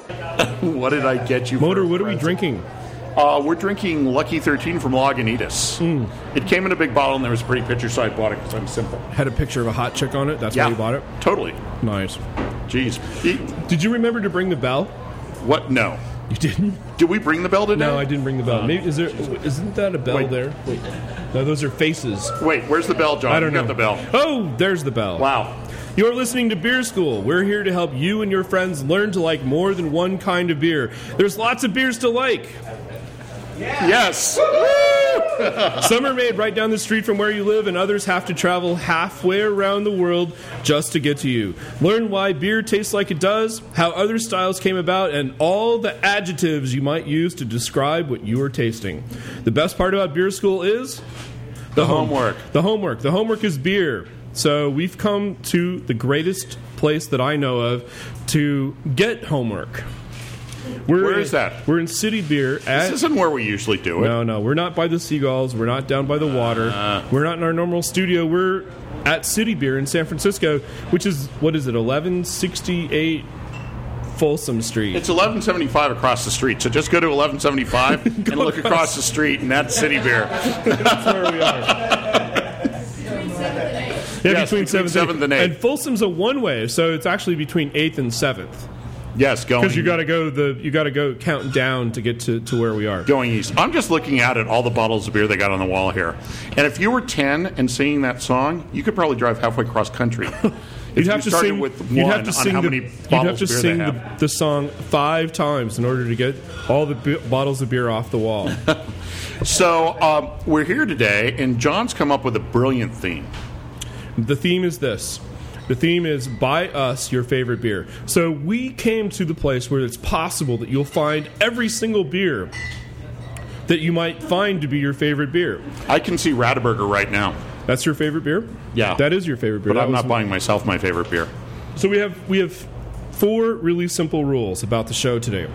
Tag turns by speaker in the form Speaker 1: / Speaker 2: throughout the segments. Speaker 1: what did I get you?
Speaker 2: Motor,
Speaker 1: for a
Speaker 2: what are we
Speaker 1: present?
Speaker 2: drinking?
Speaker 1: Uh, we're drinking Lucky 13 from Lagunitas.
Speaker 2: Hmm.
Speaker 1: It came in a big bottle, and there was a pretty picture, so I bought it because I'm simple.
Speaker 2: Had a picture of a hot chick on it. That's why you bought it.
Speaker 1: Totally.
Speaker 2: Nice.
Speaker 1: Jeez. E-
Speaker 2: Did you remember to bring the bell?
Speaker 1: What? No.
Speaker 2: You didn't.
Speaker 1: Did we bring the bell today?
Speaker 2: No, I didn't bring the bell. Maybe is there? Isn't that a bell
Speaker 1: Wait.
Speaker 2: there? Wait. No, those are faces.
Speaker 1: Wait, where's the bell, John?
Speaker 2: I don't
Speaker 1: you
Speaker 2: know.
Speaker 1: got the bell.
Speaker 2: Oh, there's the bell.
Speaker 1: Wow.
Speaker 2: You're listening to Beer School. We're here to help you and your friends learn to like more than one kind of beer. There's lots of beers to like.
Speaker 1: Yes.
Speaker 2: Some are made right down the street from where you live, and others have to travel halfway around the world just to get to you. Learn why beer tastes like it does, how other styles came about, and all the adjectives you might use to describe what you are tasting. The best part about beer school is the,
Speaker 1: homework.
Speaker 2: The homework. The homework is beer. So we've come to the greatest place that I know of to get homework. We're
Speaker 1: Where
Speaker 2: in-
Speaker 1: is that?
Speaker 2: We're in City Beer at
Speaker 1: This isn't where we usually do it. Uh.
Speaker 2: no, no, we're not by the seagulls. We're not down by the water. we're not in our normal studio. We're at City Beer in San Francisco, which is what is it, eleven sixty eight Folsom Street.
Speaker 1: It's 1175 across the street, so just go to 1175 and look across the street, and that's City Beer.
Speaker 2: That's where we are. yeah,
Speaker 1: Yes,
Speaker 2: between
Speaker 1: between
Speaker 2: seventh,
Speaker 1: seventh and eighth.
Speaker 2: And Folsom's a one way, so it's actually between eighth and seventh
Speaker 1: Yes, going.
Speaker 2: because you got to go the you got to go count down to get to, to where we are.
Speaker 1: going east. I'm just looking out at all the bottles of beer they got on the wall here. And if you were 10 and singing that song, you could probably drive halfway across country. If
Speaker 2: You'd
Speaker 1: you
Speaker 2: have, to
Speaker 1: started
Speaker 2: sing,
Speaker 1: with one
Speaker 2: you'd have to
Speaker 1: on
Speaker 2: sing.
Speaker 1: how
Speaker 2: the-
Speaker 1: many
Speaker 2: you'd have
Speaker 1: bottles
Speaker 2: to
Speaker 1: of beer
Speaker 2: sing
Speaker 1: they
Speaker 2: the,
Speaker 1: have.
Speaker 2: the song five times in order to get all the b- bottles of beer off the wall.
Speaker 1: So um, we're here today, and John's come up with a brilliant theme.
Speaker 2: The theme is this. The theme is buy us your favorite beer. So we came to the place where it's possible that you'll find every single beer that you might find to be your favorite beer.
Speaker 1: I can see Radaburger right now,
Speaker 2: That's your favorite beer?
Speaker 1: Yeah.
Speaker 2: That is your favorite beer.
Speaker 1: but
Speaker 2: That
Speaker 1: I'm
Speaker 2: was-
Speaker 1: not buying myself my favorite beer.
Speaker 2: So we have we have four really simple rules about the show today.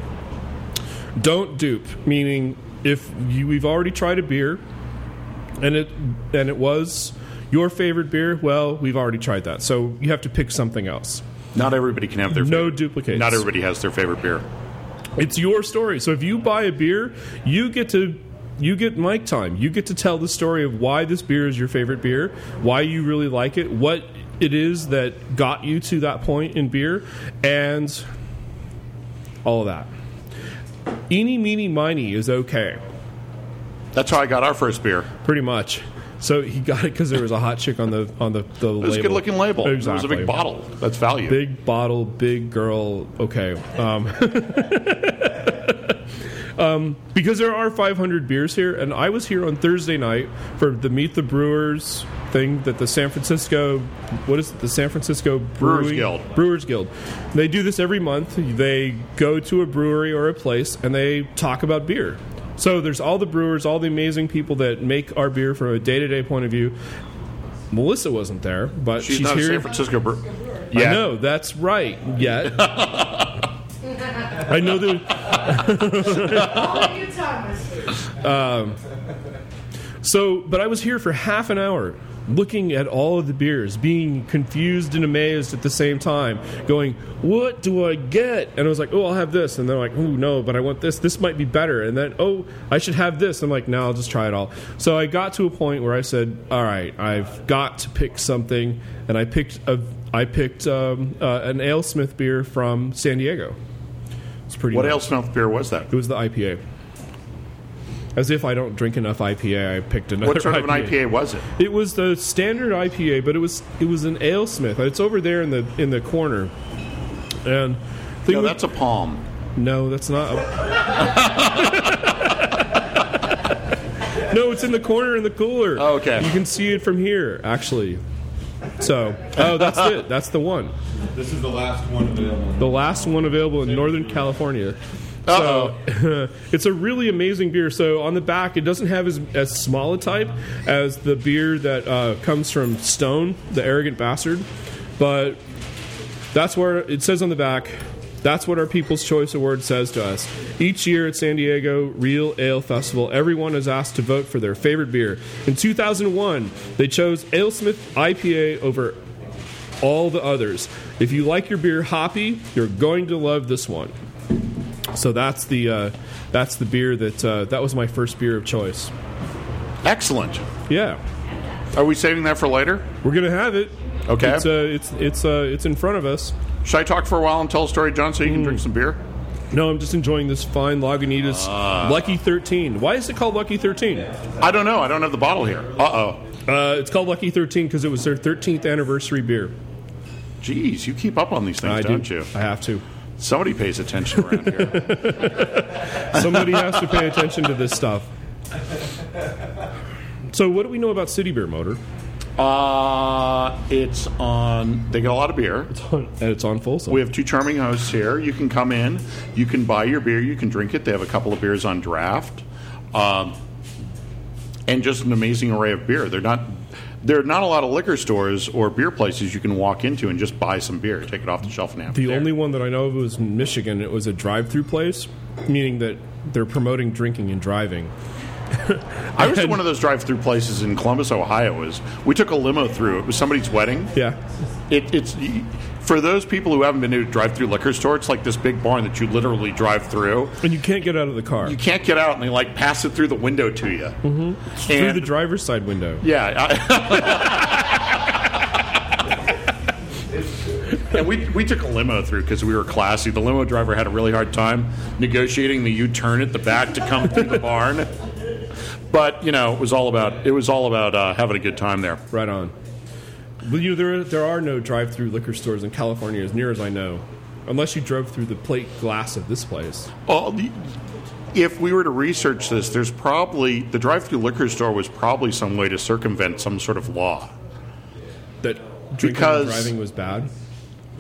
Speaker 2: Don't dupe, meaning if you, we've already tried a beer and it and it was your favorite beer, well, we've already tried that. So you have to pick something else.
Speaker 1: Not everybody can have their
Speaker 2: No
Speaker 1: favorite.
Speaker 2: duplicates.
Speaker 1: Not everybody has their favorite beer.
Speaker 2: It's your story. So if you buy a beer, you get to you get mic time. You get to tell the story of why this beer is your favorite beer, why you really like it, what it is that got you to that point in beer, and all of that. Eeny, meeny, miny is okay,
Speaker 1: That's how I got our first beer.
Speaker 2: pretty much. So he got it because there was a hot chick on the on the, the
Speaker 1: It was
Speaker 2: label.
Speaker 1: a good looking label. It was a
Speaker 2: Exactly.
Speaker 1: big bottle. That's value.
Speaker 2: Big bottle, big girl. Okay. Um, um, because there are 500 beers here, and I was here on Thursday night for the Meet the Brewers thing that the San Francisco, what is it, the San Francisco
Speaker 1: Brewers
Speaker 2: Brewing-
Speaker 1: Guild.
Speaker 2: Brewers Guild. They do this every month. They go to a brewery or a place and they talk about beer. So there's all the brewers, all the amazing people that make our beer from a day to day point of view. Melissa wasn't there, but she's,
Speaker 1: She's, not
Speaker 2: here.
Speaker 1: a San Francisco brewer.
Speaker 2: I
Speaker 1: Yeah.
Speaker 2: know, that's right. Yet. I know that. Um, So, but I was here for half an hour looking at all of the beers, being confused and amazed at the same time, going, What do I get? And I was like, Oh, I'll have this. And they're like, Oh, no, but I want this. This might be better. And then, Oh, I should have this. I'm like, No, I'll just try it all. So I got to a point where I said, All right, I've got to pick something. And I picked, a, I picked um, uh, an AleSmith beer from San Diego. It's pretty
Speaker 1: What
Speaker 2: nice.
Speaker 1: else mouth beer was that?
Speaker 2: It was the IPA. As if I don't drink enough IPA, I picked another.
Speaker 1: What sort of an IPA was it?
Speaker 2: It was the standard IPA, but it was it was an AleSmith. It's over there in the in the corner, and thing
Speaker 1: No,
Speaker 2: with-
Speaker 1: that's a palm.
Speaker 2: no, that's not. a- no, it's in the corner in the cooler.
Speaker 1: Oh, okay.
Speaker 2: you can see it from here actually. So, oh, that's it. That's the one.
Speaker 3: This is the last one available.
Speaker 2: The last one available in Northern California.
Speaker 1: Uh-oh.
Speaker 2: So it's a really amazing beer. So on the back, it doesn't have as, as small a type as the beer that uh, comes from Stone, the arrogant bastard. But that's where it says on the back. That's what our People's Choice Award says to us. Each year at San Diego Real Ale Festival, everyone is asked to vote for their favorite beer. In 2001, they chose AleSmith IPA over all the others. If you like your beer hoppy, you're going to love this one. So that's the uh, that's the beer that uh, that was my first beer of choice.
Speaker 1: Excellent.
Speaker 2: Yeah,
Speaker 1: Are we saving that for later?
Speaker 2: we're gonna have it.
Speaker 1: Okay.
Speaker 2: it's uh, it's it's, uh, it's in front of us.
Speaker 1: Should I talk for a while and tell a story, John, so you can drink some beer?
Speaker 2: Hmm.
Speaker 1: Ah.
Speaker 2: No, I'm just enjoying this fine Lagunitas Lucky 13. Why is it called Lucky 13?
Speaker 1: I don't know. I don't have the bottle here. Uh oh.
Speaker 2: Uh, it's called Lucky 13 because it was their 13th anniversary beer.
Speaker 1: Geez, you keep up on these things,
Speaker 2: I
Speaker 1: don't
Speaker 2: do.
Speaker 1: you?
Speaker 2: I have to.
Speaker 1: Somebody pays attention around here.
Speaker 2: Somebody has to pay attention to this stuff. So, what do we know about City Beer Motor?
Speaker 1: Uh, it's on. They get a lot of beer.
Speaker 2: And it's on full.
Speaker 1: We have two charming hosts here. You can come in, you can buy your beer, you can drink it. They have a couple of beers on draft, um, and just an amazing array of beer. They're not. There are not a lot of liquor stores or beer places you can walk into and just buy some beer, take it off the shelf and have it
Speaker 2: The
Speaker 1: there.
Speaker 2: only one that I know of was in Michigan. It was a drive-through place, meaning that they're promoting drinking and driving.
Speaker 1: I was at one of those drive-through places in Columbus, Ohio. Is we took a limo through. It was somebody's wedding.
Speaker 2: Yeah,
Speaker 1: It, it's for those people who haven't been to a drive-through liquor store. It's like this big barn that you literally drive through.
Speaker 2: and you can't get out of the car
Speaker 1: You can't get out, and they like pass it through the window to you. Mm-hmm.
Speaker 2: through the driver's side window.
Speaker 1: Yeah. I- and we, we took a limo through because we were classy. The limo driver had a really hard time negotiating the U turn at the back to come through the barn. But you know, it was all about it was all about uh, having a good time there.
Speaker 2: Right on. Well, you know there there are no drive-through liquor stores in California, as near as I know, unless you drove through the plate glass of this place.
Speaker 1: All the- if we were to research this, there's probably the drive-through liquor store was probably some way to circumvent some sort of law,
Speaker 2: That drinking
Speaker 1: Because-
Speaker 2: and driving was bad.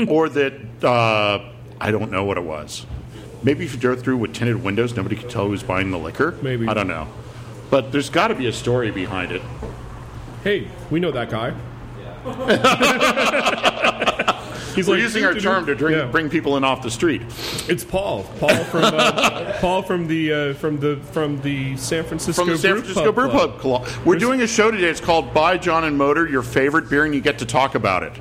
Speaker 1: or that uh, I don't know what it was. Maybe if you drove through with tinted windows, nobody could tell who was buying the liquor.
Speaker 2: Maybe.
Speaker 1: I don't know, but there's got to be a story behind it.
Speaker 2: Hey, we know that guy. He's
Speaker 1: We're
Speaker 2: like,
Speaker 1: using our
Speaker 2: "Doo-doo-doo."
Speaker 1: term to drink,
Speaker 2: Yeah.
Speaker 1: bring people in off the street.
Speaker 2: It's Paul. Paul from uh, Paul from the uh, from the from the San Francisco
Speaker 1: From the San
Speaker 2: Brew
Speaker 1: Francisco
Speaker 2: Pub
Speaker 1: Brew
Speaker 2: Club.
Speaker 1: Pub Club. We're doing a show today. It's called Buy John and Motor, your favorite beer, and you get to talk about it.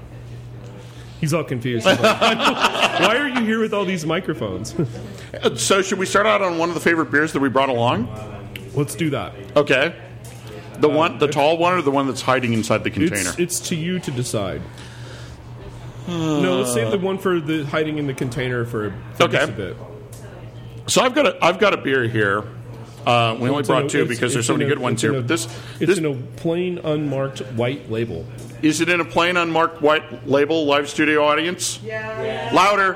Speaker 2: He's all confused. He's like, Why are you here with all these microphones?
Speaker 1: Uh, So, should we start out on one of the favorite beers that we brought along?
Speaker 2: Let's do that. Uh,
Speaker 1: Okay. The one, the tall one, or the one that's hiding inside the container?
Speaker 2: It's, it's to you to decide. no, let's save the one for the hiding in the container for, for
Speaker 1: Okay.
Speaker 2: just a bit.
Speaker 1: so I've got a, I've got a beer here. Uh, we only
Speaker 2: It's in
Speaker 1: brought
Speaker 2: a-
Speaker 1: two
Speaker 2: it's-
Speaker 1: because there's
Speaker 2: it's
Speaker 1: so
Speaker 2: in
Speaker 1: many
Speaker 2: a-
Speaker 1: good ones
Speaker 2: it's in
Speaker 1: here.
Speaker 2: a-
Speaker 1: this
Speaker 2: it's
Speaker 1: this
Speaker 2: in a plain unmarked white label.
Speaker 1: is it in a plain unmarked white label live studio audience? Yeah. Louder.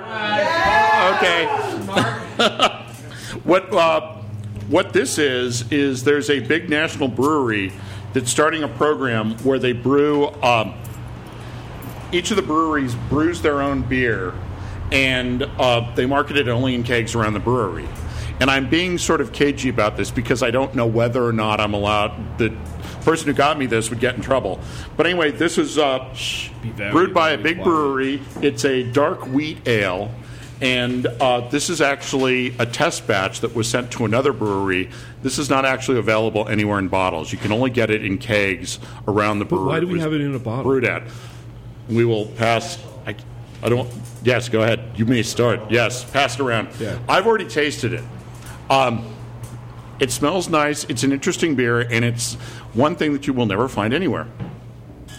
Speaker 1: Okay. what uh, what this is is there's a big national brewery that's starting a program where they brew. Um, each of the breweries brews their own beer and uh, they market it only in kegs around the brewery. And I'm being sort of cagey about this because I don't know whether or not I'm allowed. The person who got me this would get in trouble. But anyway, this is uh,
Speaker 2: very,
Speaker 1: brewed by a
Speaker 2: very
Speaker 1: big
Speaker 2: quiet.
Speaker 1: brewery. It's a dark wheat ale. And uh, this is actually a test batch that was sent to another brewery. This is not actually available anywhere in bottles. You can only get it in kegs around the brewery.
Speaker 2: Why do we
Speaker 1: was
Speaker 2: have it in a bottle?
Speaker 1: Brewed at. We will pass. I, I don't. Yes, go ahead. You may start. Yes, pass it around.
Speaker 2: Yeah.
Speaker 1: I've already tasted it. Um, it smells nice. It's an interesting beer, and it's one thing that you will never find anywhere,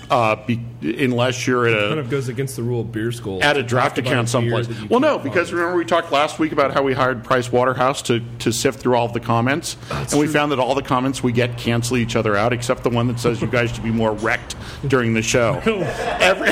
Speaker 1: uh, be, unless you're at a
Speaker 2: Kind of goes against the rule of beer school.
Speaker 1: at a draft
Speaker 2: about
Speaker 1: account
Speaker 2: beer
Speaker 1: someplace.
Speaker 2: that you
Speaker 1: Well, no,
Speaker 2: can't
Speaker 1: because
Speaker 2: find.
Speaker 1: remember we talked last week about how we hired Price Waterhouse to, to sift through all of the comments, and we found that all the comments we get cancel each other out, except the one that says you guys should be more wrecked during the show. Every,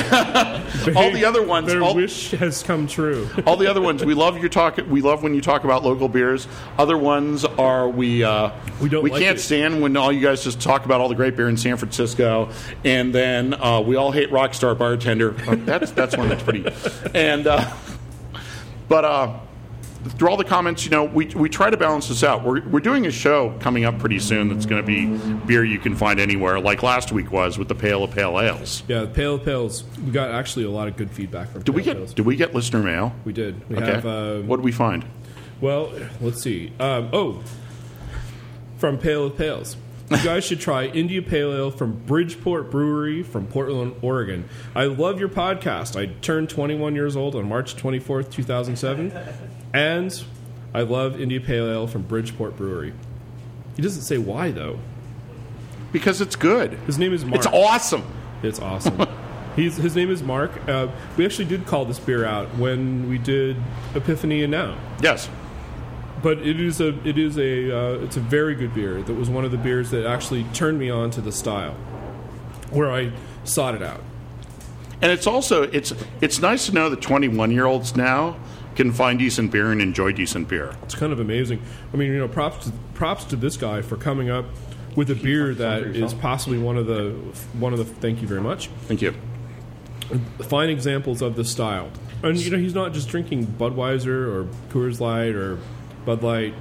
Speaker 1: all the other ones,
Speaker 2: Their
Speaker 1: all,
Speaker 2: wish has come true.
Speaker 1: all the other ones, we love your talk. We love when you talk about local beers. Other ones are we uh,
Speaker 2: We don't
Speaker 1: we
Speaker 2: like
Speaker 1: can't
Speaker 2: it.
Speaker 1: stand when all you guys just talk about all the great beer in San Francisco, and then uh, we all hate Rockstar Bartender. Oh, That's that's one that's pretty. And uh, but uh, through all the comments, you know, we we try to balance this out. We're we're doing a show coming up pretty soon that's going to be beer you can find anywhere, like last week was with the Pale of Pale Ales.
Speaker 2: Yeah, pale pales. We got actually a lot of good feedback from.
Speaker 1: Did we
Speaker 2: pale pales.
Speaker 1: get did we get listener mail?
Speaker 2: We did. We
Speaker 1: okay.
Speaker 2: have. Uh,
Speaker 1: what did we find?
Speaker 2: Well, let's see. Um, oh, from Pale of Pales. You guys should try India Pale Ale from Bridgeport Brewery from Portland, Oregon. I love your podcast. I turned 21 years old on March 24th, 2007. And I love India Pale Ale from Bridgeport Brewery. He doesn't say why though.
Speaker 1: because it's good.
Speaker 2: His name is Mark.
Speaker 1: It's awesome.
Speaker 2: It's awesome. He's, his name is Mark. Uh, we actually did call this beer out when we did Epiphany and Now.
Speaker 1: Yes.
Speaker 2: But it is a it is a uh, it's a very good beer. That was one of the beers that actually turned me on to the style, where I sought it out.
Speaker 1: And it's also it's it's nice to know that 21 year olds now can find decent beer and enjoy decent beer.
Speaker 2: It's kind of amazing. I mean, you know, props to, props to this guy for coming up with a beer that is possibly one of the one of the. Thank you very much.
Speaker 1: Thank you.
Speaker 2: Fine examples of the style, and you know, he's not just drinking Budweiser or Coors Light or Bud Light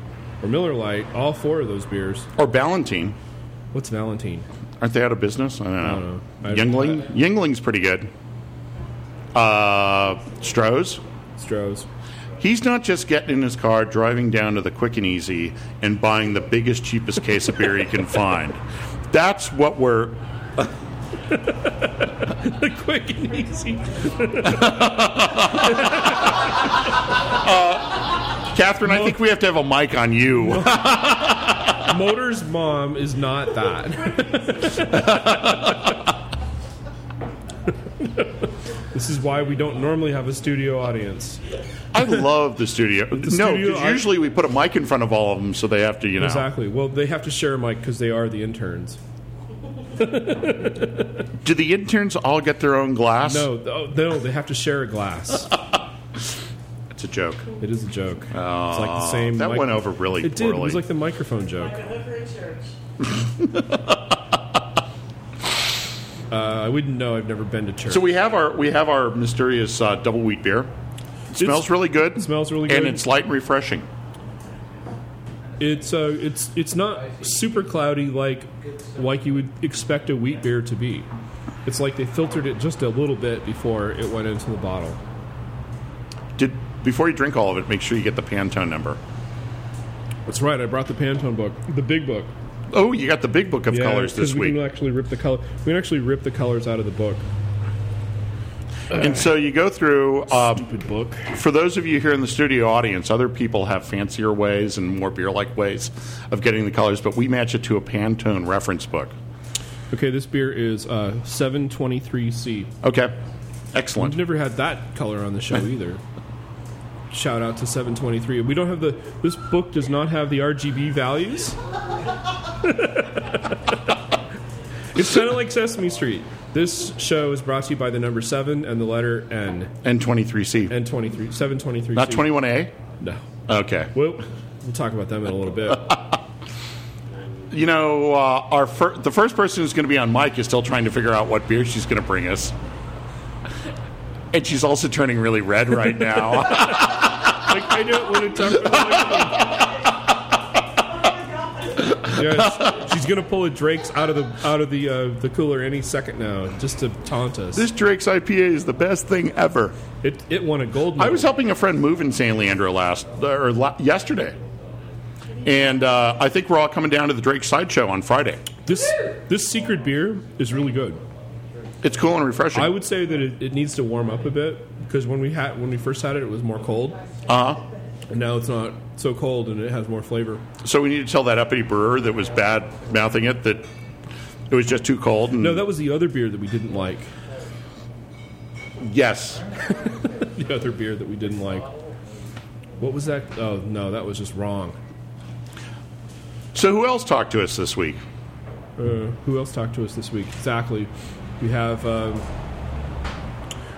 Speaker 2: or Miller Light. All four of those beers.
Speaker 1: Or Ballantine.
Speaker 2: What's Valentine?
Speaker 1: Aren't they out of business? I don't know.
Speaker 2: don't know. I-
Speaker 1: Yingling? Yingling's pretty good. Uh, Stroh's?
Speaker 2: Stroh's.
Speaker 1: He's not just getting in his car, driving down to the quick and easy, and buying the biggest, cheapest case of beer he can find. That's what we're.
Speaker 2: The quick and easy.
Speaker 1: Uh, Catherine, I think we have to have a mic on you.
Speaker 2: Motor's mom is not that. this is why we don't normally have a studio audience.
Speaker 1: I love the studio. no,
Speaker 2: studio,
Speaker 1: 'cause
Speaker 2: I-
Speaker 1: usually we put a mic in front of all of them, so they have to, you know.
Speaker 2: Exactly. Well, they have to share a mic because they are the interns.
Speaker 1: Do the interns all get their own glass?
Speaker 2: No, th- oh, no, they have to share a glass.
Speaker 1: it's a joke.
Speaker 2: it is a joke. it's like the same.
Speaker 1: that went over really
Speaker 2: It did. It was
Speaker 1: poorly.
Speaker 2: like the microphone joke.
Speaker 4: Delivery church.
Speaker 2: Uh, I wouldn't know. I've never been to church.
Speaker 1: So we have our we have our mysterious uh, double wheat beer. It smells really good.
Speaker 2: smells really
Speaker 1: and
Speaker 2: good.
Speaker 1: it's light and refreshing.
Speaker 2: it's uh, it's it's not super cloudy like like you would expect a wheat beer to be. It's like they filtered it just a little bit before it went into the bottle.
Speaker 1: Did before you drink all of it, make sure you get the Pantone number.
Speaker 2: That's right. I brought the Pantone book, the big book.
Speaker 1: Oh, you got the big book of
Speaker 2: Yeah,
Speaker 1: colors this
Speaker 2: 'cause we
Speaker 1: week,
Speaker 2: can actually rip the color. We can actually rip the colors out of the book.
Speaker 1: and so you go through. Um,
Speaker 2: Stupid book.
Speaker 1: for those of you here in the studio audience, other people have fancier ways and more beer-like ways of getting the colors, but we match it to a Pantone reference book.
Speaker 2: Okay, this beer is uh, 723C.
Speaker 1: Okay,
Speaker 2: I've
Speaker 1: excellent.
Speaker 2: never had that color on the show either. Shout out to 723. We don't have the. This book does not have the RGB values. it's kind of like Sesame Street. This show is brought to you by the number 7 and the letter N.
Speaker 1: And twenty-three C,
Speaker 2: And 23. 723.
Speaker 1: not twenty-one A.
Speaker 2: No.
Speaker 1: Okay.
Speaker 2: Well, we'll talk about them in a little bit.
Speaker 1: You know, uh, our fir- the first person who's going to be on mic is still trying to figure out what beer she's going to bring us, and she's also turning really red right now.
Speaker 2: Like, I don't want to talk about it. yeah, she's gonna pull a Drake's out of the out of the uh, the cooler any second now, just to taunt us.
Speaker 1: this Drake's IPA is the best thing ever.
Speaker 2: it, it won a gold medal.
Speaker 1: I was helping a friend move in San Leandro last uh, or la- yesterday, and uh, I think we're all coming down to the Drake Sideshow on Friday.
Speaker 2: this this secret beer is really good.
Speaker 1: It's cool and refreshing.
Speaker 2: I would say that it, it needs to warm up a bit because when we had when we first had it, it was more cold.
Speaker 1: uh
Speaker 2: And now it's not so cold and it has more flavor.
Speaker 1: So we need to tell that uppity brewer that was bad mouthing it that it was just too cold. And
Speaker 2: No, that was the other beer that we didn't like.
Speaker 1: yes,
Speaker 2: The other beer that we didn't like. What was that? Oh no, that was just wrong.
Speaker 1: So who else talked to us this week?
Speaker 2: Uh, who else talked to us this week? Exactly. We have um,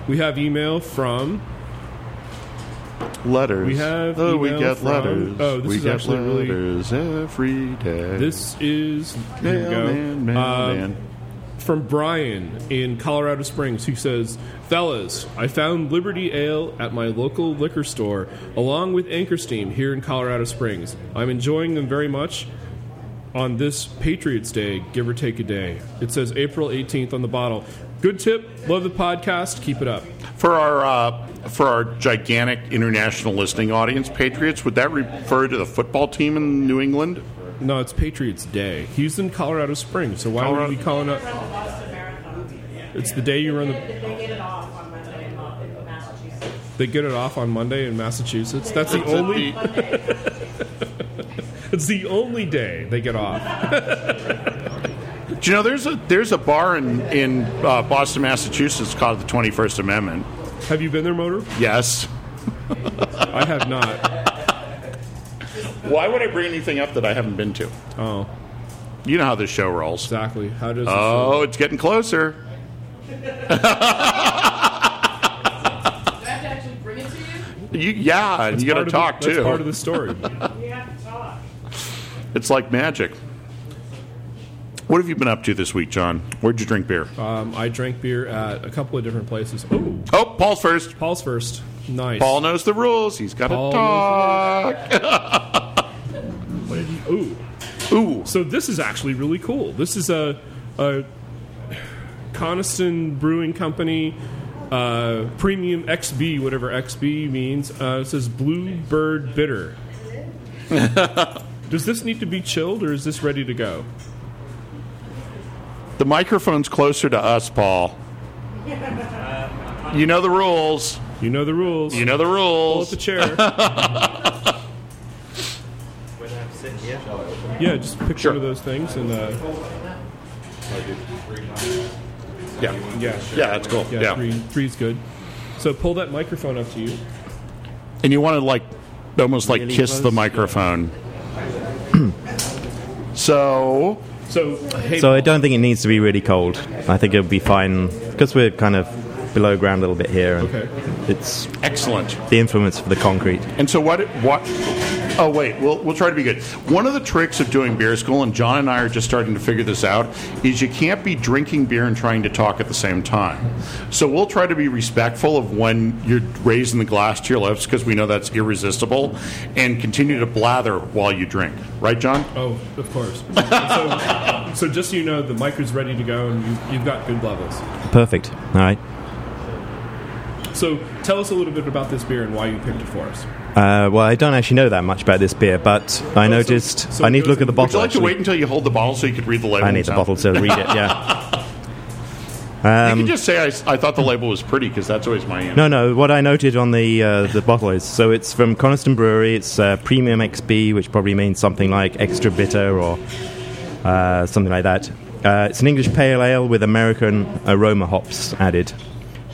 Speaker 2: we have email from
Speaker 1: Letters.
Speaker 2: We have
Speaker 1: Oh, we
Speaker 2: email
Speaker 1: get
Speaker 2: from-
Speaker 1: letters.
Speaker 2: oh, this
Speaker 1: we
Speaker 2: is
Speaker 1: get
Speaker 2: actually really-
Speaker 1: letters every day.
Speaker 2: this is here we go.
Speaker 1: Mailman, mailman.
Speaker 2: Uh, from Brian in Colorado Springs, who says, Fellas, I found Liberty Ale at my local liquor store, along with Anchor Steam here in Colorado Springs. I'm enjoying them very much on this Patriots Day, give or take a day. It says April 18th on the bottle. Good tip. Love the podcast. Keep it up.
Speaker 1: for our uh, for our gigantic international listening audience, Patriots. Would that refer to the football team in New England?
Speaker 2: No, it's Patriots Day. He's in Colorado Springs, so why
Speaker 1: Colorado-
Speaker 2: would we be calling up?
Speaker 4: Run the Boston Marathon.
Speaker 2: It's the day you run the.
Speaker 4: They get it off on Monday in Massachusetts.
Speaker 2: They get it off on Monday in Massachusetts. That's the
Speaker 1: It's at
Speaker 2: only.
Speaker 1: the-
Speaker 2: It's the only day they get off.
Speaker 1: Do you know there's a there's a bar in in uh, Boston, Massachusetts called the Twenty First Amendment.
Speaker 2: Have you been there, Motor?
Speaker 1: Yes.
Speaker 2: I have not.
Speaker 1: Why would I bring anything up that I haven't been to?
Speaker 2: Oh,
Speaker 1: You know how this show rolls.
Speaker 2: exactly. How does? This
Speaker 1: Oh, it's getting closer.
Speaker 4: Do I have to actually bring it to you?
Speaker 1: You, yeah, and Uh, you got to talk
Speaker 2: the, That's part of
Speaker 1: too.
Speaker 2: the story.
Speaker 4: We have to talk.
Speaker 1: It's like magic. What have you been up to this week, John? Where'd you drink beer?
Speaker 2: um, I drank beer at a couple of different places. Oh,
Speaker 1: Oh, Paul's first.
Speaker 2: Paul's first. Nice.
Speaker 1: Paul knows the rules. He's got to
Speaker 2: Paul
Speaker 1: talk.
Speaker 2: What did you? Ooh.
Speaker 1: Ooh,
Speaker 2: So this is actually really cool. This is a, a Coniston Brewing Company uh, premium XB, whatever XB means. Uh, it says Bluebird Bitter. Does this need to be chilled or is this ready to go?
Speaker 1: the microphone's closer to us, Paul. You know the rules.
Speaker 2: You know the rules.
Speaker 1: You know the
Speaker 2: Pull up
Speaker 1: rules.
Speaker 2: the chair. yeah, just pick
Speaker 1: Sure.
Speaker 2: one of those things and uh,
Speaker 1: Yeah,
Speaker 2: yeah,
Speaker 1: yeah, that's cool.
Speaker 2: yeah,
Speaker 1: yeah.
Speaker 2: Three, three's good. So pull that microphone up to you.
Speaker 1: and you want to like almost like
Speaker 5: Really
Speaker 1: kiss the
Speaker 5: close?
Speaker 1: microphone. so
Speaker 2: So hey,
Speaker 5: So I don't think it needs to be really cold. I think it'll be fine because we're kind of below ground a little bit here, and
Speaker 2: Okay.
Speaker 5: it's
Speaker 1: excellent.
Speaker 5: the influence of the concrete.
Speaker 1: And so what? What? Oh wait, we'll we'll try to be good. One of the tricks of doing beer school, and John and I are just starting to figure this out, is you can't be drinking beer and trying to talk at the same time. So we'll try to be respectful of when you're raising the glass to your lips because we know that's irresistible, and continue to blather while you drink. Right, John?
Speaker 2: Oh, of course. so, so just so you know, the mic is ready to go, and you, you've got good levels.
Speaker 5: Perfect. All right.
Speaker 2: So tell us a little bit about this beer and why you picked it for us.
Speaker 5: Uh, well, I don't actually know that much about this beer, but I noticed
Speaker 2: so it
Speaker 5: I need to
Speaker 2: goes
Speaker 5: look at the
Speaker 2: in-
Speaker 1: Uh, Would you
Speaker 5: bottle.
Speaker 1: like to
Speaker 5: actually.
Speaker 1: wait until you hold the bottle so you could read the label?
Speaker 5: I need the
Speaker 1: So-
Speaker 5: bottle to read it. Yeah. Um,
Speaker 1: You can just say I, I thought the label was pretty because that's always my answer.
Speaker 5: No, no. What I noted on the uh, the bottle is so it's from Coniston Brewery. It's uh, premium XB, which probably means something like extra bitter or uh, something like that. Uh, it's an English pale ale with American aroma hops added.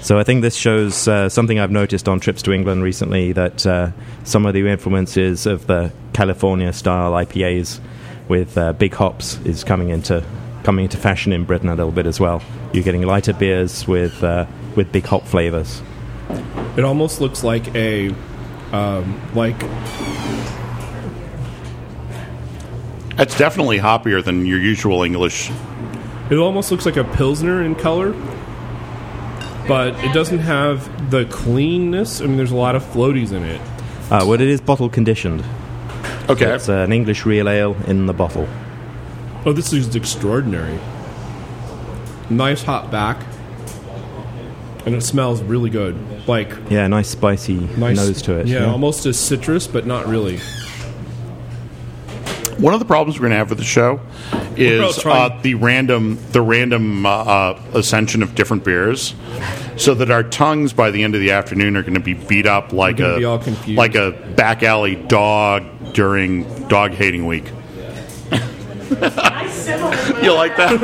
Speaker 5: So I think this shows uh, something I've noticed on trips to England recently that uh, some of the influences of the California style IPAs with uh, big hops is coming into coming into fashion in Britain a little bit as well. You're getting lighter beers with uh, with big hop flavors.
Speaker 2: It almost looks like a, um, like
Speaker 1: That's definitely hoppier than your usual English.
Speaker 2: it almost looks like a pilsner in color, but it doesn't have the cleanness. I mean, there's a lot of floaties in it.
Speaker 5: Uh, well, it is bottle conditioned.
Speaker 1: Okay.
Speaker 5: It's uh, an English real ale in the bottle.
Speaker 2: Oh, this is extraordinary. Nice hot back, and it smells really good. Like
Speaker 5: Yeah, nice spicy
Speaker 2: nice
Speaker 5: nose to it.
Speaker 2: Yeah, almost a citrus, but not really.
Speaker 1: One of the problems we're going to have with the show
Speaker 2: all
Speaker 1: is
Speaker 2: trying-
Speaker 1: uh, the random the random uh, uh, ascension of different beers, so that our tongues by the end of the afternoon are going to be beat up like
Speaker 2: gonna
Speaker 1: a
Speaker 2: be all confused.
Speaker 1: like a back alley dog during dog hating week.
Speaker 4: I settled with my
Speaker 1: You like that?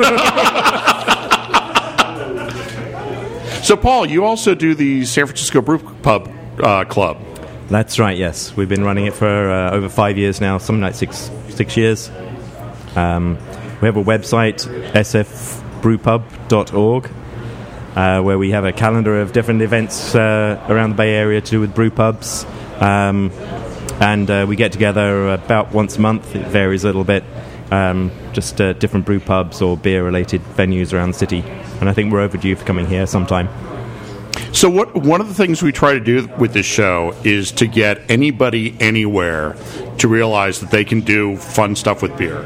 Speaker 1: so, Paul, you also do the San Francisco Brew Pub uh, Club.
Speaker 5: That's right. Yes, we've been running it for uh, over five years now, something like six six years. Um, we have a website, sfbrewpub.org, uh, where we have a calendar of different events uh, around the Bay Area to do with brew pubs, um, and uh, we get together about once a month. It varies a little bit. Um, just uh, different brew pubs or beer-related venues around the city, and I think we're overdue for coming here sometime.
Speaker 1: So what one of the things we try to do with this show is to get anybody anywhere to realize that they can do fun stuff with beer.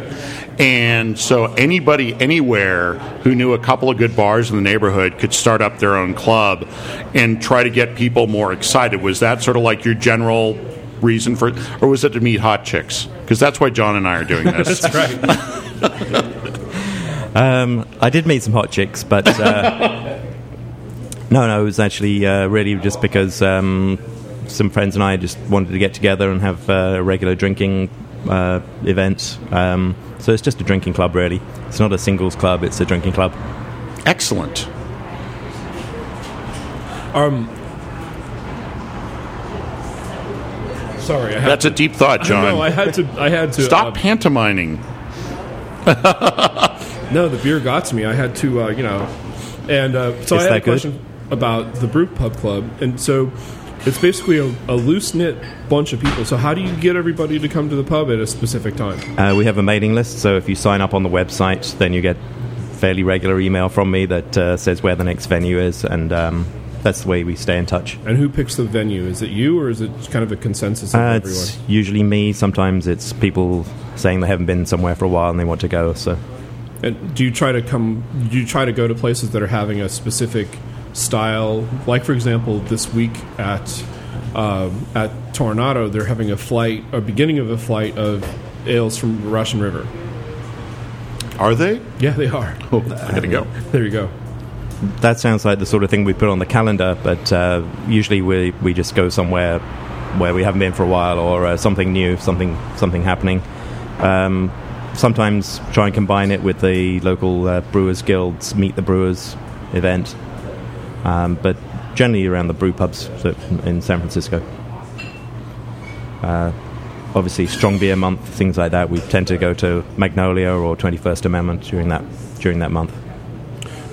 Speaker 1: And so anybody anywhere who knew a couple of good bars in the neighborhood could start up their own club and try to get people more excited. Was that sort of like your general reason for or was it to meet hot chicks? Because that's why John and I are doing this.
Speaker 5: Um, I did meet some hot chicks, but uh, No, no, it was actually uh, really just because um, some friends and I just wanted to get together and have uh, a regular drinking uh, event. Um, so it's just a drinking club, really. It's not a singles club; it's a drinking club.
Speaker 1: Excellent.
Speaker 2: Um, Sorry, I had,
Speaker 1: That's a deep thought, John.
Speaker 2: no, I had to. I had to
Speaker 1: Stop
Speaker 2: uh,
Speaker 1: pantomiming.
Speaker 2: No, the beer got to me. I had to, uh, you know, and uh, so I
Speaker 5: Is
Speaker 2: had
Speaker 5: that
Speaker 2: a question about the Brew Pub Club, and so it's basically a, a loose knit bunch of people. So how do you get everybody to come to the pub at a specific time?
Speaker 5: Uh, we have a mailing list, so if you sign up on the website, then you get fairly regular email from me that uh, says where the next venue is, and um, that's the way we stay in touch.
Speaker 2: And who picks the venue? Is it you, or is it kind of a consensus of
Speaker 5: Uh,
Speaker 2: everyone?
Speaker 5: it's usually me. Sometimes it's people saying they haven't been somewhere for a while and they want to go. So
Speaker 2: And do you try to come? Do you try to go to places that are having a specific style? Like for example, this week at um, at Tornado, they're having a flight, a beginning of a flight of ales from Russian River.
Speaker 1: Are they?
Speaker 2: Yeah, they are.
Speaker 1: Oh, I gotta go.
Speaker 2: There you go.
Speaker 5: that sounds like the sort of thing we put on the calendar, but uh, usually we we just go somewhere where we haven't been for a while or uh, something new, something something happening. Um, sometimes try and combine it with the local uh, brewers guilds meet the brewers event, um, but generally around the brew pubs that- in San Francisco. Uh, obviously, strong beer month, things like that. We tend to go to Magnolia or Twenty First Amendment during that during that month.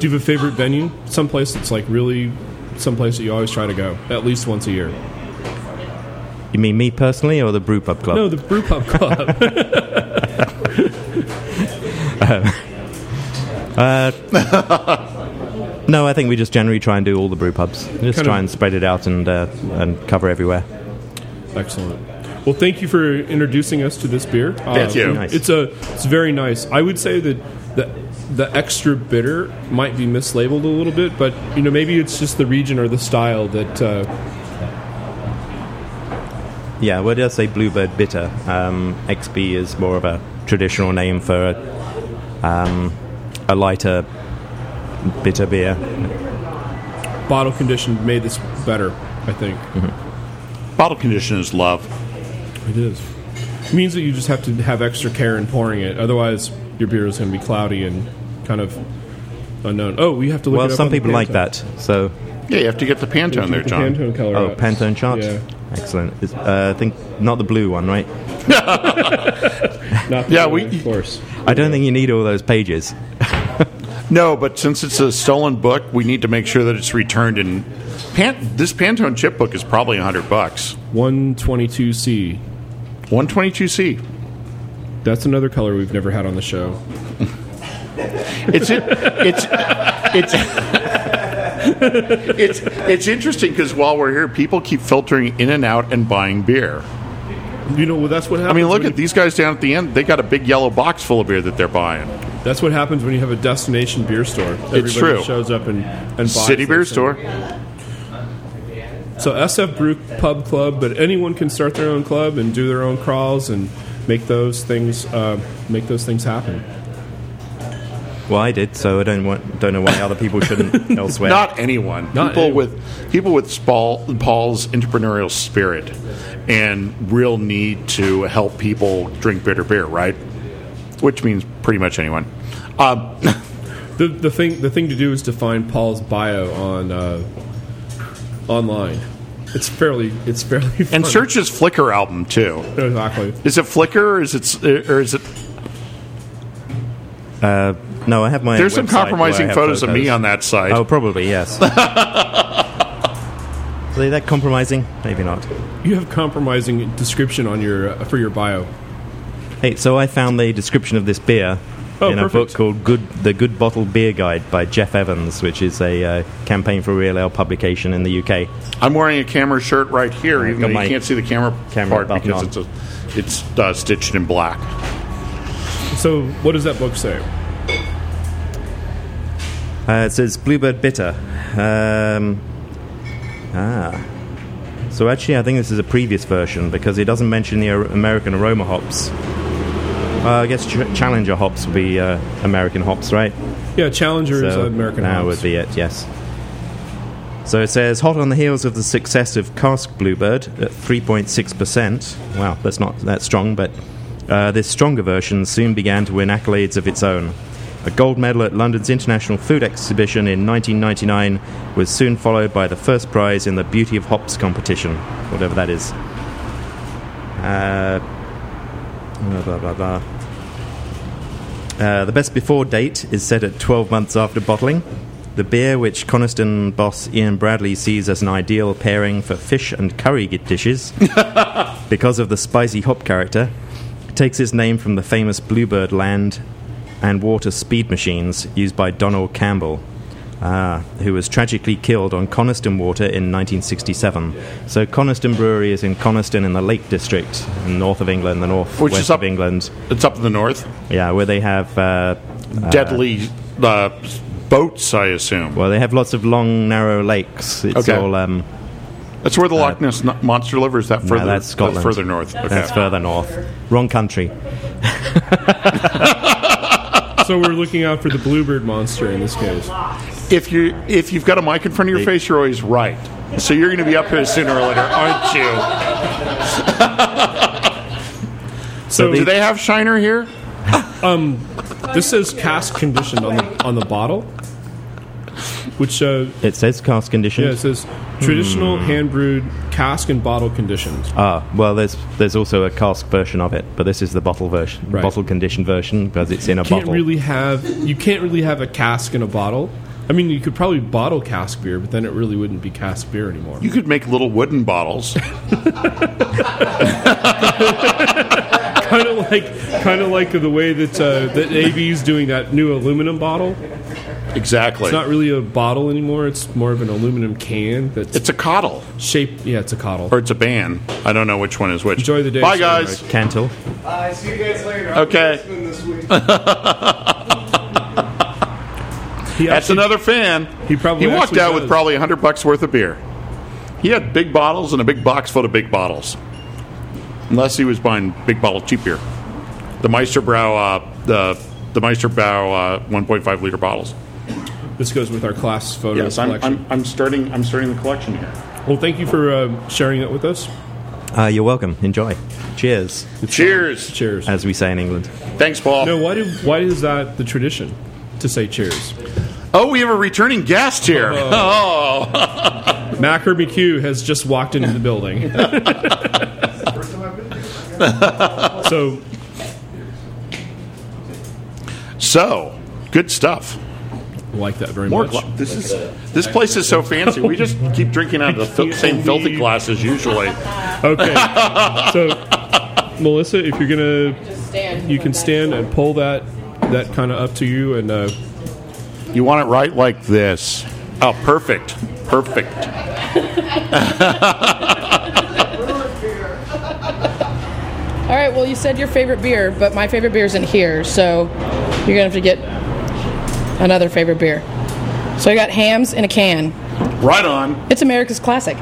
Speaker 2: Do you have a favorite venue? Someplace that's like really, someplace that you always try to go at least once a year.
Speaker 5: You mean me personally or the brew pub club?
Speaker 2: No, the Brew Pub Club.
Speaker 5: Uh, No, I think we just generally try and do all the brew pubs.
Speaker 2: Kind
Speaker 5: Just try
Speaker 2: of-
Speaker 5: and spread it out and uh, and cover everywhere.
Speaker 2: Excellent. Well, thank you for introducing us to this beer. Uh,
Speaker 1: Thank you.
Speaker 5: Nice.
Speaker 2: It's a, it's very nice. I would say that the, the extra bitter might be mislabeled a little bit, but you know maybe it's just the region or the style that. Uh,
Speaker 5: Yeah, well, did I say Bluebird Bitter? Um, XB is more of a traditional name for a, um, a lighter bitter beer.
Speaker 2: bottle conditioned made this better. I think
Speaker 1: Bottle condition is love.
Speaker 2: it is. It means that you just have to have extra care in pouring it. Otherwise, your beer is going to be cloudy and kind of unknown. Oh, we have to look.
Speaker 5: Well,
Speaker 2: it up
Speaker 5: some
Speaker 2: on the
Speaker 5: people like
Speaker 2: Pantone.
Speaker 5: that. So,
Speaker 1: Yeah, you have to get the Pantone there,
Speaker 2: The
Speaker 1: John.
Speaker 2: Pantone color
Speaker 5: oh,
Speaker 2: up.
Speaker 5: Pantone chart.
Speaker 2: Yeah.
Speaker 5: Excellent. It's, uh, I think not the blue one, right?
Speaker 2: Not the
Speaker 1: Yeah,
Speaker 2: other
Speaker 1: we-
Speaker 2: one, of course.
Speaker 5: I don't think you need all those pages.
Speaker 1: No, but since it's a stolen book, we need to make sure that it's returned. And Pan- this Pantone chip book is probably hundred bucks.
Speaker 2: One twenty-two C.
Speaker 1: One twenty-two C.
Speaker 2: That's another color we've never had on the show.
Speaker 1: It's it, it's it's. It's it's interesting because while we're here, people keep filtering in and out and buying beer.
Speaker 2: You know, well, that's what
Speaker 1: I
Speaker 2: happens.
Speaker 1: mean, look
Speaker 2: when
Speaker 1: at these guys down at the end; they got a big yellow box full of beer that they're buying.
Speaker 2: you- That's what happens when you have a destination beer store. Everybody
Speaker 1: true.
Speaker 2: shows up and and buys
Speaker 1: City
Speaker 2: those
Speaker 1: Beer
Speaker 2: things.
Speaker 1: Store.
Speaker 2: So SF Brew Pub Club, but anyone can start their own club and do their own crawls and make those things uh, make those things happen.
Speaker 5: Well, I did, so I don't want, don't know why other people shouldn't elsewhere.
Speaker 1: Not anyone.
Speaker 2: Not
Speaker 1: people
Speaker 2: anyone.
Speaker 1: with people with Paul, Paul's entrepreneurial spirit and real need to help people drink bitter beer, right? Which means pretty much anyone. Um,
Speaker 2: The, the thing the thing to do is to find Paul's bio on uh, online. It's fairly it's fairly
Speaker 1: and
Speaker 2: fun.
Speaker 1: search his Flickr album too.
Speaker 2: exactly.
Speaker 1: Is it Flickr or is it or is it?
Speaker 5: Uh, No, I have my. own
Speaker 1: There's some
Speaker 5: website where I
Speaker 1: compromising
Speaker 5: have
Speaker 1: photos, of me on that site.
Speaker 5: Oh, probably yes. Are they that compromising? Maybe not.
Speaker 2: You have compromising description on your uh, for your bio.
Speaker 5: Hey, so I found the description of this beer
Speaker 2: Oh,
Speaker 5: in a
Speaker 2: perfect.
Speaker 5: book called "Good: The Good Bottle Beer Guide" by Jeff Evans, which is a uh, campaign for real ale publication in the UK.
Speaker 1: I'm wearing a camera shirt right here, even
Speaker 5: got
Speaker 1: though
Speaker 5: my
Speaker 1: you can't see the camera,
Speaker 5: camera
Speaker 2: button
Speaker 1: part because
Speaker 5: on.
Speaker 1: it's a, it's uh, stitched in black.
Speaker 2: So what does that book say?
Speaker 5: Uh, it says Bluebird Bitter. Um, ah. So actually, I think this is a previous version because it doesn't mention the ar- American aroma hops. Uh, I guess ch- Challenger hops would be uh, American hops, right?
Speaker 2: Yeah, Challenger is
Speaker 5: So
Speaker 2: American
Speaker 5: that
Speaker 2: hops.
Speaker 5: would be it. Yes. So it says, hot on the heels of the success of Cask Bluebird at 3.6%. Wow, that's not that strong, but uh, this stronger version soon began to win accolades of its own. A gold medal at London's International Food Exhibition in 1999 was soon followed by the first prize in the Beauty of Hops competition, whatever that is. Uh, blah, blah, blah, blah. Uh, the best before date is set at 12 months after bottling. The beer, which Coniston boss Ian Bradley sees as an ideal pairing for fish and curry dishes because of the spicy hop character, takes its name from the famous Bluebird land and water speed machines used by Donald Campbell, ah, who was tragically killed on Coniston Water in 1967. So Coniston Brewery is in Coniston in the Lake District, in the north of England, the north
Speaker 1: Which is
Speaker 5: west
Speaker 1: up-
Speaker 5: of England.
Speaker 1: It's up in the north.
Speaker 5: Yeah, where they have uh,
Speaker 1: Deadly uh, boats, I assume.
Speaker 5: well, they have lots of long, narrow lakes. It's
Speaker 1: Okay.
Speaker 5: all um,
Speaker 1: That's where the Loch Ness n- monster lives. Is That further,
Speaker 5: that's Scotland.
Speaker 1: further north.
Speaker 5: that's
Speaker 1: Okay.
Speaker 5: further north, wrong country.
Speaker 2: so we're looking out for the bluebird monster in this case.
Speaker 1: If you if you've got a mic in front of your face, you're always right. So you're going to be up here sooner or later, aren't you?
Speaker 2: So Um,
Speaker 1: Do they have Shiner here?
Speaker 2: this says cask conditioned on the on the bottle, which uh,
Speaker 5: It says cask
Speaker 2: yeah
Speaker 5: conditioned.
Speaker 2: it says traditional
Speaker 1: Hmm.
Speaker 2: hand brewed cask and bottle conditioned.
Speaker 5: Ah, well, there's there's also a cask version of it, but this is the bottle version,
Speaker 2: Right.
Speaker 5: bottle conditioned version, because it's in a
Speaker 2: can't
Speaker 5: bottle.
Speaker 2: really have you can't really have a cask and a bottle. I mean, you could probably bottle cask beer, but then it really wouldn't be cask beer anymore.
Speaker 1: You could make little wooden bottles.
Speaker 2: kind of like kind of like the way that uh, that AB's doing that new aluminum bottle.
Speaker 1: exactly.
Speaker 2: It's not really a bottle anymore. It's more of an aluminum can that's
Speaker 1: It's a coddle
Speaker 2: shaped. Yeah, it's a coddle.
Speaker 1: or it's a ban. I don't know which one is which.
Speaker 2: Enjoy the day,
Speaker 1: Bye,
Speaker 2: sir.
Speaker 1: guys.
Speaker 5: Cantle.
Speaker 6: Uh, see you guys later.
Speaker 1: Okay.
Speaker 6: I'll be listening this week.
Speaker 2: He
Speaker 1: That's
Speaker 2: actually-
Speaker 1: another fan.
Speaker 2: He probably
Speaker 1: he walked
Speaker 2: actually
Speaker 1: out
Speaker 2: does.
Speaker 1: with probably hundred bucks worth of beer. He had big bottles and a big box full of big bottles. Unless he was buying big bottle cheap beer, the Meisterbrow, uh, the the Meisterbrow uh, 1.5 liter bottles.
Speaker 2: This goes with our class photo
Speaker 1: Yes, I'm,
Speaker 2: collection.
Speaker 1: I'm, I'm starting. I'm starting the collection here.
Speaker 2: well, thank you for uh, sharing that with us.
Speaker 5: Uh, you're welcome. Enjoy. Cheers,
Speaker 1: Cheers.
Speaker 2: Cheers.
Speaker 5: as we say in England.
Speaker 1: Thanks, Paul.
Speaker 2: No, why do why is that the tradition to say cheers?
Speaker 1: Oh, we have a returning guest here. Oh,
Speaker 2: Mac Herbie Q has just walked into the building. so
Speaker 1: so good stuff.
Speaker 2: I like that very
Speaker 1: More
Speaker 2: much.
Speaker 1: gla- this is this place is so fancy. We just keep drinking out of the fil- same filthy glasses usually.
Speaker 2: Okay. So Melissa, if you're gonna
Speaker 4: Just stand.
Speaker 2: you can stand and pull that that kind of up to you and uh,
Speaker 1: You want it right like this. Oh, perfect. Perfect.
Speaker 4: All right. Well, you said your favorite beer, but my favorite beer's in here, so you're gonna have to get another favorite beer. So I got hams in a can.
Speaker 1: Right on.
Speaker 4: It's America's classic.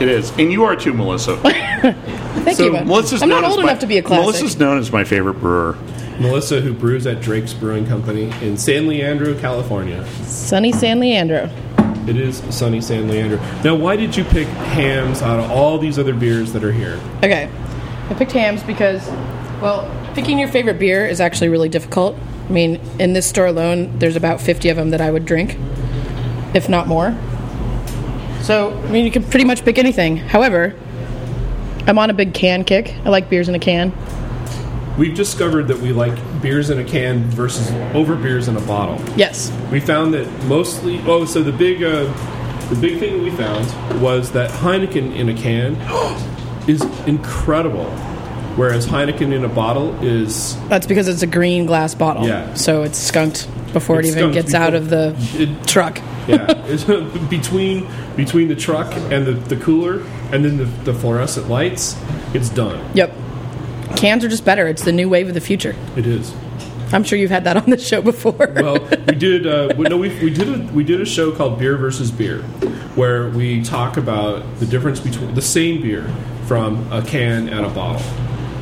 Speaker 1: It is. And you are too, Melissa.
Speaker 4: Thank
Speaker 1: So
Speaker 4: you. bud.
Speaker 1: Melissa's
Speaker 4: I'm not
Speaker 1: known as
Speaker 4: old
Speaker 1: my-
Speaker 4: enough to be a classic.
Speaker 1: Melissa's known as my favorite brewer.
Speaker 2: Melissa, who brews at Drake's Brewing Company in San Leandro, California.
Speaker 4: Sunny San Leandro.
Speaker 2: It is sunny San Leandro. Now, why did you pick hams out of all these other beers that are here?
Speaker 4: Okay. I picked hams because, well, picking your favorite beer is actually really difficult. I mean, in this store alone, there's about 50 of them that I would drink, if not more. So, I mean, you can pretty much pick anything. However, I'm on a big can kick. I like beers in a can.
Speaker 2: We've discovered that we like beers in a can versus over beers in a bottle.
Speaker 4: Yes.
Speaker 2: We found that mostly. Oh, so the big, uh, the big thing we found was that Heineken in a can is incredible, whereas Heineken in a bottle is
Speaker 4: That's because it's a green glass bottle.
Speaker 2: Yeah.
Speaker 4: So it's skunked before
Speaker 2: It's
Speaker 4: it even
Speaker 2: skunked
Speaker 4: gets out of
Speaker 2: before-
Speaker 4: the
Speaker 2: It-
Speaker 4: truck.
Speaker 2: yeah it's, between between the truck and the, the cooler and then the, the fluorescent lights. It's done.
Speaker 4: Yep. Cans are just better. It's the new wave of the future.
Speaker 2: It is.
Speaker 4: I'm sure you've had that on the show before.
Speaker 2: well, we did. Uh, we, no, we, we did a we did a show called Beer versus Beer, where we talk about the difference between the same beer from a can and a bottle.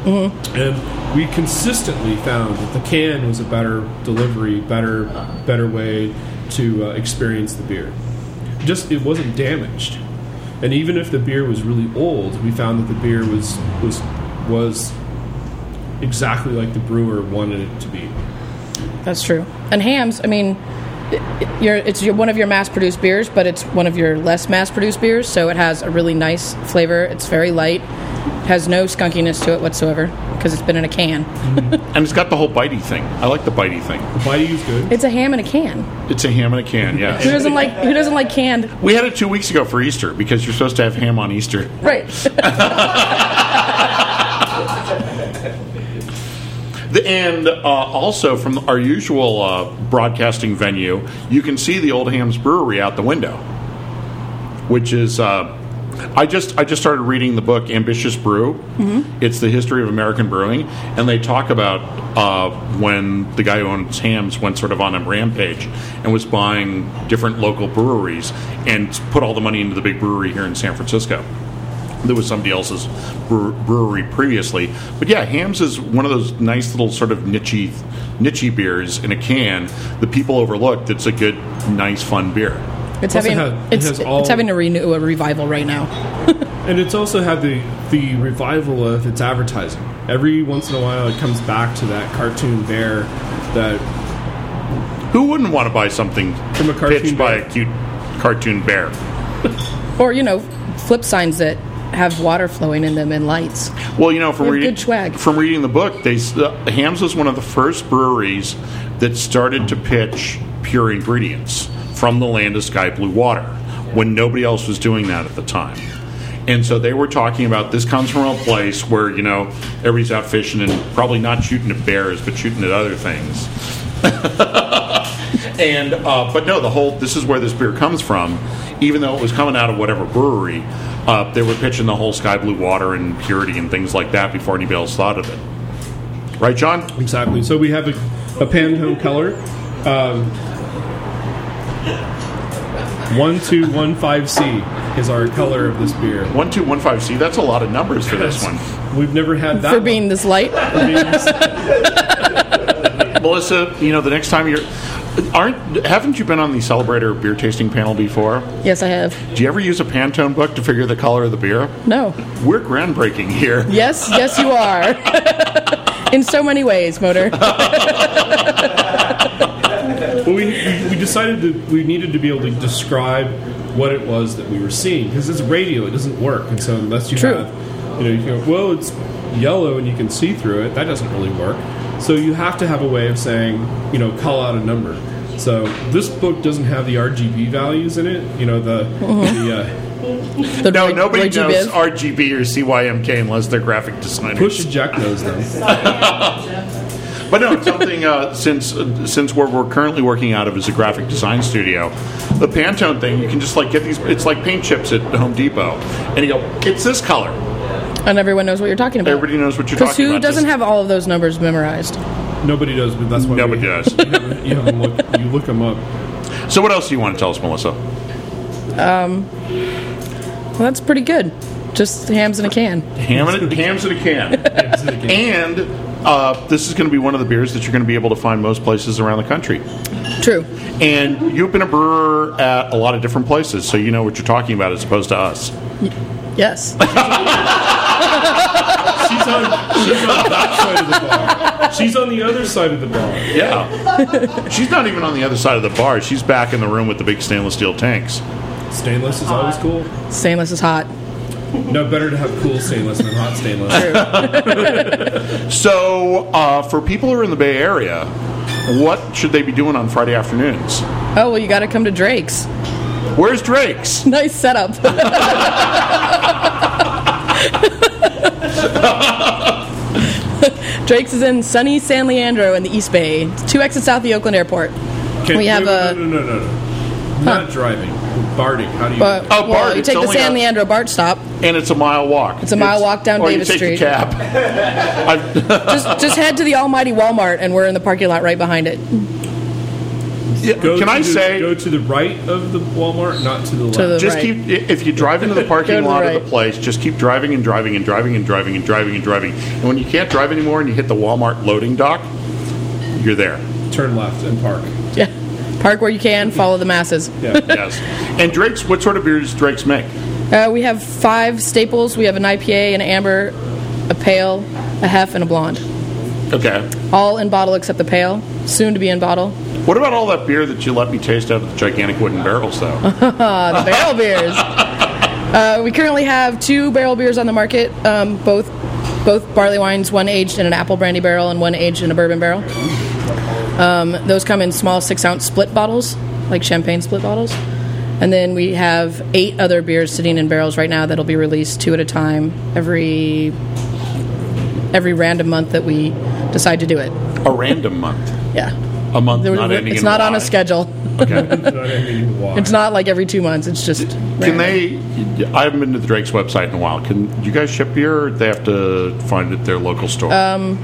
Speaker 1: Mm-hmm.
Speaker 2: And we consistently found that the can was a better delivery, better better way to uh, experience the beer. just it wasn't damaged. And even if the beer was really old, we found that the beer was was was exactly like the brewer wanted it to be.
Speaker 4: That's true. And hams, I mean, it- it- you're, it's your, one of your mass-produced beers, but it's one of your less mass-produced beers, so it has a really nice flavor. It's very light, has no skunkiness to it whatsoever because it's been in a can.
Speaker 1: And it's got the whole bitey thing. I like the bitey thing.
Speaker 2: The bitey is good.
Speaker 4: It's a ham in a can.
Speaker 1: It's a ham in a can,
Speaker 4: Who
Speaker 1: yeah.
Speaker 4: doesn't like Who doesn't like canned?
Speaker 1: we had it two weeks ago for Easter because you're supposed to have ham on Easter.
Speaker 4: Right.
Speaker 1: The, and uh, also from our usual uh, broadcasting venue, you can see the Old Hams Brewery out the window, which is. Uh, I just I just started reading the book Ambitious Brew. It's the history of American brewing, and they talk about uh, when the guy who owns Hams went sort of on a rampage and was buying different local breweries and put all the money into the big brewery here in San Francisco there was somebody else's brewer- brewery previously. But yeah, Hams is one of those nice little sort of nichey, nichey beers in a can that people overlook. That's a good, nice, fun beer.
Speaker 4: It's
Speaker 2: Plus it
Speaker 4: having
Speaker 2: has- it
Speaker 4: it's,
Speaker 2: has all-
Speaker 4: it's having a renew a revival right now.
Speaker 2: And it's also had the the revival of its advertising. Every once in a while, it comes back to that cartoon bear that
Speaker 1: Who wouldn't want to buy something
Speaker 2: From a cartoon
Speaker 1: pitched by
Speaker 2: bear.
Speaker 1: a cute cartoon bear?
Speaker 4: Or you know, flip signs that have water flowing in them and lights.
Speaker 1: Well, you know, from
Speaker 4: With
Speaker 1: reading
Speaker 4: good swag.
Speaker 1: from reading the book, they s- uh, Hams was one of the first breweries that started to pitch pure ingredients from the land of sky blue water when nobody else was doing that at the time. And so they were talking about this comes from a place where you know everybody's out fishing and probably not shooting at bears, but shooting at other things. And uh, but no, the whole this is where this beer comes from. Even though it was coming out of whatever brewery, uh, they were pitching the whole sky blue water and purity and things like that before anybody else thought of it. Right, John?
Speaker 2: exactly. So we have a, a Pantone color. Um, one two one five C is our color of this beer.
Speaker 1: One two one five C. That's a lot of numbers for this one.
Speaker 2: We've never had that
Speaker 4: For being this light,
Speaker 2: one. Beans.
Speaker 1: Melissa, you know the next time you're aren't haven't you been on the Celebrator beer tasting panel before?
Speaker 4: yes, I have.
Speaker 1: Do you ever use a Pantone book to figure the color of the beer?
Speaker 4: No.
Speaker 1: We're groundbreaking here.
Speaker 4: Yes, yes, you are. In so many ways, Motor.
Speaker 2: Well, we, we we decided that we needed to be able to describe what it was that we were seeing because it's radio; it doesn't work. And so, unless you
Speaker 4: True.
Speaker 2: have, you know, you go, well, it's yellow and you can see through it. That doesn't really work. So you have to have a way of saying, you know, call out a number. So this book doesn't have the RGB values in it. You know, the
Speaker 4: Mm-hmm.
Speaker 2: the uh,
Speaker 4: The
Speaker 1: No,
Speaker 4: Roy-
Speaker 1: nobody
Speaker 4: Roy G.
Speaker 1: knows
Speaker 4: Biv.
Speaker 1: RGB or CYMK unless they're graphic designers.
Speaker 2: push eject knows them.
Speaker 1: But no, it's something uh, since since where we're currently working out of is a graphic design studio. The Pantone thing, you can just like get these. It's like paint chips at Home Depot, and you go, it's this color.
Speaker 4: and everyone knows what you're talking about.
Speaker 1: Everybody knows what you're
Speaker 4: Because
Speaker 1: talking
Speaker 4: who
Speaker 1: about.
Speaker 4: doesn't
Speaker 1: Just-
Speaker 4: have all of those numbers memorized?
Speaker 2: Nobody does, but that's why we-
Speaker 1: Nobody does.
Speaker 2: You, haven't- you, haven't looked, you look them up.
Speaker 1: So what else do you want to tell us, Melissa?
Speaker 4: Um, Well, that's pretty good. Just hams in a can.
Speaker 1: Ham in a, hams in a can, and uh, this is going to be one of the beers that you're going to be able to find most places around the country.
Speaker 4: True.
Speaker 1: And you've been a brewer at a lot of different places, so you know what you're talking about as opposed to us.
Speaker 4: Yes.
Speaker 2: She's on, she's on that side of the bar. uh, She's on the other side of the bar.
Speaker 1: Yeah. Uh, She's not even on the other side of the bar. She's back in the room with the big stainless steel tanks.
Speaker 2: Stainless is always cool.
Speaker 4: Stainless is hot.
Speaker 2: No, better to have cool stainless than hot stainless.
Speaker 1: So, uh, for people who are in the Bay Area, what should they be doing on Friday afternoons?
Speaker 4: Oh, well, you got to come to Drake's.
Speaker 1: Where's Drake's?
Speaker 4: Nice setup. Drake's is in sunny San Leandro in the East Bay. It's two exits south of the Oakland Airport.
Speaker 2: Can-
Speaker 4: We have
Speaker 2: no,
Speaker 4: a-
Speaker 2: no, no, no, no, no. Not driving. Barding. How do you?
Speaker 4: But
Speaker 1: Oh,
Speaker 4: uh, well,
Speaker 1: BART,
Speaker 4: you
Speaker 1: it's
Speaker 4: take the
Speaker 1: only
Speaker 4: San
Speaker 1: a-
Speaker 4: Leandro BART stop.
Speaker 1: And it's a mile walk. It's
Speaker 4: a mile walk down
Speaker 1: or
Speaker 4: Davis
Speaker 1: you take
Speaker 4: Street.
Speaker 1: the cab. I've-
Speaker 4: Just, just head to the almighty Walmart, and we're in the parking lot right behind it.
Speaker 1: yeah,
Speaker 2: Go
Speaker 1: can
Speaker 2: to
Speaker 1: I
Speaker 2: the-
Speaker 1: say,
Speaker 2: Go to the right of the Walmart, not to the left.
Speaker 4: the-
Speaker 1: just
Speaker 4: Right.
Speaker 1: keep, i- if you drive into the
Speaker 4: Go to
Speaker 1: parking
Speaker 4: the
Speaker 1: lot of
Speaker 4: right.
Speaker 1: the place, just keep driving and driving and driving and driving and driving and driving. And when you can't drive anymore and you hit the Walmart loading dock, you're there.
Speaker 2: Turn left and park.
Speaker 4: Yeah. Park where you can, follow the masses.
Speaker 1: yes. And Drake's, what sort of beers does Drake's make?
Speaker 4: Uh, we have five staples. We have an IPA, an amber, a pale, a hef, and a blonde.
Speaker 1: Okay.
Speaker 4: All in bottle except the pale. Soon to be in bottle.
Speaker 1: What about all that beer that you let me taste out of the gigantic wooden barrels, though?
Speaker 4: Uh, the barrel beers. Uh, we currently have two barrel beers on the market. Um, both both barley wines, one aged in an apple brandy barrel and one aged in a bourbon barrel. Um, those come in small six ounce split bottles, like champagne split bottles. And then we have eight other beers sitting in barrels right now that'll be released two at a time every every random month that we decide to do it.
Speaker 1: a random month.
Speaker 4: Yeah.
Speaker 1: A month not ending
Speaker 4: it's
Speaker 1: in
Speaker 4: not on
Speaker 1: Y.
Speaker 4: a schedule.
Speaker 1: Okay.
Speaker 4: It's not like every two months. It's just.
Speaker 1: Can
Speaker 4: random.
Speaker 1: they? I haven't been to the Drake's website in a while. Can you guys ship beer? Or they have to find it at their local store.
Speaker 4: Um,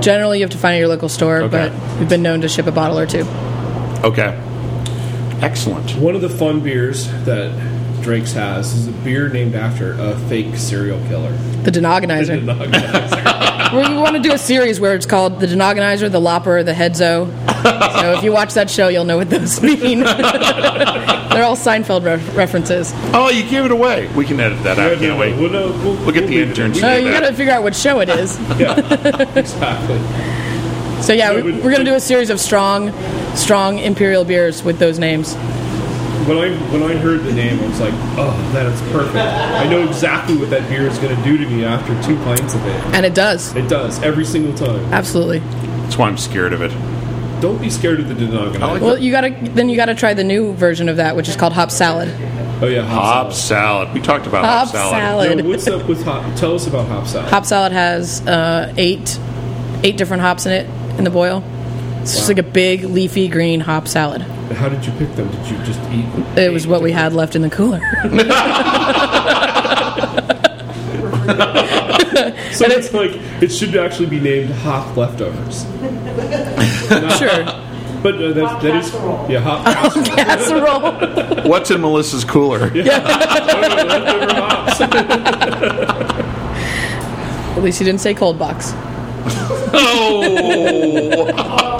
Speaker 4: Generally, you have to find it at your local store,
Speaker 1: Okay.
Speaker 4: but we've been known to ship a bottle or two.
Speaker 1: okay. Excellent.
Speaker 2: One of the fun beers that Drake's has is a beer named after a fake serial killer.
Speaker 4: The Denogonizer. we want to do a series where it's called the Denogonizer, the Lopper, the Headzo. so if you watch that show, you'll know what those mean. They're all Seinfeld re- references.
Speaker 1: Oh, you gave it away. We can edit that out. Can't wait.
Speaker 2: We'll, no, we'll,
Speaker 1: Look at the
Speaker 2: leave it in.
Speaker 1: interns.
Speaker 4: No, you got to figure out what show it is.
Speaker 2: Yeah, exactly.
Speaker 4: So yeah, we-
Speaker 2: but-
Speaker 4: we're going to do a series of strong, strong imperial beers with those names.
Speaker 2: When I when I heard the name, I was like, oh, that is perfect. I know exactly what that beer is going to do to me after two pints of it.
Speaker 4: And it does.
Speaker 2: It does every single time.
Speaker 4: Absolutely.
Speaker 1: That's why I'm scared of it.
Speaker 2: Don't be scared of the Denogonizer.
Speaker 4: Well, you gotta then you gotta try the new version of that, which is called hop salad.
Speaker 2: oh yeah, hop,
Speaker 1: Hop salad. We talked about hop,
Speaker 4: Hop salad.
Speaker 2: salad. Yo, what's up with hop? Tell us about hop salad.
Speaker 4: Hop salad has uh, eight eight different hops in it in the boil. It's just like a big leafy green hop salad.
Speaker 2: How did you pick them? Did you just eat?
Speaker 4: It was what we had left in the cooler.
Speaker 2: So it's like it should actually be named hop leftovers.
Speaker 4: sure,
Speaker 2: But uh, that, that is yeah, hop casserole.
Speaker 4: casserole.
Speaker 1: What's in Melissa's cooler?
Speaker 2: leftover hops.
Speaker 4: At least you didn't say cold box.
Speaker 1: Oh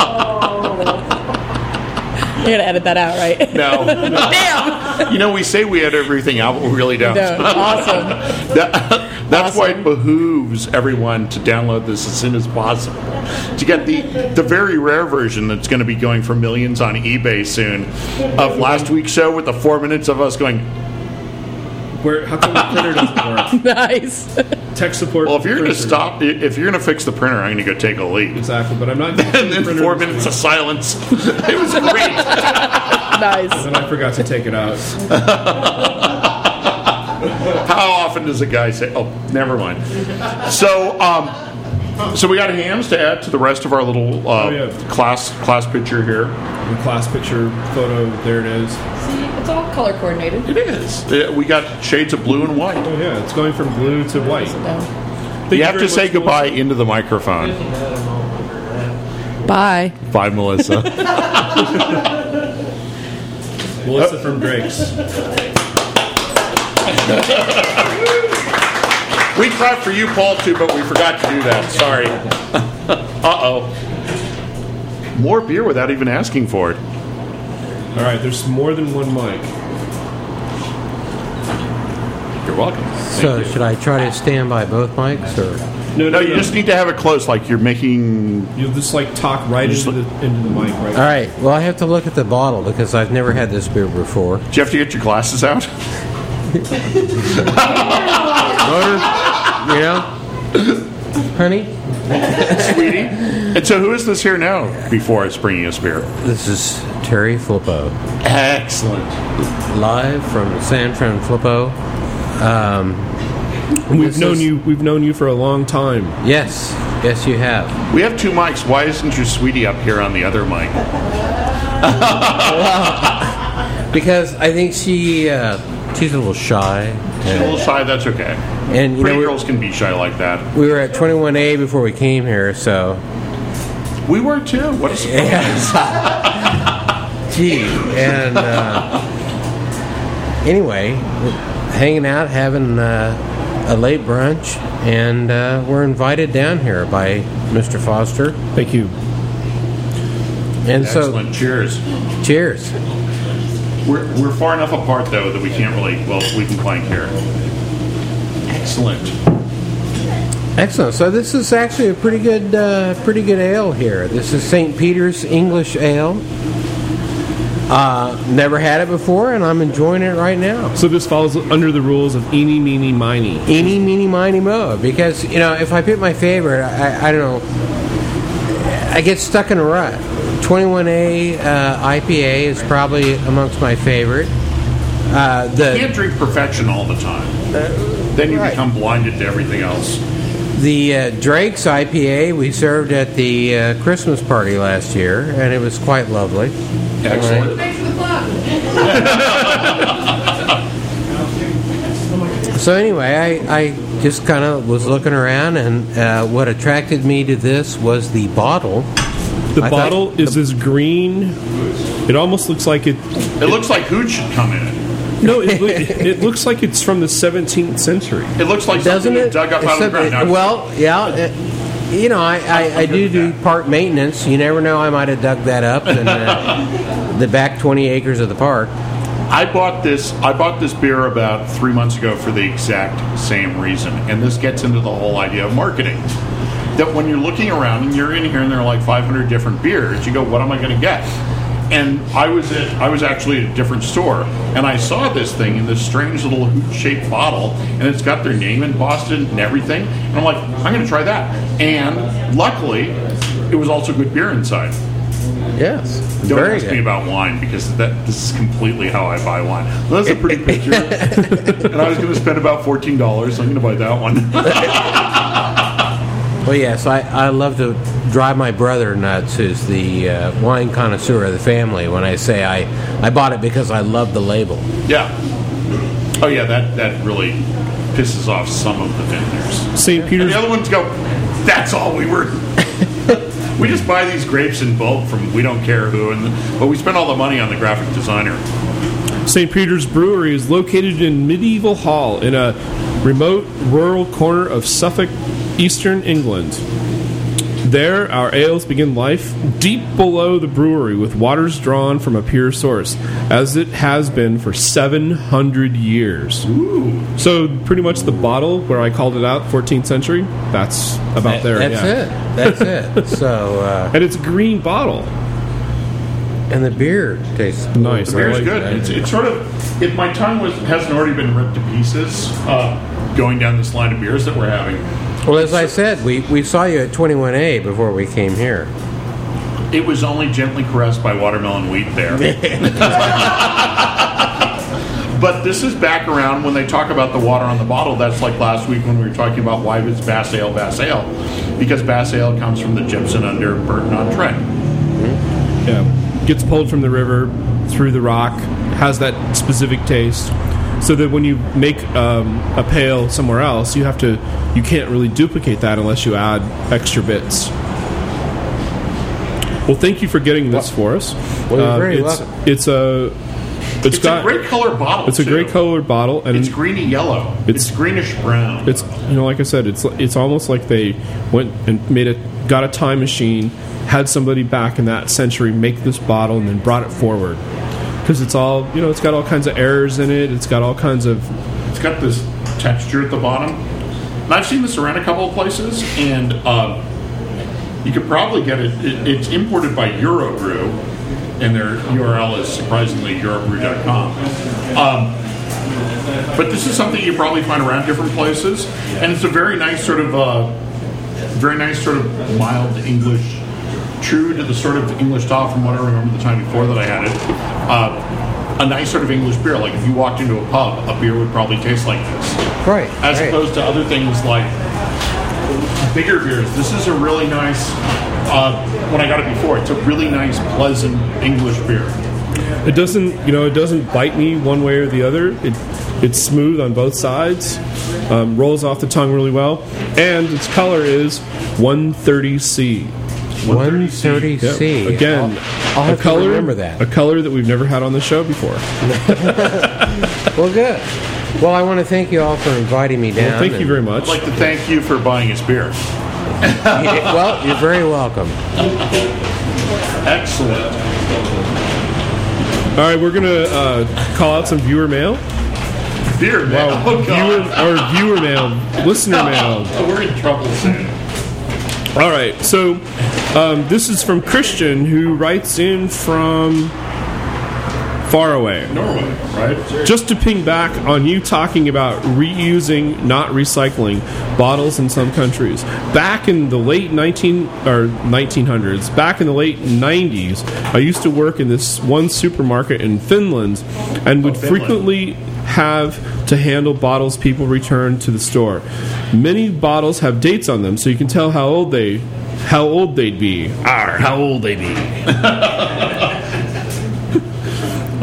Speaker 4: You're gonna edit that out, right?
Speaker 1: no!
Speaker 4: Damn.
Speaker 1: You know we say we had everything out, but we really don't.
Speaker 4: No, awesome.
Speaker 1: That- that's why it behooves everyone to download this as soon as possible to get the the very rare version that's going to be going for millions on eBay soon of last week's show with the four minutes of us going.
Speaker 2: Where how come the printer doesn't work?
Speaker 4: Nice.
Speaker 2: Tech support.
Speaker 1: Well, if you're going to
Speaker 2: printer.
Speaker 1: stop, if you're going to fix the printer, I'm going to go take a leak.
Speaker 2: exactly, but I'm not.
Speaker 1: And then four minutes of silence. It was great.
Speaker 4: Nice.
Speaker 2: And I forgot to take it out.
Speaker 1: How often does a guy say, "Oh, never mind"? So, um, so we got hams to add to the rest of our little uh,
Speaker 2: Oh, yeah.
Speaker 1: class class picture here.
Speaker 2: The class picture photo. There it is.
Speaker 4: See, it's all color coordinated.
Speaker 1: It is. Uh, We got shades of blue and white.
Speaker 2: Oh yeah, it's going from blue to white. Thank
Speaker 1: you have
Speaker 2: very
Speaker 1: to say
Speaker 2: much,
Speaker 1: goodbye into the microphone.
Speaker 4: Bye.
Speaker 1: Bye, Melissa.
Speaker 2: Melissa from Drake's.
Speaker 1: we clapped for you, Paul, too, but we forgot to do that. Sorry. uh oh. More beer without even asking for it.
Speaker 2: All right, there's more than one mic.
Speaker 1: You're welcome.
Speaker 7: So should I try to stand by both mics or?
Speaker 2: No,
Speaker 1: No, you just need to have it close, like you're making.
Speaker 2: you just like talk right
Speaker 1: Just
Speaker 2: into the, into the mic right.
Speaker 7: All right. Well, I have to look at the bottle because I've never had this beer before.
Speaker 1: Do you have to get your glasses out?
Speaker 7: You know, honey,
Speaker 1: Sweetie? And so, who is this here now before us bringing us beer?
Speaker 7: this is Terry Flippo,
Speaker 1: Excellent.
Speaker 7: live from San Fran Flippo. Um,
Speaker 2: We've
Speaker 7: This
Speaker 2: known
Speaker 7: is-
Speaker 2: you. We've known you for a long time.
Speaker 7: yes, yes, you have.
Speaker 1: We have two mics. Why isn't your sweetie up here on the other mic?
Speaker 7: Because I think she uh, she's a little shy,
Speaker 1: She's a little shy. That's okay.
Speaker 7: and you
Speaker 1: Pretty
Speaker 7: know we-
Speaker 1: girls can be shy like that.
Speaker 7: we were at 21A before we came here, so
Speaker 1: We were too. What a surprise.
Speaker 7: Gee, and uh, anyway, we're hanging out, having uh, a late brunch, and uh, we're invited down here by Mr. Foster.
Speaker 2: Thank you.
Speaker 7: And
Speaker 1: Excellent. Cheers.
Speaker 7: so, cheers.
Speaker 1: We're, we're far enough apart though that we can't really. Well, we can clank here. Excellent.
Speaker 7: Excellent. So this is actually a pretty good, uh, pretty good ale here. This is St. Peter's English Ale. Uh, never had it before, and I'm enjoying it right now.
Speaker 2: So this falls under the rules of eeny, meeny, miny.
Speaker 7: Eeny, meeny, miny, moe. Because you know, if I pick my favorite, I, I don't know. I get stuck in a rut. 21A uh, IPA is probably amongst my favorite. Uh, the
Speaker 1: You can't drink perfection all the time. Then you
Speaker 7: right.
Speaker 1: become blinded to everything else.
Speaker 7: The uh, Drake's IPA we served at the uh, Christmas party last year, and it was quite lovely.
Speaker 1: Excellent.
Speaker 7: So anyway, I, I just kind of was looking around, and uh, what attracted me to this was the bottle.
Speaker 2: The
Speaker 7: I thought-
Speaker 2: bottle is this green. It almost looks like it.
Speaker 1: It looks like Hoot should come in it.
Speaker 2: No, it, loo- it looks like it's from the 17th century.
Speaker 1: It looks like
Speaker 7: Doesn't
Speaker 1: something you
Speaker 7: it?
Speaker 1: dug up out of the
Speaker 7: Except-
Speaker 1: ground. Now,
Speaker 7: well, yeah. it- you know, I, I, I do
Speaker 1: good
Speaker 7: do
Speaker 1: with that.
Speaker 7: park maintenance. You never know, I might have dug that up in uh, the back 20 acres of the park.
Speaker 1: I bought this. I bought this beer about three months ago for the exact same reason, and this gets into the whole idea of marketing. That when you're looking around and you're in here and there are like 500 different beers, you go, "What am I going to get?" And I was at, I was actually at a different store, and I saw this thing in this strange little hoop-shaped bottle, and it's got their name embossed in it and everything. And I'm like, "I'm going to try that." And luckily, it was also good beer inside.
Speaker 7: Yes.
Speaker 1: Don't
Speaker 7: Very
Speaker 1: ask
Speaker 7: good.
Speaker 1: me about wine because that this is completely how I buy wine. Well, that's a pretty picture, and I was going to spend about fourteen dollars. So I'm going to buy that one.
Speaker 7: Well, yes, I, I love to drive my brother nuts, who's the uh, wine connoisseur of the family, when I say I, I bought it because I love the label.
Speaker 1: yeah. Oh yeah, that that really pisses off some of the vendors.
Speaker 2: St.
Speaker 1: And
Speaker 2: Peter's.
Speaker 1: the other ones go, "That's all we were." we just buy these grapes in bulk from we don't care who, and but we spend all the money on the graphic designer.
Speaker 2: St. Peter's Brewery is located in Medieval Hall in a remote rural corner of Suffolk, eastern England. There, our ales begin life deep below the brewery with waters drawn from a pure source, as it has been for 700 years. So, pretty much the bottle where I called it out, 14th century, that's about there.
Speaker 7: That's
Speaker 2: yeah.
Speaker 7: it. That's it. So, uh,
Speaker 2: And it's a green bottle.
Speaker 7: and the beer tastes
Speaker 2: Nice.
Speaker 1: The beer's
Speaker 2: I like
Speaker 1: good.
Speaker 2: that.
Speaker 1: It's, it's sort of if my tongue was hasn't already been ripped to pieces uh, going down this line of beers that we're having.
Speaker 7: Well, as I said, we, we saw you at 21A before we came here.
Speaker 1: It was only gently caressed by watermelon wheat there. but this is back around when they talk about the water on the bottle. That's like last week when we were talking about why it's Bass Ale, Bass Ale. Because Bass Ale comes from the Gibson under Burton on Trent.
Speaker 2: Mm-hmm. Yeah. Gets pulled from the river through the rock, has that specific taste. So that when you make um, a pail somewhere else, you have to you can't really duplicate that unless you add extra bits. Well, thank you for getting this for us. Um,
Speaker 7: Well, you're very
Speaker 2: it's,
Speaker 7: welcome.
Speaker 2: it's a
Speaker 1: It's,
Speaker 2: it's got
Speaker 1: a great color bottle.
Speaker 2: it's a
Speaker 1: too.
Speaker 2: great colored bottle and
Speaker 1: It's greeny yellow. It's,
Speaker 2: It's-
Speaker 1: greenish brown.
Speaker 2: it's you know like I said it's it's almost like they went and made a got a time machine had somebody back in that century make this bottle and then brought it forward because it's all you know it's got all kinds of errors in it it's got all kinds of
Speaker 1: It's got this texture at the bottom. And I've seen this around a couple of places, and um, you could probably get it. it it's imported by Eurobrew, and their URL is surprisingly eurobrew.com. Um, but this is something you probably find around different places, and it's a very nice sort of, uh, very nice sort of mild English, true to the sort of English style from what I remember the time before that I had it. Uh, a nice sort of English beer. Like if you walked into a pub, a beer would probably taste like this
Speaker 7: Right.
Speaker 1: as
Speaker 7: right.
Speaker 1: opposed to other things like bigger beers. This is a really nice. Uh, when I got it before, it's a really nice, pleasant English beer.
Speaker 2: it doesn't you know it doesn't bite me one way or the other it it's smooth on both sides um, rolls off the tongue really well and its color is 130c
Speaker 7: 130C.
Speaker 2: Yep. again
Speaker 7: I'll, I'll have
Speaker 2: a
Speaker 7: to
Speaker 2: color
Speaker 7: remember that.
Speaker 2: a color that we've never had on the show before
Speaker 7: Well, good. Well, I want to thank you all for inviting me down.
Speaker 2: Well, thank you
Speaker 7: and-
Speaker 2: very
Speaker 1: I'd
Speaker 2: much.
Speaker 1: like to thank you for buying us beer.
Speaker 7: well, you're very welcome.
Speaker 1: Excellent.
Speaker 2: All right, we're gonna uh, call out some viewer mail.
Speaker 1: Beer mail.
Speaker 2: Wow,
Speaker 1: Oh, God.
Speaker 2: viewer or viewer mail, listener mail.
Speaker 1: Oh, we're in trouble soon.
Speaker 2: All right, so um, this is from Christian who writes in from far away.
Speaker 1: Norway, right?
Speaker 2: Just to ping back on you talking about reusing, not recycling bottles in some countries. Back in the late 19 or 1900s, back in the late 90s, I used to work in this one supermarket in Finland and
Speaker 1: Oh,
Speaker 2: would frequently have to handle bottles people returned to the store. Many bottles have dates on them so you can tell how old they how old they'd be.
Speaker 1: Arr, how old they be?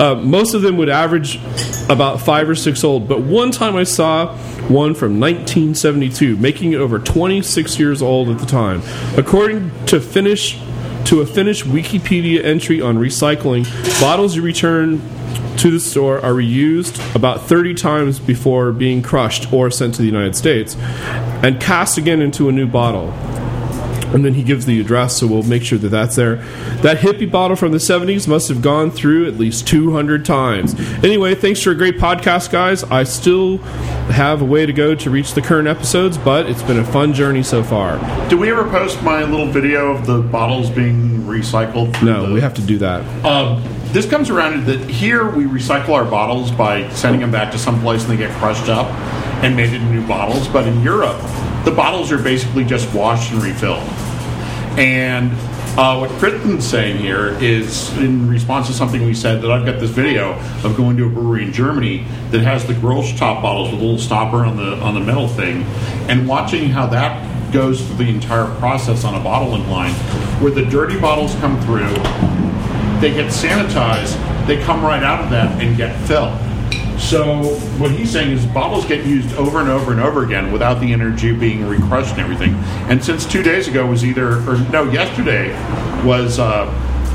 Speaker 2: Uh, most of them would average about five or six old, but one time I saw one from 1972, making it over 26 years old at the time. According to Finnish to a Finnish Wikipedia entry on recycling, bottles you return to the store are reused about 30 times before being crushed or sent to the United States and cast again into a new bottle and then he gives the address, so we'll make sure that that's there. That hippie bottle from the 70s must have gone through at least 200 times. Anyway, thanks for a great podcast, guys. I still have a way to go to reach the current episodes, but it's been a fun journey so far.
Speaker 1: Do we ever post my little video of the bottles being recycled? through
Speaker 2: No,
Speaker 1: the-
Speaker 2: we have to do that.
Speaker 1: Um, this comes around to that here we recycle our bottles by sending them back to some place and they get crushed up and made into new bottles. But in Europe, the bottles are basically just washed and refilled. And uh, what Kristen's saying here is in response to something we said that I've got this video of going to a brewery in Germany that has the Grolsch top bottles with a little stopper on the on the metal thing, and watching how that goes through the entire process on a bottling line, where the dirty bottles come through, they get sanitized, they come right out of that and get filled. So what he's saying is bottles get used over and over and over again without the energy being recrushed and everything. And since two days ago was either or no, yesterday was uh,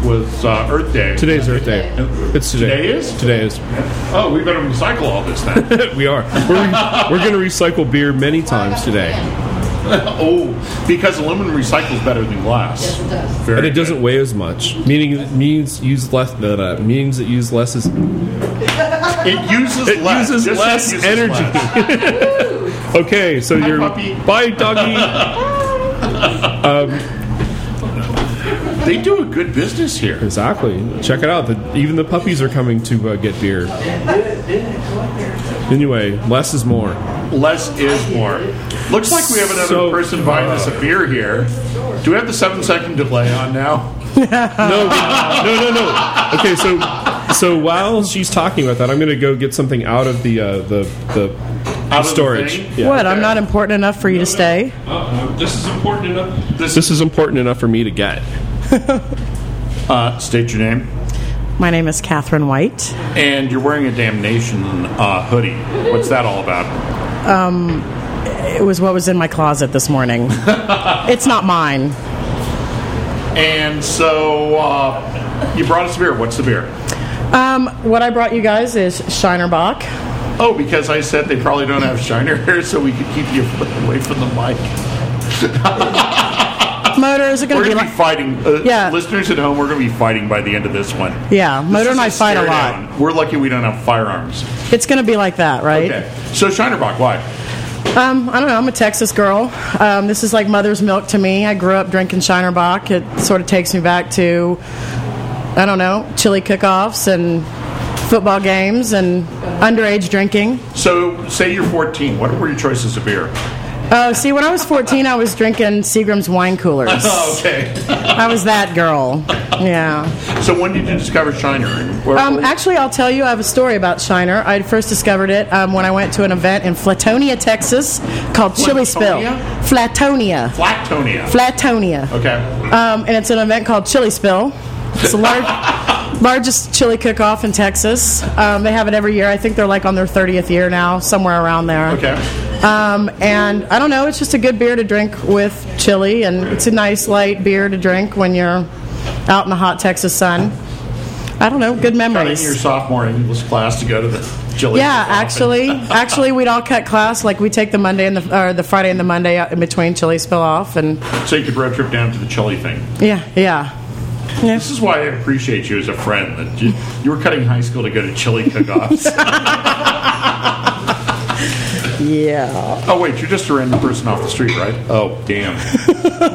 Speaker 1: was uh, Earth Day.
Speaker 2: Today's Earth Day. It's today.
Speaker 1: Today is?
Speaker 2: Today is.
Speaker 1: Oh, we better recycle all this then.
Speaker 2: we are. We're, we're going to recycle beer many times today.
Speaker 1: oh, because aluminum recycles better than glass.
Speaker 8: it does.
Speaker 1: Very
Speaker 2: And it
Speaker 1: good.
Speaker 2: doesn't weigh as much, meaning it means use less. Blah, blah, means it use less is
Speaker 1: It uses
Speaker 2: It
Speaker 1: less.
Speaker 2: uses
Speaker 1: Just
Speaker 2: less
Speaker 1: uses
Speaker 2: energy.
Speaker 1: less.
Speaker 2: Okay, so you're
Speaker 1: puppy.
Speaker 2: bye, doggy. Um,
Speaker 1: They do a good business here.
Speaker 2: exactly. Check it out. The, even the puppies are coming to uh, get beer. Anyway, less is more.
Speaker 1: Less is more. Looks like we have another
Speaker 2: So-
Speaker 1: person buying us a beer here. Do we have the seven second delay on now?
Speaker 2: No, no, no, no. Okay, so so while she's talking about that, I'm going to go get something out of the uh, the the
Speaker 1: Out of the
Speaker 2: storage.
Speaker 1: thing?
Speaker 2: yeah.
Speaker 8: What? I'm not important enough for you to stay.
Speaker 2: this is important enough. This, is important enough for me to get.
Speaker 1: Uh, state your name.
Speaker 8: My name is Catherine White.
Speaker 1: And you're wearing a damnation uh, hoodie. What's that all about?
Speaker 8: Um, It was what was in my closet this morning. it's not mine.
Speaker 1: And so uh, you brought us a beer. What's the beer?
Speaker 8: Um, what I brought you guys is Shinerbach.
Speaker 1: Oh, because I said they probably don't have Shiner here, so we could keep you away from the mic.
Speaker 8: Motor is it going
Speaker 1: We're
Speaker 8: to be
Speaker 1: going to be
Speaker 8: like?
Speaker 1: fighting. Uh,
Speaker 8: Yeah.
Speaker 1: Listeners at home, we're going to be fighting by the end of this one.
Speaker 8: Yeah,
Speaker 1: This
Speaker 8: Motor
Speaker 1: is
Speaker 8: and I fight a
Speaker 1: stare
Speaker 8: lot.
Speaker 1: down. We're lucky we don't have firearms.
Speaker 8: It's going to be like that, right?
Speaker 1: Okay. So Shinerbach, why?
Speaker 8: Um, I don't know. I'm a Texas girl. Um, this is like mother's milk to me. I grew up drinking Shinerbach. It sort of takes me back to, I don't know, chili cook-offs and football games and underage drinking.
Speaker 1: So, say you're 14. What were your choices of beer?
Speaker 8: Oh, see, when I was 14, I was drinking Seagram's wine coolers.
Speaker 1: okay.
Speaker 8: I was that girl. Yeah.
Speaker 1: So, when did you discover Shiner? And where-
Speaker 8: Um, actually, I'll tell you, I have a story about Shiner. I first discovered it um, when I went to an event in Flatonia, Texas, called Chili Spill.
Speaker 1: Flatonia?
Speaker 8: Flatonia.
Speaker 1: Flatonia.
Speaker 8: Flatonia.
Speaker 1: okay.
Speaker 8: Um, and it's an event called Chili Spill. It's the lar- largest chili cook-off in Texas. Um, they have it every year. I think they're like on their 30th year now, somewhere around there.
Speaker 1: Okay.
Speaker 8: Um, and I don't know, it's just a good beer to drink with chili, and it's a nice light beer to drink when you're out in the hot Texas sun. I don't know, good
Speaker 1: Got in your
Speaker 8: memories.
Speaker 1: sophomore English class to go to the Jillian.
Speaker 8: Yeah, actually, actually, we'd all cut class. Like we take the Monday and the or the Friday and the Monday out in between chili spill off, and
Speaker 1: So you could road trip down to the chili thing.
Speaker 8: yeah, yeah.
Speaker 1: This is why I appreciate you as a friend. That you, you were cutting high school to go to chili cook-offs.
Speaker 8: Yeah.
Speaker 1: oh wait, you're just a random person off the street, right? Oh damn.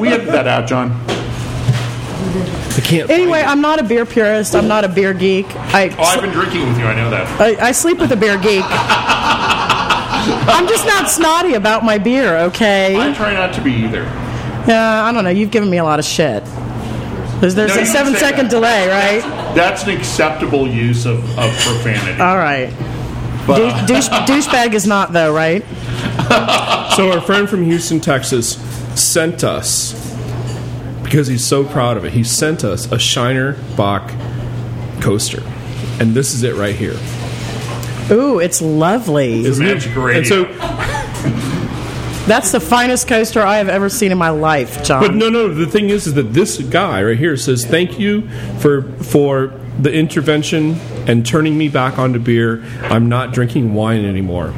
Speaker 1: we had that out, John.
Speaker 2: I can't.
Speaker 8: Anyway, I'm not a beer purist. I'm not a beer geek. I,
Speaker 1: Oh, I've been drinking with you. I know that.
Speaker 8: I, I sleep with a beer geek. I'm just not snotty about my beer, okay?
Speaker 1: I try not to be either.
Speaker 8: Yeah, I don't know. You've given me a lot of shit. There's, there's
Speaker 1: No,
Speaker 8: a
Speaker 1: you can
Speaker 8: seven
Speaker 1: say
Speaker 8: second
Speaker 1: that.
Speaker 8: delay, right?
Speaker 1: That's an acceptable use of, of profanity.
Speaker 8: All right.
Speaker 1: But,
Speaker 8: Dou- douche, douchebag is not, though, right?
Speaker 2: So our friend from Houston, Texas, sent us because he's so proud of it. He sent us a Shiner Bach coaster, and this is it right here.
Speaker 8: Ooh, it's lovely.
Speaker 2: Isn't
Speaker 1: Magic radio.
Speaker 2: And so,
Speaker 8: That's the finest coaster I have ever seen in my life, John.
Speaker 2: but no, no. The thing is, is that this guy right here says thank you for for the intervention and turning me back onto beer. I'm not drinking wine anymore.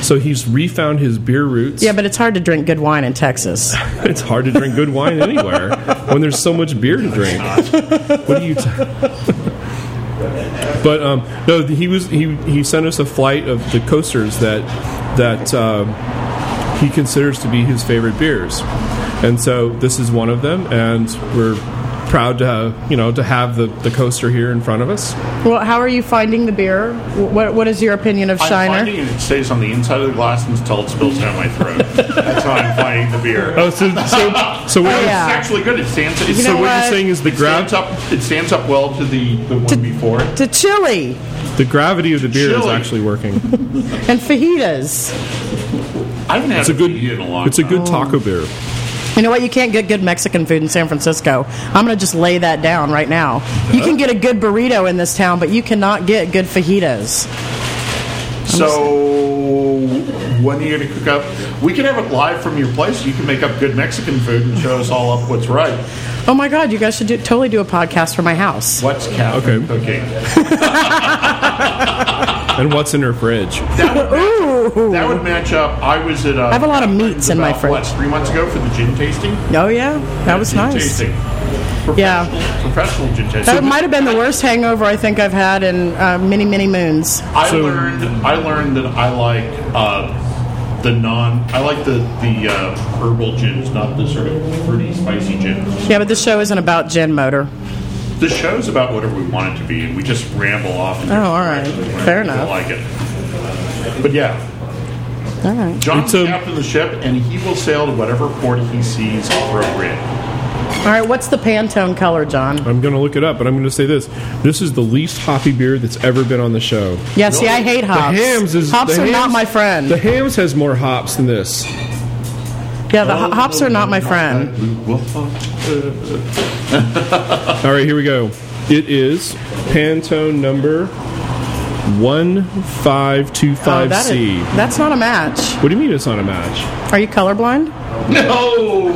Speaker 2: So he's refound his beer roots.
Speaker 8: Yeah, but it's hard to drink good wine in Texas.
Speaker 2: It's hard to drink good wine anywhere when there's so much beer to drink. What do you? T- but um, no, he was he he sent us a flight of the coasters that that um, he considers to be his favorite beers, and so this is one of them, and we're proud to have, you know to have the, the coaster here in front of us.
Speaker 8: Well, how are you finding the beer? Wh- What, what is your opinion of
Speaker 1: I'm
Speaker 8: Shiner?
Speaker 1: finding it stays on the inside of the glass until it spills down my throat. That's how I'm finding the beer.
Speaker 2: Oh, so so so
Speaker 8: Oh,
Speaker 2: what,
Speaker 8: yeah.
Speaker 1: It's actually good. It stands. It,
Speaker 8: know
Speaker 2: so what
Speaker 8: what?
Speaker 2: you're saying is the
Speaker 1: it stands
Speaker 2: grav-
Speaker 1: up. It stands up well to the, the one before. it.
Speaker 8: To chili
Speaker 2: the gravity of the beer is
Speaker 1: Chili.
Speaker 2: actually working.
Speaker 8: and fajitas.
Speaker 1: I haven't had
Speaker 2: It's a good
Speaker 1: in a long
Speaker 2: it's a
Speaker 1: time.
Speaker 2: good taco beer.
Speaker 8: You know what? You can't get good Mexican food in San Francisco. I'm going to just lay that down right now. You can get a good burrito in this town, but you cannot get good fajitas.
Speaker 1: So when are you gonna cook up? We can have it live from your place. You can make up good Mexican food and show us all up what's right.
Speaker 8: Oh my God, you guys should do, totally do a podcast from my house.
Speaker 1: What's Catherine
Speaker 2: Okay.
Speaker 1: cooking?
Speaker 2: And what's in her fridge?
Speaker 8: Ooh.
Speaker 1: That would match up. I was at. uh,
Speaker 8: have a lot of meats in my
Speaker 1: about, What
Speaker 8: fridge.
Speaker 1: three months ago for the gin tasting?
Speaker 8: Oh, yeah. That was
Speaker 1: Gin
Speaker 8: nice.
Speaker 1: Tasting.
Speaker 8: Yeah.
Speaker 1: Professional- Professional gin tasting.
Speaker 8: That might have been the worst hangover I think I've had in uh, many, many moons.
Speaker 1: I
Speaker 2: So-
Speaker 1: learned I learned that I like uh, the non I like the the uh, herbal gins, not the sort of fruity spicy gins.
Speaker 8: Yeah, but this show isn't about Gin Motor.
Speaker 1: The show's about whatever we want it to be, and we just ramble off. And
Speaker 8: Oh, all right. Fair enough.
Speaker 1: I like it, but yeah.
Speaker 8: All right.
Speaker 1: John's
Speaker 2: It's um, a-
Speaker 1: captain of the ship, and he will sail to whatever port he sees appropriate.
Speaker 8: All right, what's the Pantone color, John?
Speaker 2: I'm going to look it up, but I'm going to say this: this is the least hoppy beer that's ever been on the show.
Speaker 8: Yeah, see, I hate hops.
Speaker 2: The hams is
Speaker 8: hops
Speaker 2: the
Speaker 8: are not
Speaker 2: Hams-
Speaker 8: my friend.
Speaker 2: The hams has more hops than this.
Speaker 8: yeah, the ho- hops are not my friend.
Speaker 2: All right, here we go. It is Pantone number one five two
Speaker 8: Oh,
Speaker 2: five
Speaker 8: that
Speaker 2: C.
Speaker 8: is- that's not a match.
Speaker 2: What do you mean it's not a match?
Speaker 8: Are you colorblind?
Speaker 1: No,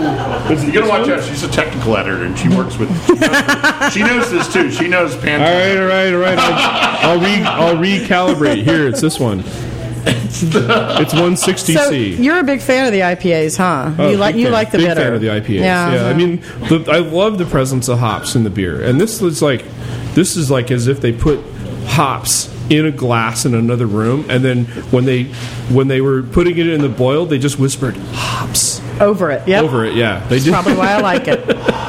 Speaker 1: you gotta watch out. She's a technical editor, and she works with. she knows this too. She knows
Speaker 2: All
Speaker 1: Pantone.
Speaker 2: right, all right, all right. I'll, I'll, re, I'll recalibrate. Here, it's this one. It's one sixty
Speaker 8: So
Speaker 2: C.
Speaker 8: you're a big fan of the IPAs, huh?
Speaker 2: Oh,
Speaker 8: you like
Speaker 2: big
Speaker 8: you
Speaker 2: fan.
Speaker 8: like the
Speaker 2: big
Speaker 8: bitter.
Speaker 2: fan of the IPAs.
Speaker 8: Yeah, Uh-huh.
Speaker 2: Yeah, I mean, the, I love the presence of hops in the beer, and this is like, this is like as if they put hops in a glass in another room, and then when they when they were putting it in the boil, they just whispered hops
Speaker 8: over it. Yep.
Speaker 2: over it. Yeah, they
Speaker 8: That's
Speaker 2: did.
Speaker 8: probably why I like it.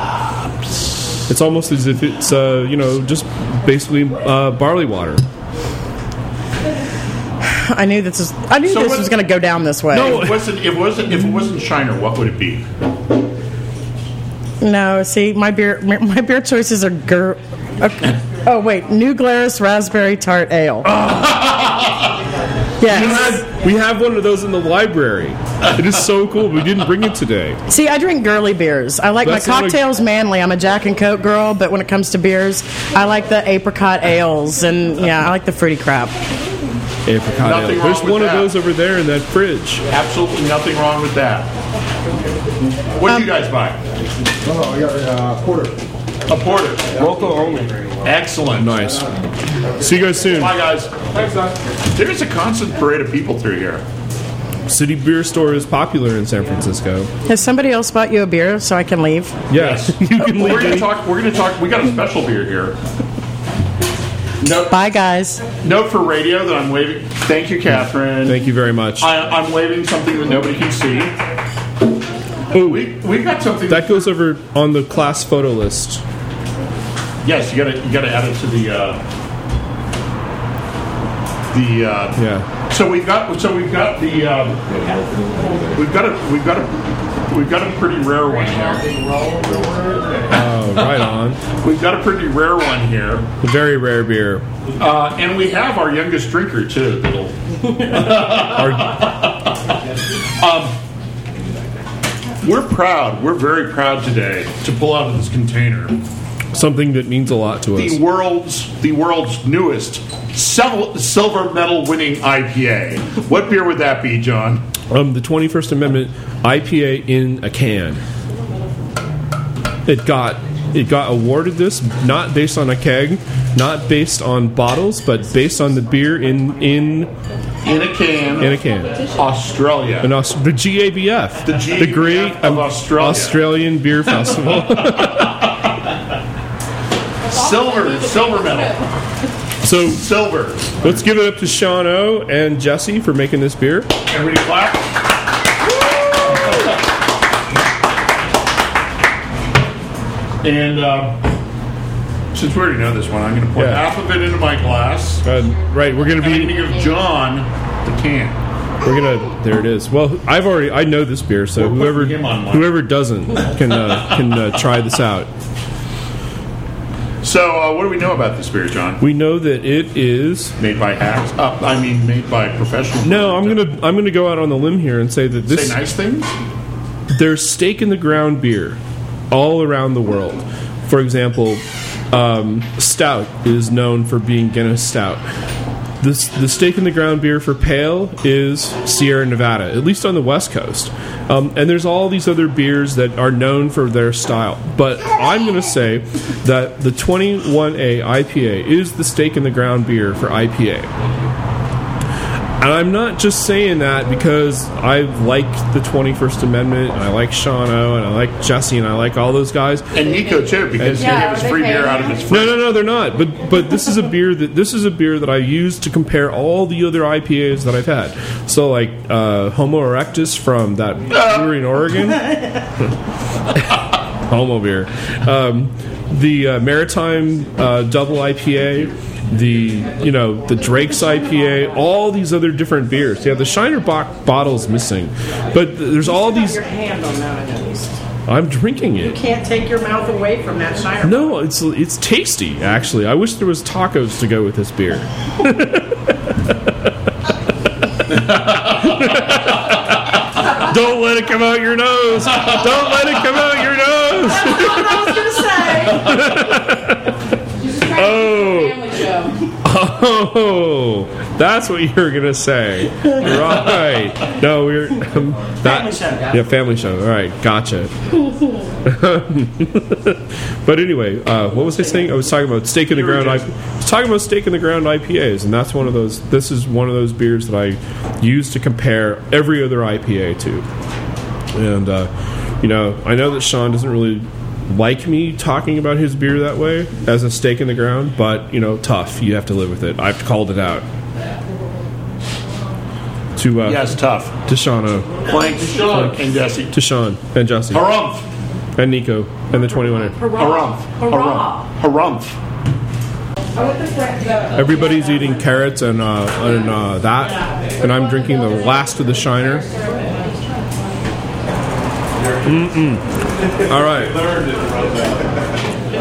Speaker 2: It's almost as if it's uh, you know just basically uh, barley water.
Speaker 8: I knew this was I knew
Speaker 1: So
Speaker 8: this
Speaker 1: what-
Speaker 8: was going to go down this way.
Speaker 1: If it wasn't if it wasn't if it wasn't Shiner, what would it be?
Speaker 8: No, see, my beer my- my beer choices are gur. Okay. Oh wait, New Glarus Raspberry Tart Ale.
Speaker 2: We
Speaker 8: yes.
Speaker 2: have, we have one of those in the library. It is so cool. We didn't bring it today.
Speaker 8: See, I drink girly beers. I like
Speaker 2: That's
Speaker 8: my
Speaker 2: not a-
Speaker 8: cocktails manly. I'm a Jack and Coke girl, but when it comes to beers, I like the apricot ales and yeah, I like the fruity crap.
Speaker 2: Apricot ale.
Speaker 1: Nothing wrong
Speaker 2: There's
Speaker 1: with
Speaker 2: one
Speaker 1: that.
Speaker 2: of those over there in that fridge.
Speaker 1: Absolutely nothing wrong
Speaker 8: Um,
Speaker 1: with that. What do you guys buy?
Speaker 9: Oh, I got a uh, porter.
Speaker 1: A porter.
Speaker 9: Local only.
Speaker 1: Excellent.
Speaker 2: Nice. See you guys soon.
Speaker 1: Bye, guys. Thanks, There is a constant parade of people through here.
Speaker 2: City Beer Store is popular in San Francisco.
Speaker 8: Has somebody else bought you a beer so I can leave?
Speaker 2: Yes. you can
Speaker 1: We're
Speaker 2: leave.
Speaker 1: gonna
Speaker 2: any-
Speaker 1: talk. We're gonna talk. We got a special beer here. Note,
Speaker 8: Bye, guys.
Speaker 1: note for radio that I'm waving. Thank you, Catherine.
Speaker 2: Thank you very much.
Speaker 1: I, I'm waving something that nobody can see. We we got something.
Speaker 2: That goes over on the class photo list.
Speaker 1: yes, you gotta you gotta add it to the uh, the. Uh,
Speaker 2: Yeah.
Speaker 1: So we've got so we've got the um, we've got a we've got a we've got a pretty rare one here.
Speaker 2: Oh, right on.
Speaker 1: We've got a pretty rare one here,
Speaker 2: Very rare beer.
Speaker 1: uh, and we have our youngest drinker too. That'll
Speaker 2: Our,
Speaker 1: Um, We're proud. We're very proud today to pull out of this container
Speaker 2: something that means a lot to us.
Speaker 1: the world's the world's newest sil- silver medal winning IPA. What beer would that be, John?
Speaker 2: Um, the 21st Amendment IPA in a can. It got it got awarded this not based on a keg, not based on bottles, but based on the beer in in
Speaker 1: In a can.
Speaker 2: in a can.
Speaker 1: Australia.
Speaker 2: And also the GABF,
Speaker 1: The GABF
Speaker 2: great
Speaker 1: of Australia.
Speaker 2: Australian Beer Festival.
Speaker 1: silver. Silver medal.
Speaker 2: so
Speaker 1: Silver.
Speaker 2: let's give it up to Sean O and Jesse for making this beer.
Speaker 1: Everybody clap. And um, since we already know this one, I'm going to pour
Speaker 2: Yeah.
Speaker 1: half of it into my glass.
Speaker 2: Uh, right, we're gonna
Speaker 1: And I'm
Speaker 2: be
Speaker 1: going to give John the can.
Speaker 2: We're gonna. There it is. Well, I've already. I know this beer, so
Speaker 1: We're putting
Speaker 2: whoever
Speaker 1: him on one.
Speaker 2: whoever doesn't can uh, can uh, try this out.
Speaker 1: So, uh, what do we know about this beer, John?
Speaker 2: We know that it is.
Speaker 1: Made by hacks? Uh, I mean, made by professionals.
Speaker 2: No, I'm gonna I'm gonna go out on the limb here and say that
Speaker 1: say
Speaker 2: this
Speaker 1: nice things.
Speaker 2: there's stake in the ground beer all around the world. For example, um, stout is known for being Guinness Stout. This, the stake in the ground beer for pale is Sierra Nevada, at least on the West Coast. Um, and there's all these other beers that are known for their style. But I'm going to say that the 21A IPA is the stake in the ground beer for IPA. And I'm not just saying that because I like the 21st Amendment, and I like Sean O, and I like Jesse, and I like all those guys.
Speaker 1: And Nico too, because
Speaker 4: Yeah,
Speaker 1: he gave us
Speaker 4: they
Speaker 1: free
Speaker 4: pay
Speaker 1: beer out of
Speaker 4: him.
Speaker 1: his. Fr-
Speaker 2: No, no, no, they're not. But but this is a beer that this is a beer that I use to compare all the other IPAs that I've had. So like uh, Homo erectus from that
Speaker 1: Oh,
Speaker 2: brewery in Oregon, Homo beer, um, the uh, Maritime uh, Double IPA. The you know the Drake's IPA, all these other different beers. Yeah, the Shiner Bock bottle's missing, but there's all these.
Speaker 10: Your hand on that at least.
Speaker 2: I'm drinking it.
Speaker 10: Can't take your mouth away from that Shiner.
Speaker 2: No, it's it's tasty actually. I wish there was tacos to go with this beer. Don't let it come out your nose. Don't let it come out your nose.
Speaker 10: I was gonna say.
Speaker 4: Family show.
Speaker 2: Oh, that's what you were gonna say, right? No, we're um, that,
Speaker 10: Family show, guys.
Speaker 2: Yeah, family show. All right, gotcha.
Speaker 11: Oh,
Speaker 2: but anyway, uh, what was I saying? I was talking about steak in the ground. I I was talking about steak in the ground IPAs, and that's one of those. This is one of those beers that I use to compare every other IPA to. And uh, you know, I know that Sean doesn't really like me talking about his beer that way as a stake in the ground, but you know, tough. You have to live with it. I've called it out. To uh,
Speaker 1: yes, tough.
Speaker 2: to Sean, O,
Speaker 1: Plank, Sean, and Jesse.
Speaker 2: to Sean and Jesse
Speaker 1: Harumph,
Speaker 2: and Nico and the er. 21er.
Speaker 1: harumph, harumph, harumph.
Speaker 2: Everybody's eating carrots and uh, and uh, that, and I'm drinking the last of the Shiner. Mm-mm. All right,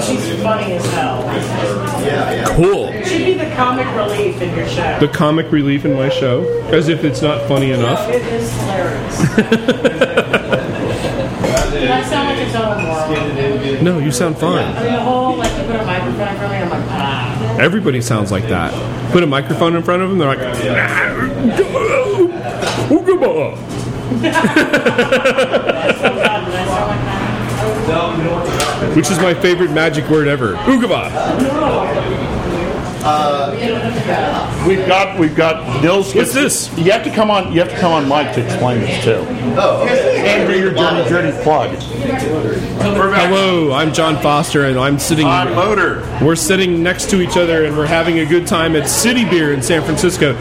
Speaker 10: She's funny as hell.
Speaker 2: cool.
Speaker 10: She'd be the comic relief in your show.
Speaker 2: the comic relief in my show, as if it's not funny enough.
Speaker 10: It is hilarious. I sound like a total moron.
Speaker 2: No, you sound fine.
Speaker 10: I mean, the whole like you put a microphone in front of me, I'm like ah.
Speaker 2: Everybody sounds like that. Put a microphone in front of them, they're like, "Nah, oogaba."
Speaker 10: God, did I sound like that?
Speaker 2: which is my favorite magic word ever. Oogaba.
Speaker 1: We've got we've got Nils.
Speaker 2: What's this?
Speaker 1: You have to come on. You have to come on mic to explain this too. Oh, and do your dirty, dirty plug.
Speaker 2: Hello, I'm John Foster, and I'm sitting.
Speaker 1: I'm Motor.
Speaker 2: We're sitting next to each other and we're having a good time at City Beer in San Francisco.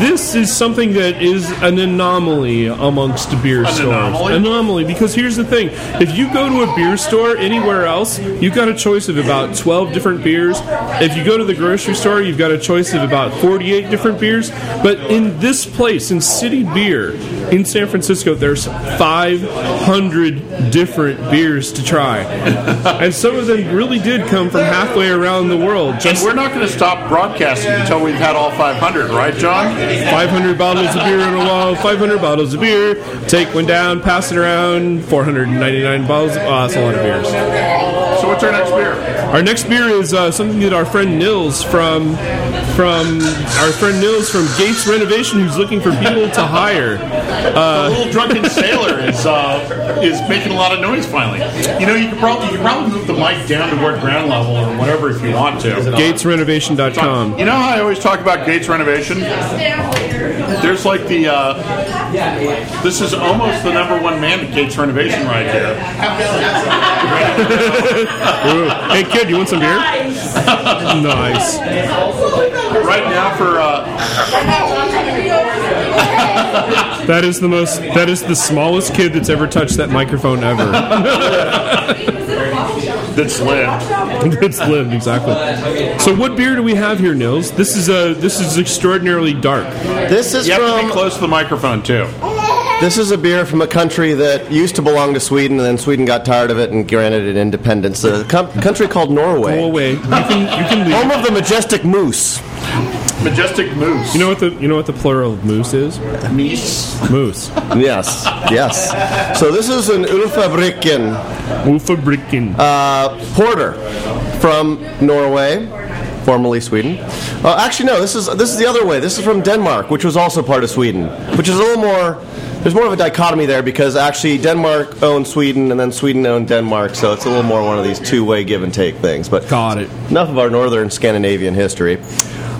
Speaker 2: This is something that is an anomaly amongst beer stores.
Speaker 1: anomaly?
Speaker 2: Anomaly, because here's the thing if you go to a beer store anywhere else, you've got a choice of about 12 different beers. If you go to the grocery store, you've got a choice of about 48 different beers. But in this place, in City Beer in San Francisco, there's 500 different beers to try. and some of them really did come from halfway around the world.
Speaker 1: And
Speaker 2: Just
Speaker 1: we're not going to stop broadcasting until we've had all 500, right, John?
Speaker 2: 500 bottles of beer in a while, 500 bottles of beer, take one down, pass it around, 499 bottles. Of, oh, that's a lot of beers.
Speaker 1: So what's our next beer?
Speaker 2: Our next beer is uh, something that our friend Nils from from our friend Nils from Gates Renovation, who's looking for people to hire. Uh,
Speaker 1: the little drunken sailor is uh, is making a lot of noise finally. You know, you could probably you could probably move the mic down to where ground level or whatever if you want to.
Speaker 2: GatesRenovation.com.
Speaker 1: You know how I always talk about Gates renovation? There's like the, uh, this is almost the number one man at Gates renovation right here.
Speaker 2: Ooh. Hey kid, you want some beer? nice.
Speaker 1: Right now for, uh,
Speaker 2: That is the most. That is the smallest kid that's ever touched that microphone ever.
Speaker 1: that's Lynn.
Speaker 2: it's lived exactly. So what beer do we have here, Nils? This is a. This is extraordinarily dark.
Speaker 9: This is
Speaker 1: You have to be
Speaker 9: from
Speaker 1: close to the microphone too.
Speaker 9: this is a beer from a country that used to belong to Sweden, and then Sweden got tired of it and granted it independence. A com- country called
Speaker 2: Go
Speaker 9: Norway,
Speaker 2: away. You can. You can leave.
Speaker 9: home of the majestic moose.
Speaker 1: Majestic Moose.
Speaker 2: You know what the you know what the plural of moose is?
Speaker 1: Meese.
Speaker 2: Moose.
Speaker 9: Yes, yes. So this is an Ulfabriken
Speaker 2: Ufabrikin.
Speaker 9: uh, porter from Norway, formerly Sweden. Uh, actually, no. This is this is the other way. This is from Denmark, which was also part of Sweden, which is a little more. There's more of a dichotomy there because actually Denmark owned Sweden and then Sweden owned Denmark, so it's a little more one of these two-way give and take things. But
Speaker 2: Got it.
Speaker 9: enough of our northern Scandinavian history.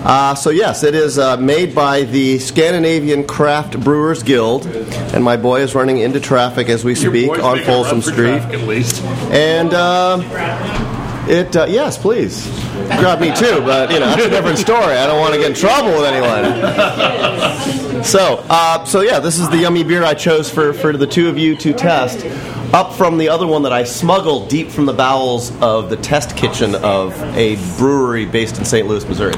Speaker 9: Uh, so yes, it is uh, made by the Scandinavian Craft Brewers Guild, and my boy is running into traffic as we
Speaker 1: Your
Speaker 9: speak
Speaker 1: boy's
Speaker 9: on
Speaker 1: making a run
Speaker 9: Folsom
Speaker 1: for
Speaker 9: Street.
Speaker 1: traffic, At least.
Speaker 9: And uh, it, uh, yes, please. Grab me too, but you know, that's a different story. I don't want to get in trouble with anyone. So, uh, so yeah, this is the yummy beer I chose for, for the two of you to test. Up from the other one that I smuggled deep from the bowels of the test kitchen of a brewery based in St. Louis, Missouri.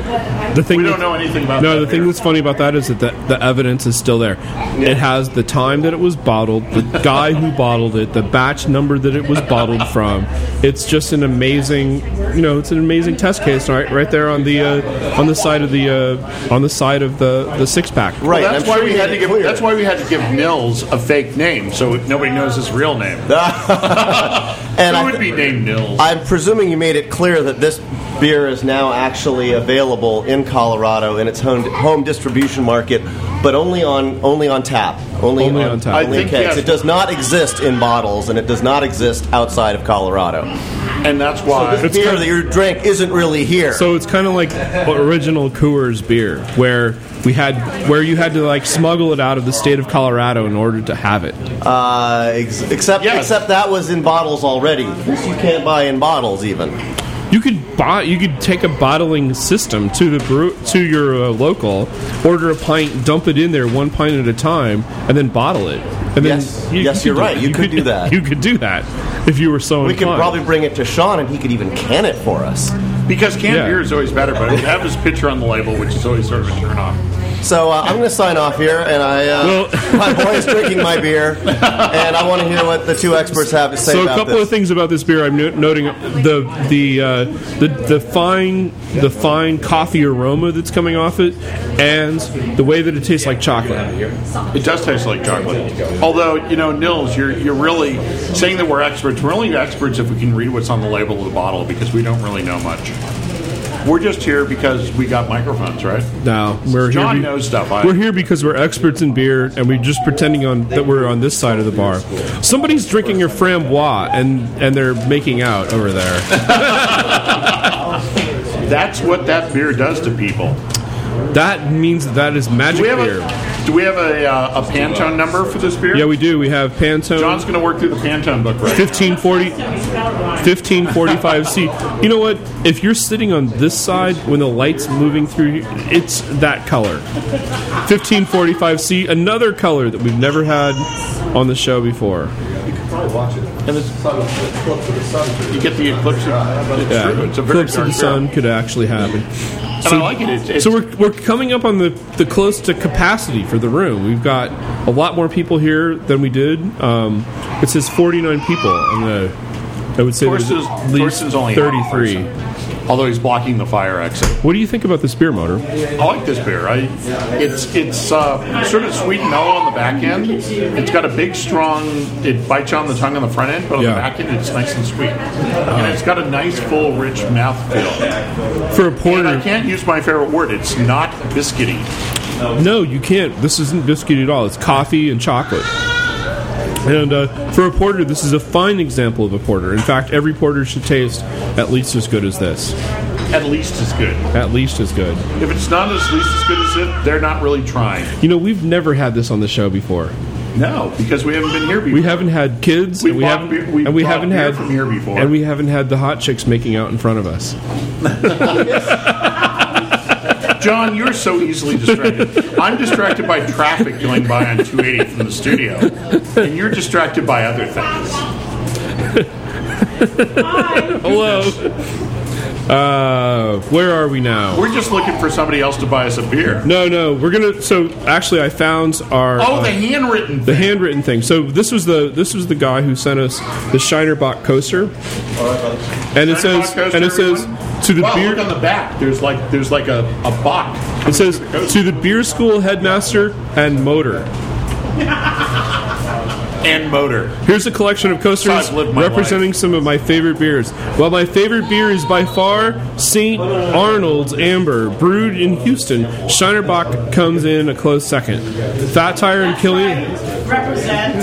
Speaker 2: The thing
Speaker 1: We
Speaker 2: that-
Speaker 1: don't know anything about
Speaker 2: No,
Speaker 1: that
Speaker 2: the thing
Speaker 1: beer.
Speaker 2: that's funny about that is that the, the evidence is still there. It has the time that it was bottled, the guy who bottled it, the batch number that it was bottled from. It's just an amazing, you know, it's an amazing test case right, right there on the uh, on the side of the uh, on the side of the, the six pack.
Speaker 9: Right.
Speaker 1: Well,
Speaker 9: I'm
Speaker 1: that's why
Speaker 9: sure
Speaker 1: we
Speaker 9: you
Speaker 1: had
Speaker 9: made
Speaker 1: to
Speaker 9: it
Speaker 1: give.
Speaker 9: clear.
Speaker 1: That's why we had to give Nils a fake name, so nobody knows his real name.
Speaker 9: And
Speaker 1: Who
Speaker 9: I-
Speaker 1: would be named Nils?
Speaker 9: I'm presuming you made it clear that this beer is now actually available in Colorado in its home, home distribution market, but only on only on tap, only,
Speaker 2: Only on tap. I
Speaker 9: only in
Speaker 1: think
Speaker 9: kegs.
Speaker 1: yes.
Speaker 9: It does not exist in bottles, and it does not exist outside of Colorado.
Speaker 1: and that's why.
Speaker 9: The beer that you drink isn't really here.
Speaker 2: So it's kind of like original Coors beer, where we had where you had to like smuggle it out of the state of Colorado in order to have it.
Speaker 9: uh, ex- except
Speaker 1: Yes.
Speaker 9: except that was in bottles already. This you can't buy in bottles even.
Speaker 2: You could buy. You could take a bottling system to the brew, to your uh, local, order a pint, dump it in there one pint at a time, and then bottle it. And then
Speaker 9: Yes. Yes, you're
Speaker 2: do
Speaker 9: right.
Speaker 2: it.
Speaker 9: You could do that.
Speaker 2: You could do that if you were so.
Speaker 9: We could
Speaker 2: inclined.
Speaker 9: probably bring it to Sean, and he could even can it for us.
Speaker 1: Because canned
Speaker 2: Yeah.
Speaker 1: beer is always better, but it would have his picture on the label, which is always sort of a turn off.
Speaker 9: So uh, I'm going to sign off here, and I uh, my boy is drinking my beer, and I want to hear what the two experts have to say
Speaker 2: So a
Speaker 9: about
Speaker 2: couple
Speaker 9: this.
Speaker 2: of things about this beer I'm no- noting uh, the the uh, the the fine the fine coffee aroma that's coming off it, and the way that it tastes like chocolate.
Speaker 1: It does taste like chocolate. Although, you know, Nils, you're you're really saying that we're experts. We're only experts if we can read what's on the label of the bottle because we don't really know much. We're just here because we got microphones, right?
Speaker 2: No, we're
Speaker 1: John
Speaker 2: here.
Speaker 1: knows stuff. I-
Speaker 2: we're here because we're experts in beer, and we're just pretending on that we're on this side of the bar. Somebody's drinking your frambois, and and they're making out over there.
Speaker 1: That's what that beer does to people.
Speaker 2: That means that that is magic
Speaker 1: Do we have
Speaker 2: beer.
Speaker 1: a, do we have a, uh, a Pantone number for this beer?
Speaker 2: yeah, we do. We have Pantone
Speaker 1: John's going to work through the Pantone book right
Speaker 2: fifteen forty. 1545 C. You know what? If you're sitting on this side when the light's moving through, you, it's that color. 1545 C, another color that we've never had on the show before.
Speaker 3: Probably watch it. And it's flip to the sun.
Speaker 1: You get the eclipse. Of, it's
Speaker 2: Yeah.
Speaker 1: true. It's a very
Speaker 2: Eclipse of
Speaker 1: dark
Speaker 2: the sun could actually happen.
Speaker 1: beer. And I like it. It's, it's,
Speaker 2: So we're, we're coming up on the, the close to capacity for the room. We've got a lot more people here than we did. Um, it says 49 people. I'm gonna, I would say there's
Speaker 1: Torsten's,
Speaker 2: at least
Speaker 1: Torsten's only half a
Speaker 2: 33.
Speaker 1: person, although he's blocking the fire exit.
Speaker 2: What do you think about this beer motor?
Speaker 1: I like this beer. I, it's it's uh, sort of sweet and mellow on the back end. It's got a big, strong. It bites you on the tongue on the front end, but on the
Speaker 2: Yeah.
Speaker 1: back end, it's nice and sweet, and it's got a nice, full, rich mouthfeel.
Speaker 2: For a
Speaker 1: And I
Speaker 2: porter,
Speaker 1: can't use my favorite word. It's not biscuity.
Speaker 2: no, you can't. This isn't biscuit at all. It's coffee and chocolate. And uh, for a porter, this is a fine example of a porter. In fact, every porter should taste at least as good as this.
Speaker 1: At least as good.
Speaker 2: At least as good.
Speaker 1: If it's not as least as good as it, they're not really trying.
Speaker 2: You know, we've never had this on the show before.
Speaker 1: No, because we haven't been here before.
Speaker 2: We haven't had kids,
Speaker 1: We
Speaker 2: and we
Speaker 1: bought
Speaker 2: haven't,
Speaker 1: beer- we
Speaker 2: and we
Speaker 1: brought
Speaker 2: haven't
Speaker 1: beer
Speaker 2: had
Speaker 1: from here before.
Speaker 2: and we haven't had the hot chicks making out in front of us.
Speaker 1: John, you're so easily distracted. I'm distracted by traffic going by on 280 from the studio, and you're distracted by other things.
Speaker 2: Hello. Uh, where are we now?
Speaker 1: We're just looking for somebody else to buy us a beer.
Speaker 2: No, no, we're gonna. So actually, I found our
Speaker 1: Oh,
Speaker 2: uh,
Speaker 1: the handwritten.
Speaker 2: the
Speaker 1: thing.
Speaker 2: handwritten thing. So this was the this was the guy who sent us the Shinerbach coaster, and
Speaker 1: Shiner
Speaker 2: it says
Speaker 1: Bock goes
Speaker 2: and it
Speaker 1: everyone.
Speaker 2: says to the
Speaker 1: wow,
Speaker 2: beer
Speaker 1: Look on the back. There's like there's like a a box.
Speaker 2: it says to the beer school headmaster and motor.
Speaker 1: and motor.
Speaker 2: Here's a collection of
Speaker 1: That's
Speaker 2: coasters
Speaker 1: how I've lived my
Speaker 2: representing some of my favorite beers. Well, my favorite beer is by far St. Arnold's Amber, brewed in Houston. Shinerbach comes in a close second. Fat Tire and Killian,
Speaker 10: Represent.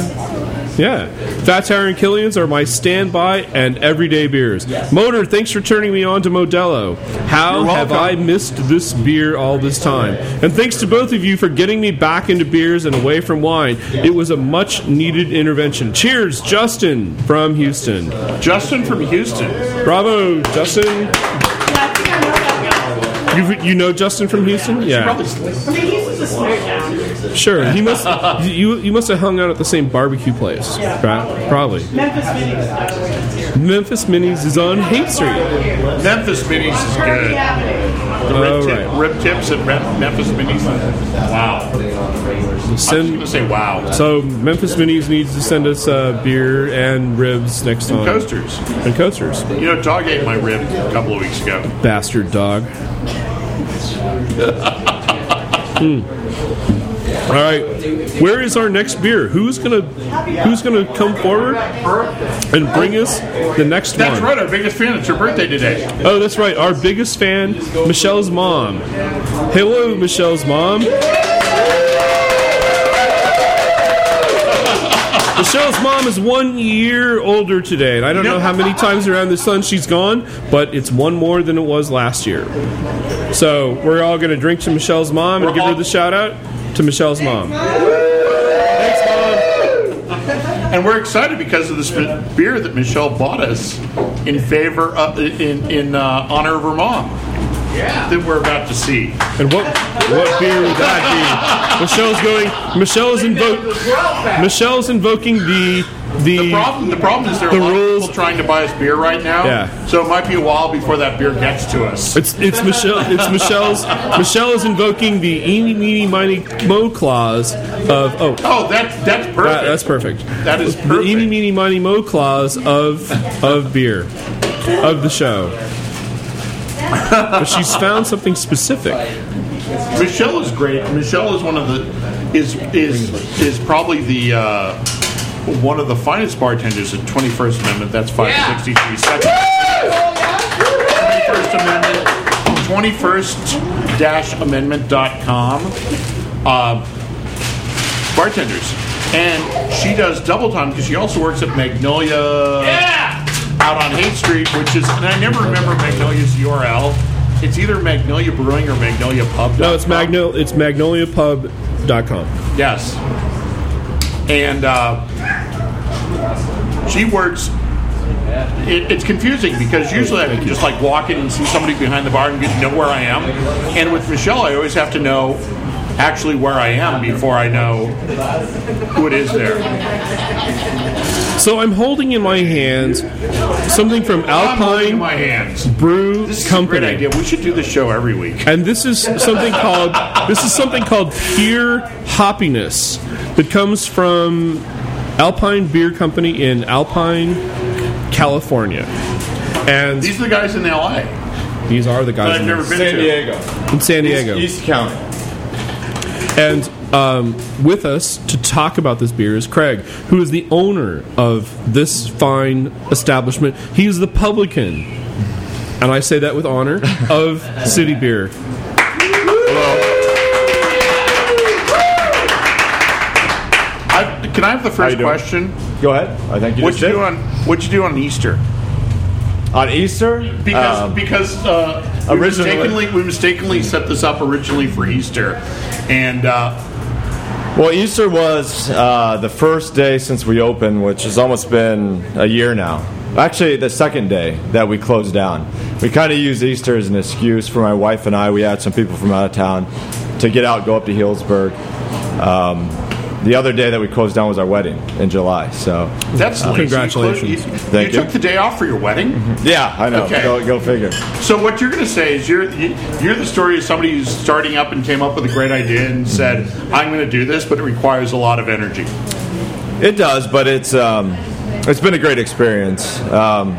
Speaker 2: yeah, Fat Tire and Killian's are my standby and everyday beers. Motor, thanks for turning me on to Modelo. How have I missed this beer all this time? And thanks to both of you for getting me back into beers and away from wine. It was a much needed intervention. Cheers, Justin from Houston.
Speaker 1: Justin from Houston.
Speaker 2: Bravo, Justin.
Speaker 10: Yeah, I think I know that
Speaker 2: You you know Justin from Houston? Yeah,
Speaker 10: guy. I mean, he's just a smack down.
Speaker 2: sure. He must you you must have hung out at the same barbecue place, right? Probably.
Speaker 10: Memphis Minnie's not the way it's here.
Speaker 2: Memphis Minis is on Hate Street.
Speaker 1: Memphis Minis is
Speaker 10: Kirby
Speaker 1: good.
Speaker 10: Avenue.
Speaker 1: The rib,
Speaker 2: All
Speaker 1: tip-
Speaker 2: right.
Speaker 1: rib tips at Rep- Memphis Minis. Wow. I'm just
Speaker 2: Send
Speaker 1: gonna say wow.
Speaker 2: So Memphis Minis needs to send us uh, beer and ribs next time.
Speaker 1: Coasters.
Speaker 2: And coasters.
Speaker 1: You know, dog ate my rib a couple of weeks ago.
Speaker 2: Bastard dog. Hmm. All right. Where is our next beer? Who's gonna Who's gonna come forward and bring us the next
Speaker 1: That's
Speaker 2: one?
Speaker 1: right. Our biggest fan. It's her birthday today.
Speaker 2: Oh, that's right. Our biggest fan, Michelle's mom. Hello, Michelle's mom. Michelle's mom is one year older today, and I don't know how many times around the sun she's gone, but it's one more than it was last year. So we're all going to drink to Michelle's mom and
Speaker 1: We're
Speaker 2: give her
Speaker 1: all-
Speaker 2: the shout out to Michelle's mom.
Speaker 1: And we're excited because of this beer that Michelle bought us in favor of, in, in uh, honor of her mom. Yeah. That we're about to see.
Speaker 2: And what what beer would that be? Michelle's going. Michelle's invoking. Michelle's invoking the
Speaker 1: The
Speaker 2: the.
Speaker 1: problem, the problem is there are a
Speaker 2: The
Speaker 1: lot of
Speaker 2: rules-
Speaker 1: people trying to buy us beer right now.
Speaker 2: Yeah.
Speaker 1: So it might be a while before that beer gets to us.
Speaker 2: It's it's Michelle. It's Michelle's. Michelle is invoking the eeny meeny miny mo clause of oh.
Speaker 1: Oh, that, that's perfect.
Speaker 2: that- that's perfect.
Speaker 1: That is
Speaker 2: The eeny
Speaker 1: perfect.
Speaker 2: meeny miny mo clause of of beer, of the show. But she's found something specific.
Speaker 1: Michelle is great. Michelle is one of the is is is probably the uh, one of the finest bartenders in 21st Amendment. That's 563 seconds. 21st Amendment 21st-amendment.com. Uh, bartenders. And she does double time because she also works at Magnolia out on Haight Street, which is, and I never remember Magnolia's URL. It's either Magnolia Brewing or Magnolia Pub.
Speaker 2: No, Oh, it's Magno. It's magnoliapub.com.
Speaker 1: Yes. And uh, she works. It, it's confusing because usually I can just like walk in and see somebody behind the bar and get know where I am. And with Michelle, I always have to know actually where I am before I know who it is there.
Speaker 2: So I'm holding in my hands something from
Speaker 1: I'm holding
Speaker 2: Alpine
Speaker 1: in my hands.
Speaker 2: Brew
Speaker 1: This is a
Speaker 2: Company.
Speaker 1: great idea. We should do this show every week.
Speaker 2: and this is something called this is something called pure hoppiness that comes from Alpine Beer Company in Alpine, California. And
Speaker 1: These are the guys in LA
Speaker 2: these are the
Speaker 1: that
Speaker 2: guys
Speaker 1: I've
Speaker 2: in
Speaker 1: never been to.
Speaker 2: in San Diego.
Speaker 3: East County.
Speaker 2: And um, with us to talk about this beer is Craig, who is the owner of this fine establishment. He is the publican, and I say that with honor, of City Beer.
Speaker 1: I, can I have the
Speaker 12: How you
Speaker 1: first
Speaker 12: doing?
Speaker 1: question?
Speaker 12: Go ahead. I think you
Speaker 1: What
Speaker 12: just
Speaker 1: you
Speaker 12: did.
Speaker 1: do on What you do on Easter?
Speaker 12: on Easter?
Speaker 1: Because
Speaker 12: Um,
Speaker 1: because uh, we
Speaker 12: originally-
Speaker 1: mistakenly we mistakenly set this up originally for Easter, and uh,
Speaker 12: Well, Easter was uh, the first day since we opened, which has almost been a year now. Actually, the second day that we closed down. We kind of used Easter as an excuse for my wife and I. We had some people from out of town to get out, go up to Healdsburg. Um, the other day that we closed down was our wedding in July. So,
Speaker 1: that's lazy. You clo-
Speaker 2: congratulations.
Speaker 1: You,
Speaker 12: Uh, Thank
Speaker 1: you
Speaker 12: you. Mm-hmm.
Speaker 1: took the day off for your wedding.
Speaker 12: yeah, I know.
Speaker 1: Okay.
Speaker 12: Go, go figure.
Speaker 1: So what you're going to say is you're you- you're the story of somebody who's starting up and came up with a great idea and said I'm going to do this, but it requires a lot of energy.
Speaker 12: It does, but it's um, it's been a great experience. Um,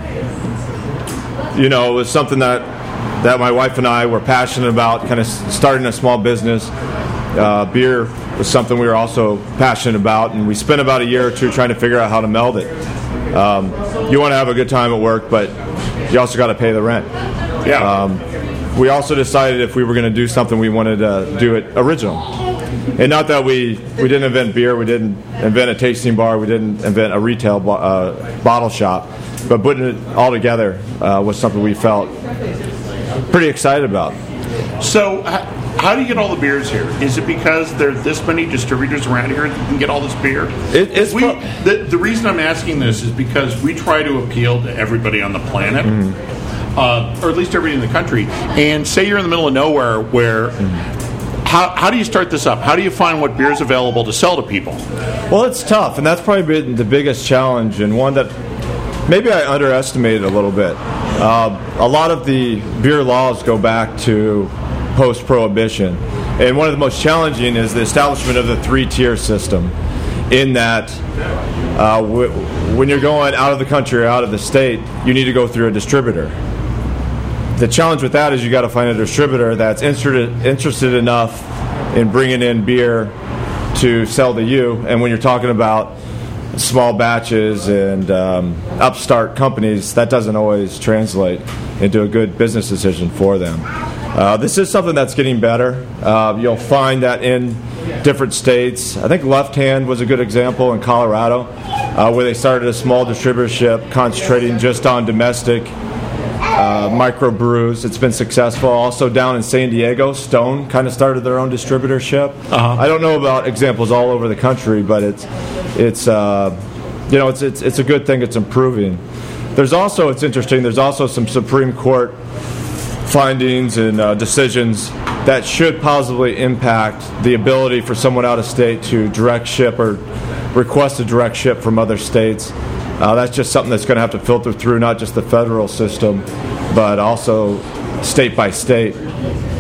Speaker 12: you know, it was something that that my wife and I were passionate about, kind of starting a small business. Uh, beer was something we were also passionate about, and we spent about a year or two trying to figure out how to meld it. Um, you want to have a good time at work, but you also got to pay the rent.
Speaker 1: Yeah.
Speaker 12: Um, we also decided if we were going to do something, we wanted to do it original. And not that we, we didn't invent beer, we didn't invent a tasting bar, we didn't invent a retail bo- uh, bottle shop, but putting it all together uh, was something we felt pretty excited about.
Speaker 1: So, h- how do you get all the beers here? Is it because there are this many distributors around here that can get all this beer?
Speaker 12: It- it's
Speaker 1: we,
Speaker 12: prob-
Speaker 1: the, the reason I'm asking this is because we try to appeal to everybody on the planet.
Speaker 2: Mm.
Speaker 3: Hmm.
Speaker 1: Uh, or at least everybody in the country, and say you're in the middle of nowhere where. How, how do you start this up? How do you find what beer's available to sell to people?
Speaker 12: Well, it's tough, and that's probably been the biggest challenge, and one that maybe I underestimated a little bit. Uh, a lot of the beer laws go back to post prohibition, and one of the most challenging is the establishment of the three tier system, in that uh, w- when you're going out of the country or out of the state, you need to go through a distributor the challenge with that is you got to find a distributor that's interested, interested enough in bringing in beer to sell to you. And when you're talking about small batches and um, upstart companies, that doesn't always translate into a good business decision for them. Uh, this is something that's getting better. Uh, you'll find that in different states. I think Left Hand was a good example in Colorado, uh, where they started a small distributorship concentrating just on domestic uh, microbrews. It's been successful. Also down in San Diego, Stone kind of started their own distributorship. I don't know about examples all over the country, but it's it's uh, you know it's, it's it's a good thing. It's improving. There's also it's interesting. There's also some Supreme Court findings and uh, decisions that should positively impact the ability for someone out of state to direct ship or request a direct ship from other states. Uh, that's just something that's going to have to filter through not just the federal system, but also state by state.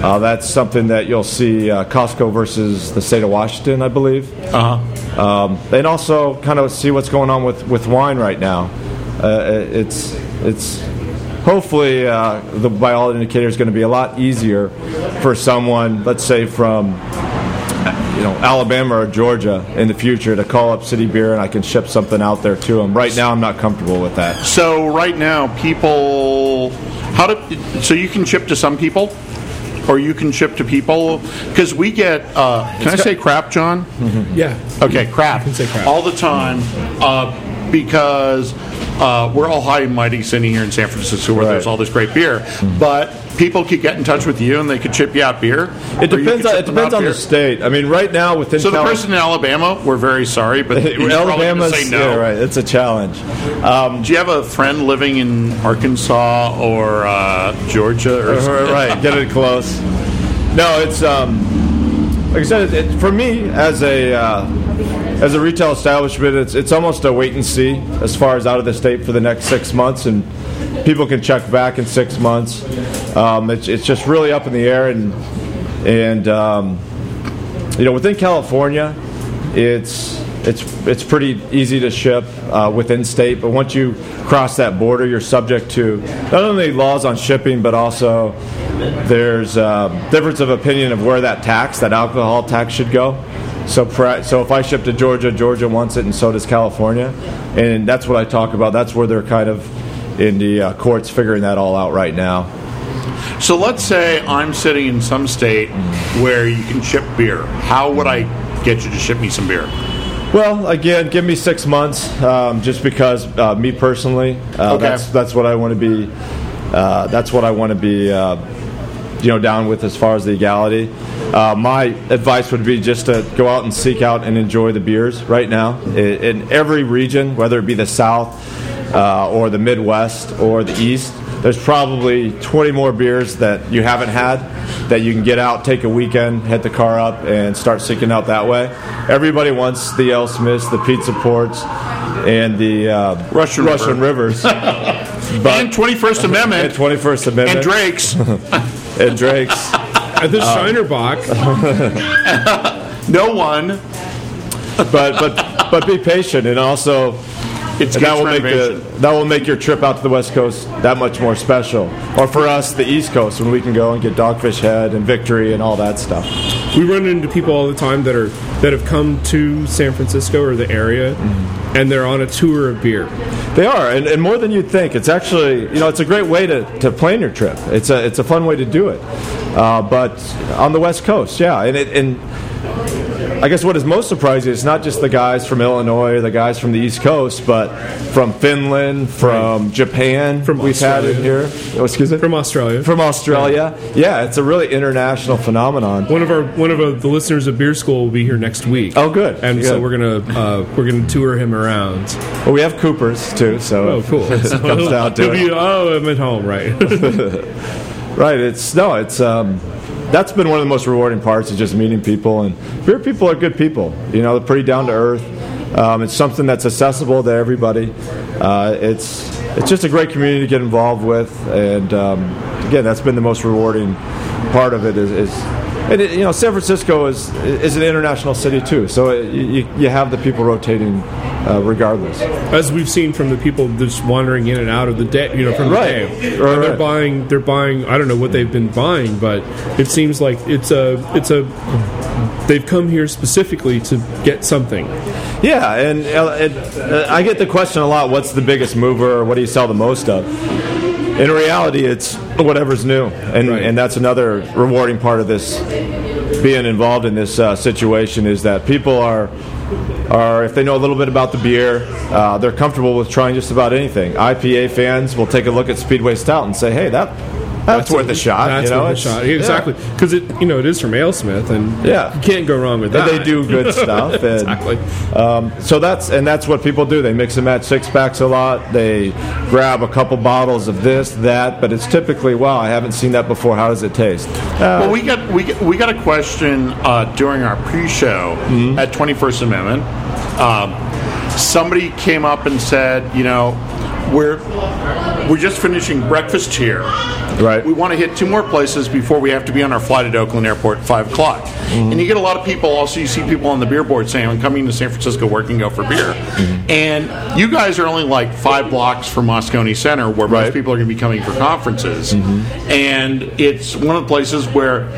Speaker 12: Uh, that's something that you'll see uh, Costco versus the state of Washington, I believe. Uh-huh. Um, and also kind of see what's going on with, with wine right now. Uh, it's it's hopefully uh, the, by all indicators going to be a lot easier for someone let's say from you know alabama or georgia in the future to call up city beer and i can ship something out there to them right now i'm not comfortable with that
Speaker 1: So right now, people, How do so you can ship to some people, or you can ship to people because we get. Uh, can I say crap, John?
Speaker 2: Yeah.
Speaker 1: Okay, crap. All the time uh, because uh, we're all high and mighty sitting here in San Francisco where there's all this great beer. But people could get in touch with you and they could chip you out beer.
Speaker 12: It depends on- it depends on the state. I mean, right now within
Speaker 1: So the
Speaker 12: Cali-
Speaker 1: person in Alabama, we're very sorry, but you're probably gonna
Speaker 12: Alabama's-
Speaker 1: say no.
Speaker 12: yeah, right. It's a challenge.
Speaker 1: Um, Do you have a friend living in Arkansas or uh, Georgia or something?
Speaker 12: Uh-huh, right, get it close. No, it's um, like I said. It, it- for me, as a uh, as a retail establishment, it's it's almost a wait and see as far as out of the state for the next six months, and people can check back in six months. Um, it's it's just really up in the air, and and um, you know, within California, it's it's it's pretty easy to ship uh, within state, but once you cross that border, you're subject to not only laws on shipping, but also there's um, difference of opinion of where that tax, that alcohol tax, should go. So, pra- so if I ship to Georgia, Georgia wants it, and so does California, and that's what I talk about. That's where they're kind of in the uh, courts figuring that all out right now.
Speaker 1: So let's say I'm sitting in some state where you can ship beer. How would I get you to ship me some beer?
Speaker 12: Well, again, give me six months, um, just because uh, me personally, uh,
Speaker 1: Okay.
Speaker 12: that's that's what I want to be. Uh, that's what I want to be, uh, you know, down with as far as legality. Uh, my advice would be just to go out and seek out and enjoy the beers right now i- in, in every region, whether it be the South uh, or the Midwest or the East. There's probably 20 more beers that you haven't had that you can get out, take a weekend, hit the car up, and start seeking out that way. Everybody wants the L. Smiths, the Pizza Ports, and the uh, Russian, Rivers. and
Speaker 1: 21st Amendment.
Speaker 12: And 21st Amendment.
Speaker 1: And Drake's. Uh,
Speaker 12: and Drake's. Uh,
Speaker 2: At the Shiner box.
Speaker 1: no one.
Speaker 12: But but but be patient and also
Speaker 1: It's
Speaker 12: and that will
Speaker 1: against
Speaker 12: make the, that will make your trip out to the West Coast that much more special. Or for us, the East Coast, when we can go and get Dogfish Head and Victory and all that stuff.
Speaker 2: We run into people all the time that are that have come to San Francisco or the area,
Speaker 12: Mm-hmm.
Speaker 2: and they're on a tour of beer.
Speaker 12: They are, and, and more than you'd think. It's actually, you know, it's a great way to, to plan your trip. It's a, it's a fun way to do it. Uh, but on the West Coast, yeah. And, it, and I guess what is most surprising is not just the guys from Illinois or the guys from the East Coast, but from Finland, from Japan, from we've had it here. Oh, excuse me? From
Speaker 2: Australia.
Speaker 12: From Australia. Yeah, it's a really international phenomenon.
Speaker 2: One of our one of uh the listeners of Beer School will be here next week. Oh,
Speaker 12: good.
Speaker 2: And so
Speaker 12: Good.
Speaker 2: we're gonna uh, we're gonna tour him around.
Speaker 12: Well, we have Coopers too, so
Speaker 2: oh, cool.
Speaker 12: it comes
Speaker 2: He'll-
Speaker 12: down to
Speaker 2: he'll
Speaker 12: it.
Speaker 2: be, oh, I'm at home, right?
Speaker 12: right. It's no. It's um, that's been one of the most rewarding parts is just meeting people and beer people are good people. You know, they're pretty down to earth. Um, it's something that's accessible to everybody. Uh, it's it's just a great community to get involved with, and um, again, that's been the most rewarding part of it is. is and it, you know, San Francisco is is an international city too, so it, you, you have the people rotating uh, regardless.
Speaker 2: as we've seen from the people just wandering in and out of the day, you know, from
Speaker 12: Right.
Speaker 2: the day,
Speaker 12: Right,
Speaker 2: And they're
Speaker 12: right.
Speaker 2: buying, they're buying. I don't know what they've been buying, but it seems like it's a, it's a, they've come here specifically to get something.
Speaker 12: Yeah, and, uh, and uh, I get the question a lot: What's the biggest mover? Or what do you sell the most of? In reality, it's whatever's new, and and that's another rewarding part of this being involved in this uh, situation is that people are are if they know a little bit about the beer, uh, they're comfortable with trying just about anything. IPA fans will take a look at Speedway Stout and say, "Hey, that that's, worth a, shot."
Speaker 2: That's
Speaker 12: you know,
Speaker 2: worth a
Speaker 12: it's-
Speaker 2: shot.
Speaker 12: yeah.
Speaker 2: Exactly, because it, you know, it is from AleSmith, and
Speaker 12: Yeah.
Speaker 2: you can't go wrong with
Speaker 12: And
Speaker 2: that.
Speaker 12: they do good stuff. And,
Speaker 2: exactly.
Speaker 12: Um, so that's and that's what people do. They mix and match six packs a lot. They grab a couple bottles of this, that, but it's typically wow, I haven't seen that before. How does it taste? Uh,
Speaker 1: well, we got we got, we got a question uh, during our pre-show at Twenty First Amendment. Um, somebody came up and said, you know, we're we're just finishing breakfast here.
Speaker 12: Right.
Speaker 1: We want to hit two more places before we have to be on our flight at Oakland Airport at five o'clock. And you get a lot of people. Also, you see people on the beer board saying, "I'm coming to San Francisco working out for beer." And you guys are only like five blocks from Moscone Center, where most people are going to be coming for conferences and it's one of the places where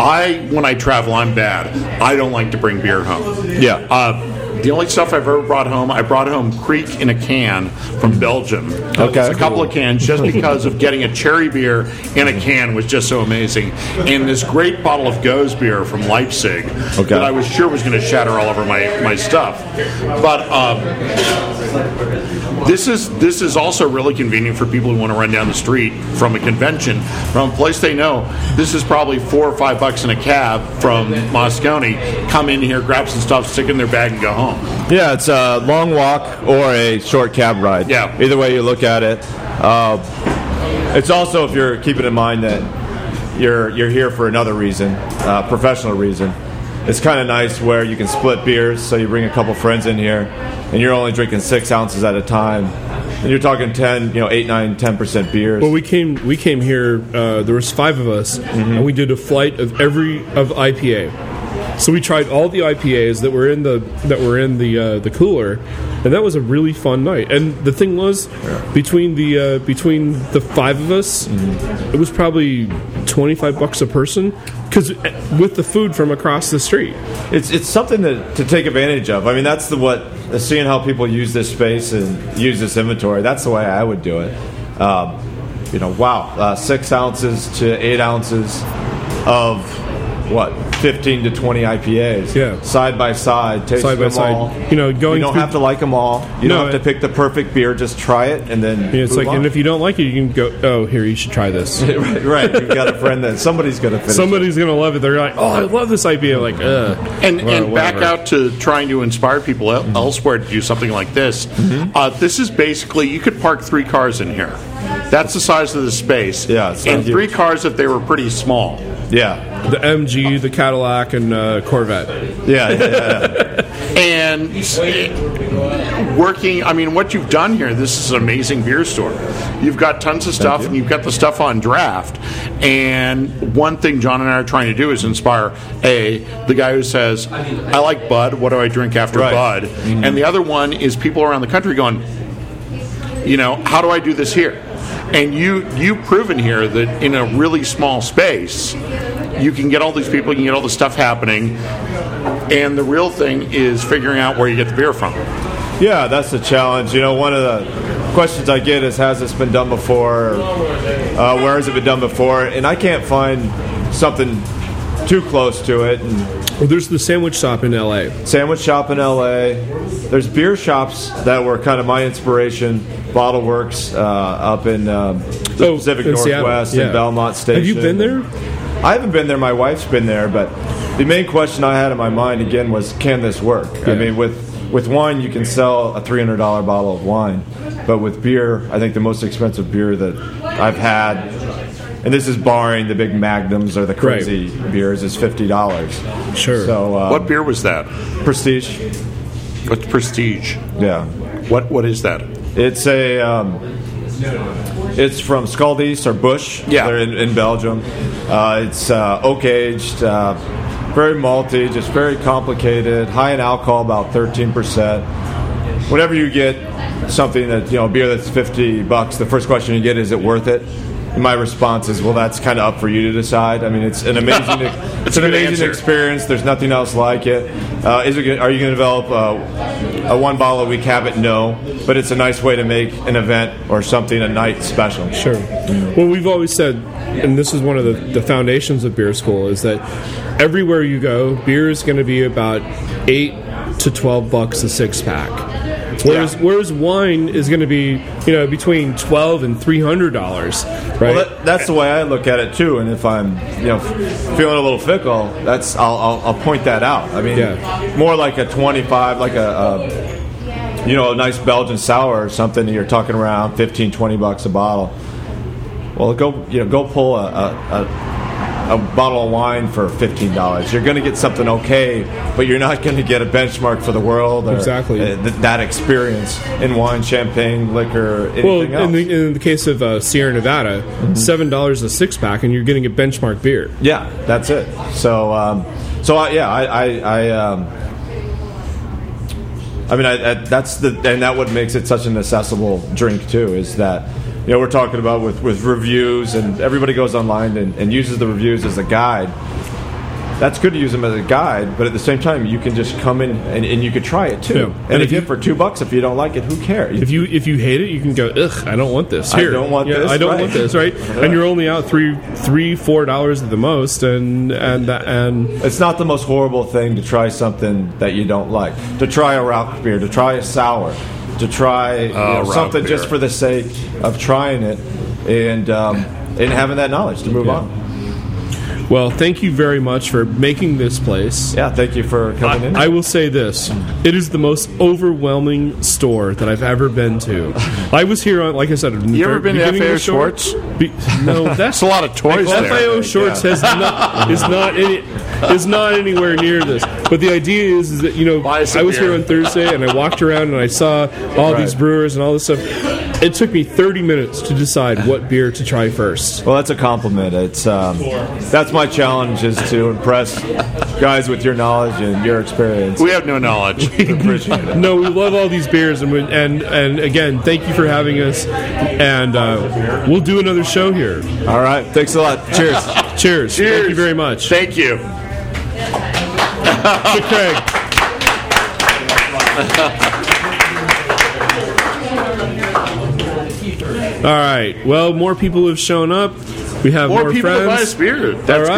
Speaker 1: I, when I travel, I'm bad. I don't like to bring beer home.
Speaker 12: Yeah.
Speaker 1: Uh, The only stuff I've ever brought home, I brought home Creek in a can from Belgium. Uh, it was
Speaker 12: Okay.
Speaker 1: a couple of cans just because of getting a cherry beer in a can was just so amazing. And this great bottle of Goes beer from Leipzig that I was sure was going to shatter all over my, my stuff. But um, this is this is also really convenient for people who want to run down the street from a convention, from a place they know. This is probably four or five bucks in a cab from Moscone. Come in here, grab some stuff, stick it in their bag, and go home.
Speaker 12: Yeah, it's a long walk or a short cab ride. Yeah. Either way you look at it. Uh, it's also if you're keeping in mind that you're you're here for another reason, uh, professional reason. It's kind of nice where you can split beers, so you bring a couple friends in here, and you're only drinking six ounces at a time, and you're talking ten, you know, eight, nine, ten percent beers.
Speaker 2: Well, we came we came here. Uh, there was five of us, and we did a flight of every of IPA. So we tried all the IPAs that were in the that were in the uh, the cooler, and that was a really fun night. And the thing was, between the uh, between the five of us, it was probably twenty five bucks a person because with the food from across the street.
Speaker 12: It's it's something that to take advantage of. I mean, that's the what seeing how people use this space and use this inventory. That's the way I would do it. Um, you know, wow, uh, six ounces to eight ounces of what fifteen to twenty IPAs. Yeah, side by side, tasting
Speaker 2: Side by
Speaker 12: them
Speaker 2: side.
Speaker 12: all.
Speaker 2: You know, going
Speaker 12: You don't
Speaker 2: through-
Speaker 12: have to like them all. You
Speaker 2: No,
Speaker 12: don't have
Speaker 2: it-
Speaker 12: to pick the perfect beer. Just try it and then.
Speaker 2: Yeah, it's
Speaker 12: move
Speaker 2: like,
Speaker 12: on.
Speaker 2: and if you don't like it, you can go. Oh, here, you should try this.
Speaker 12: right, right, you've got a friend that somebody's going to finish.
Speaker 2: Somebody's gonna love it. They're like, oh, I love this IPA. Like, uh,
Speaker 1: and,
Speaker 2: well,
Speaker 1: and back
Speaker 2: whatever.
Speaker 1: out to trying to inspire people el- elsewhere to do something like this.
Speaker 2: Mm-hmm.
Speaker 1: Uh, this is basically you could park three cars in here. That's the size of the space. Yeah,
Speaker 2: not
Speaker 1: and three cars if they were pretty small.
Speaker 12: Yeah,
Speaker 2: the MG, the Cadillac, and uh, Corvette.
Speaker 12: Yeah,
Speaker 1: and s- working. I mean, what you've done here. This is an amazing beer store. You've got tons of stuff, and you've got the stuff on draft. And one thing John and I are trying to do is inspire a the guy who says, "I like Bud. What do I drink after
Speaker 12: Right. Mm-hmm.
Speaker 1: Bud?" And the other one is people around the country going, you know how do i do this here and you you proven here that in a really small space you can get all these people you can get all the stuff happening and the real thing is figuring out where you get the beer from
Speaker 12: Yeah, that's the challenge. You know, one of the questions I get is, has this been done before? Or, uh, where has it been done before? And I can't find something too close to it. And
Speaker 2: well, there's the sandwich shop in L.A.
Speaker 12: Sandwich shop in L.A. There's beer shops that were kind of my inspiration. Bottle Works uh, up in um, the
Speaker 2: Oh,
Speaker 12: Pacific
Speaker 2: in Seattle,
Speaker 12: Northwest
Speaker 2: yeah.
Speaker 12: and Belmont Station.
Speaker 2: Have you been there?
Speaker 12: I haven't been there. My wife's been there, but the main question I had in my mind again was, can this work? I mean, with with wine, you can sell a three hundred dollar bottle of wine, but with beer, I think the most expensive beer that I've had, and this is barring the big magnums or the crazy beers, is fifty dollars. Sure. So, um,
Speaker 1: what beer was that
Speaker 12: prestige
Speaker 1: what's prestige
Speaker 12: yeah
Speaker 1: what what is that
Speaker 12: it's a um, It's from Scaldis or Bush. Yeah, they're in, in Belgium. Uh, it's uh, oak aged, uh, very malty, just very complicated. High in alcohol, about thirteen percent. Whenever you get something that you know, beer that's fifty bucks, the first question you get is, "Is it worth it?" And my response is, "Well, that's kind of up for you to decide." I mean, it's an amazing,
Speaker 1: That's
Speaker 12: it's
Speaker 1: a
Speaker 12: an
Speaker 1: good
Speaker 12: amazing
Speaker 1: answer.
Speaker 12: experience. There's nothing else like it. Uh, is it gonna, are you going to develop uh, a one bottle a week habit? No, but it's a nice way to make an event or something a night special.
Speaker 2: Sure. Well, we've always said, and this is one of the, the foundations of beer school, is that everywhere you go, beer is going to be about eight to twelve bucks a six pack. Whereas, whereas wine is going to be, you know, between twelve and three hundred dollars, right?
Speaker 12: Well, that, that's the way I look at it too. And if I'm, you know, feeling a little fickle, that's I'll, I'll, I'll point that out. I mean, more like a 25, like a, a, you know, a nice Belgian sour or something. And you're talking around 15, 20 bucks a bottle. Well, go, you know, go pull a. a, a a bottle of wine for fifteen dollars. You're going to get something okay, but you're not going to get a benchmark for the world. Or
Speaker 2: Exactly.
Speaker 12: uh, th- that experience in wine, champagne, liquor, anything
Speaker 2: well,
Speaker 12: else.
Speaker 2: in the, in the case of uh, Sierra Nevada, seven dollars a six pack, and you're getting a benchmark beer.
Speaker 12: Mm-hmm. Yeah, that's it. So, um, so I, yeah, I, I, I, um, I mean, I, I, that's the and that what makes it such an accessible drink too is that you know we're talking about with with reviews and everybody goes online and, and uses the reviews as a guide. that's good to use them as a guide, but at the same time, you can just come in and, and you could try it too.
Speaker 2: Yeah.
Speaker 12: And,
Speaker 2: And if
Speaker 12: if you for two bucks, if you don't like it, who cares?
Speaker 2: If you if you hate it, you can go. Ugh, I don't want this.
Speaker 12: I
Speaker 2: Here,
Speaker 12: don't want
Speaker 2: Yeah,
Speaker 12: this,
Speaker 2: I don't
Speaker 12: right.
Speaker 2: want this. Right, and you're only out three three four dollars at the most, and and that, and
Speaker 12: it's not the most horrible thing to try something that you don't like. To try a rock beer, to try a sour, to try you know,
Speaker 2: rock
Speaker 12: something just
Speaker 2: beer.
Speaker 12: for the sake of trying it, and um, and having that knowledge to move on.
Speaker 2: Well, thank you very much for making this place.
Speaker 12: Yeah, thank you for coming
Speaker 2: I,
Speaker 12: in.
Speaker 2: I will say this: it is the most overwhelming store that I've ever been to. I was here on, like I said,
Speaker 1: You ever been to FAO Schwartz?
Speaker 2: Be, no, that's
Speaker 1: It's a lot of toys
Speaker 2: FAO
Speaker 1: there.
Speaker 2: Schwartz has not is not any, is not anywhere near this. But the idea is, is that you know I was
Speaker 1: some beer.
Speaker 2: here on Thursday and I walked around and I saw all these brewers and all this stuff. It took me 30 minutes to decide what beer to try first.
Speaker 12: Well, that's a compliment. It's um, that's my challenge is to impress guys with your knowledge and your experience.
Speaker 1: We have no knowledge.
Speaker 12: appreciate it.
Speaker 2: No, we love all these beers, and we, and and again, thank you for having us, and uh, we'll do another show here.
Speaker 12: All right, thanks a lot. Cheers.
Speaker 2: Cheers. Thank you very much.
Speaker 1: Thank you.
Speaker 2: To Craig. All right. Well, more people have shown up. We have more,
Speaker 1: More people to
Speaker 2: friends.
Speaker 1: buy us beer. That's
Speaker 2: All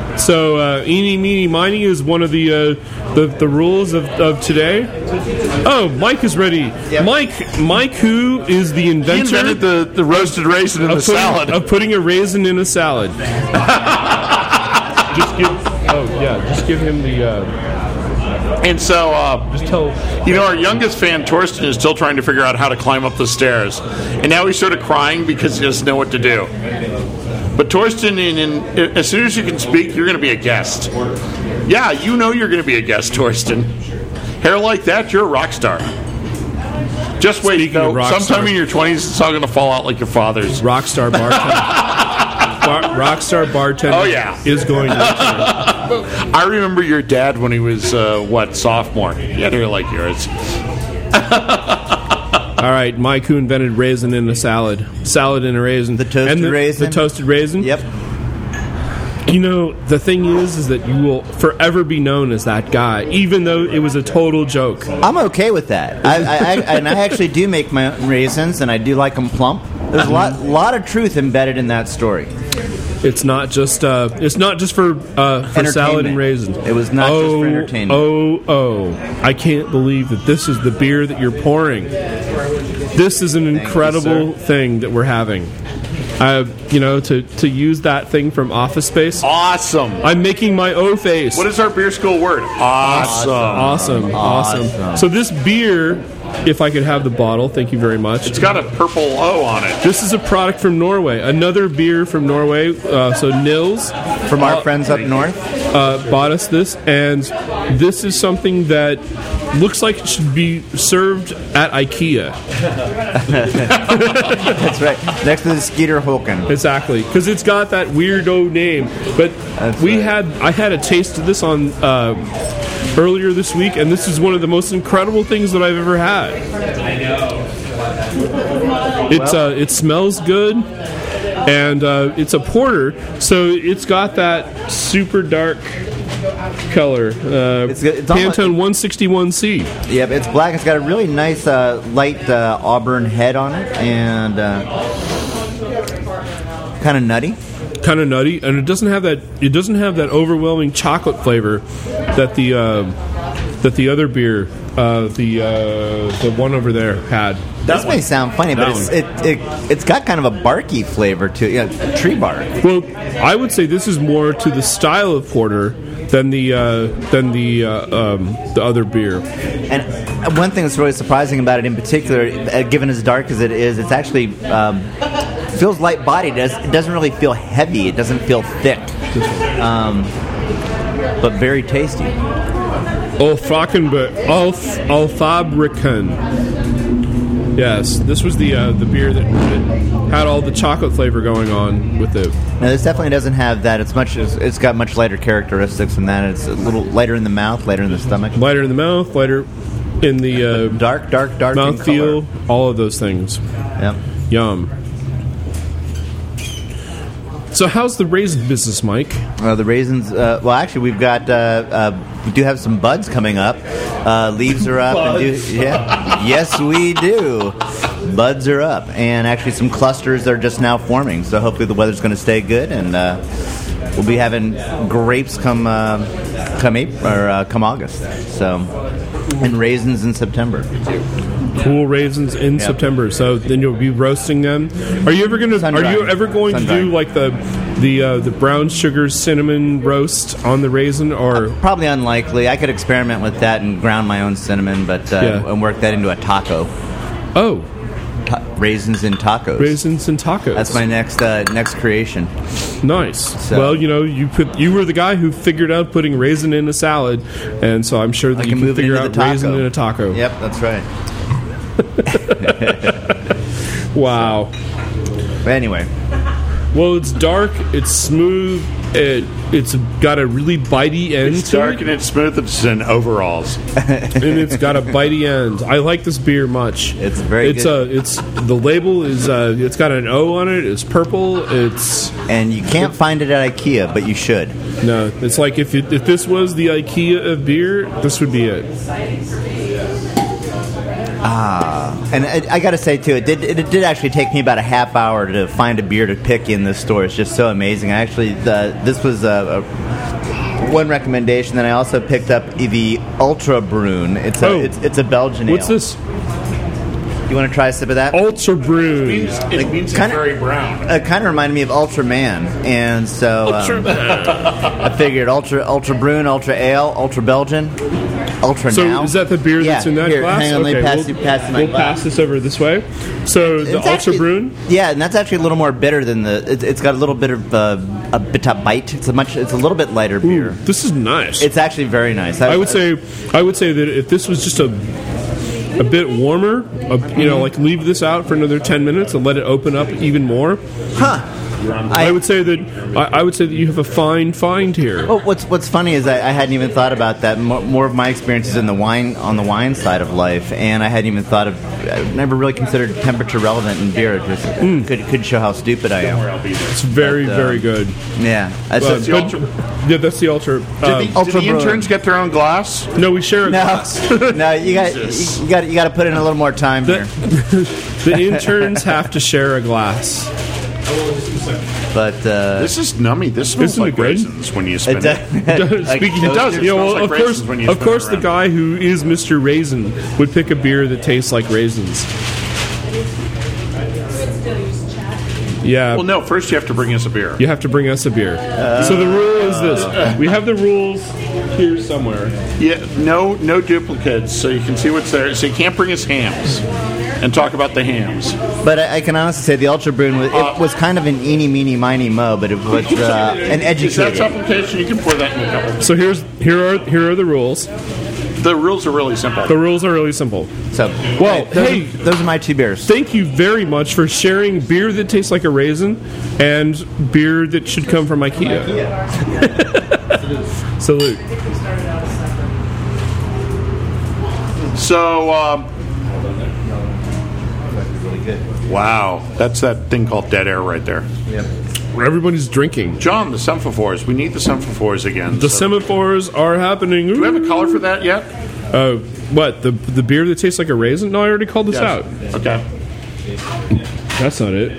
Speaker 2: right. So, uh, eeny, meeny, miny is one of the uh, the, the rules of, of today. Oh, Mike is ready. Mike, Mike, who is the inventor?
Speaker 1: invented the- the roasted raisin in
Speaker 2: of
Speaker 1: the
Speaker 2: putting-
Speaker 1: salad.
Speaker 2: Of putting a raisin in a salad. just give. Oh yeah, just give him the. Uh,
Speaker 1: And so, uh,
Speaker 2: just tell.
Speaker 1: you know, our youngest fan, Torsten, is still trying to figure out how to climb up the stairs. And now he's sort of crying because he doesn't know what to do. But Torsten, in, in, as soon as you can speak, you're going to be a guest. Yeah, you know you're going to be a guest, Torsten. Hair like that, you're a rock star. Just wait,
Speaker 2: Speaking of
Speaker 1: though,
Speaker 2: rock
Speaker 1: sometime
Speaker 2: star.
Speaker 1: in your 20s, it's all going to fall out like your father's.
Speaker 2: Rockstar bartender. Bar, rockstar bartender.
Speaker 1: Oh, yeah.
Speaker 2: is going. to
Speaker 1: I remember your dad when he was, uh, what, sophomore. He had hair like yours.
Speaker 2: All right, Mike, who invented raisin in a salad? Salad in a raisin. The
Speaker 5: toasted raisin.
Speaker 2: The toasted raisin.
Speaker 5: Yep.
Speaker 2: You know, the thing is, is that you will forever be known as that guy, even though it was a total joke.
Speaker 13: I'm okay with that. I, I, I, and I actually do make my own raisins, and I do like them plump. There's a lot, lot of truth embedded in that story.
Speaker 2: It's not just uh, it's not just for uh, for salad and
Speaker 13: Entertainment.
Speaker 2: raisins.
Speaker 13: It was not just for
Speaker 2: oh,
Speaker 13: entertainment.
Speaker 2: Oh oh! I can't believe that this is the beer that you're pouring. This is an incredible thing that we're having. Uh, you know, to to use that thing from Office Space.
Speaker 1: Awesome.
Speaker 2: I'm making my O face.
Speaker 1: What is our beer school word? Awesome.
Speaker 2: Awesome, awesome.
Speaker 1: Awesome.
Speaker 2: So this beer, if I could have the bottle, thank you very much.
Speaker 1: It's got a purple O on it.
Speaker 2: This is a product from Norway. Another beer from Norway. Uh, so Nils
Speaker 13: From our friends up north.
Speaker 2: uh, bought us this, and this is something that looks like it should be served at IKEA.
Speaker 13: That's right. Next to the Skeeter Holken.
Speaker 2: Exactly, because it's got that weirdo name. But we had I had a taste of this on. Uh, Earlier this week, and this is one of the most incredible things that I've ever had. It's uh, it smells good, and uh, it's a porter, so it's got that super dark color. Uh,
Speaker 13: It's got- it's almost-
Speaker 2: Pantone 161C.
Speaker 13: Yep, it's black. It's got a really nice uh, light uh, auburn head on it, and uh, kind of nutty.
Speaker 2: kind of nutty, and it doesn't have that. It doesn't have that overwhelming chocolate flavor that the uh, that the other beer, uh, the uh, the one over there had.
Speaker 13: this may sound funny, but
Speaker 2: That
Speaker 13: it's,
Speaker 2: one.
Speaker 13: it, it, it's got kind of a barky flavor to it, yeah, tree bark.
Speaker 2: Well, I would say this is more to the style of porter than the uh, than the uh, um, the other beer.
Speaker 13: And one thing that's really surprising about it, in particular, uh, given as dark as it is, it's actually um, feels light bodied. It doesn't really feel heavy. It doesn't feel thick, um, but very tasty.
Speaker 2: Olfakenberg, Olf, Olfabrikon. Yes, this was the uh, the beer that, that had all the chocolate flavor going on with it.
Speaker 13: Now this definitely doesn't have that. It's much. It's, it's got much lighter characteristics than that. It's a little lighter in the mouth, lighter in the stomach.
Speaker 2: Lighter in the mouth, lighter in the uh,
Speaker 13: Dark, dark, dark. in
Speaker 2: mouthfeel, all of those things.
Speaker 13: color. Yep.
Speaker 2: Yum. So how's the raisin business, Mike?
Speaker 13: Uh, the raisins. Uh, well, actually, we've got uh, uh, we do have some buds coming up. Uh, leaves are up. and
Speaker 14: Buds.
Speaker 13: do, yeah, yes, we do. Buds are up, and actually, some clusters are just now forming. So hopefully, the weather's going to stay good, and uh, we'll be having grapes come uh, come April, or uh, come August. So, and raisins in September.
Speaker 2: Cool raisins in
Speaker 13: Yeah.
Speaker 2: September. So then you'll be roasting them. Are you ever gonna? Are you
Speaker 13: dried.
Speaker 2: ever going to
Speaker 13: Sun-dried.
Speaker 2: do like the the uh, the brown sugar cinnamon roast on the raisin, or
Speaker 13: Probably unlikely. I could experiment with that and ground my own cinnamon, but uh,
Speaker 2: Yeah.
Speaker 13: and work that into a taco.
Speaker 2: Oh,
Speaker 13: Ta- raisins and tacos.
Speaker 2: raisins and tacos?
Speaker 13: That's my next uh, next creation.
Speaker 2: Nice.
Speaker 13: So-
Speaker 2: Well, you know, you put you were the guy who figured out putting raisin in a salad, and so I'm sure that you
Speaker 13: can
Speaker 2: can
Speaker 13: move it
Speaker 2: figure
Speaker 13: into
Speaker 2: out
Speaker 13: the taco.
Speaker 2: raisin in a taco.
Speaker 13: Yep, that's right.
Speaker 2: Wow.
Speaker 13: Anyway.
Speaker 2: Well, it's dark. It's smooth. It it's got a really bitey end. It's dark and
Speaker 1: it's smooth. It's in overalls,
Speaker 2: and it's got a bitey end. I like this beer much. It's
Speaker 13: very
Speaker 2: It's
Speaker 13: good.
Speaker 2: uh It's the label is. Uh, it's got an O on it. It's purple. It's
Speaker 13: and you can't find it at IKEA, but you should.
Speaker 2: No, it's like if it, if this was the IKEA of beer, this would be it.
Speaker 13: Ah, and I, I got to say too, it did it, did actually take me about a half hour to find a beer to pick in this store. It's just so amazing. I actually the, this was a, a one recommendation. Then I also picked up the Ultra Brune. It's a
Speaker 2: Oh.
Speaker 13: it's, it's a Belgian.
Speaker 2: What's
Speaker 13: ale.
Speaker 2: this?
Speaker 13: You want to try a sip of that?
Speaker 2: Ultra Brune.
Speaker 1: It means, it means it's
Speaker 13: kinda-
Speaker 1: very brown.
Speaker 13: It kind of reminded me of Ultraman, and so um, I figured Ultra Ultra Brune, Ultra Ale, Ultra Belgian, Ultra
Speaker 2: So
Speaker 13: Now.
Speaker 2: is that the beer
Speaker 13: Yeah,
Speaker 2: that's in that
Speaker 13: here,
Speaker 2: glass?
Speaker 13: Hang on, let me pass,
Speaker 2: we'll,
Speaker 13: you, pass you my
Speaker 2: we'll
Speaker 13: glass.
Speaker 2: pass this over this way. So the
Speaker 13: It's
Speaker 2: Ultra
Speaker 13: actually-
Speaker 2: Brune.
Speaker 13: Yeah, and that's actually a little more bitter than the. It, it's got a little bit of uh, a bit of bite. It's a much. It's a little bit lighter beer.
Speaker 2: this is nice.
Speaker 13: It's actually very nice.
Speaker 2: I would say I would say that if this was just a a bit warmer, a, you know, like leave this out for another ten minutes and let it open up even more.
Speaker 13: Huh.
Speaker 2: I, would say that I, I would say that you have a fine find here.
Speaker 13: Well, what's what's funny is I, I hadn't even thought about that. More, more of my experiences in the wine on the wine side of life, and I hadn't even thought of. I never really considered temperature relevant in beer. It just
Speaker 2: Mm.
Speaker 13: could could show how stupid I am.
Speaker 2: It's very
Speaker 13: But, uh,
Speaker 2: very good.
Speaker 13: Yeah,
Speaker 2: But-
Speaker 13: that's
Speaker 2: but- yeah, that's the ultra. um,
Speaker 13: the- Ultra did the Brewing. interns
Speaker 1: get their own glass?
Speaker 2: No, we share a
Speaker 13: No,
Speaker 2: glass.
Speaker 13: no, you got you got you got to put in a little more time here.
Speaker 2: The interns have to share a glass.
Speaker 13: But uh,
Speaker 1: This is nummy. This smells like raisins when you spin it.
Speaker 2: Speaking it does. Yeah, well, of course, of course, the guy who is Mr. Raisin would pick a beer that tastes like raisins. Yeah.
Speaker 1: Well, no. First, you have to bring us a beer.
Speaker 2: You have to bring us a beer. so the rule is this: we have the rules here somewhere.
Speaker 1: Yeah, no, no duplicates, so you can see what's there. So you can't bring us hams and talk about the hams.
Speaker 13: But I, I can honestly say the Ultra Brune was, it was kind of an eeny, meeny, miny, mo, but it was uh,
Speaker 1: Is that
Speaker 13: an educated.
Speaker 1: supplication? You can pour that in a couple.
Speaker 2: So here's here are here are the rules.
Speaker 1: The rules are really simple.
Speaker 2: The rules are really simple.
Speaker 13: So,
Speaker 2: well,
Speaker 1: those
Speaker 2: hey,
Speaker 13: are, those are my two beers.
Speaker 2: Thank you very much for sharing beer that tastes like a raisin and beer that should come from IKEA. Salute.
Speaker 1: So, um, wow, that's that thing called dead air right there.
Speaker 13: Yep.
Speaker 2: Where everybody's drinking.
Speaker 1: John, the semaphores. We need the semaphores again.
Speaker 2: The
Speaker 1: so-
Speaker 2: semaphores are happening. Do we have
Speaker 1: a color for that yet?
Speaker 2: Uh, what the the beer that tastes like a raisin? No, I already called this
Speaker 1: Yes.
Speaker 2: out.
Speaker 1: Okay.
Speaker 2: That's not it.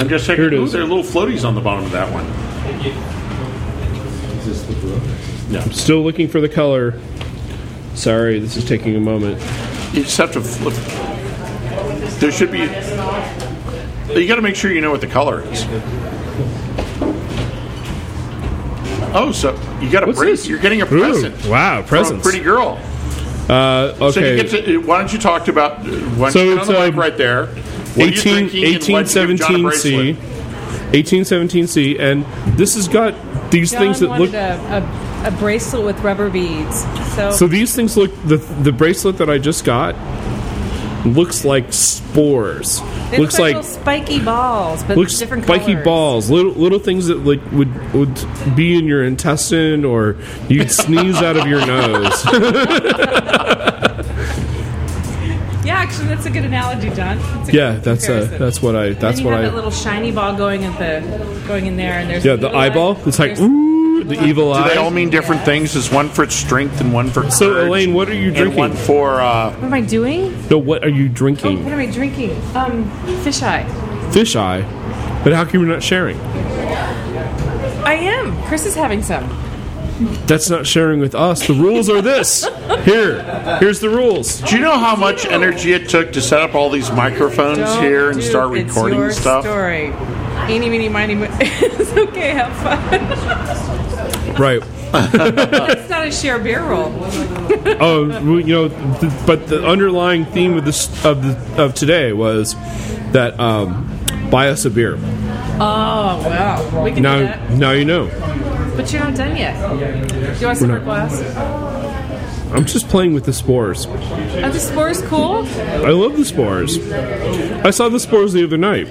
Speaker 1: I'm just taking.
Speaker 2: Here it
Speaker 1: ooh,
Speaker 2: is.
Speaker 1: there are little floaties on the bottom of that one. No.
Speaker 2: I'm still looking for the color. Sorry, this is taking a moment.
Speaker 1: You just have to flip. There should be. You got to make sure you know what the color is. Oh, so you got a present. You're getting a
Speaker 2: Ooh,
Speaker 1: present.
Speaker 2: wow,
Speaker 1: present.
Speaker 2: presents.
Speaker 1: Pretty girl.
Speaker 2: Uh, okay.
Speaker 1: So you get to, why don't you talk to about? uh, Why don't
Speaker 2: So
Speaker 1: you get
Speaker 2: it's,
Speaker 1: on the mic
Speaker 2: um,
Speaker 1: right there? What are you
Speaker 2: 18,
Speaker 1: drinking and why'd you give John a
Speaker 2: 1817C.
Speaker 1: bracelet?
Speaker 2: 1817C, and this has got these
Speaker 15: John
Speaker 2: things that
Speaker 15: wanted
Speaker 2: look.
Speaker 15: a, a, a bracelet with rubber beads. So,
Speaker 2: So these things look. The, the bracelet that I just got looks like spores.
Speaker 15: they look
Speaker 2: looks
Speaker 15: like,
Speaker 2: like.
Speaker 15: little spiky balls, but
Speaker 2: looks
Speaker 15: different
Speaker 2: spiky
Speaker 15: colors.
Speaker 2: balls, little little things that like would would be in your intestine or you'd sneeze out of your nose.
Speaker 15: Yeah, Actually, that's a good analogy, John. That's a
Speaker 2: Yeah,
Speaker 15: good
Speaker 2: that's uh,
Speaker 15: comparison.
Speaker 2: that's what I.
Speaker 15: and
Speaker 2: That's
Speaker 15: then
Speaker 2: what
Speaker 15: you have
Speaker 2: I.
Speaker 15: that little shiny ball going at the going in there, and there's
Speaker 2: Yeah, the eyeball. It's like ooh, the evil eye.
Speaker 1: Do they all mean different things? Is one for strength and one for courage? So Elaine, what are you
Speaker 2: drinking?
Speaker 1: one for uh,
Speaker 15: What am I doing?
Speaker 2: No, what are you
Speaker 15: Oh,
Speaker 2: drinking?
Speaker 15: what am I drinking? Um, fish eye.
Speaker 2: Fish eye. But how come you're not sharing?
Speaker 15: I am. Chris is having some.
Speaker 2: That's not sharing with us. The rules are this. Here, here's the rules.
Speaker 1: Do you know how much energy it took to set up all these microphones
Speaker 15: Don't
Speaker 1: here and
Speaker 15: do-
Speaker 1: start recording
Speaker 15: it's your
Speaker 1: stuff?
Speaker 15: Story. Eeny, meeny, miny, mo- It's okay. Have fun.
Speaker 2: Right.
Speaker 15: it's not a share beer roll.
Speaker 2: oh, well, you know, th- but the underlying theme of this of the, of today was that um, buy us a beer.
Speaker 15: Oh wow. We can do
Speaker 2: Now,
Speaker 15: that.
Speaker 2: now you know.
Speaker 15: But you're not done yet. Do you want
Speaker 2: We're
Speaker 15: some
Speaker 2: not-
Speaker 15: more glass?
Speaker 2: I'm just playing with the spores.
Speaker 15: Are the spores cool?
Speaker 2: I love the spores. I saw the spores the other night.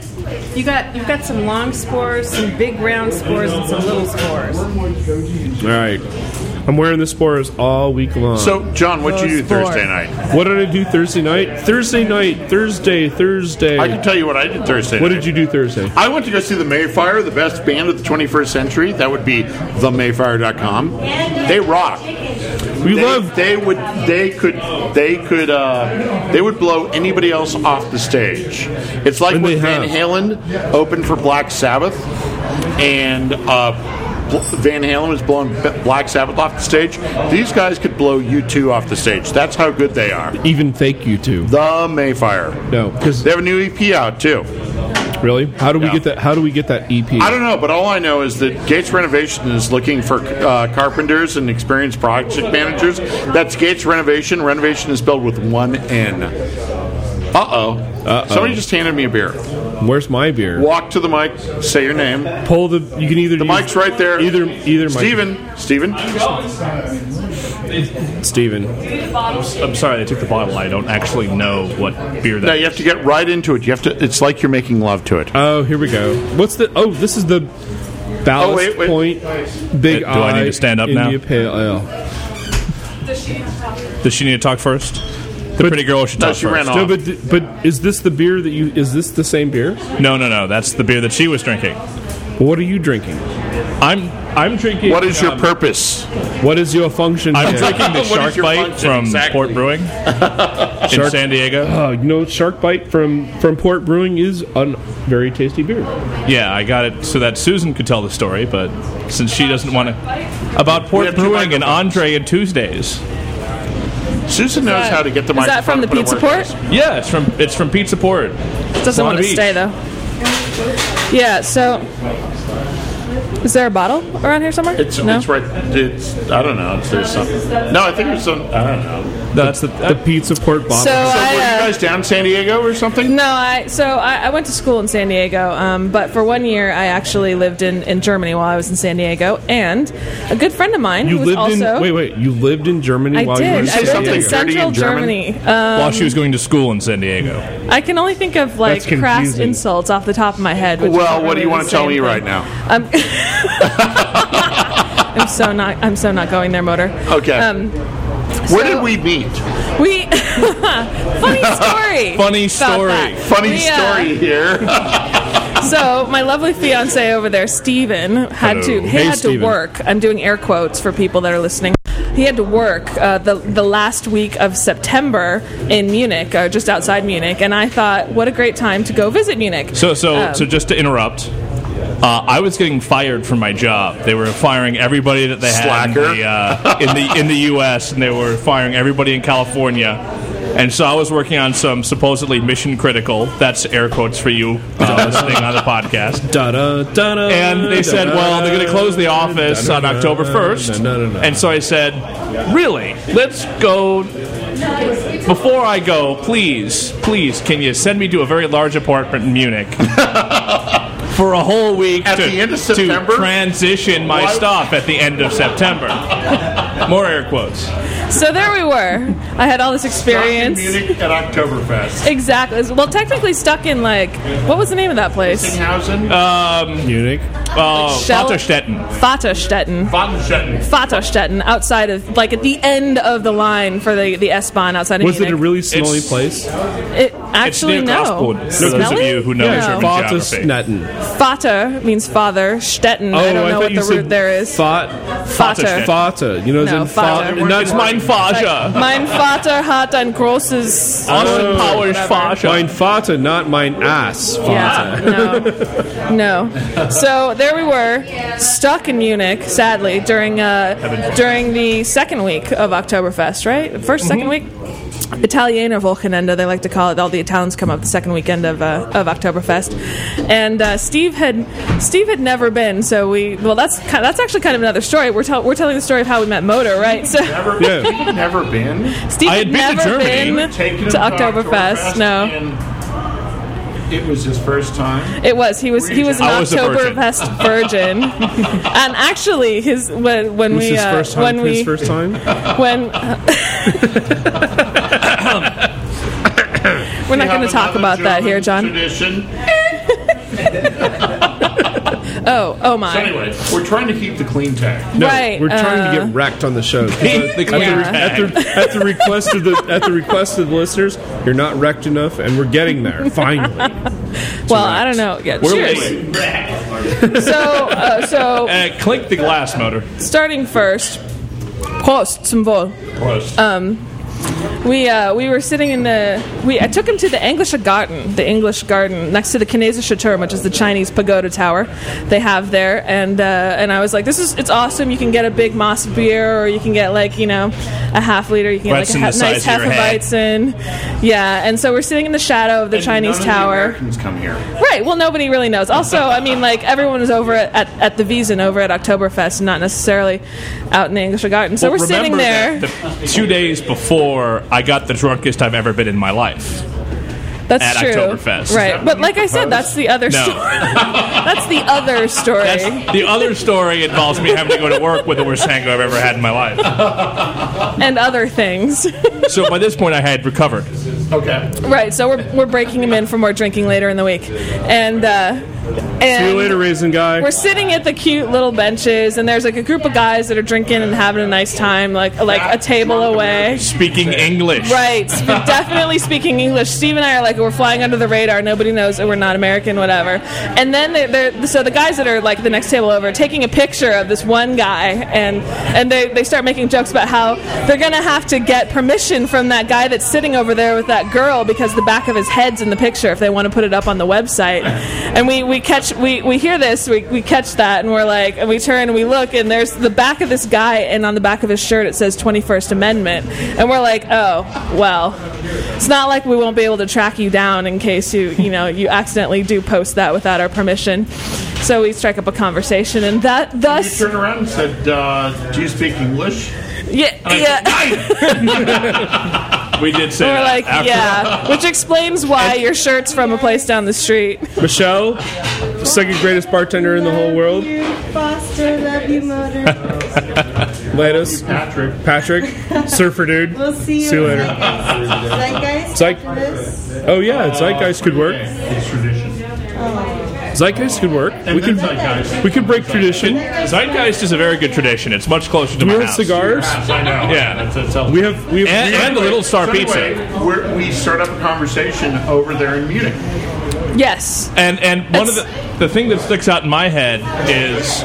Speaker 15: You got you've got some long spores, some big round spores, and some little spores.
Speaker 2: All right. I'm wearing the spores all week long.
Speaker 1: So, John, what'd you do Those Thursday spores. night?
Speaker 2: What did I do Thursday night? Thursday night, Thursday, Thursday.
Speaker 1: I can tell you what I did Thursday.
Speaker 2: What
Speaker 1: night.
Speaker 2: did you do Thursday?
Speaker 1: I went to go see the Mayfire, the best band of the 21st century. That would be themayfire.com. They rock.
Speaker 2: We
Speaker 1: they, love. They would. They could. They could. Uh, they would blow anybody else off the stage. It's like when Van Halen opened for Black Sabbath, and uh, Bl- Van Halen was blowing B- Black Sabbath off the stage. These guys could blow you two off the stage. That's how good they are.
Speaker 2: Even fake you two.
Speaker 1: The Mayfire.
Speaker 2: No, because
Speaker 1: they have a new EP out too.
Speaker 2: Really? How do we get that? How do we get that E EP?
Speaker 1: I don't know, but all I know is that Gates Renovation is looking for uh, carpenters and experienced project managers. That's Gates Renovation. Renovation is spelled with one N. Uh oh. Somebody just handed me a beer.
Speaker 2: Where's my beer?
Speaker 1: Walk to the mic, say your name.
Speaker 2: Pull the. You can either.
Speaker 1: The mic's right there. Either
Speaker 2: either.
Speaker 1: Steven. Steven.
Speaker 2: Steven.
Speaker 14: I'm sorry, they took the bottle. I don't actually know what beer that
Speaker 1: No, you have to get right into it. You have to. It's like you're making love to it.
Speaker 2: Oh, here we go. What's the? Oh, this is the ballast
Speaker 1: Oh, wait, wait.
Speaker 2: point. Big
Speaker 14: Uh, do I need
Speaker 2: Eye
Speaker 14: to stand up
Speaker 2: India
Speaker 14: now?
Speaker 2: Pale Ale.
Speaker 14: Does she need to talk first? The pretty girl should talk first.
Speaker 2: No, but, d- but is this the beer that you? Is this the same beer?
Speaker 14: No, no, no. That's the beer that she was drinking.
Speaker 2: What are you drinking?
Speaker 14: I'm I'm drinking. um,
Speaker 2: What is your
Speaker 1: purpose?
Speaker 2: What is your function?
Speaker 14: I'm
Speaker 2: here?
Speaker 14: drinking the Shark Bite from Port Brewing in
Speaker 2: Shark-
Speaker 14: San Diego.
Speaker 2: Oh, you know, Shark Bite from from Port Brewing is a very tasty beer.
Speaker 14: Yeah, I got it so that Susan could tell the story, but since she doesn't want to about Port Brewing and Andre and Tuesdays.
Speaker 1: Susan knows how to get the
Speaker 15: Is that from microphone the to put it Pizza where it Port?
Speaker 14: Yeah, it's from it's from Pizza Port.
Speaker 15: It doesn't
Speaker 14: Solana
Speaker 15: want to
Speaker 14: Beach.
Speaker 15: stay though. Yeah. So, is there a bottle around here somewhere?
Speaker 1: It's,
Speaker 15: no.
Speaker 1: it's right. It's, I don't know. If there's something. No, I think there's some. I don't know.
Speaker 14: That's the,
Speaker 2: the pizza port bottle.
Speaker 15: So I,
Speaker 1: were you
Speaker 15: uh,
Speaker 1: guys down San Diego or something?
Speaker 15: No, I so I, I went to school in San Diego, um, but for one year I actually lived in, in Germany while I was in San Diego, and a good friend of mine
Speaker 2: You
Speaker 15: who was
Speaker 2: lived
Speaker 15: also
Speaker 2: in wait wait you lived in Germany
Speaker 15: I
Speaker 2: while you were
Speaker 15: did.
Speaker 2: in
Speaker 15: I
Speaker 2: San
Speaker 15: lived in
Speaker 2: Diego.
Speaker 15: Central Germany. Um,
Speaker 14: While she was going to school in San Diego.
Speaker 15: I can only think of like
Speaker 14: That's
Speaker 15: crass
Speaker 14: confusing.
Speaker 15: insults off the top of my head. Which
Speaker 1: Well,
Speaker 15: is
Speaker 1: what do
Speaker 15: really
Speaker 1: you want
Speaker 15: the
Speaker 1: to tell
Speaker 15: same
Speaker 1: me
Speaker 15: thing.
Speaker 1: right now?
Speaker 15: Um, I'm so not. I'm so not going there, motor.
Speaker 1: Okay.
Speaker 15: Um,
Speaker 1: Where did we meet?
Speaker 15: we funny story.
Speaker 1: Funny
Speaker 15: about
Speaker 1: story.
Speaker 15: that.
Speaker 1: Funny
Speaker 15: We, uh,
Speaker 1: story here.
Speaker 15: so my lovely fiance over there, Steven, had
Speaker 1: Hello.
Speaker 15: to he
Speaker 1: Hey,
Speaker 15: had
Speaker 1: Steven.
Speaker 15: to work. I'm doing air quotes for people that are listening. He had to work uh, the the last week of September in Munich, uh, just outside Munich, and I thought, what a great time to go visit Munich.
Speaker 14: So, so,
Speaker 15: Um,
Speaker 14: so just to interrupt, uh, I was getting fired from my job. They were firing everybody that they had in the, uh, in the in the U.S. and they were firing everybody in California. And so I was working on some supposedly mission critical. That's air quotes for you uh, listening on the podcast. uh, and they said, well, they're going to close the office on October first. And so I said, really? Let's go. Before I go, please, please, can you send me to a very large apartment in Munich? for a whole week
Speaker 1: At
Speaker 14: to,
Speaker 1: the end of
Speaker 14: to
Speaker 1: September?
Speaker 14: transition my
Speaker 1: Why-
Speaker 14: stuff at the end of September. More air quotes.
Speaker 15: So there we were. I had all this experience.
Speaker 1: Stuck in Munich at Oktoberfest.
Speaker 15: Exactly. Well, technically stuck in like what was the name of that place?
Speaker 1: Singhausen.
Speaker 14: Um,
Speaker 2: Munich.
Speaker 14: Uh,
Speaker 15: Shell-
Speaker 14: Vaterstetten.
Speaker 15: Vaterstetten.
Speaker 1: Vaterstetten.
Speaker 15: Vaterstetten. Outside of like at the end of the line for the the S Bahn outside of
Speaker 2: Was it
Speaker 15: Munich.
Speaker 2: a really smelly place?
Speaker 15: It actually
Speaker 2: near
Speaker 15: no.
Speaker 2: Glasspool,
Speaker 14: for those of you who know
Speaker 2: Yeah,
Speaker 14: certain
Speaker 2: Vater
Speaker 14: geography. Oh,
Speaker 2: Stetten.
Speaker 15: Vater means father.
Speaker 2: Oh,
Speaker 15: Stetten. Mm, I don't know what the root there is.
Speaker 2: Fat,
Speaker 15: Vater.
Speaker 2: Vater. You know, as
Speaker 15: No,
Speaker 2: in fa-
Speaker 15: Vater.
Speaker 2: not-
Speaker 14: It's mein Vater.
Speaker 15: Mein Vater hat ein großes.
Speaker 2: Oh,
Speaker 15: Whatever.
Speaker 2: Mein Vater, not mein ass. Vater.
Speaker 15: Yeah, no, no. So there we were, stuck in Munich, sadly, during uh, during the second week of Oktoberfest, right? 1st second week? Italiener Wochenende, they like to call it. All the Italians come up the second weekend of, uh, of Oktoberfest, and uh, Steve had Steve had never been. So we well, that's kind that's actually kind of another story. We're tell, we're telling the story of how we met Motor, right? So
Speaker 1: Never, never been.
Speaker 15: Steve had, never been
Speaker 1: Taken him
Speaker 15: to Oktoberfest. No,
Speaker 1: and It was his first time.
Speaker 15: It was. He was. He was an
Speaker 1: I was a virgin.
Speaker 15: Oktoberfest virgin. and actually, his when when
Speaker 2: This
Speaker 15: we
Speaker 2: is
Speaker 15: uh,
Speaker 2: first time
Speaker 15: when
Speaker 2: for
Speaker 15: we
Speaker 2: his first time?
Speaker 15: when we're not going to talk about that here, John.
Speaker 1: Tradition.
Speaker 15: Oh, oh my.
Speaker 1: So anyway, we're trying to keep the clean tag.
Speaker 2: No,
Speaker 15: Right,
Speaker 2: we're trying to
Speaker 15: uh,
Speaker 2: get wrecked on the show. 'Cause, uh,
Speaker 1: Keep the
Speaker 2: at, the, at, the, at the request of the at the request of the listeners, you're not wrecked enough, and we're getting there finally.
Speaker 15: well, I don't know. Yeah,
Speaker 2: We're
Speaker 15: cheers. so uh, so
Speaker 14: Uh, clink the glass motor.
Speaker 15: starting first. Prost zum Wohl.
Speaker 14: Prost.
Speaker 15: Um, we uh, we were sitting in the we I took him to the English Garden, the English Garden next to the Kinesa Turm, which is the Chinese pagoda tower they have there, and uh, and I was like, this is it's awesome. You can get a big Moss beer, or you can get like you know a half liter. You can
Speaker 14: Weizen
Speaker 15: get like
Speaker 14: the
Speaker 15: a ha- nice
Speaker 14: size of your head.
Speaker 15: Hefeweizen, yeah. And so we're sitting in the shadow of the
Speaker 1: And
Speaker 15: Chinese
Speaker 1: none of the
Speaker 15: tower.
Speaker 1: Americans come here.
Speaker 15: Right. Well, nobody really knows. Also, I mean, like everyone was over at, at, at the Wiesen over at Oktoberfest, not necessarily out in the English Garden. So
Speaker 14: Well,
Speaker 15: we're sitting
Speaker 14: remember
Speaker 15: there.
Speaker 14: that the two days before I got the drunkest I've ever been in my life.
Speaker 15: That's
Speaker 14: at
Speaker 15: true.
Speaker 14: Oktoberfest. Is that
Speaker 15: Right.
Speaker 14: what
Speaker 15: But
Speaker 14: you
Speaker 15: like I said,
Speaker 14: proposed?
Speaker 15: that's the other
Speaker 14: No.
Speaker 15: story. that's the other story.
Speaker 14: The other story involves me having to go to work with the worst hangover I've ever had in my life.
Speaker 15: and other things.
Speaker 14: So by this point, I had recovered.
Speaker 1: Okay.
Speaker 15: right. So we're, we're breaking him in for more drinking later in the week. And, uh, and
Speaker 2: See you later, raisin guy.
Speaker 15: We're sitting at the cute little benches, and there's like a group of guys that are drinking and having a nice time, like like a table away.
Speaker 14: Speaking English.
Speaker 15: Right, sp- definitely speaking English. Steve and I are like, we're flying under the radar. Nobody knows that we're not American, whatever. And then they're, they're so the guys that are like the next table over are taking a picture of this one guy, and and they, they start making jokes about how they're gonna have to get permission from that guy that's sitting over there with that girl because the back of his head's in the picture if they want to put it up on the website. And we, we catch we, we hear this, we, we catch that, and we're like, and we turn and we look, and there's the back of this guy, and on the back of his shirt it says 21st Amendment, and we're like, oh well, it's not like we won't be able to track you down in case you you know you accidentally do post that without our permission. So we strike up a conversation, and that
Speaker 1: You
Speaker 15: thus
Speaker 1: turned around and said, uh, "Do you speak English?"
Speaker 15: yeah yeah.
Speaker 14: We did say
Speaker 15: We're
Speaker 14: that
Speaker 15: like,
Speaker 14: after-
Speaker 15: yeah, which explains why your shirt's from a place down the street.
Speaker 2: Michelle, second greatest bartender in the whole world.
Speaker 10: Foster, love you, motor.
Speaker 2: Latest.
Speaker 1: Patrick.
Speaker 2: Patrick. Surfer dude.
Speaker 10: We'll see you.
Speaker 2: See you later.
Speaker 10: Zeitgeist.
Speaker 2: Zeitgeist. Oh yeah, zeitgeist could work.
Speaker 1: It's tradition.
Speaker 2: Zeitgeist could work.
Speaker 14: And
Speaker 2: we
Speaker 14: then
Speaker 2: could
Speaker 14: Zeitgeist.
Speaker 2: we could break tradition.
Speaker 14: Zeitgeist is a very good tradition. It's much closer to
Speaker 2: Do
Speaker 14: my
Speaker 2: we have
Speaker 14: house.
Speaker 2: cigars?
Speaker 1: I know.
Speaker 14: Yeah. That's, that's helpful.
Speaker 2: We have we have
Speaker 14: and, and the Little Star
Speaker 1: So anyway,
Speaker 14: Pizza.
Speaker 1: we're, we start up a conversation over there in Munich.
Speaker 15: Yes.
Speaker 14: And and one of
Speaker 15: That's-
Speaker 14: the the thing that sticks out in my head is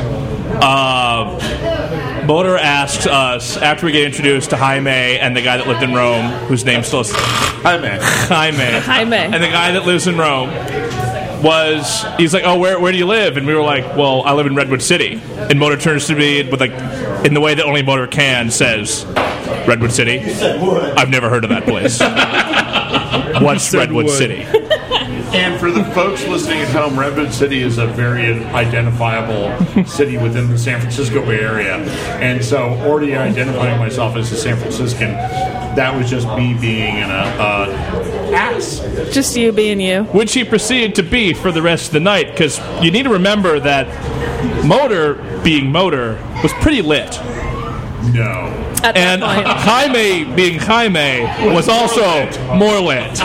Speaker 14: uh Boder asks us after we get introduced to Jaime and the guy that lived in Rome, whose name still is
Speaker 1: Hi, man.
Speaker 14: Jaime.
Speaker 15: Jaime.
Speaker 14: And the guy that lives in Rome was he's like, Oh, where where do you live? And we were like, Well, I live in Redwood City. And Motor turns to me with like in the way that only Motor can says Redwood City. I've never heard of that place. What's
Speaker 2: said
Speaker 14: Redwood
Speaker 2: what?
Speaker 14: City?
Speaker 1: And for the folks listening at home, Redwood City is a very identifiable city within the San Francisco Bay Area. And so, already identifying myself as a San Franciscan, that was just me being an uh, uh, ass.
Speaker 15: Just you being you.
Speaker 14: which he proceeded to be for the rest of the night because you need to remember that motor being motor was pretty lit
Speaker 1: No.
Speaker 15: At that
Speaker 14: and
Speaker 15: point.
Speaker 14: Jaime being Jaime was also more lit.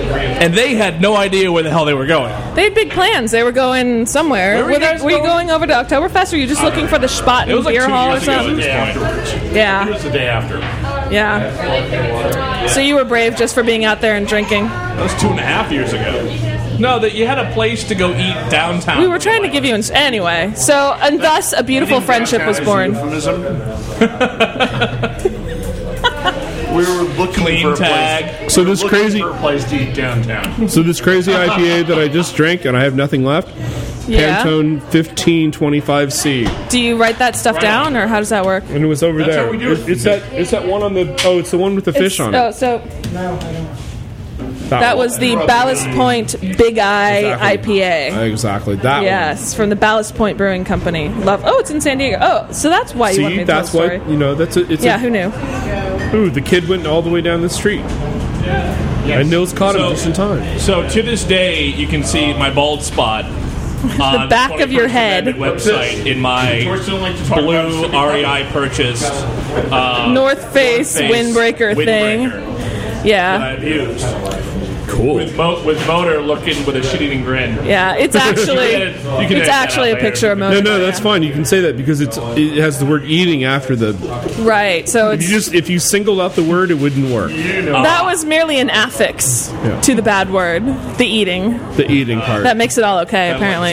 Speaker 14: and they had no idea where the hell they were going.
Speaker 15: They had big plans. They were going somewhere.
Speaker 14: Where were
Speaker 15: were, they- were you going over to Oktoberfest, or were you just looking for the spot
Speaker 14: It
Speaker 15: in
Speaker 14: was like
Speaker 15: beer
Speaker 14: two
Speaker 15: hall or
Speaker 14: years ago at
Speaker 15: something?
Speaker 14: this
Speaker 1: point.
Speaker 15: Yeah.
Speaker 1: It was the day after.
Speaker 15: Yeah. So you were brave just for being out there and drinking.
Speaker 14: That was two and a half years ago. No, that you had a place to go eat downtown.
Speaker 15: We were trying to give you an anyway. So and thus a beautiful friendship was born.
Speaker 1: We were looking for a place.
Speaker 2: So
Speaker 1: we were
Speaker 2: this
Speaker 1: looking
Speaker 2: crazy-
Speaker 1: for a place to eat downtown.
Speaker 2: So this crazy IPA that I just drank and I have nothing left.
Speaker 15: Yeah.
Speaker 2: Pantone 1525C.
Speaker 15: Do you write that stuff down, or how does that work?
Speaker 2: And it was over
Speaker 15: That's
Speaker 2: there.
Speaker 15: how we do it.
Speaker 2: It's- It's that it's that one on the oh, it's the one with the
Speaker 15: It's-
Speaker 2: fish on
Speaker 15: Oh,
Speaker 2: it.
Speaker 15: so
Speaker 2: That
Speaker 15: that
Speaker 2: one.
Speaker 15: was the Ballast Point Big Eye
Speaker 2: Exactly.
Speaker 15: IPA.
Speaker 2: Exactly. That
Speaker 15: yes, from the Ballast Point Brewing Company. Love. Oh, it's in San Diego. Oh, so that's why
Speaker 2: one.
Speaker 15: you wanted
Speaker 2: See,
Speaker 15: me to tell
Speaker 2: that's
Speaker 15: the story.
Speaker 2: why you know that's a, it's
Speaker 15: yeah,
Speaker 2: a,
Speaker 15: who knew?
Speaker 2: Ooh, the kid went all the way down the street. And Nils caught him just in time.
Speaker 14: So to this day, you can see my bald spot. on
Speaker 15: back of your
Speaker 14: 21st
Speaker 15: head.
Speaker 14: Amendment website in my blue REI purchased uh,
Speaker 15: North Face windbreaker thing.
Speaker 14: that
Speaker 15: Yeah.
Speaker 14: I've used. Cool. With, Mo- with Motor looking with a shit-eating grin.
Speaker 15: Yeah, it's actually- it's actually a picture of
Speaker 2: No,
Speaker 15: Moses.
Speaker 2: no, that's fine. You can say that because it's it has the word eating after the.
Speaker 15: Right. So
Speaker 2: If
Speaker 15: it's
Speaker 2: you just if you singled out the word, it wouldn't work.
Speaker 15: that was merely an affix
Speaker 2: Yeah.
Speaker 15: to the bad word, the eating.
Speaker 2: the eating part.
Speaker 15: That makes it all okay,
Speaker 2: Kinda
Speaker 15: apparently.
Speaker 2: like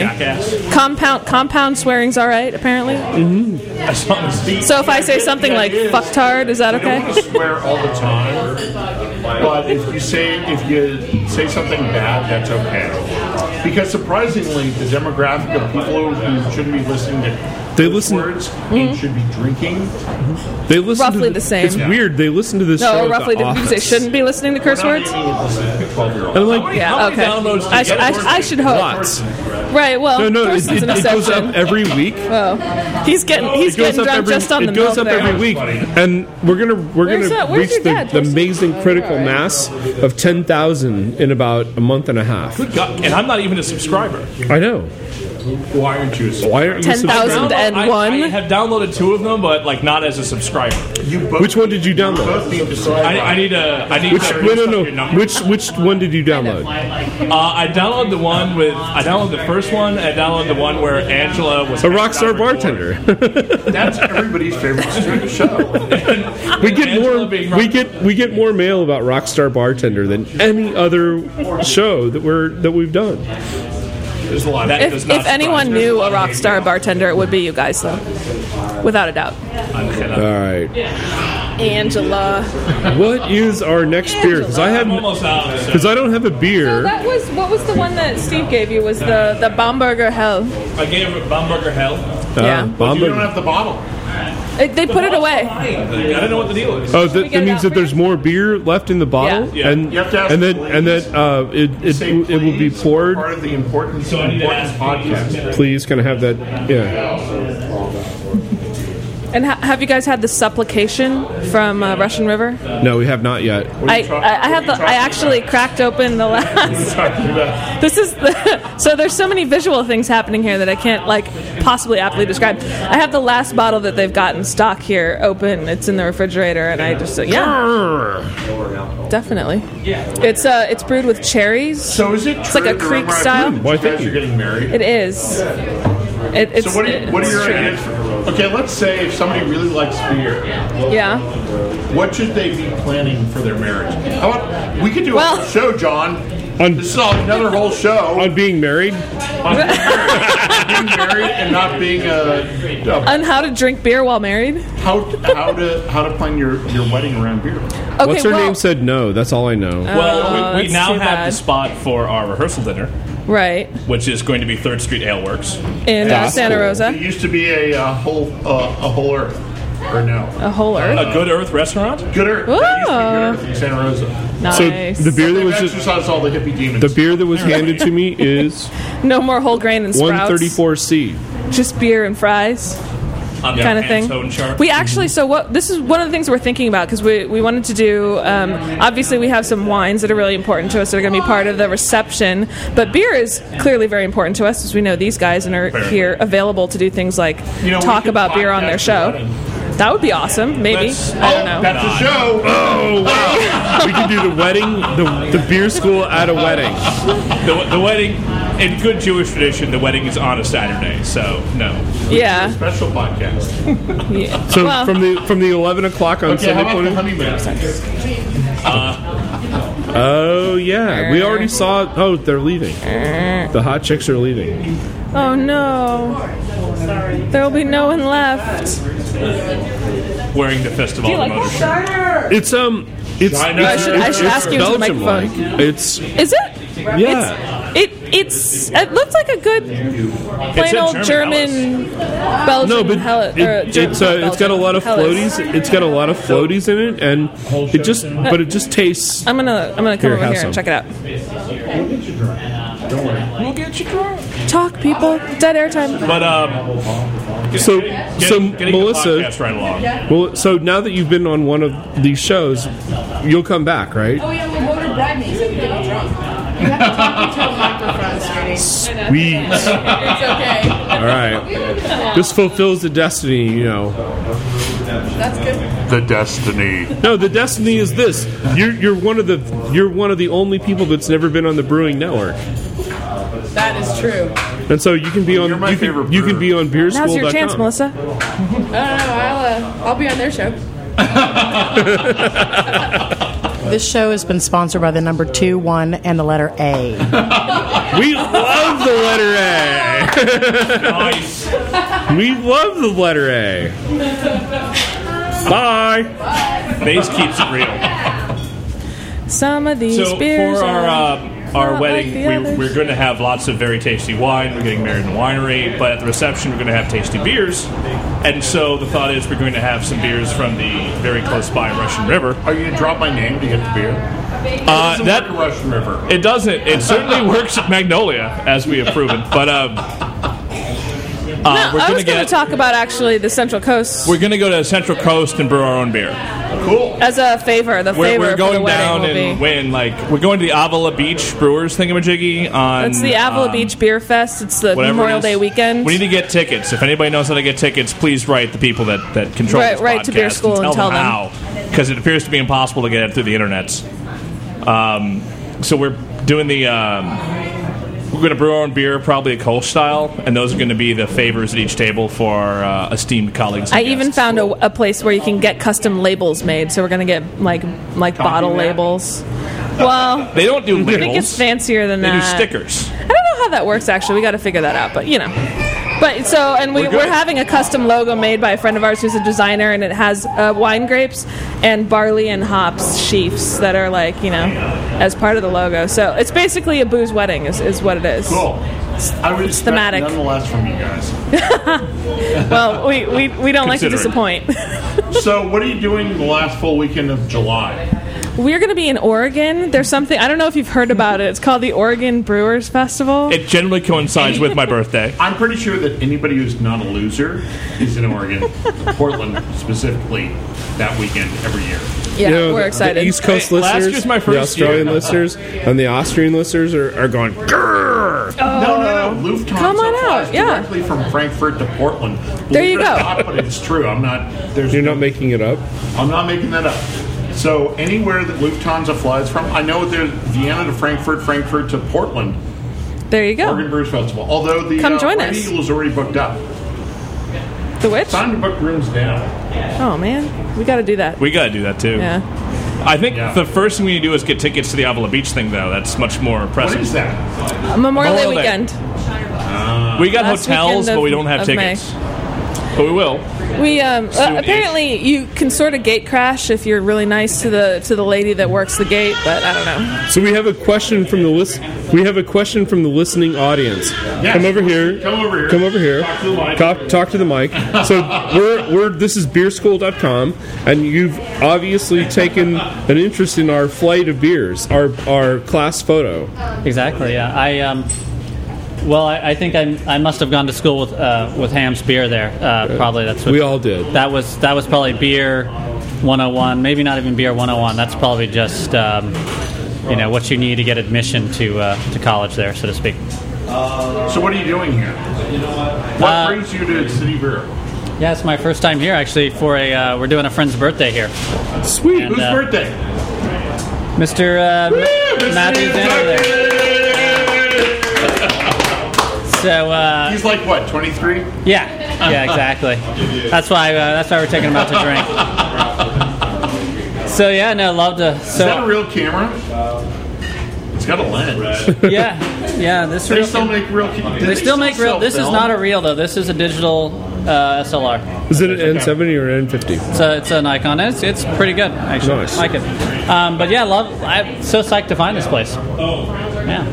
Speaker 2: jackass.
Speaker 15: Compound compound swearing's all right, apparently.
Speaker 14: Mm-hmm.
Speaker 15: So if I say something like "fucktard," is that
Speaker 1: I want to
Speaker 15: okay?
Speaker 1: swear all the time, but if you say if you say something bad, that's okay. Because surprisingly, the demographic of people who shouldn't be listening to
Speaker 2: They listen.
Speaker 1: words
Speaker 15: Mm-hmm.
Speaker 1: and should be drinking.
Speaker 2: They listen to
Speaker 15: Roughly the same.
Speaker 2: It's weird. They listen to this show.
Speaker 15: no,
Speaker 2: at
Speaker 15: roughly.
Speaker 2: The
Speaker 15: Did you say
Speaker 2: office.
Speaker 15: shouldn't be listening to curse words?
Speaker 2: And I'm like,
Speaker 15: yeah, okay. I, sh- I, sh- I should hope.
Speaker 2: Lots.
Speaker 15: Right. Well,
Speaker 2: no, no, it,
Speaker 15: Thurston's
Speaker 2: it,
Speaker 15: an
Speaker 2: it goes
Speaker 15: exception.
Speaker 2: up every week.
Speaker 15: Oh, he's getting he's
Speaker 2: it goes
Speaker 15: getting
Speaker 2: up
Speaker 15: drunk
Speaker 2: every,
Speaker 15: just on
Speaker 2: it
Speaker 15: the
Speaker 2: goes
Speaker 15: milk
Speaker 2: up
Speaker 15: there.
Speaker 2: every week, and we're gonna we're
Speaker 15: Where's
Speaker 2: gonna
Speaker 15: that- where's
Speaker 2: reach
Speaker 15: your
Speaker 2: the,
Speaker 15: dad? Oh,
Speaker 2: the amazing critical mass of ten thousand in about a month and a half.
Speaker 14: Good God, and I'm not even a subscriber.
Speaker 2: I know.
Speaker 14: Why aren't you?
Speaker 2: Why aren't you subscribed?
Speaker 14: I, I have downloaded two of them, but like not as a subscriber.
Speaker 2: Which one did you download?
Speaker 14: I, I need a. I need.
Speaker 2: Which
Speaker 14: to
Speaker 2: no no
Speaker 14: your
Speaker 2: no.
Speaker 14: number.
Speaker 2: Which which one did you download?
Speaker 14: Uh, I downloaded the one with. I downloaded the first one. I downloaded the one where Angela was
Speaker 2: A rock star bartender.
Speaker 1: That's everybody's favorite string show.
Speaker 2: We get more we get we get more mail about Rockstar Bartender than any other show that we're that we've done.
Speaker 14: There's a lot.
Speaker 15: if if anyone knew a rock star bartender, it would be you guys, though, without a doubt.
Speaker 2: All right.
Speaker 15: Angela.
Speaker 2: What is our next beer? Because I have because I don't have a beer.
Speaker 15: That was what was the one that Steve gave you? Was the the Bomberger Hell?
Speaker 14: I gave it Bumburger Hell.
Speaker 2: Yeah. Uh, But you don't
Speaker 14: have the bottle.
Speaker 15: It, they put it away.
Speaker 14: I don't know what the deal is.
Speaker 2: Oh, that, that means that there's more beer left in the bottle,
Speaker 14: Yeah.
Speaker 2: and
Speaker 14: You have to ask
Speaker 2: and then and that uh, it it, it will be poured.
Speaker 1: Part of the important, important podcast.
Speaker 2: Please, can I have that? Yeah.
Speaker 15: And ha- have you guys had the supplication from uh, Russian River?
Speaker 2: No, we have not yet.
Speaker 15: I, I, I have the. I actually cracked open the last. this is the, so. There's so many visual things happening here that I can't like possibly aptly describe. I have the last bottle that they've got in stock here open. It's in the refrigerator, and I just uh, yeah, definitely. It's uh, it's brewed with cherries. So
Speaker 1: is it?
Speaker 15: It's like a creek style.
Speaker 1: Why think you're getting married?
Speaker 15: It is. It, it's,
Speaker 1: so what are, what are
Speaker 15: it's
Speaker 1: your
Speaker 15: true.
Speaker 1: ideas? For, okay, let's say if somebody really likes beer,
Speaker 15: Yeah.
Speaker 1: what should they be planning for their marriage? How about, we could do a whole show, John. this is all- another whole show
Speaker 2: on being married.
Speaker 1: On being married and not being a, a
Speaker 15: On how to drink beer while married.
Speaker 1: how how to how to plan your, your wedding around beer.
Speaker 15: Okay,
Speaker 2: What's her
Speaker 15: well- Oh,
Speaker 2: name said no. That's all I know.
Speaker 14: Well, we, we
Speaker 15: that's
Speaker 14: now
Speaker 15: Uh, too
Speaker 14: have
Speaker 15: bad.
Speaker 14: the spot for our rehearsal dinner,
Speaker 15: Right.
Speaker 14: which is going to be Third Street Ale Works
Speaker 15: In, uh, Santa Rosa.
Speaker 1: It used to be a, uh whole uh, a whole earth or no
Speaker 15: A whole earth?
Speaker 14: a Good Earth restaurant.
Speaker 1: Good Earth. That used to be Good Earth in Santa Rosa.
Speaker 2: So the beer that was
Speaker 1: They've
Speaker 2: just
Speaker 1: exercised all the hippie demons.
Speaker 2: the beer that was handed to me is
Speaker 15: No more whole grain and sprouts.
Speaker 2: 134C.
Speaker 15: Just beer and fries.
Speaker 14: On the
Speaker 15: kind of thing.
Speaker 14: Pantone chart.
Speaker 15: We
Speaker 1: Mm-hmm.
Speaker 15: actually, so what? This is one of the things we're thinking about because we, we wanted to do. Um, obviously, we have some wines that are really important to us that are going to be part of the reception, but beer is clearly very important to us as we know these guys and are
Speaker 1: Fair.
Speaker 15: here available to do things like
Speaker 1: You know, we
Speaker 15: talk
Speaker 1: could
Speaker 15: about beer on
Speaker 1: podcast
Speaker 15: their show.
Speaker 1: the wedding.
Speaker 15: That would be awesome. Maybe. I don't know.
Speaker 1: That's a show.
Speaker 2: Oh wow! we can do the wedding, the, the beer school at a wedding.
Speaker 14: the, the wedding, in good Jewish tradition, the wedding is on a Saturday, so no.
Speaker 15: Yeah.
Speaker 14: Special podcast.
Speaker 15: Yeah.
Speaker 2: So
Speaker 15: Well-
Speaker 2: from the from the eleven o'clock on
Speaker 14: Okay,
Speaker 2: Sunday
Speaker 14: how about
Speaker 2: morning.
Speaker 14: the honeymoon? uh,
Speaker 2: Oh yeah, we already saw. Oh, they're leaving. The hot chicks are leaving.
Speaker 15: Oh no. There will be no one left.
Speaker 14: Wearing the festival
Speaker 15: Do you
Speaker 14: of
Speaker 15: like
Speaker 14: motor
Speaker 15: that? Starter!
Speaker 2: It's um, it's.
Speaker 14: I know. I should- I
Speaker 2: it's-
Speaker 15: should
Speaker 2: it's
Speaker 15: ask you into the
Speaker 2: Belgium-like.
Speaker 15: microphone.
Speaker 2: It's
Speaker 15: Is it?
Speaker 2: Yeah.
Speaker 15: It's, it it's it looks like a good plain
Speaker 2: in
Speaker 15: old
Speaker 2: German
Speaker 15: German, Belgian
Speaker 2: no, but
Speaker 15: hella-
Speaker 2: it-
Speaker 15: or German,
Speaker 2: it's uh, it's got a lot of
Speaker 15: Hellas.
Speaker 2: floaties. It's got a lot of floaties in it, and it just but it just tastes.
Speaker 15: I'm gonna I'm gonna come
Speaker 2: Here,
Speaker 15: over
Speaker 2: have
Speaker 15: here and
Speaker 2: some.
Speaker 15: check it out.
Speaker 14: Don't worry.
Speaker 15: We'll get you drunk. Talk people. Dead air time.
Speaker 14: But um,
Speaker 2: So
Speaker 14: getting-
Speaker 2: so
Speaker 14: getting the
Speaker 2: Melissa,
Speaker 14: podcast right along.
Speaker 2: well, so now that you've been on one of these shows, you'll come back, right?
Speaker 4: Oh, yeah, my voter bribed me, so we get drunk. You have to talk into a microphone, sweetie.
Speaker 2: Sweet.
Speaker 4: It's okay.
Speaker 2: All right, this fulfills the destiny, you know.
Speaker 4: That's good.
Speaker 1: The destiny.
Speaker 2: No, the destiny is this. You're you're one of the you're one of the only people that's never been on the Brewing Network,
Speaker 4: That is true.
Speaker 2: and so you can be on you can, you can be on beerschool.com.
Speaker 15: Now's your chance, Melissa.
Speaker 4: I don't know. I'll uh, I'll be on their show.
Speaker 8: This show has been sponsored by the number two, one, and the letter A.
Speaker 2: We love the letter A.
Speaker 14: nice.
Speaker 2: We love the letter A. Bye.
Speaker 14: Maze keeps it real.
Speaker 15: Some of these
Speaker 14: So
Speaker 15: beers
Speaker 14: for our
Speaker 15: are
Speaker 14: uh, our
Speaker 15: not
Speaker 14: wedding,
Speaker 15: like the
Speaker 14: we,
Speaker 15: others.
Speaker 14: we're going to have lots of very tasty wine. We're getting married in a winery, but at the reception, we're going to have tasty beers. And so the thought is, we're going to have some beers from the very close by Russian River. Are you going to drop my name to get the beer? Uh, that Russian River. It doesn't. It certainly works at Magnolia, as we have proven. But um, uh, we're
Speaker 15: I
Speaker 14: going
Speaker 15: was
Speaker 14: to
Speaker 15: going to
Speaker 14: get.
Speaker 15: talk about actually the Central Coast
Speaker 14: We're going to go to Central Coast and brew our own beer. Cool.
Speaker 15: as a favor. The
Speaker 14: We're,
Speaker 15: favor
Speaker 14: we're
Speaker 15: for the
Speaker 14: going
Speaker 15: wedding
Speaker 14: down
Speaker 15: will
Speaker 14: and
Speaker 15: be.
Speaker 14: win. Like we're going to the Avila Beach Brewers thingamajiggy on.
Speaker 15: It's the Avila
Speaker 14: um,
Speaker 15: Beach Beer Fest. It's the
Speaker 14: whatever it
Speaker 15: Memorial
Speaker 14: is.
Speaker 15: Day weekend.
Speaker 14: We need to get tickets. If anybody knows how to get tickets, please write the people that, that control
Speaker 15: Right-
Speaker 14: this
Speaker 15: write to beer
Speaker 14: podcast
Speaker 15: school
Speaker 14: and
Speaker 15: and
Speaker 14: tell,
Speaker 15: tell
Speaker 14: them, how, because it appears to be impossible to get it through the internets. Um, so we're doing the um, we're going to brew our own beer, probably a Kolsch style, and those are going to be the favors at each table for our uh, esteemed colleagues.
Speaker 15: I even found a, a place where you can get custom labels made. So we're gonna get like like bottle labels. Well,
Speaker 14: They don't do
Speaker 15: I think
Speaker 14: labels.
Speaker 15: it's fancier than
Speaker 14: They do
Speaker 15: that.
Speaker 14: stickers.
Speaker 15: I don't know how that works actually. We got to figure that out, but you know. But so, and we,
Speaker 14: We're
Speaker 15: we're,
Speaker 14: good.
Speaker 15: having a custom logo made by a friend of ours who's a designer, and it has uh, wine grapes and barley and hops sheafs that are like, you know, as part of the logo. So it's basically a booze wedding, is, is what it is.
Speaker 16: Cool. I would
Speaker 15: It's
Speaker 16: expect
Speaker 15: thematic.
Speaker 16: nonetheless from you guys.
Speaker 15: well, we, we, we don't like to
Speaker 16: Considering.
Speaker 15: disappoint.
Speaker 1: so, what are you doing the last full weekend of July?
Speaker 15: We're going to be in Oregon. There's something, I don't know if you've heard about it. It's called the Oregon Brewers Festival.
Speaker 14: It generally coincides with my birthday.
Speaker 1: I'm pretty sure that anybody who's not a loser is in Oregon, Portland specifically, that weekend every year.
Speaker 15: Yeah,
Speaker 2: You know,
Speaker 15: we're
Speaker 2: the-
Speaker 15: excited.
Speaker 2: The East Coast
Speaker 1: Hey, last
Speaker 2: listeners,
Speaker 1: year's my
Speaker 2: the
Speaker 1: first
Speaker 2: Australian
Speaker 1: year.
Speaker 2: listeners, and the Austrian listeners are, are going. Grrr!
Speaker 1: no, no, no. Lufthansa
Speaker 15: Oh. Come on
Speaker 1: flies
Speaker 15: out, yeah.
Speaker 1: directly from Frankfurt to Portland.
Speaker 15: There you
Speaker 1: Believe it or
Speaker 15: go.
Speaker 1: not, but it's true. I'm not. There's
Speaker 2: You're not making it up.
Speaker 1: I'm not making that up. So anywhere that Lufthansa flies from, I know there's Vienna to Frankfurt, Frankfurt to Portland,
Speaker 15: There you go.
Speaker 1: Oregon Brewers Festival. Although the
Speaker 15: Come
Speaker 1: uh,
Speaker 15: join
Speaker 1: Red
Speaker 15: us.
Speaker 1: Eagle is already booked up.
Speaker 15: The which?
Speaker 1: Time to book rooms down.
Speaker 15: Oh, man. We got to do that.
Speaker 14: We got to do that too.
Speaker 15: Yeah.
Speaker 14: I think the first thing we need to do is get tickets to the Avila Beach thing, though. That's much more impressive.
Speaker 1: What is that?
Speaker 15: Memorial Day
Speaker 14: Memorial Day.
Speaker 15: weekend.
Speaker 14: we got
Speaker 15: Last
Speaker 14: hotels,
Speaker 15: weekend
Speaker 14: but we
Speaker 15: of-
Speaker 14: don't have
Speaker 15: of
Speaker 14: tickets. But we will.
Speaker 15: We um, uh,
Speaker 14: Soon-ish.
Speaker 15: apparently you can sort of gate crash if you're really nice to the to the lady that works the gate, but I don't know.
Speaker 2: So we have a question from the list. We have a question from the listening audience. Come over here. Come over here. Come over here. Talk to the mic. Talk, to the mic. so we're, we're this is beerschool.com, and you've obviously taken an interest in our flight of beers, our our class photo.
Speaker 11: Exactly. Yeah. I um, well, I, I think I, I must have gone to school with uh, with Ham's beer there. Uh, probably that's what
Speaker 2: We all did.
Speaker 11: That was that was probably beer 101. Maybe not even beer 101. That's probably just um, you know what you need to get admission to uh, to college there, so to speak. Uh,
Speaker 1: So what are you doing here? What brings you to City Brew?
Speaker 11: Yeah, it's my first time here actually. For a uh, we're doing a friend's birthday here.
Speaker 1: Sweet.
Speaker 11: And,
Speaker 1: Whose
Speaker 11: uh,
Speaker 1: birthday?
Speaker 11: Mr. Uh, Matthew Denner there. So uh,
Speaker 1: he's like what, 23?
Speaker 11: Yeah, yeah, exactly. That's why uh, that's why we're taking him out to drink. So yeah, no, love to. So
Speaker 1: Is that a real camera? It's got a lens.
Speaker 11: yeah, yeah. This
Speaker 1: They
Speaker 11: real,
Speaker 1: still make real. do
Speaker 11: They, still make real.
Speaker 1: sell
Speaker 11: This is
Speaker 1: film?
Speaker 11: not a reel though. This is a digital uh, SLR.
Speaker 2: Is it an N70 or an N50?
Speaker 11: So it's an icon. It's it's pretty good actually.
Speaker 2: Nice.
Speaker 11: Like it. Um, but yeah, love. I'm so psyched to find this place. Yeah.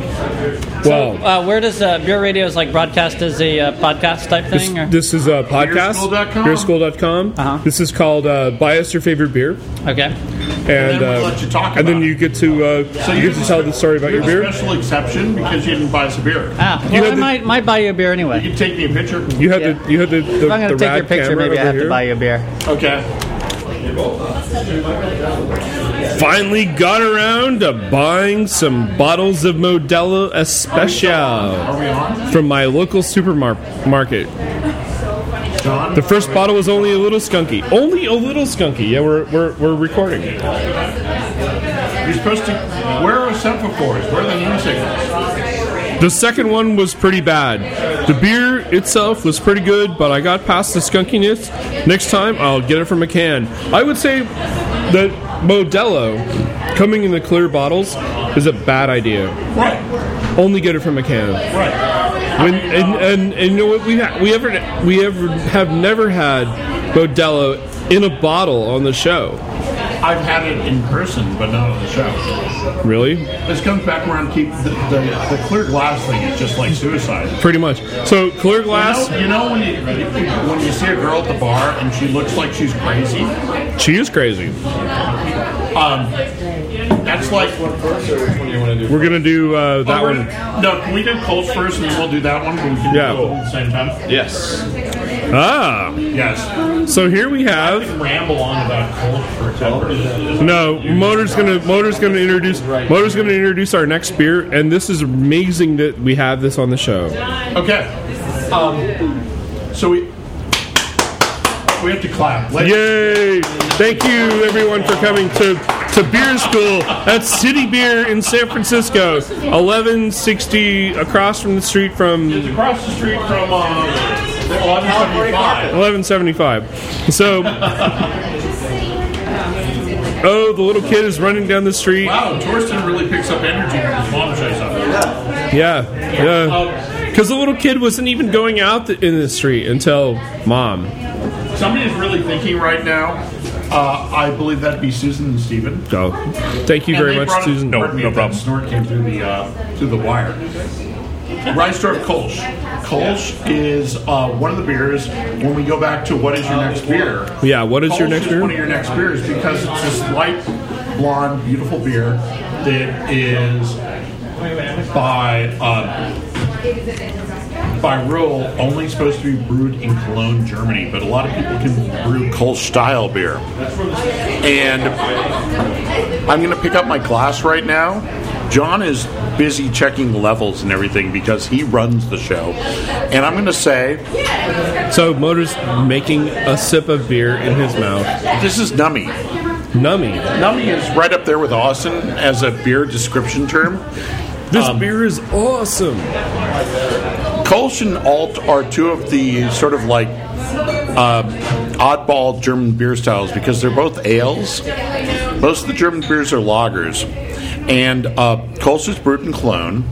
Speaker 11: So, uh, where does uh, Bureau Radio's like broadcast as a uh, podcast type
Speaker 2: This,
Speaker 11: thing? or?
Speaker 2: this is a podcast.
Speaker 11: Beerschool.com.
Speaker 2: Beerschool.com.
Speaker 15: Uh-huh.
Speaker 2: This is called uh, Buy Us Your Favorite Beer.
Speaker 11: Okay.
Speaker 2: And,
Speaker 1: then we'll
Speaker 2: uh,
Speaker 1: let you talk
Speaker 2: and then
Speaker 1: about
Speaker 2: you get to uh,
Speaker 1: So
Speaker 2: you
Speaker 1: you're
Speaker 2: get to tell the story about your
Speaker 1: You're a
Speaker 2: beer.
Speaker 1: special exception because you didn't buy us a beer.
Speaker 11: Ah, well, I might, might buy you a beer anyway.
Speaker 1: You can take me a picture.
Speaker 2: You had the you had the, the,
Speaker 11: If I'm gonna
Speaker 2: the
Speaker 11: take
Speaker 2: rad
Speaker 11: your picture,
Speaker 2: camera
Speaker 11: maybe I
Speaker 2: over
Speaker 11: have to
Speaker 2: here.
Speaker 11: buy you a beer.
Speaker 1: Okay.
Speaker 2: Finally got around to buying some bottles of Modelo Especial from my local supermarket. The first bottle was only a little skunky. Only a little skunky. Yeah, we're, we're, we're recording.
Speaker 1: You're supposed to. Where are semaphores? Where are the hand signals?
Speaker 2: The second one was pretty bad. The beer itself was pretty good, but I got past the skunkiness. Next time, I'll get it from a can. I would say that Modelo coming in the clear bottles is a bad idea.
Speaker 1: Right.
Speaker 2: Only get it from a can.
Speaker 1: Right.
Speaker 2: When, and, and, and you know what? We, ha- we, ever, we ever have never had Modelo in a bottle on the show.
Speaker 1: I've had it in person, but not on the show.
Speaker 2: Really?
Speaker 1: This comes back around. Keep the, the, the clear glass thing is just like suicide.
Speaker 2: Pretty much. So, clear glass.
Speaker 1: You know, you know when you when you see a girl at the bar and she looks like she's crazy.
Speaker 2: She is crazy.
Speaker 1: Um, that's like
Speaker 2: We're going to do uh, that
Speaker 1: Oh, we're-
Speaker 2: one.
Speaker 1: No, can we do Colts first and then we'll do that one? We can
Speaker 2: Yeah.
Speaker 1: do both at the same time.
Speaker 2: Yes. Ah.
Speaker 1: Yes.
Speaker 2: So here we have.
Speaker 1: Ramble on about Colts for forever.
Speaker 2: No, motor's gonna motor's gonna introduce motor's gonna introduce our next beer, and this is amazing that we have this on the show.
Speaker 1: Okay. Um, so we we have to clap.
Speaker 2: Yay! Thank you everyone for coming to to Beer School at City Beer in San Francisco, eleven sixty across from the street from
Speaker 1: Across the street from uh, 1175.
Speaker 2: eleven seventy five. So, oh, the little kid is running down the street.
Speaker 1: Wow, Oh, Torsten really picks up energy when his mom shows up.
Speaker 2: Yeah, yeah. Because the little kid wasn't even going out th- in the street until mom.
Speaker 1: Somebody is really thinking right now. Uh, I believe that'd be Susan and Steven.
Speaker 2: So, thank you
Speaker 1: And
Speaker 2: very
Speaker 1: they
Speaker 2: much,
Speaker 1: brought-
Speaker 2: Susan.
Speaker 1: pardon me if that Snort came through the uh, through the wire. Rheinsdorf Kolsch. Kolsch is uh, one of the beers. When we go back to what is your next beer?
Speaker 2: Yeah, what is your
Speaker 1: Kolsch
Speaker 2: next
Speaker 1: is
Speaker 2: beer?
Speaker 1: One of your next beers because it's this light blonde, beautiful beer that is by uh, by rule only supposed to be brewed in Cologne, Germany. But a lot of people can brew Kolsch style beer. And I'm going to pick up my glass right now. John is busy checking levels and everything because he runs the show. And I'm going to say
Speaker 2: So, Motor's making a sip of beer in his mouth.
Speaker 1: This is nummy.
Speaker 2: Nummy.
Speaker 1: Nummy is right up there with Austin as a beer description term.
Speaker 2: This
Speaker 1: Um,
Speaker 2: beer is awesome.
Speaker 1: Kolsch and Alt are two of the sort of like uh, oddball German beer styles because they're both ales. Most of the German beers are lagers. And uh, Kolsch is brewed in Cologne.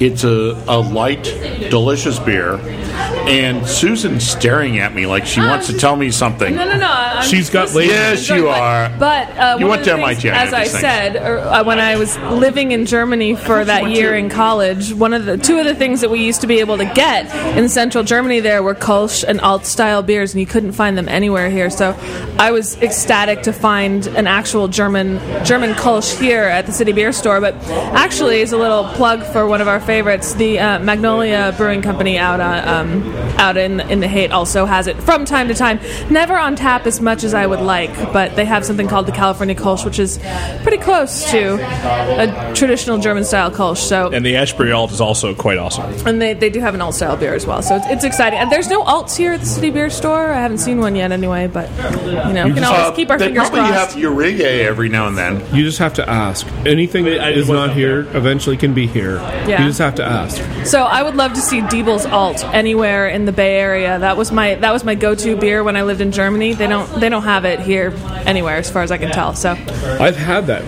Speaker 1: It's a, a light, delicious beer. And Susan's staring at me like she wants to tell me something.
Speaker 15: No, no, no. I- I'm
Speaker 1: She's
Speaker 15: just
Speaker 1: got
Speaker 15: listening.
Speaker 1: Yes, you are.
Speaker 15: But uh,
Speaker 1: You
Speaker 15: one
Speaker 1: went
Speaker 15: of the
Speaker 1: to
Speaker 15: things,
Speaker 1: MIT, I
Speaker 15: as I
Speaker 1: understand.
Speaker 15: said, or, uh, when I was living in Germany for that year in college, one of the two of the things that we used to be able to get in central Germany there were Kolsch and Alt style beers, and you couldn't find them anywhere here. So I was ecstatic to find an actual German German Kolsch here at the city beer store. But actually, it's a little plug for one of our favorites, the uh, Magnolia Brewing Company out on um, um, out in in the hate also has it from time to time. Never on tap as much as I would like, but they have something called the California Kolsch, which is pretty close to a traditional German style Kolsch. So
Speaker 14: And the Ashbury Alt is also quite awesome.
Speaker 15: and they, they do have an alt style beer as well, so it's, it's exciting. And there's no alts here at the City Beer Store. I haven't seen one yet, anyway. But you know, we can always
Speaker 1: Uh,
Speaker 15: keep our
Speaker 1: they
Speaker 15: fingers
Speaker 1: probably
Speaker 15: crossed.
Speaker 1: have Uriga every now and then.
Speaker 2: You just have to ask. Anything that is not here eventually can be here.
Speaker 15: Yeah.
Speaker 2: You just have to ask.
Speaker 15: So I would love to see Diebel's alt anywhere in the Bay Area. That was my that was my go to beer when I lived in Germany. They don't they don't have it here anywhere, as far as I can tell. So
Speaker 2: I've had that.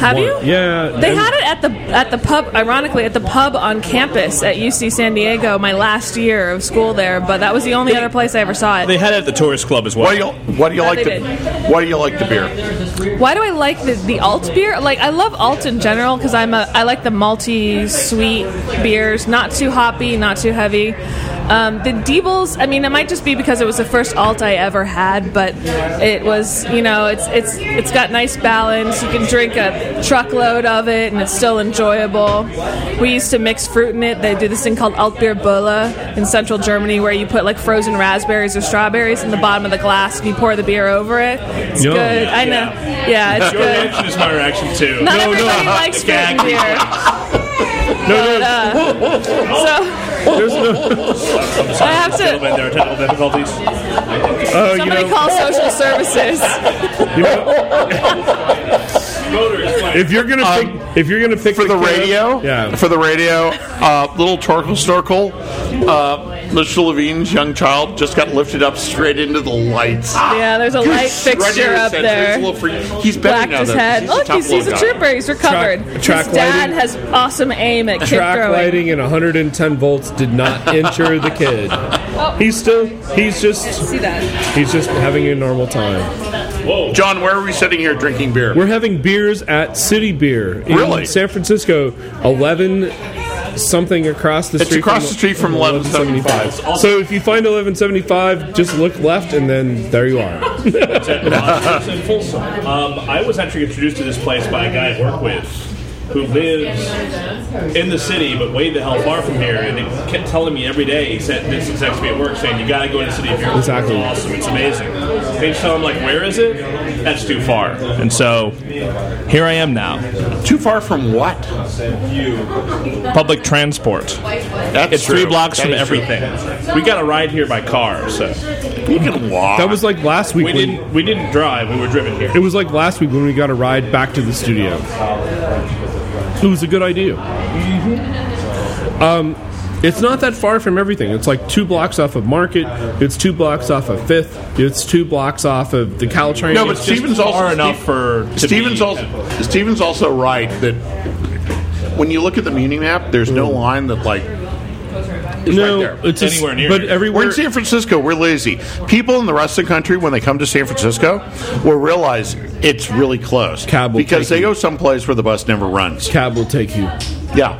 Speaker 15: Have you?
Speaker 2: Yeah.
Speaker 15: They had it at the at the pub, ironically, at the pub on campus at UC San Diego my last year of school there. But that was the only other place I ever saw it.
Speaker 14: They had it at the tourist club as well. Why do
Speaker 1: you, why do you
Speaker 15: No,
Speaker 1: like
Speaker 15: they
Speaker 1: the Why do you like the beer?
Speaker 15: Why do I like the, the alt beer? Like I love alt in general because I'm a I like the malty sweet beers, not too hoppy, not too heavy. Um, the Diebels, I mean, it might just be because it was the first alt I ever had, but it was you know it's it's it's got nice balance. You can drink a truckload of it and it's still enjoyable. We used to mix fruit in it. They do this thing called Altbierbulle in central Germany where you put like frozen raspberries or strawberries in the bottom of the glass and you pour the beer over it. It's
Speaker 14: Yum.
Speaker 15: good. I know. Yeah, it's
Speaker 14: Your
Speaker 15: good.
Speaker 14: reaction is my reaction too.
Speaker 15: Not everybody likes fruit and
Speaker 14: Gag.
Speaker 15: beer. But, uh, so I have to.
Speaker 14: There are technical difficulties. Uh,
Speaker 2: Oh,
Speaker 15: somebody
Speaker 2: you know,
Speaker 15: call social services.
Speaker 2: if you're gonna pick, um, if you're gonna pick
Speaker 1: for the, radio,
Speaker 2: yeah,
Speaker 1: for the radio, uh, little torkel snorkel. Uh, Mr. Levine's young child just got lifted up straight into the lights.
Speaker 15: Yeah, there's a
Speaker 1: Good
Speaker 15: light
Speaker 1: shred
Speaker 15: fixture
Speaker 1: of
Speaker 15: up
Speaker 1: sense.
Speaker 15: there.
Speaker 1: He's, a little freak- he's better
Speaker 15: Whacked
Speaker 1: now,
Speaker 15: his
Speaker 1: though.
Speaker 15: head.
Speaker 1: He's
Speaker 15: Look,
Speaker 1: top
Speaker 15: he's, he's a
Speaker 1: little guy.
Speaker 15: trooper. He's recovered.
Speaker 2: track
Speaker 15: his dad
Speaker 2: lighting-
Speaker 15: has awesome aim at kid
Speaker 2: track
Speaker 15: throwing.
Speaker 2: lighting and 110 volts did not enter the kid.
Speaker 15: Oh.
Speaker 2: He's still, he's just,
Speaker 15: See that?
Speaker 2: he's just having a normal time.
Speaker 1: John, where are we sitting here drinking beer?
Speaker 2: We're having beers at City Beer in
Speaker 1: Really?
Speaker 2: San Francisco, 11 something across the
Speaker 1: It's
Speaker 2: street.
Speaker 1: across the street from 1175.
Speaker 2: So if you find 1175, just look left and then there you are.
Speaker 14: in Folsom. Um, I was actually introduced to this place by a guy I work with who lives in the city but way the hell far from here and he kept telling me every day he said this is actually at work saying you gotta go to the city of Europe
Speaker 2: Exactly.
Speaker 14: it's awesome it's amazing and so I'm like where is it that's too far and so here I am now
Speaker 1: too far from what
Speaker 14: public transport
Speaker 1: That's
Speaker 14: it's three
Speaker 1: true.
Speaker 14: blocks
Speaker 1: That
Speaker 14: from
Speaker 1: is true.
Speaker 14: everything we got a ride here by car so
Speaker 1: you can walk
Speaker 2: That was like last week.
Speaker 14: we
Speaker 2: when-
Speaker 14: didn't we didn't drive we were driven here
Speaker 2: It was like last week when we got a ride back to the studio. It was a good idea. Um, it's not that far from everything. It's like two blocks off of Market. It's two blocks off of Fifth. It's two blocks off of the Caltrain.
Speaker 1: No, but
Speaker 2: It's just
Speaker 1: Stevens also
Speaker 2: far enough
Speaker 1: Steve-
Speaker 14: for to
Speaker 1: Stevens also Stevens also right that when you look at the muni map, there's no line that like is
Speaker 2: Mm. No,
Speaker 1: right there.
Speaker 2: it's just- Anywhere near but here. everywhere-
Speaker 1: We're in San Francisco. We're lazy. People in the rest of the country, when they come to San Francisco, will realize it's really close
Speaker 2: Cab will
Speaker 1: because
Speaker 2: take
Speaker 1: they
Speaker 2: you.
Speaker 1: go someplace where the bus never runs.
Speaker 2: Cab will take you.
Speaker 1: Yeah,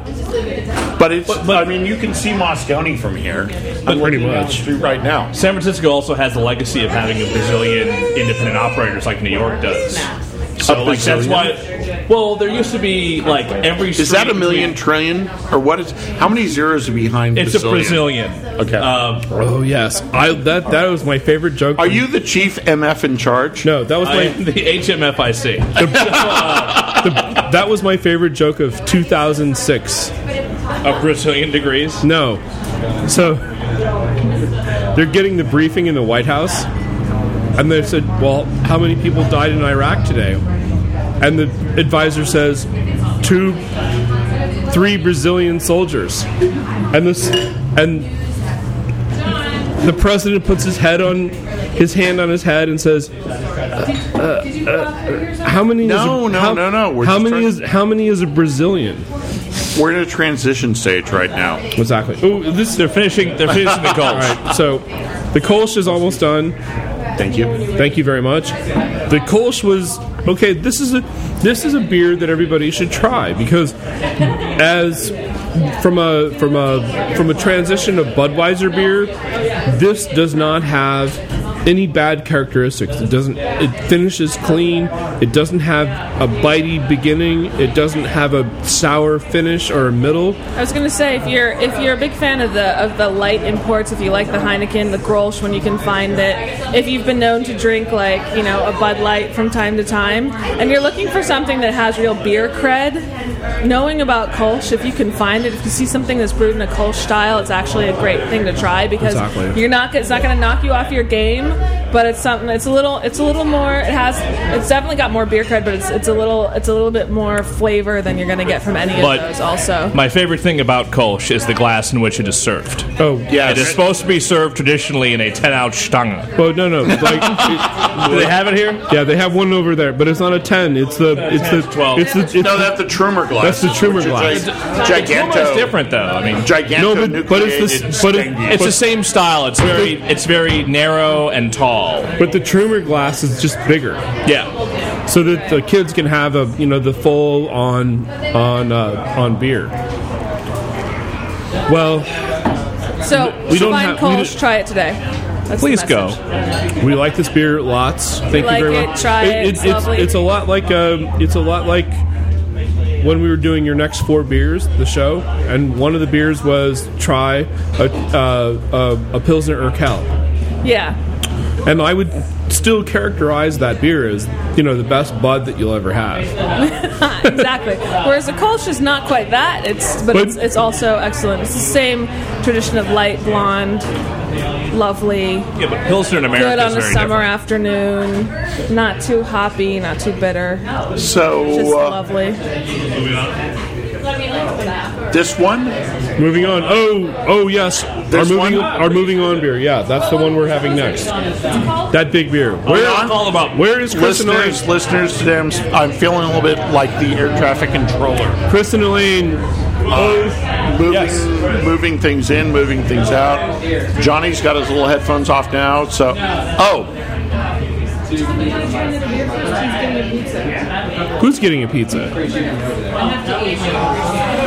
Speaker 1: but it's. I mean, you can see Moscone from here. I'm
Speaker 2: pretty
Speaker 1: looking down the
Speaker 2: much.
Speaker 1: street right now.
Speaker 14: San Francisco also has the legacy of having a Brazilian independent operators like New York does. So
Speaker 1: A
Speaker 14: like that's
Speaker 1: Brazilian?
Speaker 14: why. Well, there used to be like every.
Speaker 1: Is that a
Speaker 14: street-
Speaker 1: million trillion or what is? How many zeros are behind?
Speaker 14: It's a Brazilian.
Speaker 1: Okay.
Speaker 2: oh yes, I that that was my favorite joke.
Speaker 1: Are you the chief MF in charge?
Speaker 2: No, that was
Speaker 14: I
Speaker 2: my
Speaker 14: am the HMFIC.
Speaker 2: that was my favorite joke of 2006.
Speaker 14: Of Brazilian degrees?
Speaker 2: No. So they're getting the briefing in the White House, and they said, "Well, how many people died in Iraq today?" And the advisor says, two, three Brazilian soldiers," and this and the president puts his head on his hand on his head and says, uh, uh, uh, "How many?
Speaker 1: No,
Speaker 2: is a,
Speaker 1: no,
Speaker 2: how,
Speaker 1: no, no, we're
Speaker 2: how
Speaker 1: just
Speaker 2: many
Speaker 1: trying-
Speaker 2: is how many is a Brazilian?"
Speaker 1: We're in a transition stage right now.
Speaker 2: Exactly. Oh, this they're finishing.
Speaker 14: They're finishing the Kolsch.
Speaker 2: All right, so the Kolsch is almost done.
Speaker 1: Thank you.
Speaker 2: Thank you very much. The Kolsch was okay. This is a this is a beer that everybody should try because as from a from a from a transition of Budweiser beer, this does not have any bad characteristics. It doesn't. It finishes clean. It doesn't have a bitey beginning. It doesn't have a sour finish or a middle.
Speaker 15: I was gonna say if you're if you're a big fan of the of the light imports, if you like the Heineken, the Grolsch when you can find it, if you've been known to drink like you know a Bud Light from time to time, and you're looking for something that has real beer cred, knowing about Kolsch, if you can find it, if you see something that's brewed in a Kolsch style, it's actually a great thing to try because
Speaker 2: Exactly.
Speaker 15: you're not it's not gonna knock you off your game, but it's something it's a little it's a little more it has it's definitely got more beer cred, but it's it's a little it's a little bit more flavor than you're gonna get from any of
Speaker 14: But-
Speaker 15: those also.
Speaker 14: My favorite thing about Kolsch is the glass in which it is served.
Speaker 2: Oh,
Speaker 14: yeah. It is supposed to be served traditionally in a 10 ounce Stange.
Speaker 2: Well, no, no. Like, it-
Speaker 14: Do they have it here?
Speaker 2: Yeah, they have one over there, but it's not a ten. It's the it's the It's the it's
Speaker 1: no,
Speaker 2: the-
Speaker 1: that's the Trumer glass.
Speaker 2: That's the Trumer
Speaker 1: which is
Speaker 2: glass.
Speaker 1: a
Speaker 14: The Trumer
Speaker 1: Giganto.
Speaker 14: is different, though. I mean,
Speaker 1: Giganto
Speaker 14: No,
Speaker 2: but- but it's the-
Speaker 1: nucleated
Speaker 2: but it-
Speaker 1: Stange.
Speaker 14: it's the same style. It's very it's very narrow and tall.
Speaker 2: But the Trumer glass is just bigger.
Speaker 14: Yeah.
Speaker 2: So that the kids can have a you know the full on on uh, on beer. Well,
Speaker 15: So
Speaker 2: We
Speaker 15: we
Speaker 2: don't
Speaker 15: find
Speaker 2: have- we
Speaker 15: Kolsch, try it today. That's the
Speaker 2: please go.
Speaker 15: message.
Speaker 2: We like this beer lots. Thank
Speaker 15: We
Speaker 2: you
Speaker 15: like
Speaker 2: very
Speaker 15: it,
Speaker 2: much.
Speaker 15: try it, it's
Speaker 2: it's,
Speaker 15: lovely.
Speaker 2: it's a lot like um, it's a lot like when we were doing your next four beers, the show, and one of the beers was try a uh, a, a pilsner Urquell.
Speaker 15: Yeah.
Speaker 2: And I would still characterize that beer as, you know, the best bud that you'll ever have.
Speaker 15: exactly. Whereas the Kolsch is not quite that. It's but, it's, it's also excellent. It's the same tradition of light blonde, lovely.
Speaker 14: Yeah, but Pilsner in America
Speaker 15: good on
Speaker 14: is
Speaker 15: a
Speaker 14: very
Speaker 15: summer afternoon. Not too hoppy, not too bitter.
Speaker 1: So,
Speaker 15: just
Speaker 1: uh,
Speaker 15: lovely.
Speaker 1: This one?
Speaker 2: Moving on. Oh, oh yes. our moving our moving on beer. Yeah, that's the one we're having next. That big beer. Where
Speaker 1: all
Speaker 14: about?
Speaker 2: Where is Chris and
Speaker 1: listeners?
Speaker 2: Elaine?
Speaker 1: Listeners, today I'm, I'm feeling a little bit like the air traffic controller.
Speaker 2: Chris and Elaine,
Speaker 1: both moving, moving things in, moving things out. Johnny's got his little headphones off now, so oh,
Speaker 2: who's getting a pizza?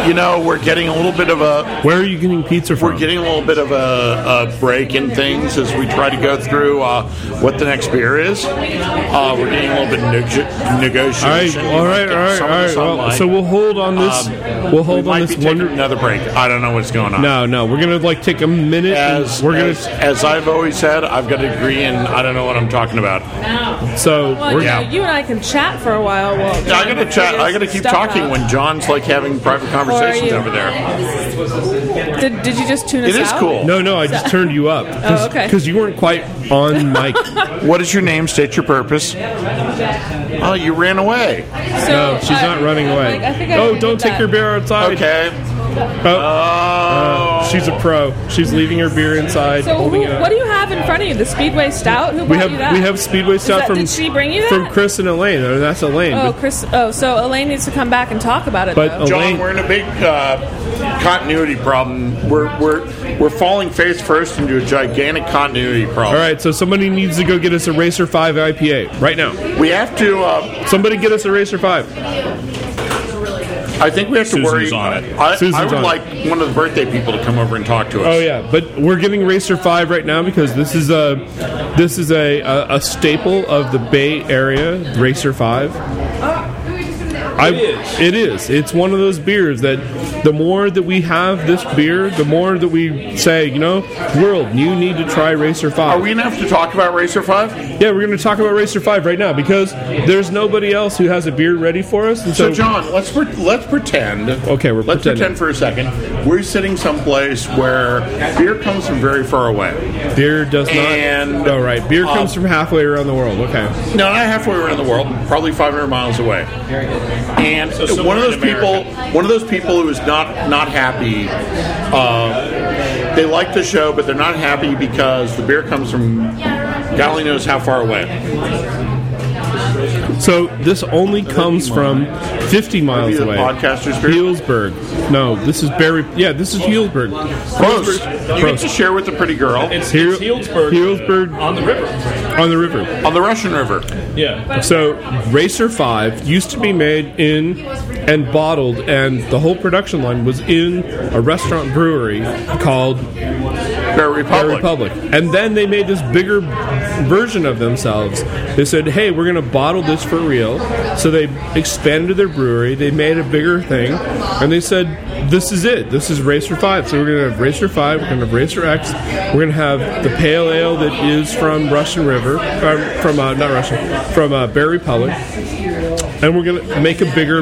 Speaker 1: you know we're getting a little bit of a.
Speaker 2: Where are you getting pizza from?
Speaker 1: We're getting a little bit of a, a break in things as we try to go through uh, what the next beer is. Uh, we're getting a little bit neg-
Speaker 2: All right,
Speaker 1: negotiation.
Speaker 2: all right, all right, all
Speaker 1: Some of
Speaker 2: right.
Speaker 1: this
Speaker 2: Well,
Speaker 1: online.
Speaker 2: so we'll hold on this.
Speaker 1: Um,
Speaker 2: we'll hold
Speaker 1: we might
Speaker 2: on this
Speaker 1: be taking another break. I don't know what's going on.
Speaker 2: No, no, we're gonna like take a minute. and
Speaker 1: As,
Speaker 2: we're gonna.
Speaker 1: as, as I've always said, I've got a degree in I don't know what I'm talking about.
Speaker 2: so
Speaker 15: Well,
Speaker 1: we're-
Speaker 15: you, know,
Speaker 1: Yeah.
Speaker 15: you and I can chat for a while. While
Speaker 1: I gotta chat. I gotta keep
Speaker 15: Stuff
Speaker 1: talking
Speaker 15: out.
Speaker 1: when John's like having private conversations
Speaker 15: Or you-
Speaker 1: over there.
Speaker 15: Did, did you just tune us
Speaker 1: It is
Speaker 15: out?
Speaker 1: cool.
Speaker 2: No, no, I just turned you up.
Speaker 15: Oh, okay.
Speaker 2: Because you weren't quite on mic.
Speaker 1: what is your name? State your purpose. Oh, you ran away.
Speaker 15: So, uh,
Speaker 2: no, she's not running away.
Speaker 15: like, I think I
Speaker 2: oh,
Speaker 15: already
Speaker 2: don't
Speaker 15: did
Speaker 2: take
Speaker 15: that.
Speaker 2: your beer outside.
Speaker 1: Okay. Oh.
Speaker 2: Oh. Uh, she's a pro. She's leaving her beer inside.
Speaker 15: So,
Speaker 2: holding
Speaker 15: who,
Speaker 2: it up.
Speaker 15: what do you have in front of you? The Speedway Stout? Who brought
Speaker 2: we have
Speaker 15: you that?
Speaker 2: we have Speedway
Speaker 15: Is
Speaker 2: Stout
Speaker 15: that-
Speaker 2: from
Speaker 15: Did she bring you that?
Speaker 2: from Chris and Elaine. Or that's Elaine.
Speaker 15: Oh,
Speaker 2: but-
Speaker 15: Chris. Oh, so Elaine needs to come back and talk about it.
Speaker 2: But
Speaker 15: though.
Speaker 1: John, we're in a big uh, continuity problem. We're we're we're falling face first into a gigantic continuity problem.
Speaker 2: all right, so somebody needs to go get us a Racer Five IPA right now.
Speaker 1: We have to. Uh,
Speaker 2: somebody get us a Racer Five.
Speaker 1: I think we have to worry.
Speaker 2: Susan's on it.
Speaker 1: I,
Speaker 2: Susan's
Speaker 1: I would
Speaker 2: on it.
Speaker 1: like one of the birthday people to come over and talk to us.
Speaker 2: Oh yeah, but we're getting Racer Five right now because this is a this is a, a, a staple of the Bay Area. Racer Five. I, it is. It's one of those beers that the more that we have this beer, the more that we say, you know, world, you need to try Racer Five.
Speaker 1: Are we gonna have to talk about Racer Five?
Speaker 2: Yeah, we're going to talk about Racer Five right now because there's nobody else who has a beer ready for us. And so,
Speaker 1: So, John, let's pre- let's pretend.
Speaker 2: Okay, we're
Speaker 1: let's pretend
Speaker 2: pretending.
Speaker 1: for a second we're sitting someplace where beer comes from very far away.
Speaker 2: beer does not.
Speaker 1: And-
Speaker 2: all right, beer
Speaker 1: uh,
Speaker 2: comes from halfway around the world. Okay.
Speaker 1: No, not halfway around the world, probably 500 miles away. And one of those people, one of those people who is not not happy. Uh, they like the show, but they're not happy because the beer comes from God only knows how far away.
Speaker 2: So this only comes from 50 miles
Speaker 1: the
Speaker 2: away.
Speaker 1: podcaster's
Speaker 2: Healdsburg. No, this is Barry. Yeah, this is Healdsburg.
Speaker 1: Close. You get to share with a pretty girl.
Speaker 14: It's,
Speaker 2: Here-
Speaker 14: it's Healdsburg
Speaker 2: Healdsburg
Speaker 14: on the river.
Speaker 2: on the river.
Speaker 1: On the Russian River.
Speaker 14: Yeah.
Speaker 2: So Racer 5 used to be made in and bottled, and the whole production line was in a restaurant brewery called
Speaker 1: Bear Republic.
Speaker 2: And then they made this bigger version of themselves. They said, hey, we're going to bottle this for real. So they expanded their brewery. They made a bigger thing. And they said, this is it. This is Racer 5. So we're going to have Racer 5. We're going to have Racer X. We're going to have the pale ale that is from Russian River. Or from, uh, not Russian, from uh, Bear Republic and we're going to make a bigger,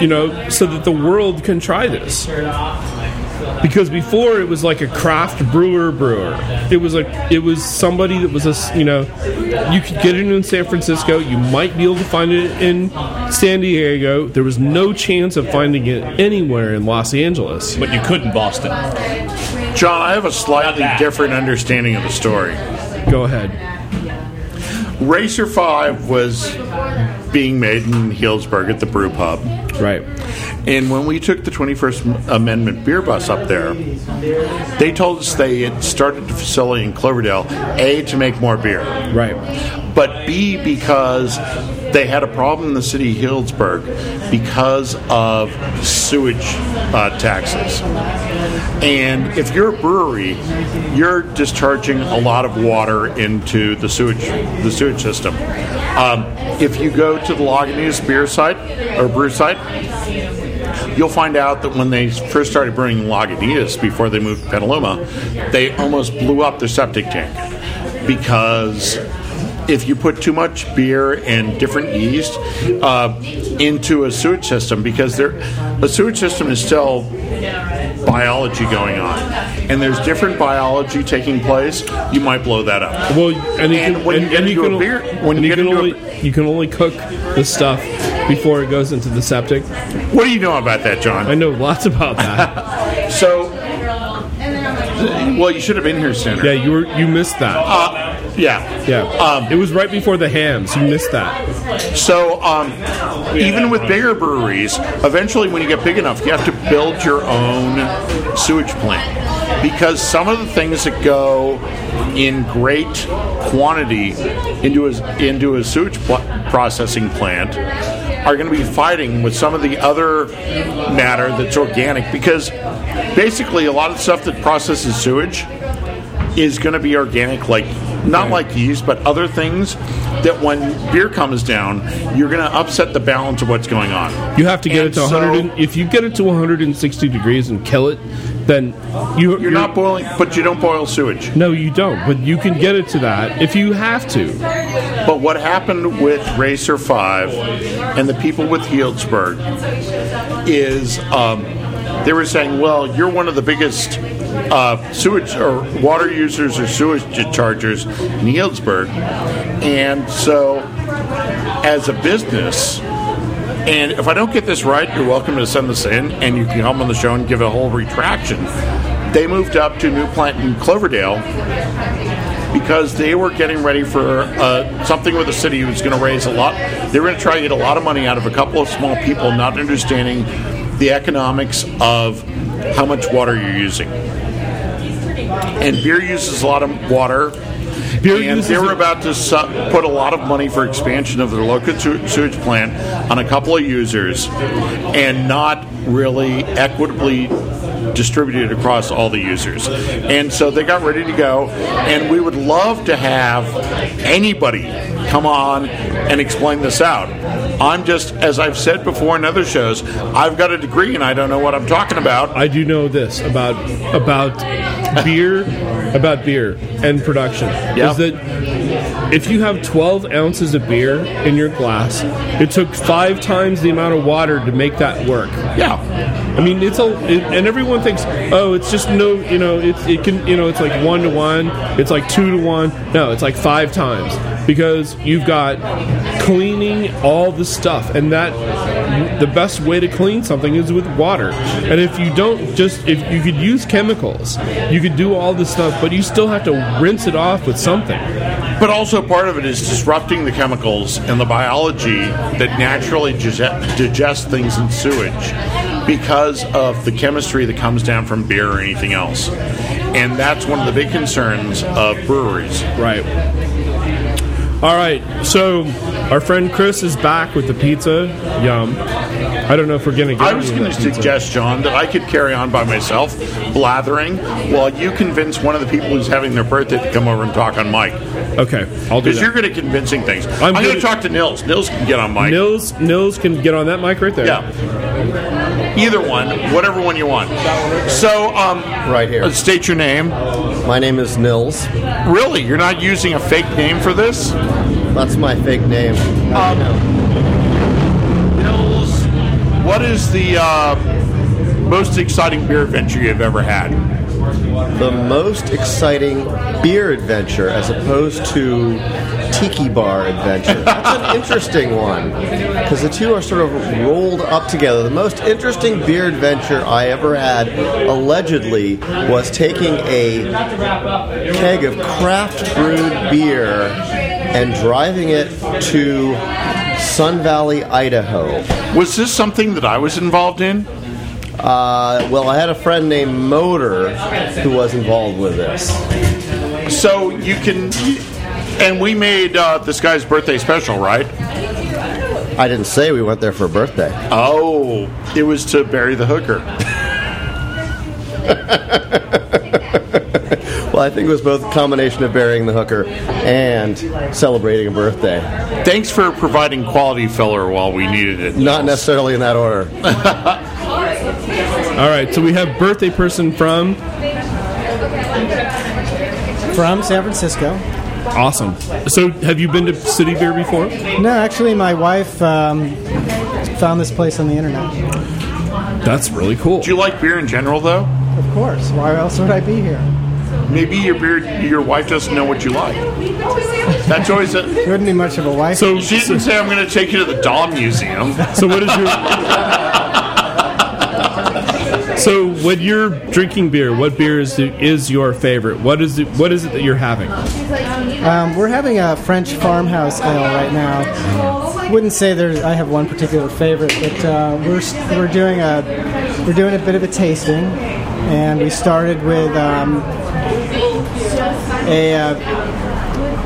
Speaker 2: you know, so that the world can try this. Because before it was like a craft brewer brewer. It was like it was somebody that was a s- you know, you could get it in San Francisco. You might be able to find it in San Diego. There was no chance of finding it anywhere in Los Angeles.
Speaker 14: But you could in Boston.
Speaker 1: John, I have a slightly different understanding of the story.
Speaker 2: Go ahead.
Speaker 1: Racer 5 was being made in Healdsburg at the brew pub.
Speaker 2: Right.
Speaker 1: And when we took the 21st Amendment beer bus up there, they told us they had started the facility in Cloverdale, A, to make more beer.
Speaker 2: Right.
Speaker 1: But B, because they had a problem in the city of Healdsburg because of sewage uh, taxes. And if you're a brewery, you're discharging a lot of water into the sewage the sewage system. Um, if you go to the Lagunitas beer site or brew site, you'll find out that when they first started brewing Lagunitas before they moved to Petaluma, they almost blew up their septic tank because if you put too much beer and different yeast uh, into a sewage system, because there, a sewage system is still biology going on, and there's different biology taking place, you might blow that up.
Speaker 2: Well, and, you
Speaker 1: And
Speaker 2: can,
Speaker 1: when you
Speaker 2: and-
Speaker 1: get
Speaker 2: and
Speaker 1: into
Speaker 2: you can
Speaker 1: a
Speaker 2: o-
Speaker 1: beer- when
Speaker 2: and
Speaker 1: you get
Speaker 2: you can
Speaker 1: into a
Speaker 2: only you can only cook the stuff before it goes into the septic.
Speaker 1: What do you know about that, John? I
Speaker 2: know lots about that.
Speaker 1: so, well, you should have been here sooner.
Speaker 2: Yeah, you were you missed that.
Speaker 1: Uh, yeah, Um,
Speaker 2: yeah. it was right before the hams. You missed that.
Speaker 1: So, um, even with bigger breweries, eventually when you get big enough, you have to build your own sewage plant because some of the things that go in great quantity into a, into a sewage pl- processing plant are going to be fighting with some of the other matter that's organic because basically a lot of the stuff that processes sewage is going to be organic, like not like yeast, but other things that when beer comes down, you're going to upset the balance of what's going on.
Speaker 2: You have to get it to
Speaker 1: And so-
Speaker 2: 100. and, if you get it to 160 degrees and kill it, then you, you're,
Speaker 1: not boiling, but you don't boil sewage.
Speaker 2: No, you don't. But you can get it to that if you have to.
Speaker 1: But what happened with Racer 5 and the people with Healdsburg is um, they were saying, well, you're one of the biggest uh, sewage or water users or sewage dischargers in Healdsburg. And so, as a business, and if I don't get this right, you're welcome to send this in and you can come on the show and give a whole retraction. They moved up to a new plant in Cloverdale because they were getting ready for uh, something with the city was going to raise a lot. They were going to try to get a lot of money out of a couple of small people not understanding the economics of how much water you're using. And beer uses a lot of water. and they were about to su- put a lot of money for expansion of their local su- sewage plant on a couple of users and not really equitably distributed across all the users. And so they got ready to go, and we would love to have anybody come on and explain this out. I'm just, as I've said before in other shows, I've got a degree and I don't know what I'm talking about.
Speaker 2: I do know this about about beer, about beer and production.
Speaker 1: Yeah.
Speaker 2: Is that if you have 12 ounces of beer in your glass, it took five times the amount of water to make that work.
Speaker 1: Yeah.
Speaker 2: I mean, it's a, it, and everyone thinks, oh, it's just no, you know, it, it can, you know, it's like one to one, it's like two to one. No, it's like five times because you've got cleaning all the stuff, and that the best way to clean something is with water. And if you don't just, if you could use chemicals, you could do all this stuff, but you still have to rinse it off with something.
Speaker 1: But also, part of it is disrupting the chemicals and the biology that naturally digest digest things in sewage because of the chemistry that comes down from beer or anything else. And that's one of the big concerns of breweries.
Speaker 2: Right. All right, so our friend Chris is back with the pizza. Yum. I don't know if we're gonna get.
Speaker 1: I was
Speaker 2: any of
Speaker 1: going to
Speaker 2: that pizza.
Speaker 1: suggest, John, that I could carry on by myself, blathering, while you convince one of the people who's having their birthday to come over and talk on mic.
Speaker 2: Okay, I'll do
Speaker 1: Because
Speaker 2: that.
Speaker 1: you're good at convincing things.
Speaker 2: I'm
Speaker 1: I'm,
Speaker 2: good
Speaker 1: going to
Speaker 2: at-
Speaker 1: talk to Nils. Nils can get on mic.
Speaker 2: Nils, Nils can get on that mic right there.
Speaker 1: Yeah. Either one, whatever one you want. So, um, right here. State your name.
Speaker 9: My name is Nils.
Speaker 1: Really, you're not using a fake name for this?
Speaker 9: That's my fake name.
Speaker 1: Um, Nils, what is the uh, most exciting beer adventure you've ever had?
Speaker 9: The most exciting beer adventure as opposed to tiki bar adventure. That's an interesting one because the two are sort of rolled up together. The most interesting beer adventure I ever had, allegedly, was taking a keg of craft brewed beer and driving it to Sun Valley, Idaho.
Speaker 1: Was this something that I was involved in?
Speaker 9: Uh, well, I had a friend named Motor who was involved with this.
Speaker 1: So you can, and we made uh, this guy's birthday special, right?
Speaker 9: I didn't say we went there for a birthday.
Speaker 1: Oh, it was to bury the hooker.
Speaker 9: well, I think it was both a combination of burying the hooker and celebrating a birthday.
Speaker 1: Thanks for providing quality filler while we needed it.
Speaker 9: Not necessarily in that order.
Speaker 2: All right, so we have birthday person from
Speaker 17: From San Francisco.
Speaker 2: Awesome. So, have you been to City Beer before?
Speaker 17: No, actually, my wife um, found this place on the internet.
Speaker 2: That's really cool.
Speaker 1: Do you like beer in general, though?
Speaker 17: Of course. Why else would I be here?
Speaker 1: Maybe your beer, your wife doesn't know what you like. That's always
Speaker 2: uh,
Speaker 1: a.
Speaker 17: Wouldn't be much of a wife.
Speaker 1: So she didn't say I'm going to take you to the Daw Museum.
Speaker 2: So what is your? So, when you're drinking beer, what beer is, is your favorite? What is it, what is it that you're having?
Speaker 17: Um, we're having a French farmhouse ale right now. Wouldn't say there's. I have one particular favorite, but uh, we're s- we're doing a we're doing a bit of a tasting, and we started with um, a. Uh,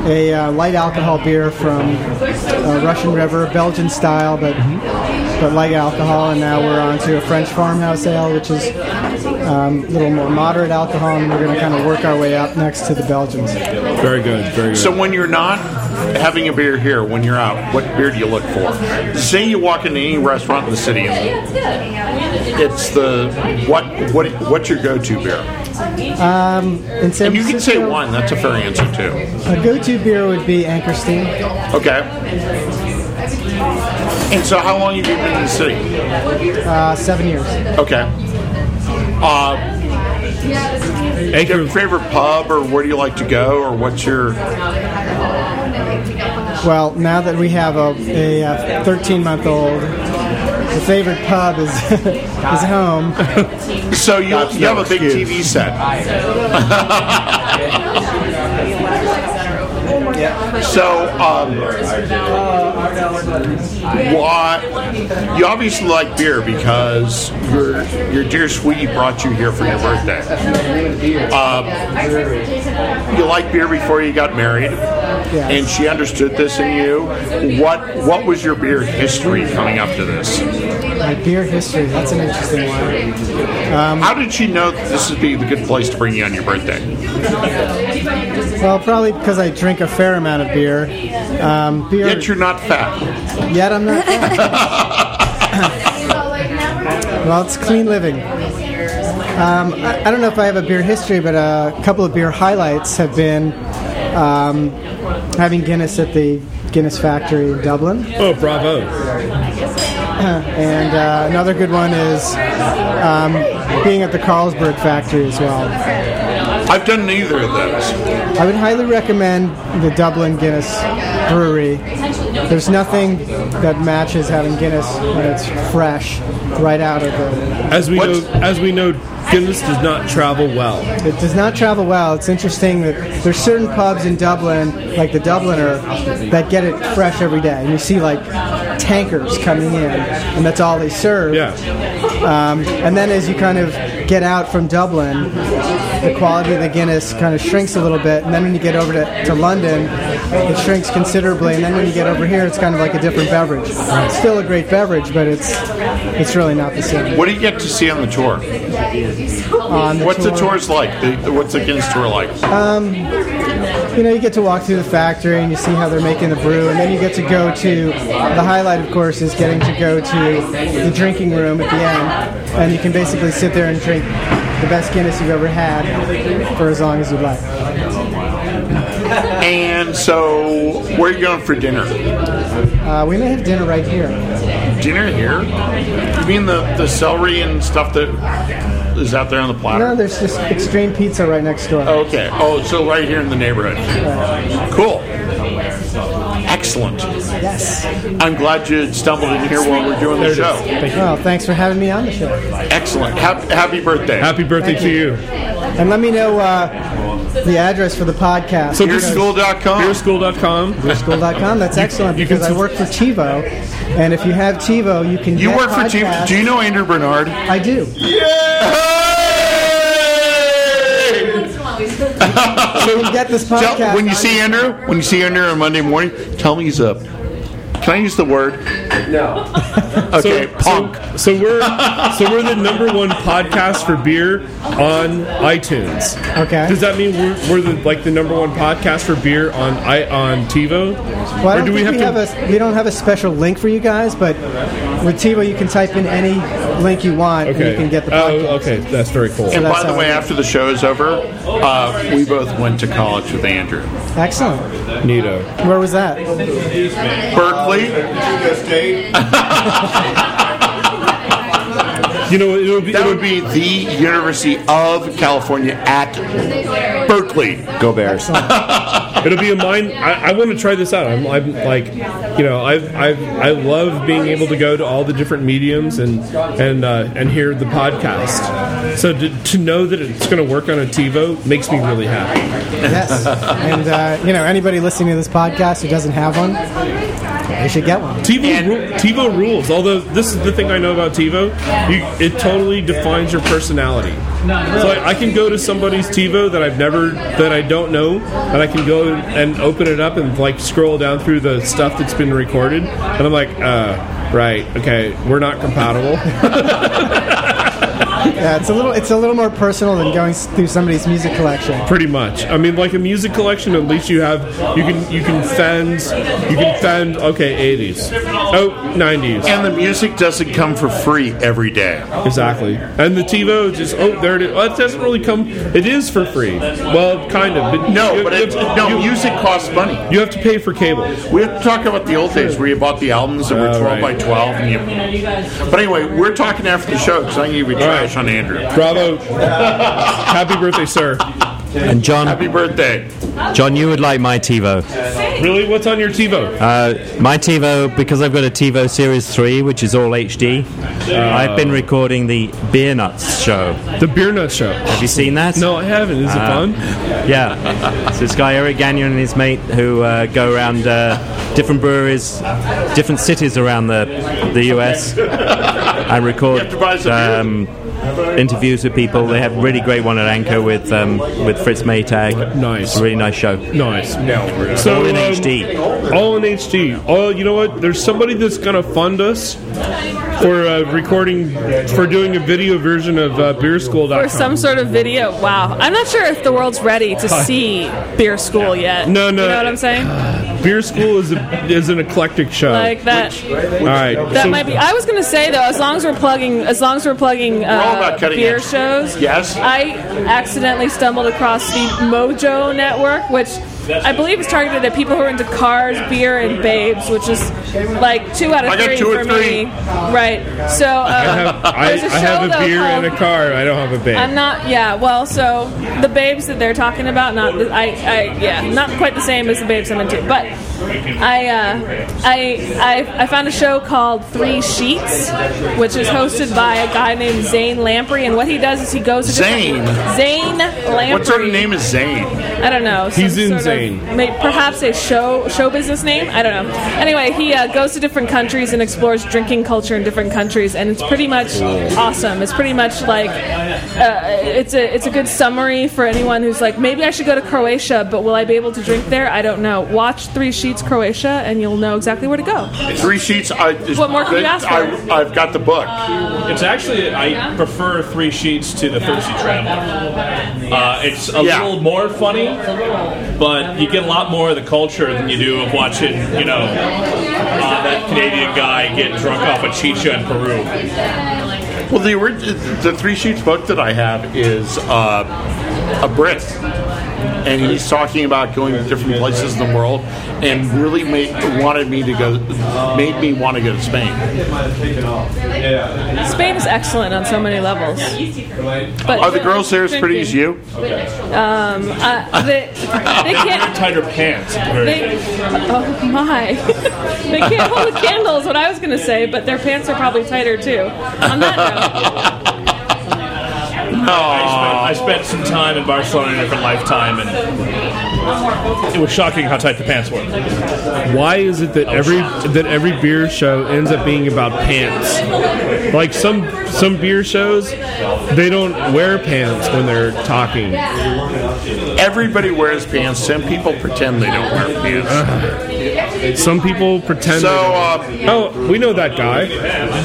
Speaker 17: a uh, light alcohol beer from uh, Russian River, Belgian style, but but light alcohol, and now we're on to a French farmhouse ale, which is um, a little more moderate alcohol, and we're going to kind of work our way up next to the Belgians.
Speaker 2: Very good, very good.
Speaker 1: So when you're not having a beer here, when you're out, what beer do you look for? Say you walk into any restaurant in the city, and it's the what what what's your go-to beer?
Speaker 17: Um, in San
Speaker 1: And you can say
Speaker 17: Francisco,
Speaker 1: one. That's a fair answer too.
Speaker 17: A go-to beer would be Anchor Steam.
Speaker 1: Okay. And so, how long have you been in the city?
Speaker 17: Uh, seven years.
Speaker 1: Okay. Uh, your favorite pub, or where do you like to go, or what's your?
Speaker 17: Well, now that we have a, a 13 month old, the favorite pub is is home.
Speaker 1: So you, you have a big TV set. so, um, why you obviously like beer because your your dear sweetie brought you here for your birthday. Uh, you like beer before you got married, and she understood this in you. What what was your beer history coming up to this?
Speaker 17: My beer history. That's an interesting one. Um,
Speaker 1: How did she know that this would be the good place to bring you on your birthday?
Speaker 17: Well, probably because I drink a fair amount of beer. Um, beer.
Speaker 1: Yet you're not fat.
Speaker 17: Yet I'm not. well, it's clean living. Um, I, I don't know if I have a beer history, but uh, a couple of beer highlights have been um, having Guinness at the Guinness factory in Dublin.
Speaker 2: Oh, bravo!
Speaker 17: and uh, another good one is um, being at the Carlsberg factory as well.
Speaker 1: I've done neither of those.
Speaker 17: I would highly recommend the Dublin Guinness Brewery. There's nothing that matches having Guinness when it's fresh, right out of the.
Speaker 2: As we know, as we know, Guinness does not travel well.
Speaker 17: It does not travel well. It's interesting that there's certain pubs in Dublin, like the Dubliner, that get it fresh every day. And you see like tankers coming in, and that's all they serve. Yeah. Um, and then as you kind of get out from Dublin, the quality of the Guinness kind of shrinks a little bit, and then when you get over to, to London, it shrinks considerably, and then when you get over here, it's kind of like a different beverage. It's still a great beverage, but it's it's really not the same.
Speaker 1: What do you get to see on the tour?
Speaker 17: On the
Speaker 1: what's the
Speaker 17: tour-
Speaker 1: tours like? The, the- what's the Guinness tour like?
Speaker 17: Um, you know, you get to walk through the factory and you see how they're making the brew, and then you get to go to the highlight, of course, is getting to go to the drinking room at the end, and you can basically sit there and drink the best Guinness you've ever had for as long as you'd like.
Speaker 1: And so, where are you going for dinner?
Speaker 17: Uh, we may have dinner right here.
Speaker 1: Dinner here? You mean the, the celery and stuff that is out there on the platter?
Speaker 17: No, there's just extreme pizza right next door.
Speaker 1: Okay. Oh, so right here in the neighborhood. Cool. Excellent.
Speaker 17: Yes.
Speaker 1: I'm glad you stumbled in here while we're doing the show.
Speaker 17: Well, thanks for having me on the show.
Speaker 1: Excellent. Happy, happy birthday. Happy
Speaker 17: birthday Thank to you. And let me know uh, the address for the podcast.
Speaker 2: So
Speaker 17: Because-
Speaker 1: beerschool.com.
Speaker 2: Beerschool.com.
Speaker 17: Beerschool.com. That's excellent
Speaker 2: you can
Speaker 17: because I
Speaker 2: still-
Speaker 17: work for TiVo, and if you have TiVo, you can.
Speaker 1: You
Speaker 17: get
Speaker 1: work for TiVo.
Speaker 17: podcasts.
Speaker 1: Do you know Andrew Bernard?
Speaker 17: I do.
Speaker 1: so
Speaker 17: you get this
Speaker 1: podcast. when you see Andrew, when you see Andrew on Monday morning, tell him he's up. Can I use the word? No. Okay, punk.
Speaker 2: So we're so we're the number one podcast for beer on iTunes.
Speaker 17: Okay.
Speaker 2: Does that mean we're, we're the like the number one podcast for beer on i on TiVo?
Speaker 17: Well, I don't think we have, a we don't have a special link for you guys, but with TiVo you can type in any link you want and
Speaker 2: Okay.
Speaker 17: you can get the
Speaker 1: Uh,
Speaker 2: oh, okay. That's very cool.
Speaker 1: And by the way, after the show is over, uh, we both went to college with Andrew.
Speaker 17: excellent.
Speaker 2: Nito.
Speaker 17: Where was that?
Speaker 1: Berkeley.
Speaker 2: you know, it would be,
Speaker 1: that would be the University of California at Berkeley.
Speaker 12: Go Bears.
Speaker 2: It'll be a mind. I, I want to try this out. I'm, I'm like, you know, I've, I've, I love being able to go to all the different mediums and and uh, and hear the podcast. So to, to know that it's going to work on a TiVo makes me really happy.
Speaker 17: Yes. and uh, you know anybody listening to this podcast who doesn't have one, they should get one.
Speaker 2: TiVo, ru- TiVo rules. Although this is the thing I know about TiVo, you, it totally defines your personality. So I, I can go to somebody's TiVo that I've never, that I don't know, and I can go and open it up and like scroll down through the stuff that's been recorded, and I'm like, uh, right, okay, we're not compatible.
Speaker 17: Yeah, it's a little it's a little more personal than going s- through somebody's music collection.
Speaker 2: Pretty much. I mean, like a music collection. At least you have you can you can fend you can fend. Okay, 80s. Oh, 90s.
Speaker 1: And the music doesn't come for free every day.
Speaker 2: Exactly. And the TiVo just oh there it is. Oh, it doesn't really come. It is for free. Well, kind of. But
Speaker 1: No,
Speaker 2: you-
Speaker 1: but
Speaker 2: you
Speaker 1: it,
Speaker 2: have to-
Speaker 1: no,
Speaker 2: you-
Speaker 1: music costs money.
Speaker 2: You have to pay for cable.
Speaker 1: We have to talk about the old days where you bought the albums that were
Speaker 2: Oh,
Speaker 1: 12 by
Speaker 2: right.
Speaker 1: 12. And you, but anyway, we're talking after the show because I can give you trash on Andrew.
Speaker 2: Bravo. Happy birthday, sir.
Speaker 5: And John,
Speaker 1: happy birthday,
Speaker 5: John. You would like my TiVo.
Speaker 2: Really, what's on your TiVo?
Speaker 5: Uh, my TiVo, because I've got a TiVo Series 3, which is all HD, I've been recording the Beer Nuts show.
Speaker 2: Oh. The Beer Nuts show.
Speaker 5: Have you seen that? Uh,
Speaker 2: No, I haven't. Is it fun?
Speaker 5: Yeah. It's this guy, Eric Gagnon, and his mate who uh, go around uh, different breweries, different cities around the, the US. I record um, interviews with people. They have really great one at Anchor with um, with Fritz Maytag.
Speaker 2: Nice,
Speaker 5: really nice show.
Speaker 2: Nice.
Speaker 5: No,
Speaker 2: So,
Speaker 5: in
Speaker 2: um,
Speaker 5: HD.
Speaker 2: All in HD. Oh, you know what? There's somebody that's going to fund us for uh, recording, for doing a video version of uh, beerschool.com.
Speaker 15: Or some sort of video. Wow. I'm not sure if the world's ready to
Speaker 2: Hi.
Speaker 15: see Beer School yet.
Speaker 2: No, no.
Speaker 15: You know what I'm saying?
Speaker 2: Beer School is a, is an eclectic show.
Speaker 15: Like that.
Speaker 2: all right.
Speaker 15: That might be. I was gonna say though, as long as we're plugging, as long as we're plugging uh,
Speaker 1: all about cutting
Speaker 15: beer
Speaker 1: edge.
Speaker 15: shows.
Speaker 1: Yes.
Speaker 15: I accidentally stumbled across the Mojo Network, which I believe is targeted at people who are into cars, beer, and babes, which is like two out of
Speaker 2: I got
Speaker 15: three
Speaker 2: two or
Speaker 15: for
Speaker 2: three.
Speaker 15: me. Right. So
Speaker 2: I
Speaker 15: uh,
Speaker 2: have, I,
Speaker 15: there's a
Speaker 2: I have
Speaker 15: show,
Speaker 2: a
Speaker 15: though,
Speaker 2: beer and a
Speaker 15: called-
Speaker 2: car. I don't have a babe.
Speaker 15: I'm not. Yeah. Well, so the babes that they're talking about, not the, I, I. Yeah, not quite the same as the babes I'm into. But I, uh, I, I, I found a show called Three Sheets, which is hosted by a guy named Zane Lamprey, and what he does is he goes to different-
Speaker 1: Zane?
Speaker 15: Zane Lamprey.
Speaker 1: What sort of name is Zane?
Speaker 15: I don't know. some
Speaker 1: He's
Speaker 15: sort
Speaker 1: in
Speaker 15: of-
Speaker 2: insane.
Speaker 15: of may, perhaps a show show business name. I don't know. Anyway, he uh, goes to different countries and explores drinking culture in different countries, and it's pretty much awesome. It's pretty much like uh, it's a it's a good summary for anyone who's like maybe I should go to Croatia, but will I be able to drink there? I don't know. Watch Three Sheets Croatia, and you'll know exactly where to go.
Speaker 1: Three sheets. I, is
Speaker 15: What more can
Speaker 1: good.
Speaker 15: you ask for?
Speaker 1: I, I've got the book.
Speaker 14: It's actually I prefer three sheets to the thirsty traveler. Uh, it's a little more funny, but you get a lot more of the culture than you do of watching, you know, uh, that Canadian guy get drunk off a chicha in Peru.
Speaker 1: Well, the orig- the three sheets book that I have is uh, a Brit, and he's talking about going to different places in the world, and really made, wanted me to go, made me want to go to Spain.
Speaker 15: Spain is excellent on so many levels. But
Speaker 1: Are the girls there as pretty as you?
Speaker 15: Um, uh, they, they can't.
Speaker 14: Tighter pants.
Speaker 15: They, oh my! they can't hold the candle is what I was gonna say, but their pants are probably tighter too. On that note,
Speaker 14: I, spent, I spent some time in Barcelona in a different lifetime, and it was shocking how tight the pants were.
Speaker 2: Why is it that every that every beer show ends up being about pants? Like some some beer shows, they don't wear pants when they're talking.
Speaker 1: Everybody wears pants. Some people pretend they don't wear pants.
Speaker 2: Some people Uh-huh. pretend.
Speaker 1: So, uh,
Speaker 2: they don't. oh, we know that guy.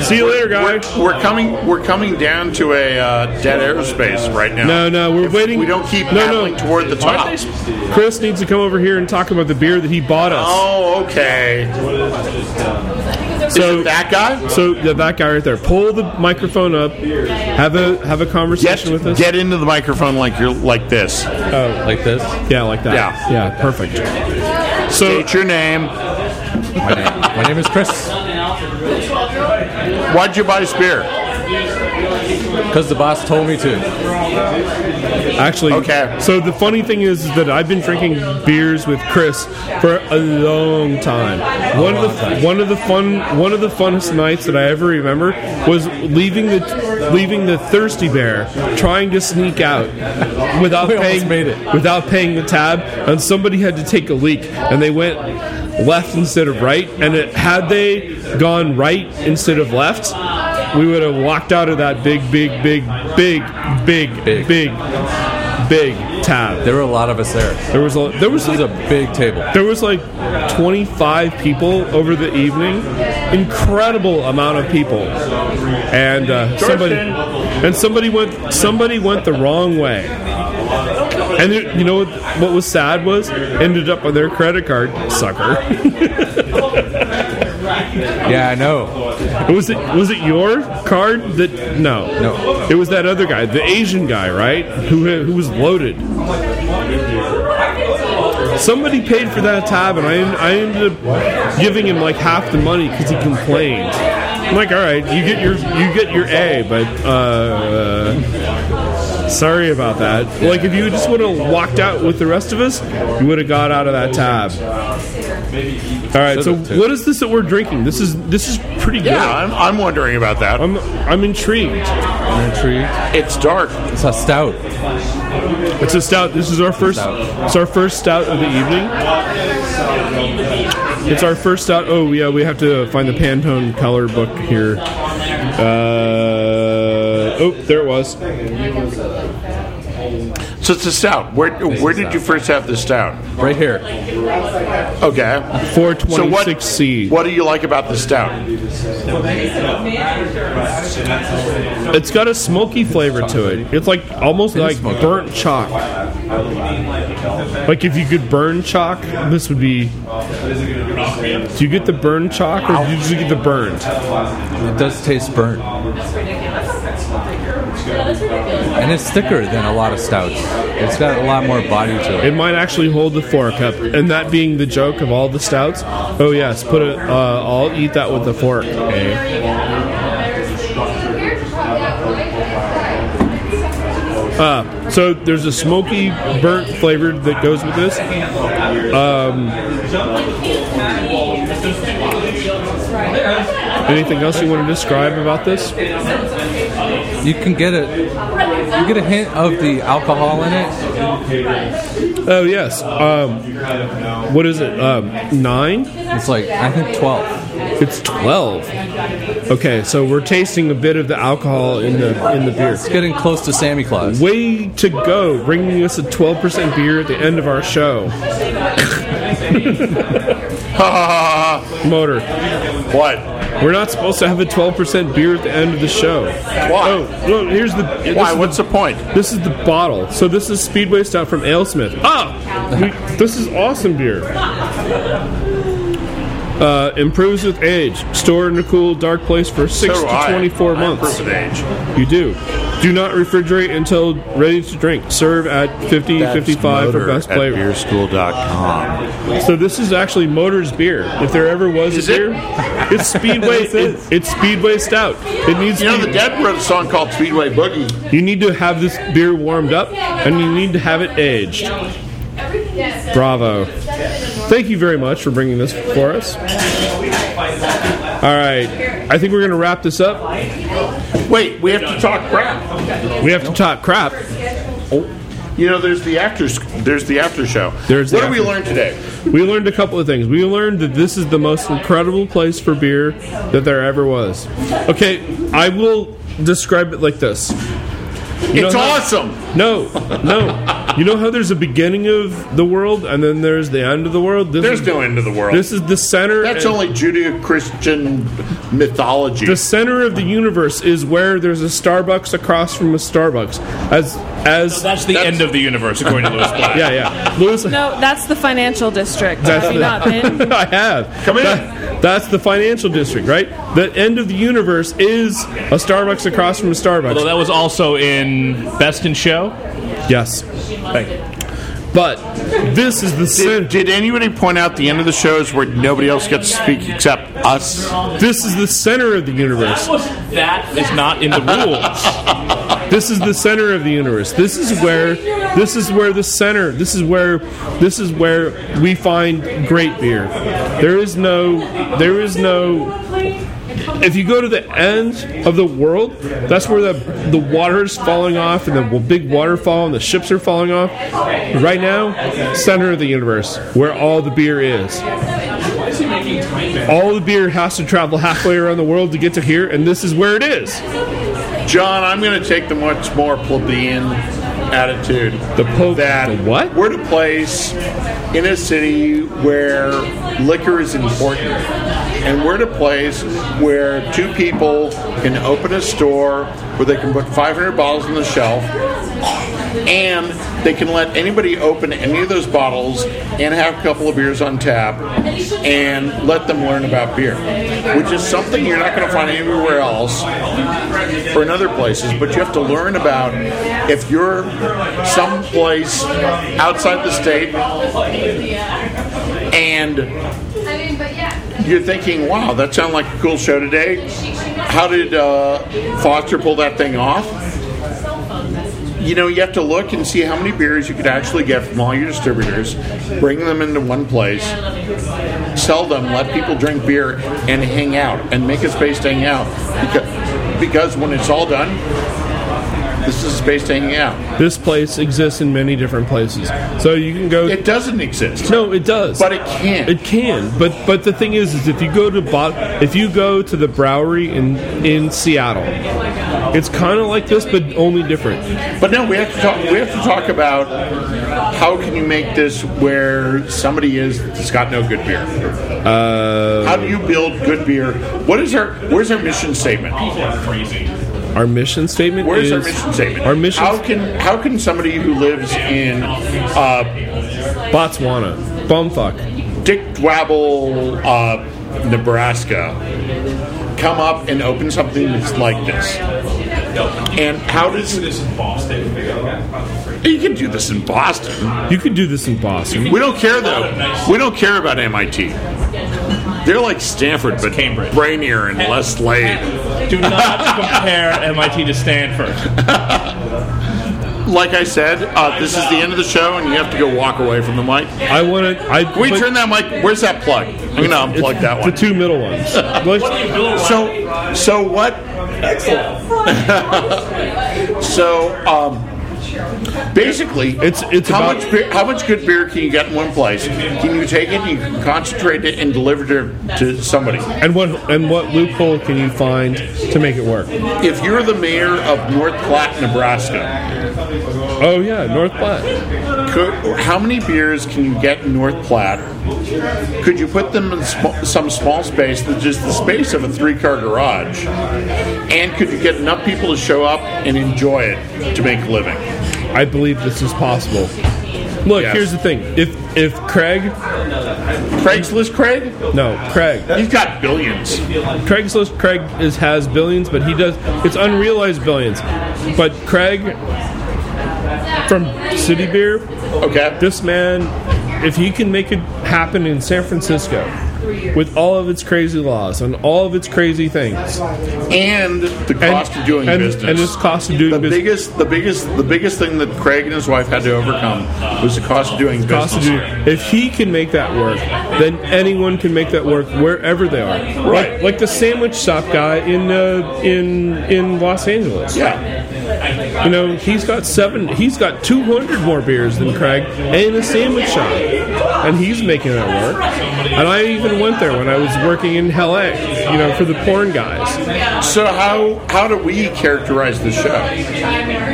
Speaker 2: See you later, guy.
Speaker 1: We're, we're coming. We're coming down to a uh, dead airspace right now.
Speaker 2: No, no, we're waiting.
Speaker 1: We don't keep
Speaker 2: No, no.
Speaker 1: paddling toward the top. uh,
Speaker 2: Chris needs to come over here and talk about the beer that he bought us.
Speaker 1: Oh, okay.
Speaker 2: So
Speaker 1: that guy.
Speaker 2: So yeah, that guy right there. Pull the microphone up. Have a have a conversation with us.
Speaker 1: Get into the microphone like you're like this.
Speaker 2: Oh,
Speaker 1: like this?
Speaker 2: Yeah, like that.
Speaker 1: Yeah,
Speaker 2: yeah, perfect.
Speaker 1: So, State your name.
Speaker 18: My name, my name is Chris.
Speaker 1: Why'd you buy this beer?
Speaker 18: Because the boss told me to.
Speaker 2: Actually, okay. So the funny thing is that I've been drinking beers with Chris for a long time. One of the one of the fun one of the funnest nights that I ever remember was leaving the leaving the thirsty bear, trying to sneak out without paying without paying the tab, and somebody had to take a leak, and they went left instead of right, and it, had they gone right instead of left. We would have walked out of that big, big, big, big, big, big, big tab.
Speaker 18: There were a lot of us there.
Speaker 2: There was a there was,
Speaker 18: this is a big table.
Speaker 2: There was like 25 people over the evening, incredible amount of people, and uh, somebody and somebody went somebody went the wrong way. And it, you know what, what was sad was ended up on their credit card, sucker.
Speaker 18: Yeah, I know.
Speaker 2: Was it was it your card that no no it was that other guy the Asian guy right who who was loaded. Somebody paid for that tab, and I, I ended up giving him like half the money because he complained. I'm like, all right, you get your you get your A, but uh, sorry about that. Like, if you just would have walked out with the rest of us, you would have got out of that tab. All right, so what is this that we're drinking? This is this is pretty good.
Speaker 1: Yeah, I'm, I'm wondering about that.
Speaker 2: I'm I'm intrigued.
Speaker 18: I'm intrigued.
Speaker 1: It's dark.
Speaker 18: It's a stout.
Speaker 2: It's a stout. This is our first. It's our first stout of the evening. It's our first stout. Oh yeah, we have to find the Pantone color book here. Uh, oh, there it was.
Speaker 1: So it's a stout. Where where did you first have the stout?
Speaker 18: Right here.
Speaker 1: Okay.
Speaker 2: 426
Speaker 1: C. What do you like about the stout?
Speaker 2: It's got a smoky flavor to it. It's like almost like burnt chalk. Like if you could burn chalk, this would be. Do you get the burn chalk or do you just get the burned?
Speaker 18: It does taste burnt. And it's thicker than a lot of stouts. It's got a lot more body to it.
Speaker 2: It might actually hold the fork up, and that being the joke of all the stouts. Oh yes, put it. Uh, I'll eat that with the fork. Uh, so there's a smoky, burnt flavor that goes with this. Um, anything else you want to describe about this?
Speaker 18: You can get a you get a hint of the alcohol in it,
Speaker 2: Oh yes. Um, what is it? Um, nine? It's like I think twelve. It's twelve. Okay, so we're tasting a bit of the alcohol in the in the beer. It's
Speaker 18: getting close to Sammy Claus.
Speaker 2: Way to go, bringing us a twelve percent beer at the end of our show. Motor.
Speaker 1: What?
Speaker 2: We're not supposed to have a 12% beer at the end of the show. Why? Oh, no, here's the.
Speaker 1: Why? What's
Speaker 2: the point? This is the bottle. So this is Speedway Stout from Alesmith. Ah! we- this is awesome beer. Uh, improves with age. Store in a cool, dark place for 6
Speaker 1: So do
Speaker 2: to
Speaker 1: I.
Speaker 2: 24
Speaker 1: I
Speaker 2: months.
Speaker 1: improve with age.
Speaker 2: You do. Do not refrigerate until ready to drink. Serve at 50, 55 for best
Speaker 1: at
Speaker 2: flavor.
Speaker 1: beerschool.com.
Speaker 2: So this is actually Motor's beer. If there ever was a beer, it's Speedway. it, it's Speedway Stout. It needs.
Speaker 1: You know, the Dead wrote a song called Speedway Boogie.
Speaker 2: You need to have this beer warmed up, and you need to have it aged. Bravo! Thank you very much for bringing this for us. All right, I think we're going to wrap this up.
Speaker 1: Wait, we have to talk crap.
Speaker 2: We have to talk crap. Oh.
Speaker 1: You know, there's the actors. There's the after show.
Speaker 2: There's
Speaker 1: what
Speaker 2: the
Speaker 1: did we
Speaker 2: after-
Speaker 1: learn today?
Speaker 2: We learned a couple of things. We learned that this is the most incredible place for beer that there ever was. Okay, I will describe it like this.
Speaker 1: It's
Speaker 2: how-
Speaker 1: awesome!
Speaker 2: No, no. you know how there's a beginning of the world and then there's the end of the world? This
Speaker 1: There's
Speaker 2: is-
Speaker 1: no end of the world.
Speaker 2: This is the center.
Speaker 1: That's
Speaker 2: and-
Speaker 1: only Judeo-Christian mythology.
Speaker 2: the center of the universe is where there's a Starbucks across from a Starbucks. As as
Speaker 14: that's the end of the universe, according to Lewis Black.
Speaker 2: yeah, yeah. Lewis,
Speaker 15: No, that's the financial district.
Speaker 2: That's
Speaker 15: Have you
Speaker 2: the-
Speaker 15: not been?
Speaker 2: I have. Come in. that's the financial district, right? The end of the universe is a Starbucks across from a Starbucks.
Speaker 14: Although that was also in Best in Show.
Speaker 2: Yes. Thank you. But this is the
Speaker 1: did, did anybody point out the end of the shows where nobody else gets to speak except us?
Speaker 2: This is the center of the universe.
Speaker 14: That is not in the rules.
Speaker 2: This is the center of the universe. This is where this is where the center. This is where this is where we find great beer. There is no there is no if you go to the end of the world, that's where the the water's falling off and the big waterfall and the ships are falling off. Right now, center of the universe, where all the beer is. All the beer has to travel halfway around the world to get to here, and this is where it is.
Speaker 1: John, I'm going to take the much more plebeian attitude.
Speaker 2: The Pope.
Speaker 1: That
Speaker 2: what?
Speaker 1: We're at a place in a city where liquor is important. And we're at a place where two people can open a store where they can put 500 bottles on the shelf and they can let anybody open any of those bottles and have a couple of beers on tap and let them learn about beer, which is something you're not going to find anywhere else or in other places. But you have to learn about if you're someplace outside the state and you're thinking, wow, that sounded like a cool show today. How did uh, Foster pull that thing off? You know, you have to look and see how many beers you could actually get from all your distributors, bring them into one place, sell them, let people drink beer and hang out and make a space to hang out. Because, because when it's all done, this is a space to hang out.
Speaker 2: This place exists in many different places. So you can go. It
Speaker 1: doesn't exist.
Speaker 2: No, it does.
Speaker 1: But it can.
Speaker 2: It can. But but the thing is, is if you go to bot, if you go to the Browery in in Seattle, it's kind of like this, but only different.
Speaker 1: But no, we have to talk. We have to talk about how can you make this where somebody is that's got no good beer.
Speaker 2: Uh,
Speaker 1: how do you build good beer? What is our where's our mission statement?
Speaker 2: Our mission statement
Speaker 1: Where's
Speaker 2: is
Speaker 1: our mission statement?
Speaker 2: Our mission.
Speaker 1: How can how can somebody who lives in uh,
Speaker 2: Botswana, bumfuck,
Speaker 1: Dick Dwabble, uh, Nebraska, come up and open something that's like this? And how does this in Boston? You can do this in Boston.
Speaker 2: You could do this in Boston.
Speaker 1: We don't care though. We don't care about MIT. They're like Stanford, but Cambridge. brainier and less laid.
Speaker 14: Do not compare MIT to Stanford.
Speaker 1: Like I said, uh, this is the end of the show, and you have to go walk away from the mic.
Speaker 2: I want to. I
Speaker 1: Can we turn that mic. Where's that plug? I'm gonna
Speaker 2: It's-
Speaker 1: unplug that
Speaker 2: The
Speaker 1: one.
Speaker 2: two middle ones.
Speaker 1: so, so what? Excellent. so, um, Basically, it's it's how much beer, how much good beer can you get in one place? Can you take it and you can concentrate it and deliver it to somebody?
Speaker 2: And what and what loophole can you find to make it work?
Speaker 1: If you're the mayor of North Platte, Nebraska,
Speaker 2: oh yeah, North Platte.
Speaker 1: Could, how many beers can you get in North Platte? Could you put them in sm- some small space that's just the space of a three-car garage? And could you get enough people to show up and enjoy it to make a living?
Speaker 2: I believe this is possible. Look, here's the thing. If if Craig
Speaker 1: Craigslist Craig?
Speaker 2: No, Craig.
Speaker 1: He's got billions.
Speaker 2: Craigslist Craig is has billions, but he does it's unrealized billions. But Craig from City Beer,
Speaker 1: okay.
Speaker 2: This man if he can make it happen in San Francisco with all of its crazy laws and all of its crazy things.
Speaker 1: And the cost of doing
Speaker 2: and-
Speaker 1: business.
Speaker 2: and its cost of doing
Speaker 1: the
Speaker 2: business.
Speaker 1: biggest, the biggest, the biggest thing that Craig and his wife had to overcome was the cost of doing business.
Speaker 2: cost of doing- If he can make that work, then anyone can make that work wherever they are. Right. Like, like the sandwich shop guy in uh, in in Los Angeles.
Speaker 1: Yeah.
Speaker 2: You know, he's got seven. He's got two hundred more beers than Craig, and a sandwich shop, and he's making that work. And I even went there when I was working in LA. You know, for the porn guys.
Speaker 1: So how how do we characterize the show?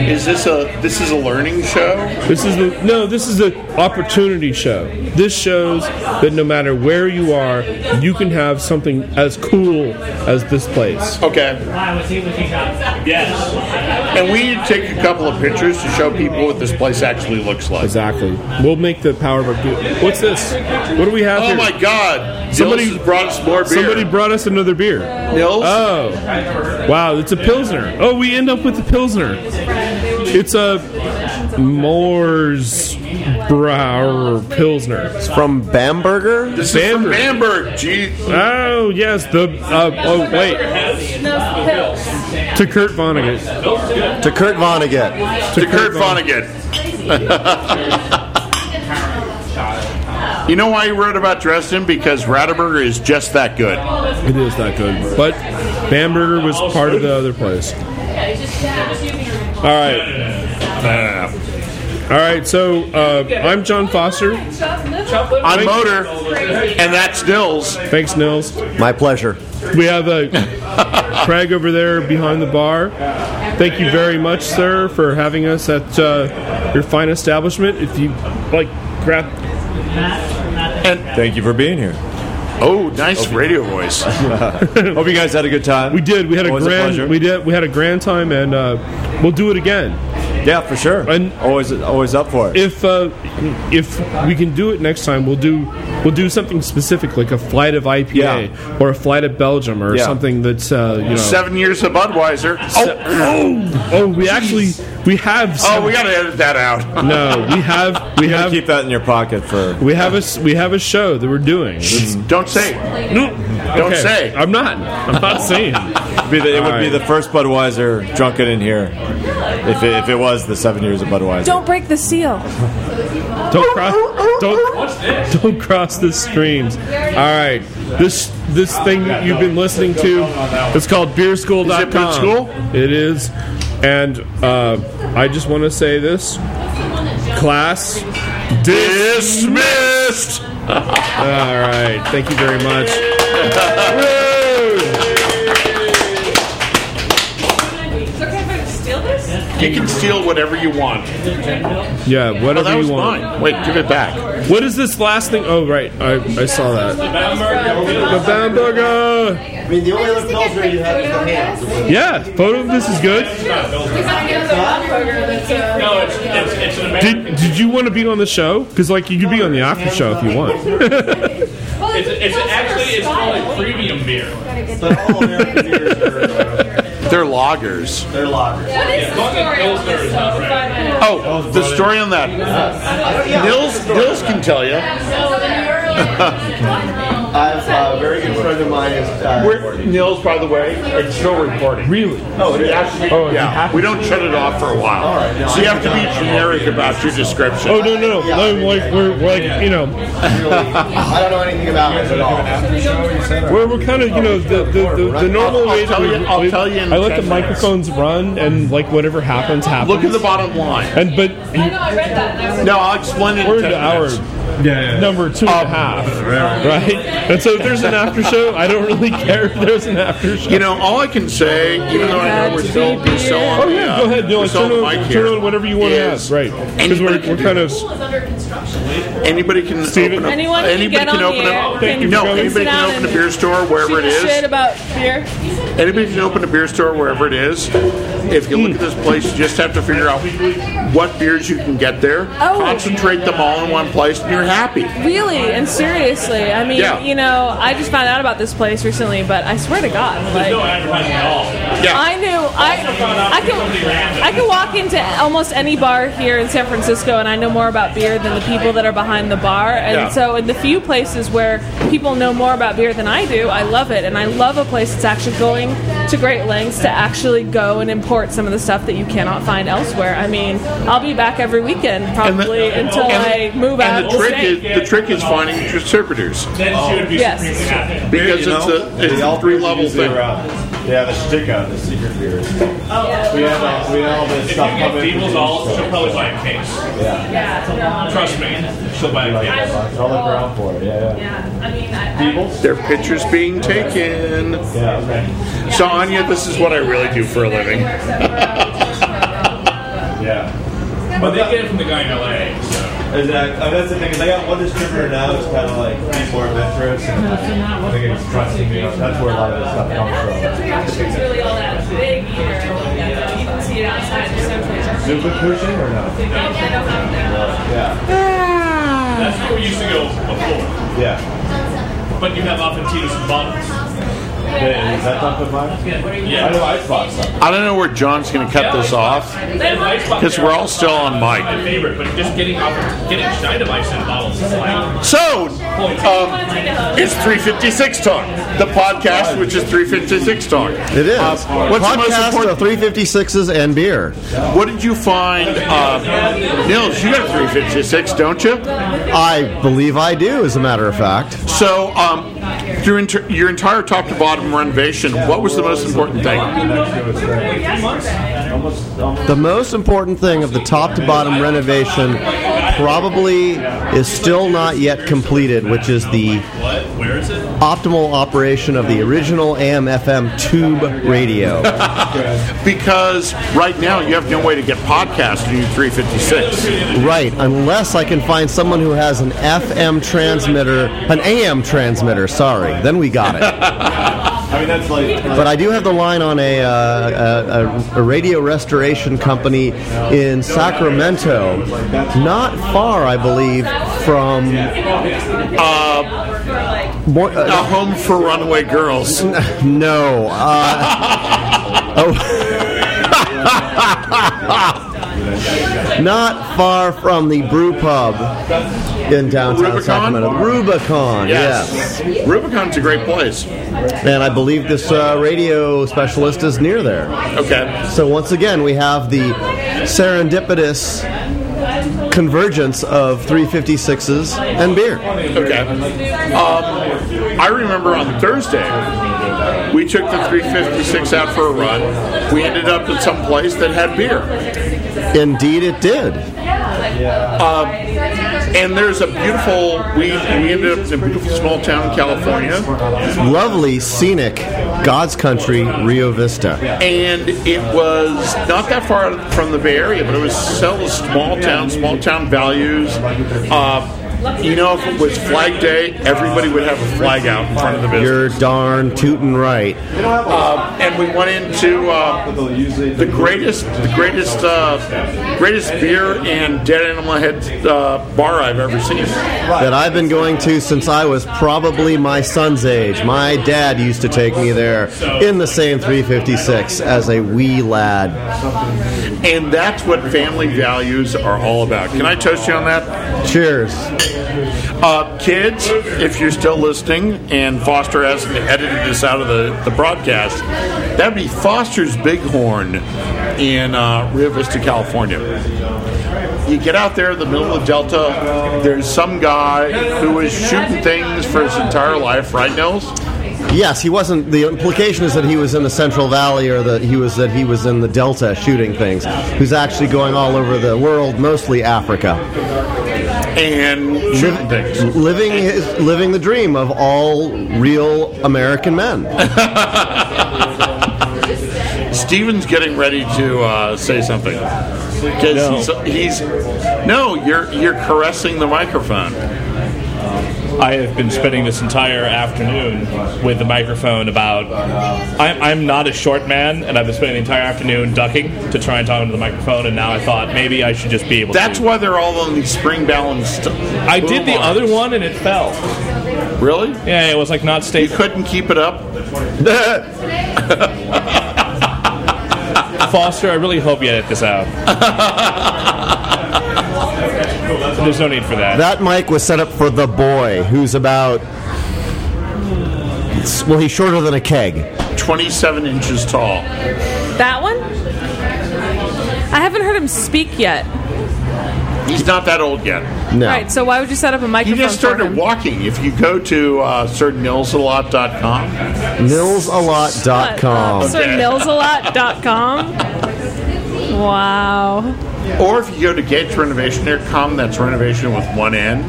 Speaker 1: Is this a this is a learning show?
Speaker 2: This is the no. This is the opportunity show. This shows that no matter where you are, you can have something as cool as this place.
Speaker 1: Okay. Yes. And we need to take a couple of pictures to show people what this place actually looks like.
Speaker 2: Exactly. We'll make the power of a good. What's this? What do we have
Speaker 1: Oh
Speaker 2: here?
Speaker 1: my God!
Speaker 2: Somebody-
Speaker 1: Somebody brought us more beer.
Speaker 2: Somebody brought us another beer.
Speaker 1: Nils?
Speaker 2: Oh. Wow, it's a Pilsner. Oh, we end up with the Pilsner. It's a Moore's Brower Pilsner. It's
Speaker 9: from Bamberger?
Speaker 1: This is from Bamberg. Gee.
Speaker 2: Oh, yes. The. Uh, oh, wait. To Kurt Vonnegut.
Speaker 9: To Kurt Vonnegut.
Speaker 1: To, Kurt, Vonnegut. you know why you wrote about Dresden? Because Radaburger is just that good.
Speaker 2: It is that good. But Bamberger was part of the other place. All right. All right, so uh, I'm John Foster.
Speaker 1: I'm Motor, and that's Nils.
Speaker 2: Thanks, Nils.
Speaker 9: My pleasure.
Speaker 2: We have uh, Craig over there behind the bar. Thank you very much, sir, for having us at uh, your fine establishment. If you like, grab.
Speaker 12: Thank you for being here.
Speaker 1: Oh, nice radio voice.
Speaker 12: Hope you guys had a good time.
Speaker 2: We did. We had
Speaker 12: Always
Speaker 2: a
Speaker 12: a
Speaker 2: grand.
Speaker 12: pleasure.
Speaker 2: we did. We had a grand time, and uh, we'll do it again.
Speaker 12: Yeah, for sure.
Speaker 2: And
Speaker 12: always, always up for it.
Speaker 2: If uh, if we can do it next time, we'll do we'll do something specific, like a flight of IPA or a flight of Belgium or
Speaker 1: Yeah.
Speaker 2: something that's uh, you know.
Speaker 1: Seven years of Budweiser. Oh,
Speaker 2: oh, oh, we actually we have.
Speaker 1: oh, we got to edit that out.
Speaker 2: No, we have we have keep
Speaker 12: that in your pocket for
Speaker 2: we have a s- we have a show that we're doing.
Speaker 1: Don't say.
Speaker 2: No,
Speaker 1: Don't
Speaker 2: Okay.
Speaker 1: say.
Speaker 2: I'm not. I'm not saying.
Speaker 12: Be the, it would be
Speaker 2: Alright.
Speaker 12: the first Budweiser drunken in here, if it, if it was the seven years of Budweiser.
Speaker 15: Don't break the seal.
Speaker 2: Don't cross. Don't, don't cross the streams. All right. This this thing that you've been listening to, it's called
Speaker 1: Is it
Speaker 2: BeerSchool.com.
Speaker 1: Beer School?
Speaker 2: It is, and uh, I just want to say this, class
Speaker 1: dismissed.
Speaker 2: All right. Thank you very much.
Speaker 15: It's okay if I steal this?
Speaker 1: You can steal whatever you want.
Speaker 2: Yeah. Whatever
Speaker 1: Oh, that
Speaker 2: you
Speaker 1: was
Speaker 2: want.
Speaker 1: mine. Wait, give it back.
Speaker 2: What is this last thing? Oh, right. I, I saw that. The Bamberger.
Speaker 9: I mean, the only other Pilsner you have is the ham.
Speaker 2: Yeah, photo of this is good.
Speaker 16: No, it's, it's, it's an American.
Speaker 2: Did, did you want to be on the show? Because like you could be on the after show if you want.
Speaker 16: It's, it's actually it's called a premium beer.
Speaker 1: They're loggers. They're loggers.
Speaker 16: What is
Speaker 1: Oh, the story on that. Nils, Nils can tell you.
Speaker 9: I have uh, very good friend of mine is. Uh,
Speaker 1: We're, Nils, by the way, it's still recording. Really?
Speaker 9: Oh, it is? Oh, you have
Speaker 1: yeah.
Speaker 9: to
Speaker 1: We don't shut it off for a while.
Speaker 9: All right, no,
Speaker 1: so you
Speaker 9: I
Speaker 1: have to be
Speaker 9: forgot.
Speaker 1: generic about your description.
Speaker 2: Oh no no! no. I'm like we're, we're like you know.
Speaker 9: I don't know anything about it at all.
Speaker 2: We're, we're kind of you know the the, the, the
Speaker 1: I'll- I'll
Speaker 2: normal way that
Speaker 1: tell
Speaker 2: we-
Speaker 1: you- I'll
Speaker 2: we-
Speaker 1: tell you in
Speaker 2: I let the
Speaker 1: 10 minutes.
Speaker 2: microphones run and like whatever happens happens.
Speaker 1: Look at the bottom line.
Speaker 2: And but
Speaker 15: I know, I read that. And I was
Speaker 1: No, I'll explain it.
Speaker 2: we're
Speaker 1: in 10
Speaker 2: into our
Speaker 1: minutes. Um,
Speaker 2: number two and a half, right? And so if there's an after show, I don't really care if there's an after show.
Speaker 1: You know, all I can say, even though I know we're still, we're still on
Speaker 2: Oh
Speaker 1: the,
Speaker 2: yeah,
Speaker 1: uh,
Speaker 2: go ahead.
Speaker 1: we're
Speaker 2: No,
Speaker 1: still
Speaker 2: turn
Speaker 1: on the
Speaker 2: on,
Speaker 1: mic
Speaker 2: turn
Speaker 1: here,
Speaker 2: on whatever you want to
Speaker 1: is
Speaker 2: have, right? Because
Speaker 1: anybody
Speaker 2: we're,
Speaker 1: can
Speaker 2: we're
Speaker 1: do
Speaker 2: kind
Speaker 1: this.
Speaker 2: of
Speaker 1: Anybody can open up.
Speaker 15: Anyone can get on the
Speaker 1: open
Speaker 15: air,
Speaker 1: up.
Speaker 15: Thank you for
Speaker 1: no,
Speaker 15: coming.
Speaker 1: anybody
Speaker 15: Sit down
Speaker 1: can open a
Speaker 15: and
Speaker 1: beer store wherever it
Speaker 15: shooting
Speaker 1: is.
Speaker 15: shit about beer.
Speaker 1: Anybody can open a beer store wherever it is. If you look at this place, you just have to figure out what beers you can get there.
Speaker 15: Oh.
Speaker 1: Concentrate them all in one place, and you're happy.
Speaker 15: Really and seriously, I mean,
Speaker 1: Yeah.
Speaker 15: you know, I just found out about this place recently, but I swear to God, like,
Speaker 1: Yeah.
Speaker 15: I knew I I can I can walk into almost any bar here in San Francisco, and I know more about beer than the people that are behind the bar. And
Speaker 19: Yeah.
Speaker 15: so, in the few places where people know more about beer than I do, I love it, and I love a place that's actually going to great lengths to actually go and import some of the stuff that you cannot find elsewhere. I mean, I'll be back every weekend probably until I move out.
Speaker 1: and
Speaker 15: of
Speaker 1: the trick
Speaker 15: state.
Speaker 1: is the trick is finding distributors.
Speaker 15: Yes.
Speaker 1: Because it's a it's a three level thing.
Speaker 12: Yeah, the stick out, the secret beer. We have all, we have all this
Speaker 16: If
Speaker 12: stuff
Speaker 16: you get
Speaker 12: coming.
Speaker 16: Deebles all, she'll probably buy a case. Yeah. Trust me, she'll buy a case.
Speaker 12: I'll look around for it. Yeah,
Speaker 15: yeah. I mean,
Speaker 1: Their pictures being taken. So Anya, this is what I really do for a living.
Speaker 12: yeah.
Speaker 16: But they get it from the guy in LA.
Speaker 12: Exactly. And that's the thing is, I got one distributor now who's kind of like more adventurous, and I think it's trusting me. That's where a lot of this stuff comes from.
Speaker 15: It's really all that big here. You can see it outside. There's no pictures.
Speaker 12: Super pushing or no?
Speaker 15: Ah.
Speaker 12: Yeah.
Speaker 16: That's where we used to go before.
Speaker 12: Yeah.
Speaker 16: But you have Aventino's bottles.
Speaker 12: Yeah, is that something mine?
Speaker 16: Yeah.
Speaker 12: I know I bought some.
Speaker 1: I don't know where John's going to cut this off because we're all still on mic.
Speaker 16: My favorite, but just getting off, getting Schneiderweiss in bottles is like.
Speaker 1: So, um, it's 356 Talk, the podcast, which is 356 Talk.
Speaker 9: It is.
Speaker 1: Uh, what's the most
Speaker 9: Podcast
Speaker 1: important?
Speaker 9: of 356s and beer.
Speaker 1: What did you find? Uh, Nils, you got a 356, don't you?
Speaker 9: I believe I do, as a matter of fact.
Speaker 1: So, um, your, inter- your entire top to bottom renovation, what was the most important thing?
Speaker 9: The most important thing of the top to bottom renovation probably is still not yet completed, which is the
Speaker 16: Where is it?
Speaker 9: optimal operation of the original AM/FM tube radio.
Speaker 1: because right now you have no way to get podcasts in your 356.
Speaker 9: Right, unless I can find someone who has an FM transmitter, an AM transmitter, sorry, then we got it.
Speaker 12: I mean, that's like. uh,
Speaker 9: But I do have the line on a, uh, a, a, a radio restoration company in Sacramento, not far, I believe, from.
Speaker 1: Uh,
Speaker 9: More, uh,
Speaker 1: a home for runaway girls.
Speaker 9: No. Uh, oh. Not far from the brew pub in downtown
Speaker 1: Rubicon?
Speaker 9: Sacramento. Rubicon, yes.
Speaker 1: Rubicon's a great place.
Speaker 9: And I believe this uh, radio specialist is near there.
Speaker 1: Okay.
Speaker 9: So once again, we have the serendipitous convergence of 356s and beer.
Speaker 1: Okay. Um, I remember on Thursday, we took the 356 out for a run. We ended up at some place that had beer.
Speaker 9: Indeed, it did.
Speaker 1: Um, and there's a beautiful, we, we ended up in a beautiful small town in California.
Speaker 9: Lovely, scenic, God's country, Rio Vista.
Speaker 1: And it was not that far from the Bay Area, but it was still a small town, small town values. Uh, you know, if it was Flag Day, everybody would have a flag out in front of the business.
Speaker 9: You're darn tootin' right.
Speaker 1: Um, and we went into uh, the greatest, the greatest, uh, greatest beer and dead animal head uh, bar I've ever seen.
Speaker 9: that I've been going to since I was probably my son's age. My dad used to take me there in the same 356 as a wee lad.
Speaker 1: And that's what family values are all about. Can I toast you on that?
Speaker 9: Cheers.
Speaker 1: Uh, kids, if you're still listening, and Foster hasn't edited this out of the, the broadcast, that'd be Foster's Bighorn in uh, Rio Vista, California. You get out there in the middle of Delta, there's some guy who is shooting things for his entire life, right, Nils?
Speaker 9: Yes, he wasn't. The implication is that he was in the Central Valley, or that he was that he was in the Delta shooting things. Who's actually going all over the world, mostly Africa,
Speaker 1: and shooting things,
Speaker 9: living his, living the dream of all real American men.
Speaker 1: Steven's getting ready to uh, say something. 'Cause
Speaker 12: No.
Speaker 1: he's, he's no, you're you're caressing the microphone.
Speaker 14: I have been spending this entire afternoon with the microphone about. I'm, I'm not a short man, and I've been spending the entire afternoon ducking to try and talk into the microphone. And now I thought maybe I should just be able.
Speaker 1: That's
Speaker 14: to.
Speaker 1: why they're all on these spring balanced.
Speaker 14: I did the other one and it fell.
Speaker 1: Really?
Speaker 14: Yeah, it was like not stable. You
Speaker 1: couldn't keep it up.
Speaker 14: Foster, I really hope you edit this out. There's no need for that.
Speaker 9: That mic was set up for the boy, who's about it's- well, he's shorter than a keg.
Speaker 1: 27 inches tall.
Speaker 15: That one? I haven't heard him speak yet.
Speaker 1: He's not that old yet.
Speaker 9: No.
Speaker 15: Right, so why would you set up a
Speaker 1: He
Speaker 15: microphone?
Speaker 1: just
Speaker 15: for
Speaker 1: started
Speaker 15: him?
Speaker 1: walking. If you go to uh, sirnilsalot.com.
Speaker 15: Uh,
Speaker 9: Nilsalot.com.
Speaker 15: SirNilsalot.com. Wow.
Speaker 1: Or if you go to GatesRenovationAir.com, that's renovation with one N.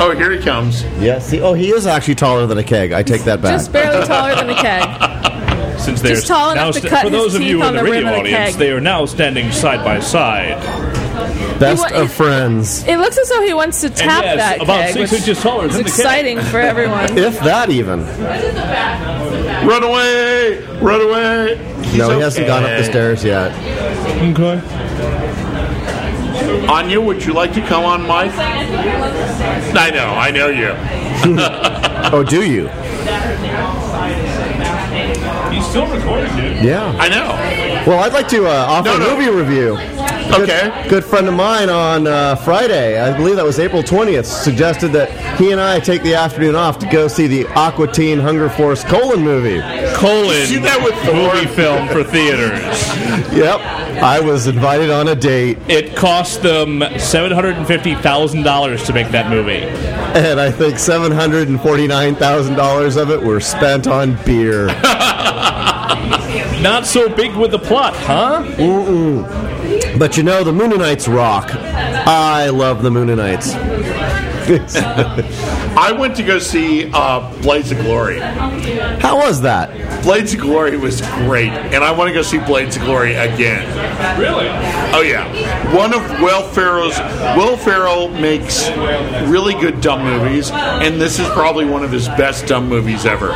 Speaker 1: Oh, here he comes.
Speaker 9: Yes. He, oh, he is actually taller than a keg. I take that back.
Speaker 15: Just barely taller than a keg.
Speaker 14: Since
Speaker 15: Just
Speaker 14: there's
Speaker 15: tall enough to
Speaker 14: sta-
Speaker 15: cut
Speaker 14: for
Speaker 15: his
Speaker 14: those of
Speaker 15: teeth
Speaker 14: you
Speaker 15: on
Speaker 14: in
Speaker 15: the
Speaker 14: the
Speaker 15: rim
Speaker 14: radio
Speaker 15: of the
Speaker 14: audience,
Speaker 15: keg.
Speaker 14: they are now standing side by side.
Speaker 9: Best
Speaker 15: He wa-
Speaker 9: of friends.
Speaker 15: It looks as though he wants to tap
Speaker 14: yes,
Speaker 15: that
Speaker 14: about
Speaker 15: keg,
Speaker 14: six
Speaker 15: which
Speaker 14: inches taller
Speaker 15: is
Speaker 14: than the keg.
Speaker 15: exciting for everyone.
Speaker 9: If that even.
Speaker 1: Run away! Run away! He's
Speaker 9: no, he hasn't gone up the
Speaker 1: okay.
Speaker 9: stairs yet.
Speaker 14: Okay.
Speaker 1: Anya, would you like to come on, Mike? I know, I know you.
Speaker 9: oh, do you?
Speaker 14: He's still recording, dude.
Speaker 9: Yeah.
Speaker 1: I know.
Speaker 9: Well, I'd like to uh, offer a movie review. Okay. Good, friend of mine on uh, Friday, I believe that was April 20th, suggested that he and I take the afternoon off to go see the Aqua Teen Hunger Force colon movie.
Speaker 14: Colon
Speaker 1: See that with
Speaker 14: movie film for theaters.
Speaker 9: Yep. I was invited on a date,
Speaker 14: It cost them seven hundred and fifty thousand dollars to make that movie.
Speaker 9: and I think $749,000 of it were spent on beer.
Speaker 14: Not so big with the plot, huh?
Speaker 9: Mm-mm. But you know, the Moonanites rock. I love the Moonanites.
Speaker 1: I went to go see uh, Blades of Glory.
Speaker 9: How was that?
Speaker 1: Blades of Glory was great, and I want to go see Blades of Glory again.
Speaker 14: Really?
Speaker 1: Oh yeah. One of Will Ferrell's. Will Ferrell makes really good dumb movies, and this is probably one of his best dumb movies ever.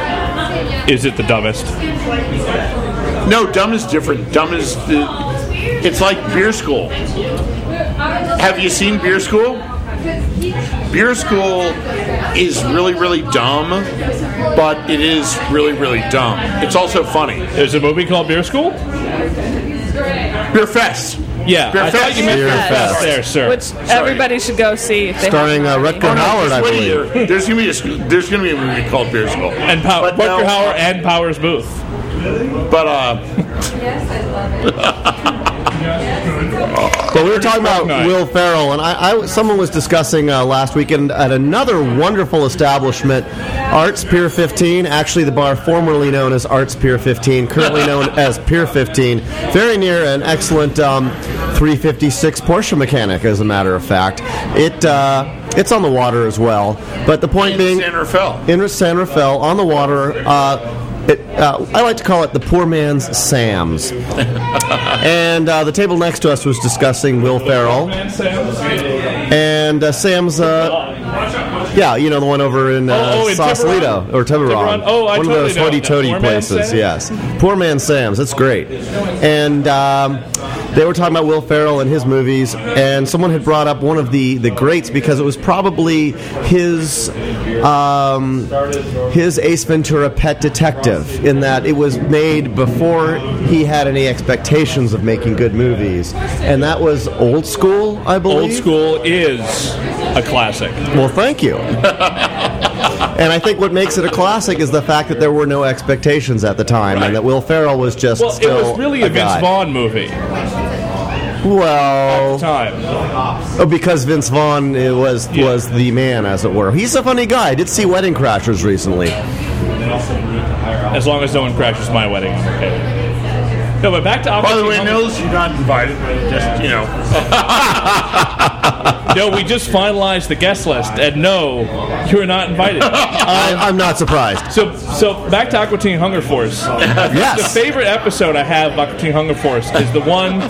Speaker 14: Is it the dumbest?
Speaker 1: No, dumb is different. Dumb is. The, it's like Beer School. Have you seen Beer School? Beer School is really, really dumb, but it is really, really dumb. It's also funny.
Speaker 14: There's a movie called Beer School?
Speaker 1: Beer Fest.
Speaker 14: Yeah,
Speaker 1: Beer
Speaker 14: I
Speaker 1: Fest.
Speaker 14: thought you meant
Speaker 9: Beer
Speaker 14: that.
Speaker 9: Fest.
Speaker 14: There, sir.
Speaker 15: Which everybody should go see. If they
Speaker 9: Starring uh, Rutger Howard, I
Speaker 1: Wait a
Speaker 9: believe.
Speaker 1: year. There's gonna be a there's gonna be a movie called Beer School
Speaker 14: and Pow-
Speaker 1: But
Speaker 14: Rutger
Speaker 1: no-
Speaker 14: Hauer and Powers Booth.
Speaker 1: But uh,
Speaker 9: But we were talking about Will Ferrell, and I, I someone was discussing uh, last weekend at another wonderful establishment, Arts Pier 15, actually the bar formerly known as Arts Pier 15, currently known as Pier 15, very near an excellent um, 356 Porsche mechanic, as a matter of fact. It uh, it's on the water as well, but the point being,
Speaker 1: San Rafael.
Speaker 9: in San Rafael on the water. Uh, it, uh, I like to call it the poor man's Sam's. and uh, the table next to us was discussing Will Ferrell. And uh, Sam's, uh, yeah, you know, the one over in uh,
Speaker 14: Oh, oh, in
Speaker 9: Sausalito
Speaker 14: Tiburon?
Speaker 9: or Tiburon.
Speaker 14: Tiburon? Oh, I
Speaker 9: One
Speaker 14: totally
Speaker 9: of those
Speaker 14: know.
Speaker 9: hoity toity
Speaker 14: Poor man's
Speaker 9: places,
Speaker 14: Sam's?
Speaker 9: yes. Poor man Sam's, that's great. And um, they were talking about Will Ferrell and his movies, and someone had brought up one of the, the greats because it was probably his um, his Ace Ventura Pet Detective in that it was made before he had any expectations of making good movies, and that was old school, I believe.
Speaker 14: Old School is a classic.
Speaker 9: Well, thank you. and I think what makes it a classic is the fact that there were no expectations at the time, and that Will Ferrell was just
Speaker 14: Well, it
Speaker 9: still
Speaker 14: was really a Vince
Speaker 9: guy.
Speaker 14: Vaughn movie.
Speaker 9: Well,
Speaker 14: time.
Speaker 9: Oh, because Vince Vaughn uh, was was the man, as it were. He's a funny guy. I did see Wedding Crashers recently.
Speaker 14: As long as no one crashes my wedding, I'm okay. No, but back to
Speaker 1: By the way,
Speaker 14: 1800s.
Speaker 1: Nils, you're not invited. Just you know.
Speaker 14: No, we just finalized the guest list, and no, you are not invited. I,
Speaker 9: I'm not surprised.
Speaker 14: So, so back to Aqua Teen Hunger Force.
Speaker 9: Yes.
Speaker 14: The favorite episode I have of Aqua Teen Hunger Force is the one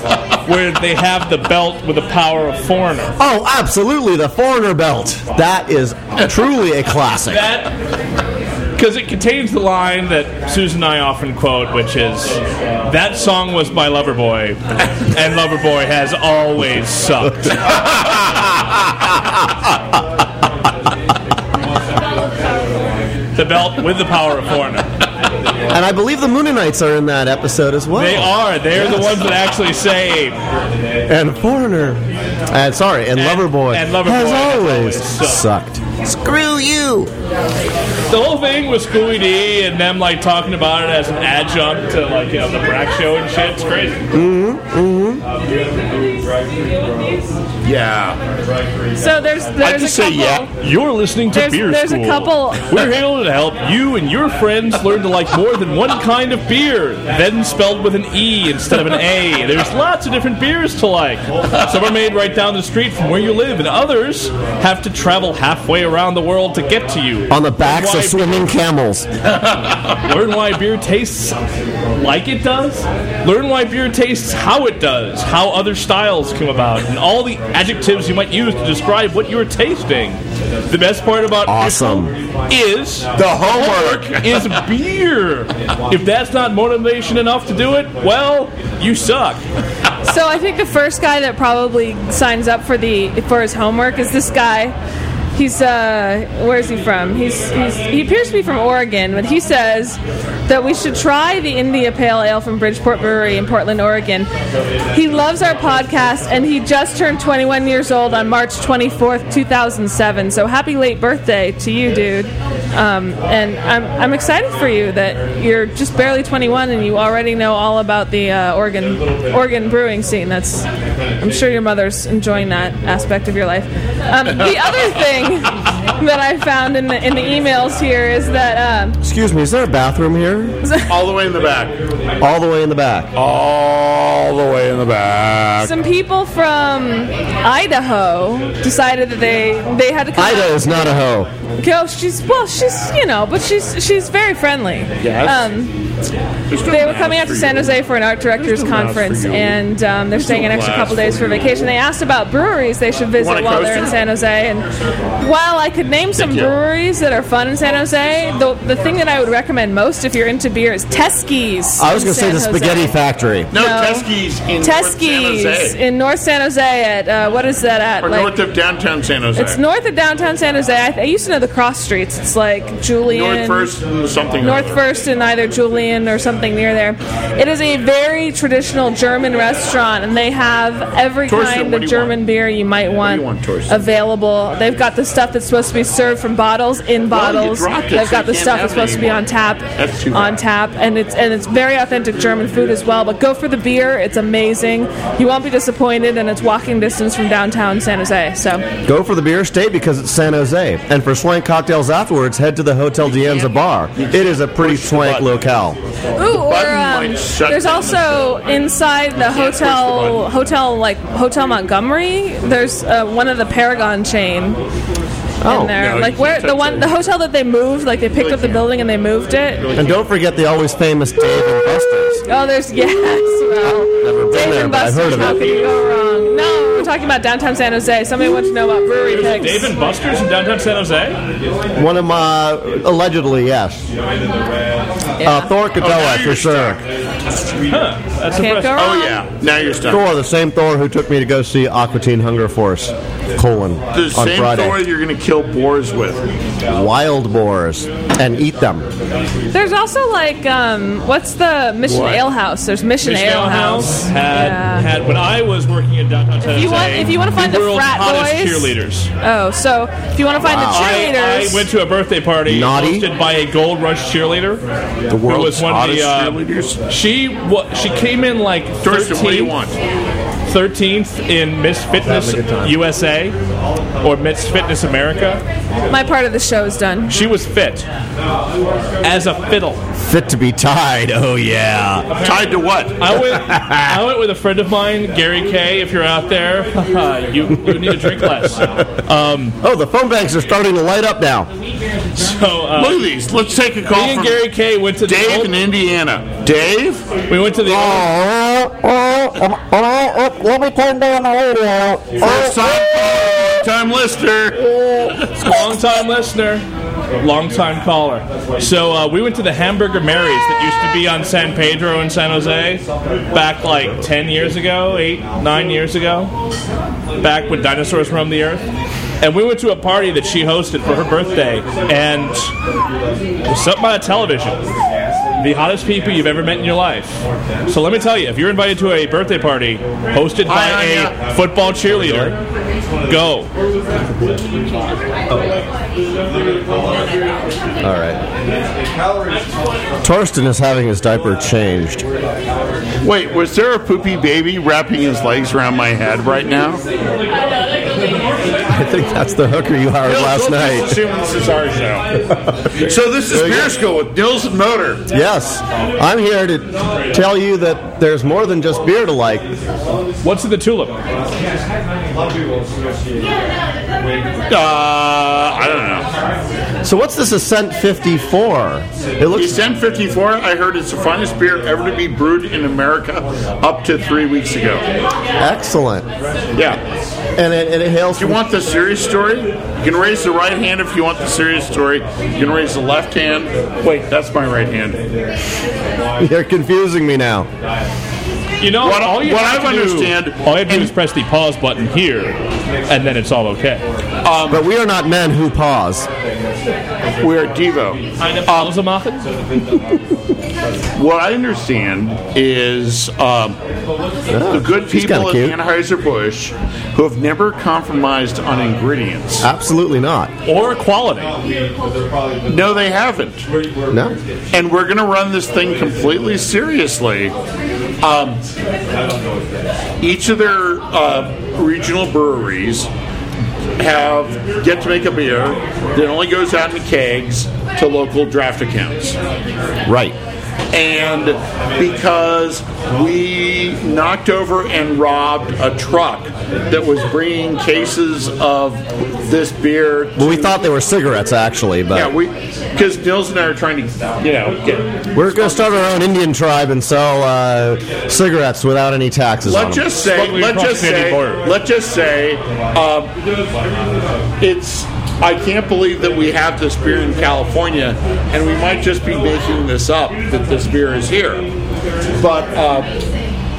Speaker 14: where they have the belt with the power of Foreigner.
Speaker 9: Oh, absolutely, the Foreigner Belt. That is truly a classic.
Speaker 14: That because it contains the line that Susan and I often quote, which is, "That song was my lover boy, and lover boy has always sucked." the belt with the power of foreigner.
Speaker 9: And I believe the Moonanites are in that episode as well.
Speaker 14: They are. They're the ones that actually say.
Speaker 9: And Foreigner. And sorry, and, Loverboy.
Speaker 14: and Loverboy
Speaker 9: has
Speaker 14: has
Speaker 9: always,
Speaker 14: always sucked.
Speaker 9: sucked. Screw you!
Speaker 14: The whole thing was Scooby Dee and them like talking about it as an adjunct to like you know the Brack Show and shit. It's crazy.
Speaker 9: Mm-hmm.
Speaker 1: Yeah.
Speaker 15: So there's-
Speaker 14: I
Speaker 15: there's
Speaker 14: just
Speaker 15: a
Speaker 14: say yeah. You're listening to
Speaker 15: There's-
Speaker 14: beer
Speaker 15: there's a
Speaker 14: school.
Speaker 15: couple-
Speaker 14: We're here to help you and your friends learn to like more than one kind of beer, then spelled with an e instead of an a. There's lots of different beers to like. Some are made right down the street from where you live, and others have to travel halfway around the world to get to you.
Speaker 9: On the backs
Speaker 14: Why
Speaker 9: of swimming camels.
Speaker 14: Learn why beer tastes like it does. Learn why beer tastes how it does, how other styles come about, and all the adjectives you might use to describe what you're tasting. The best part about awesome is the
Speaker 9: homework.
Speaker 14: is beer. If that's not motivation enough to do it, well, you suck.
Speaker 15: So I think the first guy that probably signs up for the for his homework is this guy. He's uh, where is he from? He's, he's he appears to be from Oregon, but he says that we should try the India Pale Ale from Bridgeport Brewery in Portland, Oregon. He loves our podcast, and he just turned 21 years old on March 24th, 2007. So happy late birthday to you, dude! Um, and I'm I'm excited for you that you're just barely 21 and you already know all about the uh, Oregon Oregon brewing scene. That's I'm sure your mother's enjoying that aspect of your life. Um, the other thing that I found in the in the emails here is that um,
Speaker 9: Excuse me, is there a bathroom here?
Speaker 1: All the way in the back.
Speaker 9: All the way in the back.
Speaker 1: All the way in the back.
Speaker 15: some people from Idaho decided that they they had to come.
Speaker 9: Ida is not a hoe.
Speaker 15: Go, she's well, she's you know, but she's she's very friendly.
Speaker 9: Yes.
Speaker 15: Um,
Speaker 9: no
Speaker 15: they were
Speaker 9: mouth
Speaker 15: coming out to
Speaker 9: for
Speaker 15: San
Speaker 9: you.
Speaker 15: Jose for an art directors
Speaker 9: no mouth for
Speaker 15: conference,
Speaker 9: you.
Speaker 15: and um, they're staying
Speaker 9: no
Speaker 15: an extra
Speaker 9: glass
Speaker 15: couple days
Speaker 9: for
Speaker 15: for
Speaker 9: you.
Speaker 15: vacation. They asked about breweries they should visit
Speaker 9: Want a
Speaker 15: while they're
Speaker 9: coaster?
Speaker 15: in San Jose, and while I could name some
Speaker 9: you.
Speaker 15: breweries that are fun in San Jose, the, the thing that I would recommend most if you're into beer is Teskey's.
Speaker 9: I was
Speaker 15: in
Speaker 9: going to say
Speaker 15: San
Speaker 9: the
Speaker 15: Jose.
Speaker 9: Spaghetti Factory.
Speaker 1: No, Teskey's in North San
Speaker 15: Teskey's
Speaker 1: Jose.
Speaker 15: in North San Jose at uh, what is that at?
Speaker 1: or
Speaker 15: Like-
Speaker 1: north of downtown San Jose.
Speaker 15: It's north of downtown San Jose. I, I used to know the cross streets. It's like Julian.
Speaker 1: North First and something. or
Speaker 15: North
Speaker 1: other.
Speaker 15: First and either Julian or something near there. It is a very traditional German restaurant, and they have every
Speaker 1: Torsten,
Speaker 15: kind
Speaker 1: what
Speaker 15: of
Speaker 1: do you
Speaker 15: German beer you might want,
Speaker 1: you want, Torsten?
Speaker 15: available. They've got the stuff that's supposed to be served from bottles in
Speaker 1: Well, you
Speaker 15: bottles.
Speaker 1: dropped it,
Speaker 15: They've
Speaker 1: so
Speaker 15: got the
Speaker 1: you can't
Speaker 15: stuff
Speaker 1: have
Speaker 15: that's
Speaker 1: it
Speaker 15: supposed to be
Speaker 1: anymore.
Speaker 15: on tap,
Speaker 1: That's too
Speaker 15: on
Speaker 1: bad.
Speaker 15: tap, and it's and it's very authentic German food as well. But go for the beer; it's amazing. You won't be disappointed, and it's walking distance from downtown San Jose. So.
Speaker 9: Go for the beer, stay because it's San Jose. And for swank cocktails afterwards, head to the Hotel Dianza bar. It is a pretty swank locale.
Speaker 15: Ooh, or um,
Speaker 9: might shut
Speaker 15: there's
Speaker 9: down
Speaker 15: also inside the hotel, hotel like Hotel Montgomery. There's uh, one of the Paragon chain.
Speaker 9: Oh.
Speaker 15: in there,
Speaker 9: No,
Speaker 15: like
Speaker 9: you
Speaker 15: where
Speaker 9: can't
Speaker 15: the
Speaker 9: touch
Speaker 15: one,
Speaker 9: it.
Speaker 15: the hotel that they moved, like they picked up the building and they moved it.
Speaker 9: And don't forget the always famous Dave and Buster's.
Speaker 15: Oh, there's yes, well,
Speaker 9: Never been there, but I've heard of
Speaker 15: how
Speaker 9: it.
Speaker 15: could you go wrong? No, talking about downtown San Jose. Somebody wants to know about brewery
Speaker 16: There's a
Speaker 15: picks.
Speaker 16: Dave and Buster's in downtown San Jose.
Speaker 9: One of my allegedly, yes. Uh, Thorcadella for sure.
Speaker 16: Huh, that's
Speaker 15: Can't
Speaker 16: impressive.
Speaker 15: go wrong.
Speaker 16: Oh
Speaker 1: yeah, now you're stuck.
Speaker 9: Thor, the same Thor who took me to go see Aqua Teen Hunger Force colon
Speaker 1: The
Speaker 9: on
Speaker 1: same
Speaker 9: Friday.
Speaker 1: Thor you're going to kill boars with.
Speaker 9: Wild boars and eat them.
Speaker 15: There's also like um, what's the Mission
Speaker 9: What?
Speaker 15: Ale House? There's Mission,
Speaker 9: Mission
Speaker 15: Ale
Speaker 9: Ale
Speaker 15: House.
Speaker 14: Had had when I was working at downtown San
Speaker 15: If you
Speaker 14: Jose,
Speaker 15: want- if you wanna find the
Speaker 14: world's
Speaker 15: frat
Speaker 14: hottest
Speaker 15: boys-
Speaker 14: cheerleaders.
Speaker 15: Oh, so if you want to find the
Speaker 14: I,
Speaker 15: cheerleaders,
Speaker 14: I went to a birthday party hosted by a Gold Rush cheerleader.
Speaker 1: The
Speaker 14: who
Speaker 1: world's
Speaker 14: was one of the,
Speaker 1: hottest
Speaker 14: uh,
Speaker 1: cheerleaders?
Speaker 14: She wa- she came in like
Speaker 1: Thurston, what do you want?
Speaker 14: 13th in Miss Fitness
Speaker 1: Having a good time.
Speaker 14: USA or Miss Fitness America.
Speaker 15: my part of the show is done.
Speaker 14: She was fit as a fiddle.
Speaker 9: Fit to be tied. Oh yeah.
Speaker 1: Tied to what?
Speaker 14: I went. I went with a friend of mine, Gary Kay. If you're out there, you, you need to drink less. Um,
Speaker 9: oh, the phone banks are starting to light up now.
Speaker 14: So uh,
Speaker 1: Look at these. Let's take a call.
Speaker 14: Me and
Speaker 1: from
Speaker 14: Gary Kay went to
Speaker 1: Dave
Speaker 14: the old,
Speaker 1: in Indiana. Dave,
Speaker 14: we went to the
Speaker 9: Let me turn down the radio.
Speaker 1: First time, time listener.
Speaker 14: long time listener, long time caller. So uh, we went to the Hamburger Marys that used to be on San Pedro in San Jose back like ten years ago, eight nine years ago, back when dinosaurs roamed the earth. And we went to a party that she hosted for her birthday, and it was something about television. The hottest people you've ever met in your life. So let me tell you, if you're invited to a birthday party hosted by a football cheerleader, go.
Speaker 9: All right. Torsten is having his diaper changed.
Speaker 1: Wait, was there a poopy baby wrapping his legs around my head right now?
Speaker 9: I think that's the hooker you hired
Speaker 1: Bill,
Speaker 9: last
Speaker 1: don't
Speaker 9: night.
Speaker 1: just assume this is our show. so this is Beer School with Dills and Motor.
Speaker 9: Yes, I'm here to tell you that there's more than just beer to like.
Speaker 14: What's in the tulip?
Speaker 1: Uh, I don't know.
Speaker 9: So what's this Ascent 54? It looks
Speaker 1: Ascent 54, I heard it's the finest beer ever to be brewed in America up to three weeks ago.
Speaker 9: excellent.
Speaker 1: Yeah.
Speaker 9: And it, and it hails
Speaker 1: If you want the serious story, you can raise the right hand if you want the serious story. You can raise the left hand. Wait, that's my right hand.
Speaker 9: You're confusing me now.
Speaker 14: You know,
Speaker 1: What-
Speaker 14: all you
Speaker 1: what
Speaker 14: have
Speaker 1: I
Speaker 14: to do-
Speaker 1: understand-
Speaker 14: all you have to do is press the pause button here, and then it's all okay.
Speaker 9: but we are not men who pause.
Speaker 1: Um, We are Um, Devo. What I understand is um, the good
Speaker 9: she's
Speaker 1: people
Speaker 9: kinda
Speaker 1: at
Speaker 9: cute.
Speaker 1: Anheuser-Busch who have never compromised on ingredients.
Speaker 9: Absolutely not.
Speaker 14: Or quality.
Speaker 1: No, they haven't.
Speaker 9: No?
Speaker 1: And we're going to run this thing completely seriously. Um, each of their uh, regional breweries have get to make a beer that only goes out in kegs to local draft accounts.
Speaker 9: Right.
Speaker 1: And because we knocked over and robbed a truck that was bringing cases of this beer
Speaker 9: Well, we thought they were cigarettes, actually, but
Speaker 1: yeah, we because Nils and I are trying to, you know, get.
Speaker 9: we're going to start our own Indian tribe and sell uh, cigarettes without any taxes on
Speaker 1: Let's
Speaker 9: 'em.
Speaker 1: just say,
Speaker 14: Smuggling
Speaker 1: let's
Speaker 14: across
Speaker 1: just
Speaker 14: the
Speaker 1: say,
Speaker 14: border.
Speaker 1: let's just say, um, it's. I can't believe that we have this beer in California, and we might just be making this up that this beer is here. But uh,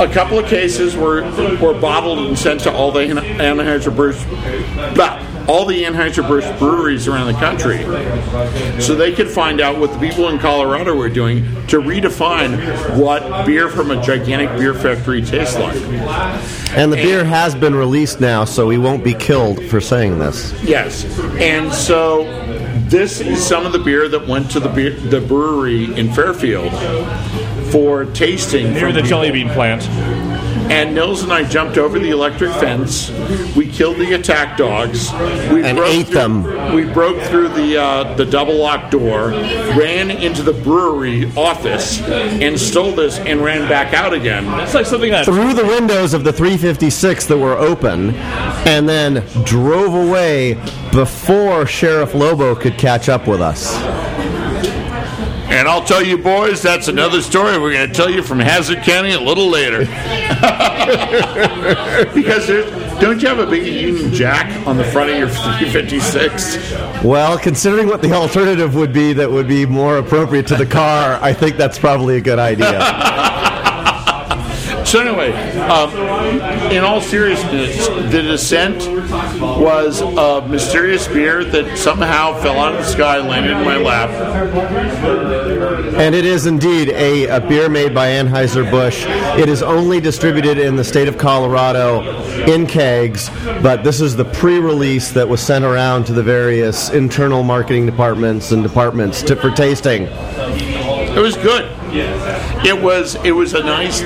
Speaker 1: a couple of cases were were bottled and sent to all the An- Anheuser-Busch, bah, all the Anheuser-Busch breweries around the country, so they could find out what the people in Colorado were doing to redefine what beer from a gigantic beer factory tastes like.
Speaker 9: And the beer has been released now, so we won't be killed for saying this.
Speaker 1: Yes, and so this is some of the beer that went to the beer, the brewery in Fairfield for tasting
Speaker 14: Near
Speaker 1: from
Speaker 14: the
Speaker 1: people.
Speaker 14: jelly bean plant.
Speaker 1: And Nils and I jumped over the electric fence. We killed the attack dogs. We
Speaker 9: And
Speaker 1: broke
Speaker 9: ate
Speaker 1: through-
Speaker 9: them.
Speaker 1: We broke through the uh, the double locked door, ran into the brewery office, and stole this, and ran back out again.
Speaker 14: It's like something that
Speaker 9: Through the windows of the 356 that were open, and then drove away before Sheriff Lobo could catch up with us.
Speaker 1: And I'll tell you, boys, that's another story we're going to tell you from Hazard County a little later. because there's, Don't you have a big Union Jack on the front of your 356?
Speaker 9: Well, considering what the alternative would be that would be more appropriate to the car, I think that's probably a good idea.
Speaker 1: So anyway, um, in all seriousness, the descent was a mysterious beer that somehow fell out of the sky, landed in my lap.
Speaker 9: And it is indeed a, a beer made by Anheuser-Busch. It is only distributed in the state of Colorado in kegs, but this is the pre release that was sent around to the various internal marketing departments and departments to, for tasting.
Speaker 1: It was good. It was it was a nice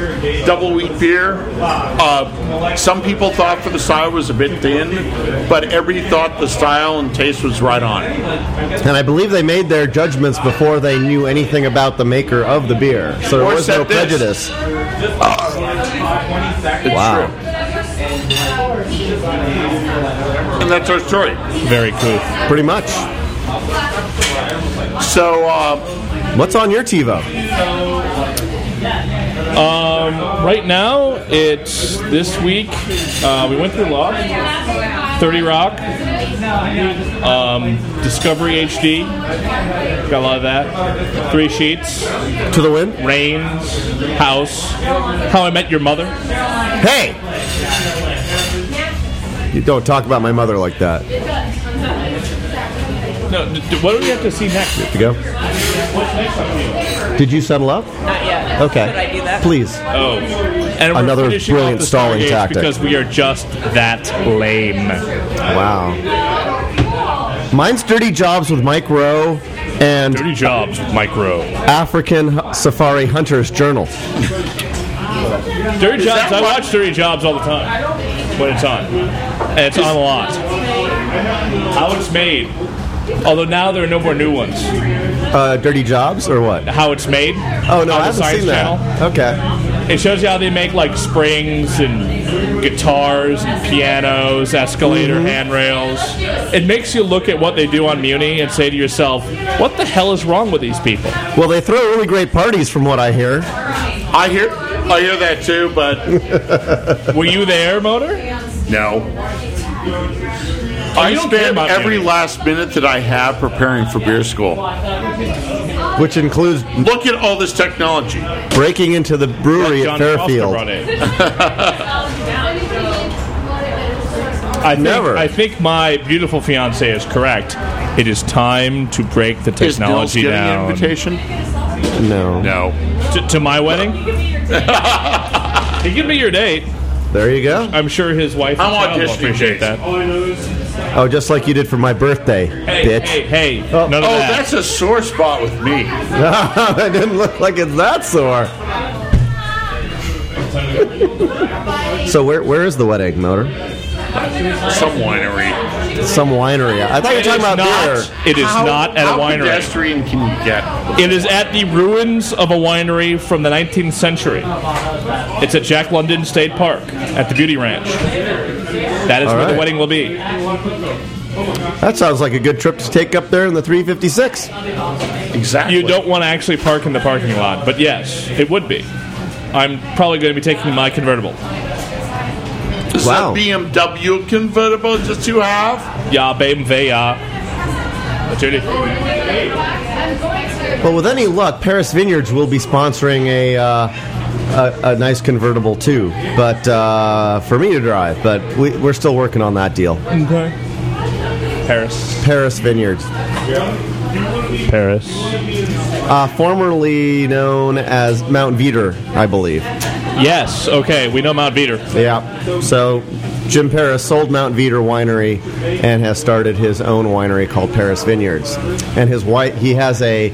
Speaker 1: double wheat beer. Uh, some people thought for the style was a bit thin, but every thought the style and taste was right on.
Speaker 9: And I believe they made their judgments before they knew anything about the maker of the beer, so there
Speaker 1: Or
Speaker 9: was no
Speaker 1: said this.
Speaker 9: prejudice. Wow.
Speaker 1: And that's our story.
Speaker 9: Very cool. Pretty much.
Speaker 1: So, uh,
Speaker 9: what's on your TiVo?
Speaker 14: Um, right now, it's this week. Uh, we went through Lock, 30 Rock, um, Discovery HD. Got a lot of that. Three Sheets.
Speaker 9: To the Wind.
Speaker 14: Rains. House. How I Met Your Mother.
Speaker 9: Hey! You don't talk about my mother like that. You
Speaker 14: No, d- d- what do we have to see next?
Speaker 9: have to go. Did you settle up?
Speaker 14: Not yet.
Speaker 9: Okay.
Speaker 14: Could I do that?
Speaker 9: Please.
Speaker 14: Oh. And we're
Speaker 9: Another
Speaker 14: finishing off
Speaker 9: brilliant
Speaker 14: the
Speaker 9: stalling
Speaker 14: Stargates
Speaker 9: tactic.
Speaker 14: Because we are just that lame.
Speaker 9: Wow. Mine's Dirty Jobs with Mike Rowe and Dirty
Speaker 14: Jobs with Mike Rowe.
Speaker 9: African H- Safari Hunters Journal.
Speaker 14: Dirty Jobs. I watch Dirty Jobs all the time when it's on. And it's on a lot. How it's made. Although now there are no more new ones.
Speaker 9: Uh, Dirty Jobs or what?
Speaker 14: How it's made.
Speaker 9: Oh
Speaker 14: on
Speaker 9: no,
Speaker 14: the
Speaker 9: I haven't
Speaker 14: Science
Speaker 9: seen that.
Speaker 14: Channel.
Speaker 9: Okay.
Speaker 14: It shows you how they make like springs and guitars and pianos, escalator
Speaker 9: Mm-hmm.
Speaker 14: handrails. It makes you look at what they do on Muni and say to yourself, what the hell is wrong with these people?
Speaker 9: Well, they throw really great parties, from what I hear.
Speaker 1: I hear I hear that too, but
Speaker 14: were you there, Motor?
Speaker 1: No. I spend every last minute that I have preparing for beer school,
Speaker 9: which includes
Speaker 1: look at all this technology.
Speaker 9: Breaking into the brewery at Fairfield.
Speaker 14: I think, I think my beautiful fiance is correct. It is time to break the
Speaker 1: Is Nils
Speaker 14: technology
Speaker 1: getting
Speaker 14: down.
Speaker 1: an invitation?
Speaker 9: No.
Speaker 14: No. To, to my wedding? he give me your date.
Speaker 9: There you go.
Speaker 14: I'm sure his wife and
Speaker 1: I'm
Speaker 14: child will
Speaker 1: auditioning,
Speaker 14: appreciate that.
Speaker 9: Oh, just like you did for my birthday, bitch.
Speaker 14: hey,
Speaker 1: Oh,
Speaker 14: none of that.
Speaker 1: that's a sore spot with me.
Speaker 9: that didn't look like it's that sore. so where where is the wedding, Motor?
Speaker 1: Some winery.
Speaker 9: Some winery. I thought you were
Speaker 14: It
Speaker 9: talking
Speaker 14: is
Speaker 9: about
Speaker 14: not-
Speaker 9: beer.
Speaker 14: It is not at a winery.
Speaker 1: can you get?
Speaker 14: It is at the ruins of a winery from the 19th century. It's at Jack London State Park at the Beauty Ranch. That is
Speaker 9: All
Speaker 14: where the
Speaker 9: right.
Speaker 14: wedding will be.
Speaker 9: That sounds like a good trip to take up there in the 356.
Speaker 1: Exactly.
Speaker 14: You don't want to actually park in the parking lot, but yes, it would be. I'm probably going to be taking my convertible.
Speaker 1: Is that BMW convertible just you have?
Speaker 14: Ja, baben, weh, ja. Natürlich.
Speaker 9: Well, with any luck, Paris Vineyards will be sponsoring a uh, a, a nice convertible too, but uh, for me to drive. But we, we're still working on that deal.
Speaker 14: Okay. Paris.
Speaker 9: Paris Vineyards.
Speaker 14: Paris.
Speaker 9: Uh, formerly known as Mount Veeder, I believe.
Speaker 14: Yes, okay, we know Mount Veeder.
Speaker 9: Yeah. So Jim Paris sold Mount Veeder Winery and has started his own winery called Paris Vineyards. And his wife, he has a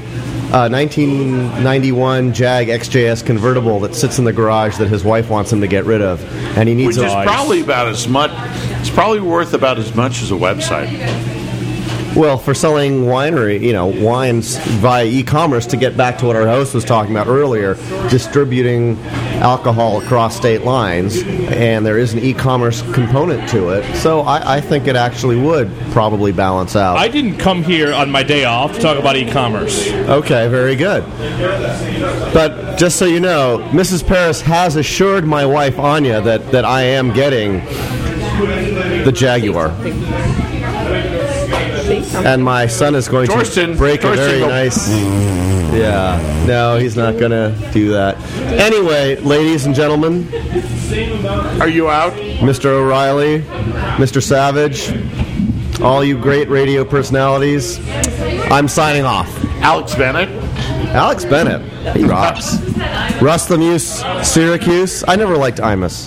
Speaker 9: uh, 1991 Jag XJS convertible that sits in the garage that his wife wants him to get rid of, and he needs
Speaker 1: Which
Speaker 9: a
Speaker 1: is probably about as much. It's probably worth about as much as a website.
Speaker 9: Well, for selling winery, you know, wines via e-commerce to get back to what our host was talking about earlier, distributing alcohol across state lines, and there is an e-commerce component to it. So I, I think it actually would probably balance out.
Speaker 14: I didn't come here on my day off to talk about e commerce.
Speaker 9: okay, very good. But just so you know, Mrs. Paris has assured my wife Anya that that I am getting the Jaguar. And my son is going
Speaker 1: Torsten,
Speaker 9: to break
Speaker 1: Torsten,
Speaker 9: a very
Speaker 1: go-
Speaker 9: nice. Yeah. No, he's not going to do that. Anyway, ladies and gentlemen,
Speaker 1: are you out?
Speaker 9: Mr. O'Reilly, Mr. Savage, all you great radio personalities, I'm signing off.
Speaker 1: Alex Bennett.
Speaker 9: Alex Bennett. He rocks. Russ Lemuse, Syracuse. I never liked Imus.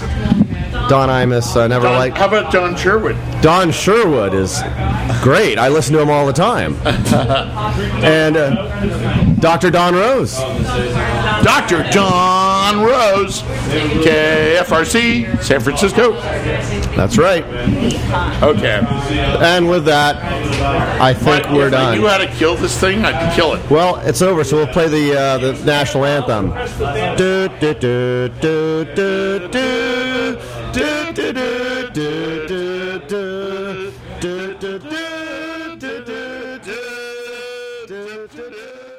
Speaker 9: Don Imus, I never liked.
Speaker 1: How about Don Sherwood?
Speaker 9: Don Sherwood is great. I listen to him all the time. and uh, Dr. Don Rose.
Speaker 1: Dr. Don Rose, KFRC, San Francisco.
Speaker 9: That's right.
Speaker 1: Okay.
Speaker 9: And with that, I think we're
Speaker 1: if I
Speaker 9: done.
Speaker 1: knew how to kill this thing, I'd kill it.
Speaker 9: Well, it's over, so we'll play the uh, the national anthem. Do, do, do, do, do, do, do, do, do, do, do, do, do, do, do, do, do, do, do, do, do.